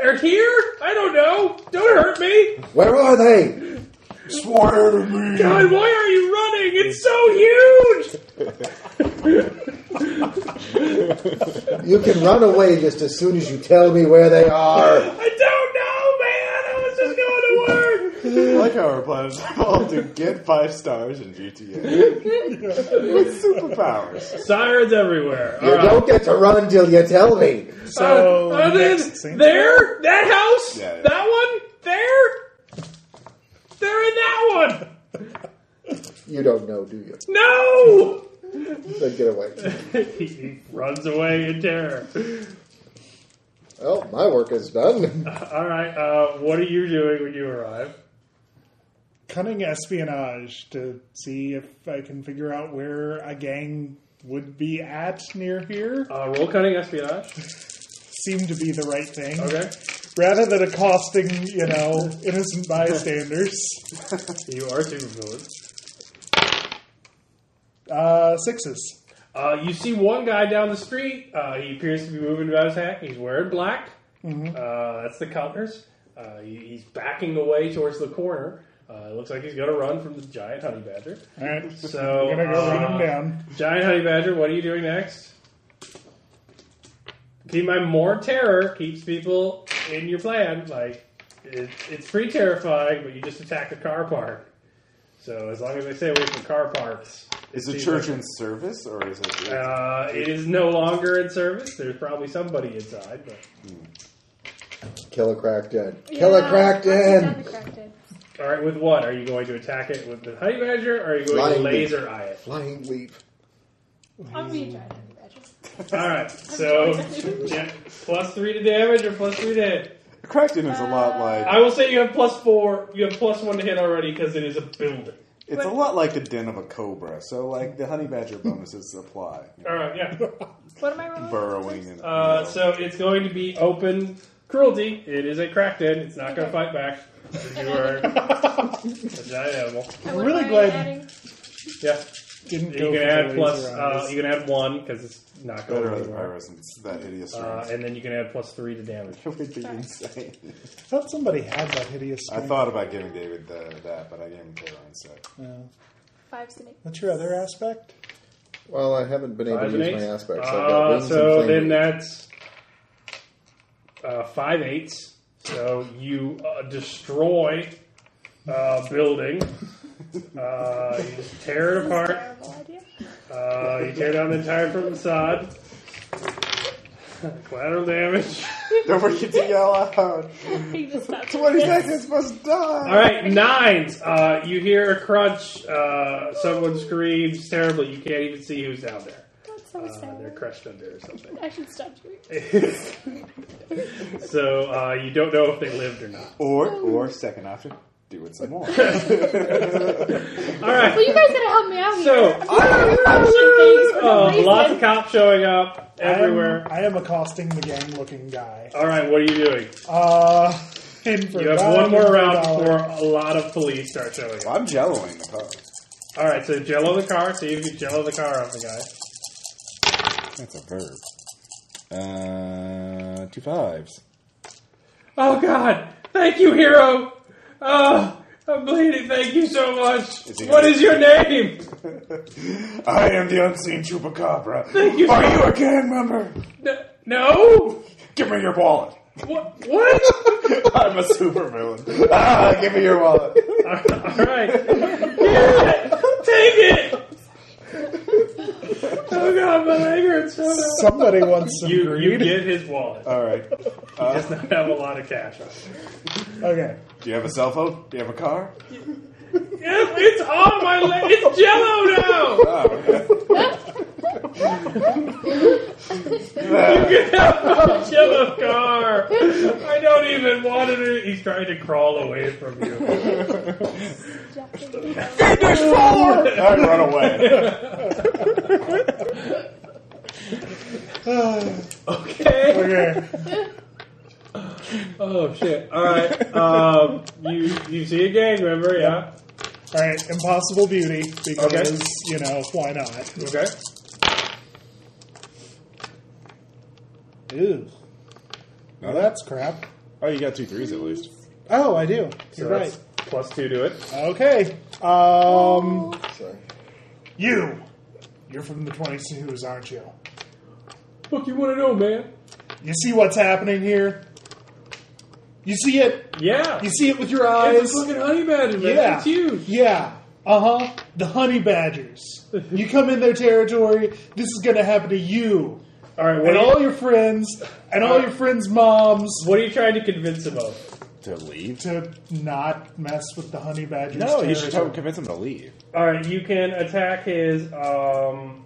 A: Or here? I don't know. Don't hurt me.
F: Where are they?
Q: Swear to me.
A: God, why are you running? It's so huge.
B: (laughs)
F: You can run away just as soon as you tell me where they are.
A: I don't know, man. I was just going to work.
B: I like how our plan is all to get five stars in GTA. (laughs) With superpowers.
A: Sirens everywhere.
F: You don't get to run till you tell me.
A: So Uh, there, that house,
B: Yeah, yeah.
A: that one, there, they're in that one.
F: You don't know, do you?
A: No.
F: Then get away.
A: (laughs) he runs away in terror.
F: Well, Oh, my work is done.
A: All right, uh, what are you doing when you arrive?
E: Cunning espionage to see if I can figure out where a gang would be at near here.
A: Uh, roll cutting espionage.
E: Seemed to be the right thing.
A: Okay,
E: Rather than accosting, you know, innocent bystanders.
A: you are supervillain.
E: Uh, sixes.
A: Uh, you see one guy down the street. Uh, he appears to be moving without his hat. He's wearing black. Uh, that's the colors. Uh, he, he's backing away towards the corner. Uh, it looks like he's going to run from the giant honey badger.
E: All right. (laughs)
A: So,
E: We're gonna go run him
A: uh,
E: down.
A: Giant honey badger, what are you doing next? Keep in mind, more terror keeps people in your plan. Like, it, it's pretty terrifying, but you just attack a car park. So, as long as they stay away from car parks. it
B: Is the
A: seems
B: church
A: like-
B: in service or is it.
A: uh, it is no longer in service. There's probably somebody inside, but
F: Kill a crack den. Kill a crack den.
A: all right. With what are you going to attack it with the honey badger, or are you going to
F: Lightning.
A: laser eye it?
F: Flying leap.
D: I'm being giant honey badgers.
A: All right. So yeah, plus three to damage or plus three to hit.
B: Crackton is a lot like.
A: I will say you have plus four. You have plus one to hit already because it is a building.
B: It's a lot like the den of a cobra, so like the honey badger bonuses apply.
A: All right. Yeah.
D: What am I rolling?
B: Burrowing and.
A: Uh, so it's going to be open cruelty. It is a cracked in. It's not going to fight back. You are a giant animal.
D: And what
E: really
D: am I
E: glad-
D: adding?
A: Yeah.
E: Didn't
A: You
E: go
A: can
E: for
A: add
E: the
A: plus.
E: laser
A: Uh,
E: eyes.
A: you can add one because it's not going
B: better
A: to
B: than
A: anywhere.
B: virus. It's that hideous.
A: Uh,
B: Uh,
A: and then you can add plus three to damage.
B: (laughs) it would be insane.
E: I thought somebody had that hideous.
B: I
E: thing.
B: thought about giving David the, that, but I gave him terror instead.
E: No.
D: Five's gonna
E: What's your other aspect?
F: Well, I haven't been able
A: Five
F: to
A: and
F: use my
A: eight.
F: aspects. I've got
A: Uh,
F: wings
A: so
F: and flame
A: then
F: leap.
A: that's uh, five eights. So you uh, destroy uh,
F: (laughs)
A: building. Uh, you just tear it apart.
D: terrible idea. (laughs)
A: Uh, you tear down the entire front facade. (laughs) Collateral damage.
B: Don't forget to yell out.
D: He just stopped.
B: Twenty seconds must die.
A: All right, nines. Uh, you hear a crunch. Uh, someone screams terribly. You can't even see who's down there.
D: That's so
A: Uh, they're
D: sad.
A: crushed under or something.
D: I should stop doing it.
A: so uh, you don't know if they lived or not.
B: Or or second option, do it some more.
A: All right.
D: Well, you guys gotta help me out here.
A: So,
D: I,
R: Oh,
A: Uh, lots of cops showing up everywhere.
E: I am accosting the gang-looking guy.
A: All right, what are you doing?
E: Uh, (laughs) in for
A: You have
E: five
A: one more
E: hundred
A: round
E: dollars.
A: before a lot of police start showing up.
B: I'm jelloing the pup.
A: All right, so jello the car. See if you jello the car off the guy.
S: That's a verb. Uh, two fives.
R: Oh God! Thank you, hero. Oh, I'm bleeding. Thank you so much.
B: he
R: What
B: gonna-
R: is your name?
B: (laughs) I am the unseen chupacabra.
R: Thank you.
B: Are you a gang member?
R: N- No.
B: Give me your wallet.
R: What?
A: (laughs)
R: What?
B: I'm a supervillain. (laughs) Ah, give me your wallet.
A: All right.
R: Take it. Oh God, my leg hurts so bad.
E: Somebody wants some
A: You
E: green.
A: you get his wallet.
B: All right.
A: He does not have a lot of cash. on him.
E: Okay.
B: Do you have a cell phone? Do you have a car?
R: Yes, it's on my leg. It's Jello now.
B: Ah, okay.
A: (laughs) Jello car. I don't even want it. He's trying to crawl away from you.
B: I run away.
A: Okay.
E: Okay.
A: Oh shit. All right. Um, you you see a gang member? Yeah.
E: All right. Impossible Beauty because
A: Okay.
E: you know why not?
A: Okay.
E: Ooh.
S: No,
E: that's crap.
S: Oh, you got two threes at least.
E: Oh, I do. You're
A: So
E: right.
A: that's plus two to it.
E: Okay. Um,
T: Sorry.
E: you. You're from the 22s, aren't you?
R: Fuck you want to know, man?
E: You see what's happening here? You see it.
R: Yeah.
E: You see it with your eyes.
R: It's a fucking honey badger, man.
E: Yeah.
R: It's huge.
E: Yeah. Uh huh. The honey badgers. you come in their territory. This is going to happen to you
A: All right. What
E: and
A: are
E: all
A: you,
E: your friends and all your friends' moms
A: what are you trying to convince him of?
S: To leave?
E: to not mess with the honey badgers.
S: No, you should tell,
E: territory.
S: convince him to leave.
A: All right. You can attack his um,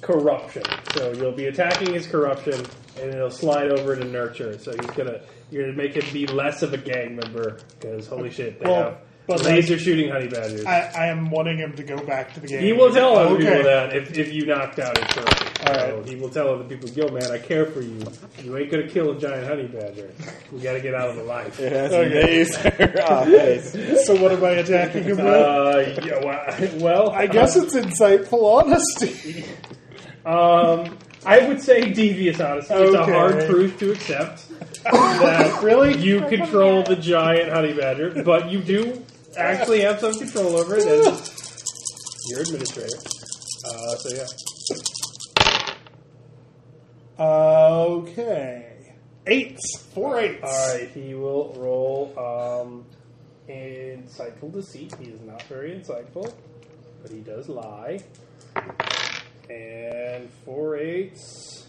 A: corruption. So you'll be attacking his corruption, and it'll slide over to nurture. So he's gonna you're gonna make him be less of a gang member because holy shit, they
E: Well,
A: have
E: but
A: laser shooting honey badgers.
E: I, I am wanting him to go back to the game.
A: He will tell other
E: Okay.
A: people that if, if you knocked out his turret.
E: Alright.
A: So he will tell other people, yo, man, I care for you. You ain't going to kill a giant honey badger. We got to get out of the
E: (laughs)
A: life.
S: That's
B: (laughs)
E: Okay.
S: amazing.
B: Oh,
S: Ah, thanks.
E: So what am I attacking him with?
A: (laughs) Uh, yeah, well, well, (laughs)
E: I guess it's insightful honesty.
A: Um, I would say devious, honestly. It's a
E: Okay.
A: hard truth to accept that really you control the giant honey badger, but you do actually have some control over it as your administrator. Uh, so, yeah.
E: okay. Eights. Four eights.
A: All right, he will roll um, insightful deceit. He is not very insightful, but he does lie. And four eights.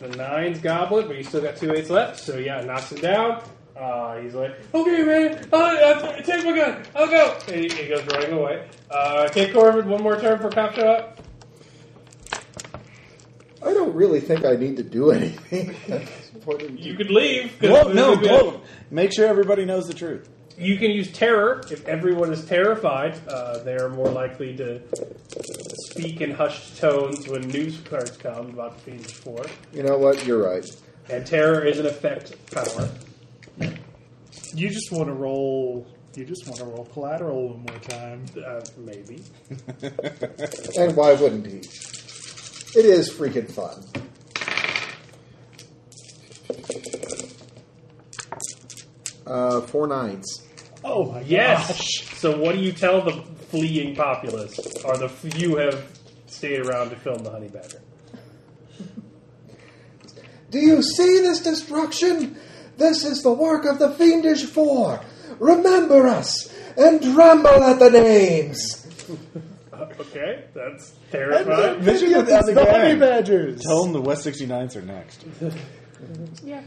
A: The nine's goblet, but he's still got two eights left. So yeah, knocks him down. Uh, he's like, okay, man, uh, uh, take my gun. I'll go. And he, he goes running away. Uh, take Corbin one more turn for cop show up.
F: I don't really think I need to do (laughs) anything.
A: You could leave. 'cause
S: Gloat-
A: this
S: no,
A: would be-
S: gloat. Make sure everybody knows the truth.
A: You can use terror. If everyone is terrified, uh, they are more likely to speak in hushed tones when news cards come about the Fiendish Four.
F: you know what? You're right.
A: And terror is an effect power.
E: You just want to roll. You just want to roll collateral one more time.
A: Uh, maybe.
F: And why wouldn't he? It is freaking fun. Uh, four nines.
E: Oh my
A: Yes.
E: gosh!
A: So, what do you tell the fleeing populace, or the few have stayed around to film the honey badger?
F: Do you see this destruction? This is the work of the fiendish four. Remember us and tremble at the names.
A: Uh, Okay, that's
B: Vision
A: terrifying.
B: with the other
A: zombie
B: gang.
A: badgers.
B: Tell them the West 69s are next.
U: Yeah.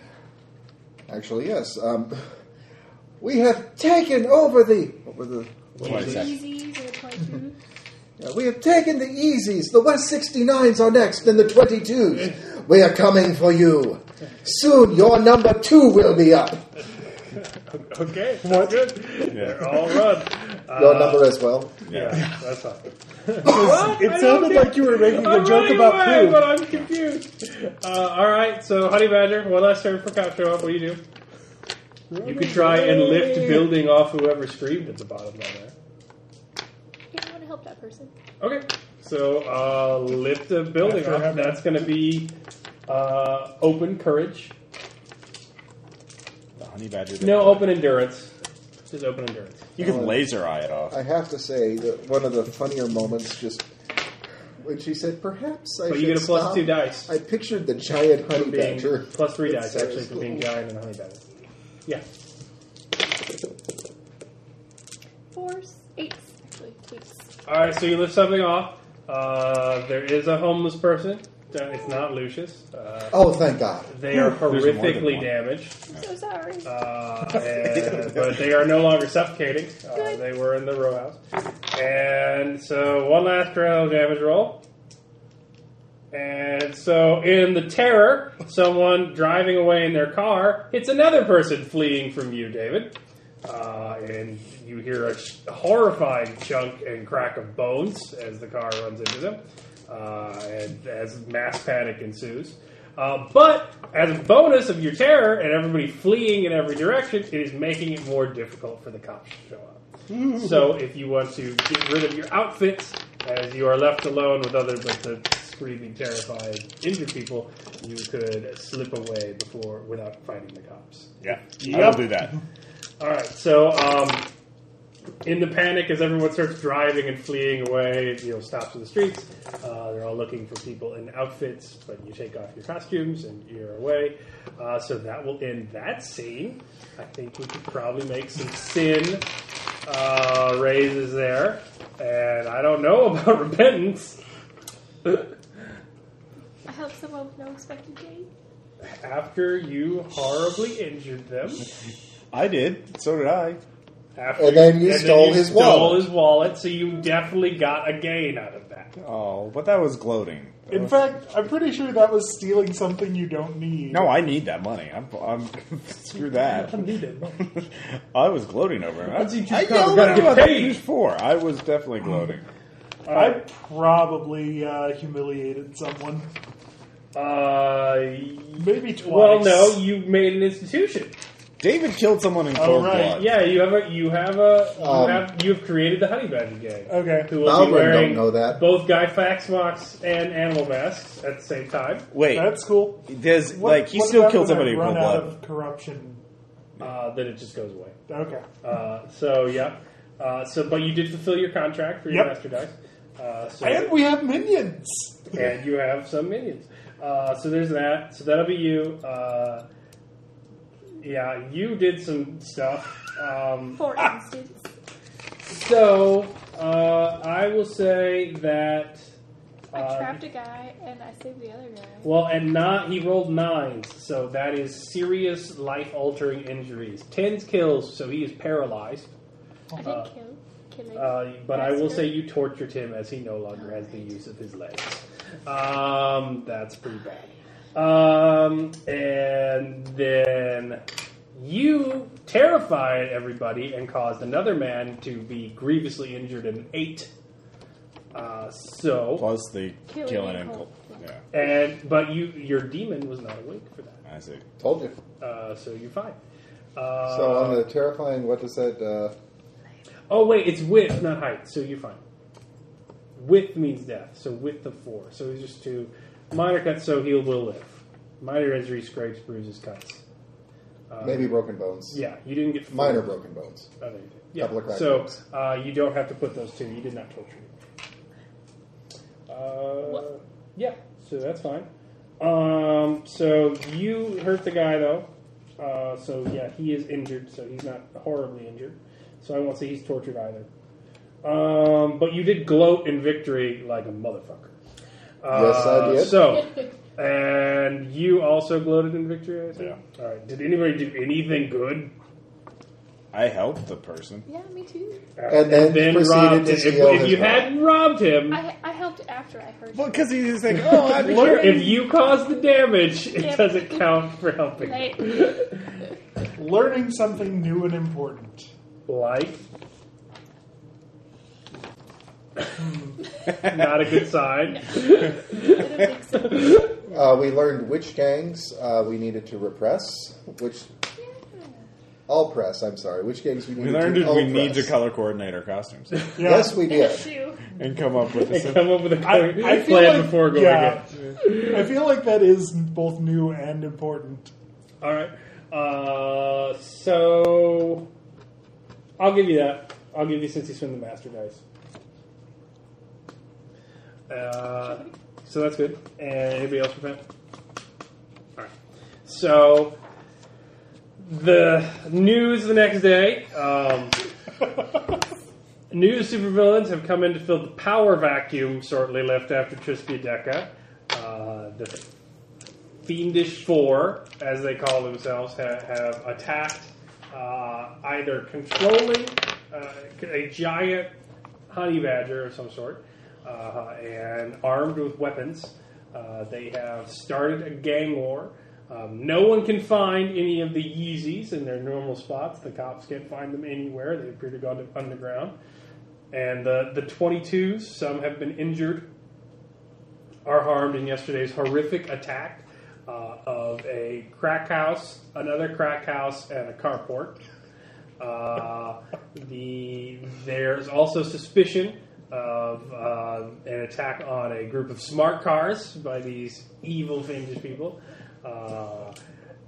F: Actually, yes. Um, we have taken over the. What were the. what was it?
U: Easy for the 22.
F: Yeah, we have taken the Easies. The West 69s are next, then the 22s. We are coming for you. Soon your number two will be up.
A: (laughs) Okay, that's good. They're all run.
F: Your
A: Uh,
F: number as well.
A: Yeah, that's awesome.
V: (laughs) it sounded like you were making a joke about
A: away,
V: food.
A: but I'm confused. Uh, all right, so Honey Badger, one last turn for Cop Show Up. What do you do? You could try and lift building off whoever screamed at the bottom down there.
D: Yeah, I want to help that person.
A: Okay, so uh, lift the building
V: After
A: off.
V: having-
A: That's going to be uh, open courage.
B: The honey badger. did
A: No,
B: it.
A: open endurance. Just open endurance.
B: You can laser eye it off.
F: I have to say that one of the funnier moments just when she said, "Perhaps I."
A: But
F: should
A: you get a plus
F: stop."
A: two dice.
F: I pictured the giant honey
A: From being-
F: badger.
A: plus three
F: It
A: dice,
F: says,
A: actually, for being giant and honey badger. Yeah.
D: Force eight, actually, tweaks.
A: All right, so you lift something off. Uh, there is a homeless person. Uh, It's not Lucius. Uh,
F: Oh, thank God!
A: They are
B: There's more than
A: horrifically
B: one.
A: damaged,
D: I'm so sorry.
A: uh, and- but they are no longer suffocating. Uh, they were in the row house, and so one last criminal damage roll. And so, in the terror, someone driving away in their car hits another person fleeing from you, David. Uh, and you hear a sh- horrifying chunk and crack of bones as the car runs into them, uh, and as mass panic ensues. Uh, but as a bonus of your terror and everybody fleeing in every direction, it is making it more difficult for the cops to show up. so if you want to get rid of your outfits, as you are left alone with other but the screaming, terrified, injured people, you could slip away before without fighting the cops.
B: Yeah, I
A: Yep.
B: will do that.
A: All right, so um, in the panic, as everyone starts driving and fleeing away, you know, stops in the streets. Uh, they're all looking for people in outfits, but you take off your costumes and you're away. Uh, so that will end that scene. I think we could probably make some sin uh, raises there, and I don't know (laughs) about repentance.
D: I help someone with no expected gain.
A: After you horribly injured them,
B: I did. So did I.
A: after
F: And then you stole his
A: stole
F: wallet.
A: his wallet, so you definitely got a gain out of that.
B: Oh, but that was gloating. That
E: In
B: was-
E: fact, I'm pretty sure that was stealing something you don't need.
B: no, I need that money. I'm, I'm (laughs) screw that. (laughs) I was gloating over it.
A: you just
B: I
A: got-
B: know
A: got
B: what
A: to get
B: about that
A: paid.
B: before. I was definitely gloating.
E: I probably uh, humiliated someone.
A: Uh,
E: Maybe twice.
A: well, no, you made an institution.
B: David killed someone in
E: Oh,
B: cold
E: right,
B: blood.
A: Yeah, you have a, you have a, you
F: Um,
A: have, you have created the Honey Badger gang.
E: Okay.
A: Who will
F: Malvern
A: be
F: don't
A: wearing
F: know that.
A: both Guy Fax masks and animal masks at the same time.
B: Wait,
E: That's cool.
B: there's
E: What-
B: like he
E: what
B: still
E: about
B: killed
E: when I
B: somebody in cold
E: run out
B: blood.
E: of corruption.
A: Uh, then it just goes away.
E: Okay.
A: Uh, so yeah. Uh, so, but you did fulfill your contract for your
E: Yep.
A: master dice. Uh, so
E: And we have minions.
A: and you have some minions. Uh, so there's that. So that'll be you. Uh, yeah, you did some stuff. Um,
D: For instance,
A: so uh, I will say that.
D: I
A: Uh,
D: trapped a guy and I saved the other guy.
A: well, and not he rolled nines, so that is serious life-altering injuries. Tens kills, so he is paralyzed.
D: I
A: Uh,
D: didn't kill. Killing.
A: Uh, but I will
D: Massacre.
A: say you tortured him as he no longer has the use of his legs. Um, that's pretty bad. Um, and then you terrified everybody and caused another man to be grievously injured and eight. Uh, so
B: Plus the
D: Killing
B: killing,
D: in
B: in
D: cold
B: cold.
D: blood.
B: Yeah,
A: and but you your demon was not awake for that,
B: I see.
F: Told you.
A: uh, so you're fine. Uh,
F: So on the terrifying, what does that? Uh,
A: Oh wait, it's width, not height. So you're fine. Width means death. So width of four. So he's just two minor cuts. So he will live. Minor injuries, scrapes, bruises, cuts. Uh,
F: maybe broken bones.
A: Yeah, you didn't get full-
F: Minor broken bones.
A: Oh, there you go. Yeah.
F: Couple of crack
A: so
F: jokes.
A: uh, you don't have to put those two. You did not torture me. Uh, yeah. So that's fine. Um, so you hurt the guy though. Uh, so yeah, he is injured. So he's not horribly injured. So I won't say he's tortured either. Um, but you did gloat in victory like a motherfucker. Uh,
W: Yes, I did.
A: So, and you also gloated in victory. I think?
K: Yeah.
A: All right. Did anybody do anything good?
K: I helped the person.
D: Yeah, me too.
W: And then proceeded
A: Uh, robbed
W: to
A: him. If,
W: steal
A: if
W: his
A: you
W: bike.
A: hadn't robbed him, (laughs)
D: I, I helped after I heard.
K: Well,
D: you.
K: because he's just
B: (laughs)
K: like, oh, I'm
A: Look,
K: here.
A: if you cause the damage,
D: Yeah.
A: it doesn't count for helping.
D: Like,
A: (laughs)
E: Learning something new and important.
A: Like,
X: (laughs)
A: not a
X: (laughs)
A: good sign.
D: I don't think so.
A: (laughs)
W: Uh, we learned which gangs uh, we needed to repress, which
D: (laughs)
W: all press. I'm sorry, which gangs we
K: We
W: needed
K: learned
W: to
K: that we
W: all
K: need to
W: press.
K: color coordinate our costumes
W: Yes, we did.
I: Shoe.
K: and come up
A: (laughs)
K: with
A: And
K: a.
A: come up with a
X: I- I feel
A: plan
X: like-
A: before going
E: yeah.
A: in.
E: I feel like that is both new and important.
A: All right. Uh, so I'll give you that. I'll give you since you swing the master dice. Uh, so that's good. And anybody else repent? All right. So the news the next day. Um, New supervillains have come in to fill the power vacuum shortly left after Trispiadeca. Uh, the Fiendish Four, as they call themselves, have, have attacked uh, either controlling uh, a giant honey badger of some sort uh, and armed with weapons. Uh, they have started a gang war. Um, no one can find any of the Yeezys in their normal spots. The cops can't find them anywhere. They appear to have gone to underground. And the, the 22s, some have been injured are harmed in yesterday's horrific attack uh, of a crack house, another crack house, and a carport. Uh, the there's also suspicion of uh, an attack on a group of smart cars by these evil fiendish people, uh,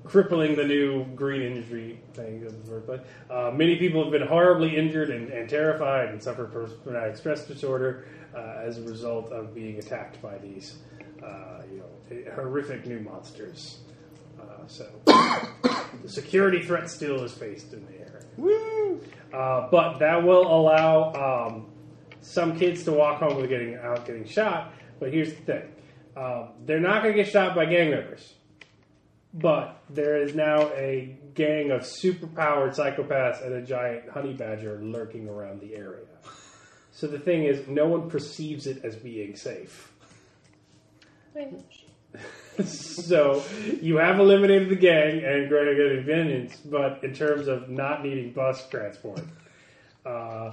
A: crippling the new green industry thing. Of the first place. Uh, many people have been horribly injured and, and terrified and suffer from traumatic stress disorder uh, as a result of being attacked by these uh, you know horrific new monsters. Uh, so (coughs) the security threat still is faced in the area. Uh, but that will allow um, some kids to walk home with getting out getting shot. But here's the thing: um, they're not going to get shot by gang members. But there is now a gang of superpowered psychopaths and a giant honey badger lurking around the area. So the thing is, no one perceives it as being safe. so you have eliminated the gang and granted good vengeance, but in terms of not needing bus transport, uh,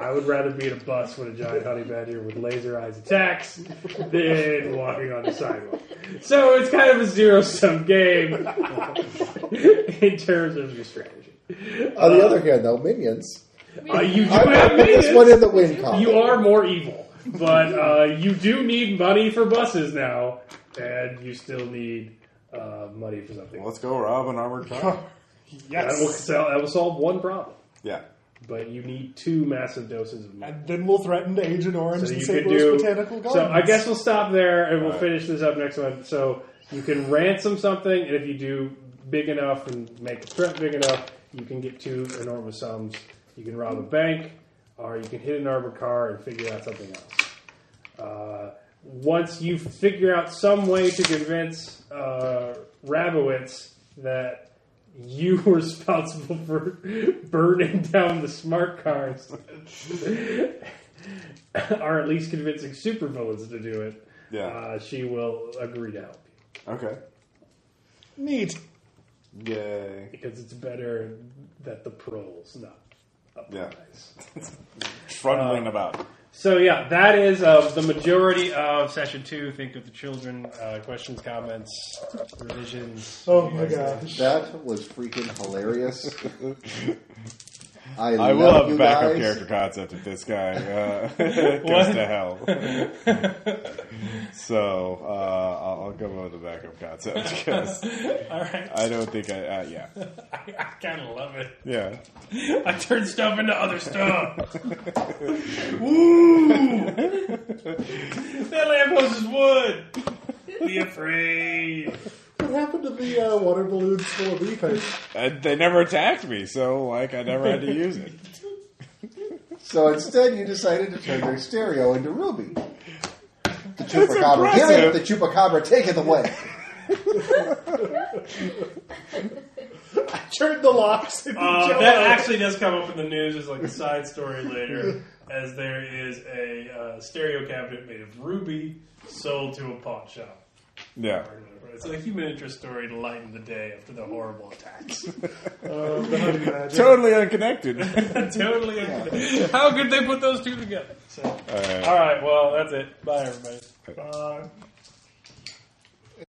A: I would rather be in a bus with a giant honey badger with laser eyes attacks than walking on the sidewalk. So it's kind of a zero sum game (laughs) in terms of your strategy.
W: On the other hand, though, minions.
A: Uh, you do
W: I, I
A: have
W: put this
A: minions.
W: one in the win column.
A: You are more evil, but uh, you do need money for buses now, and you still need uh, money for something.
K: Let's go rob an armored car.
A: that, will
E: Yes.
A: sell, that will solve one problem,
K: Yeah.
A: but you need two massive doses of money.
E: And then we'll threaten to Agent Orange
A: So
E: the
A: you
E: St.
A: could
E: Louis
A: do.
E: Botanical Gardens.
A: So I guess we'll stop there, and we'll
K: Alright.
A: finish this up next one. So you can ransom something, and if you do big enough and make the threat big enough, you can get two enormous sums. You can rob a bank, or you can hit an armored car and figure out something else uh, once you figure out some way to convince uh, Rabowitz that you were responsible for burning down the smart cars, or at least convincing supervillains to do it,
K: Yeah.
A: uh, she will agree to help you
K: Okay.
E: Neat.
K: Yay.
A: because it's better that the proles not up
K: Yeah.
A: guys.
K: Trundling about.
A: So yeah, that is uh, the majority of session two. Think of the children. Uh, questions, comments, revisions.
E: Oh my gosh.
W: That was freaking hilarious.
K: (laughs)
W: I,
K: I
W: love
K: will have
W: you
K: a backup
W: guys.
K: character concept if this
W: (laughs)
K: guy uh, (laughs) goes to hell.
W: (laughs)
K: so uh, I'll, I'll come up with a backup concept because
A: (laughs) All right, (laughs)
K: I don't think I. Uh, yeah.
A: I, I kind of love it.
K: Yeah.
A: I turn stuff into other stuff. Woo! that lamppost is wood. Be afraid.
E: What happened to the uh, water balloons full of ether?
K: And they never attacked me, so like I never had to use it.
F: So instead, you decided to turn their stereo into Ruby. The
B: That's
F: chupacabra, give
B: impressive.
F: it. The chupacabra, take it away.
E: I (laughs) turned the locks. And
A: Uh, that actually does come up in the news as like a side story later, as there is a uh, stereo cabinet made of ruby sold to a pawn shop.
W: (laughs)
B: Yeah.
A: It's a human interest story to lighten the day after the horrible attacks. (laughs)
B: totally
K: (laughs)
B: unconnected.
A: totally. How could they put those two together? So,
B: right.
A: all right. Well, that's it. Bye, everybody. Bye.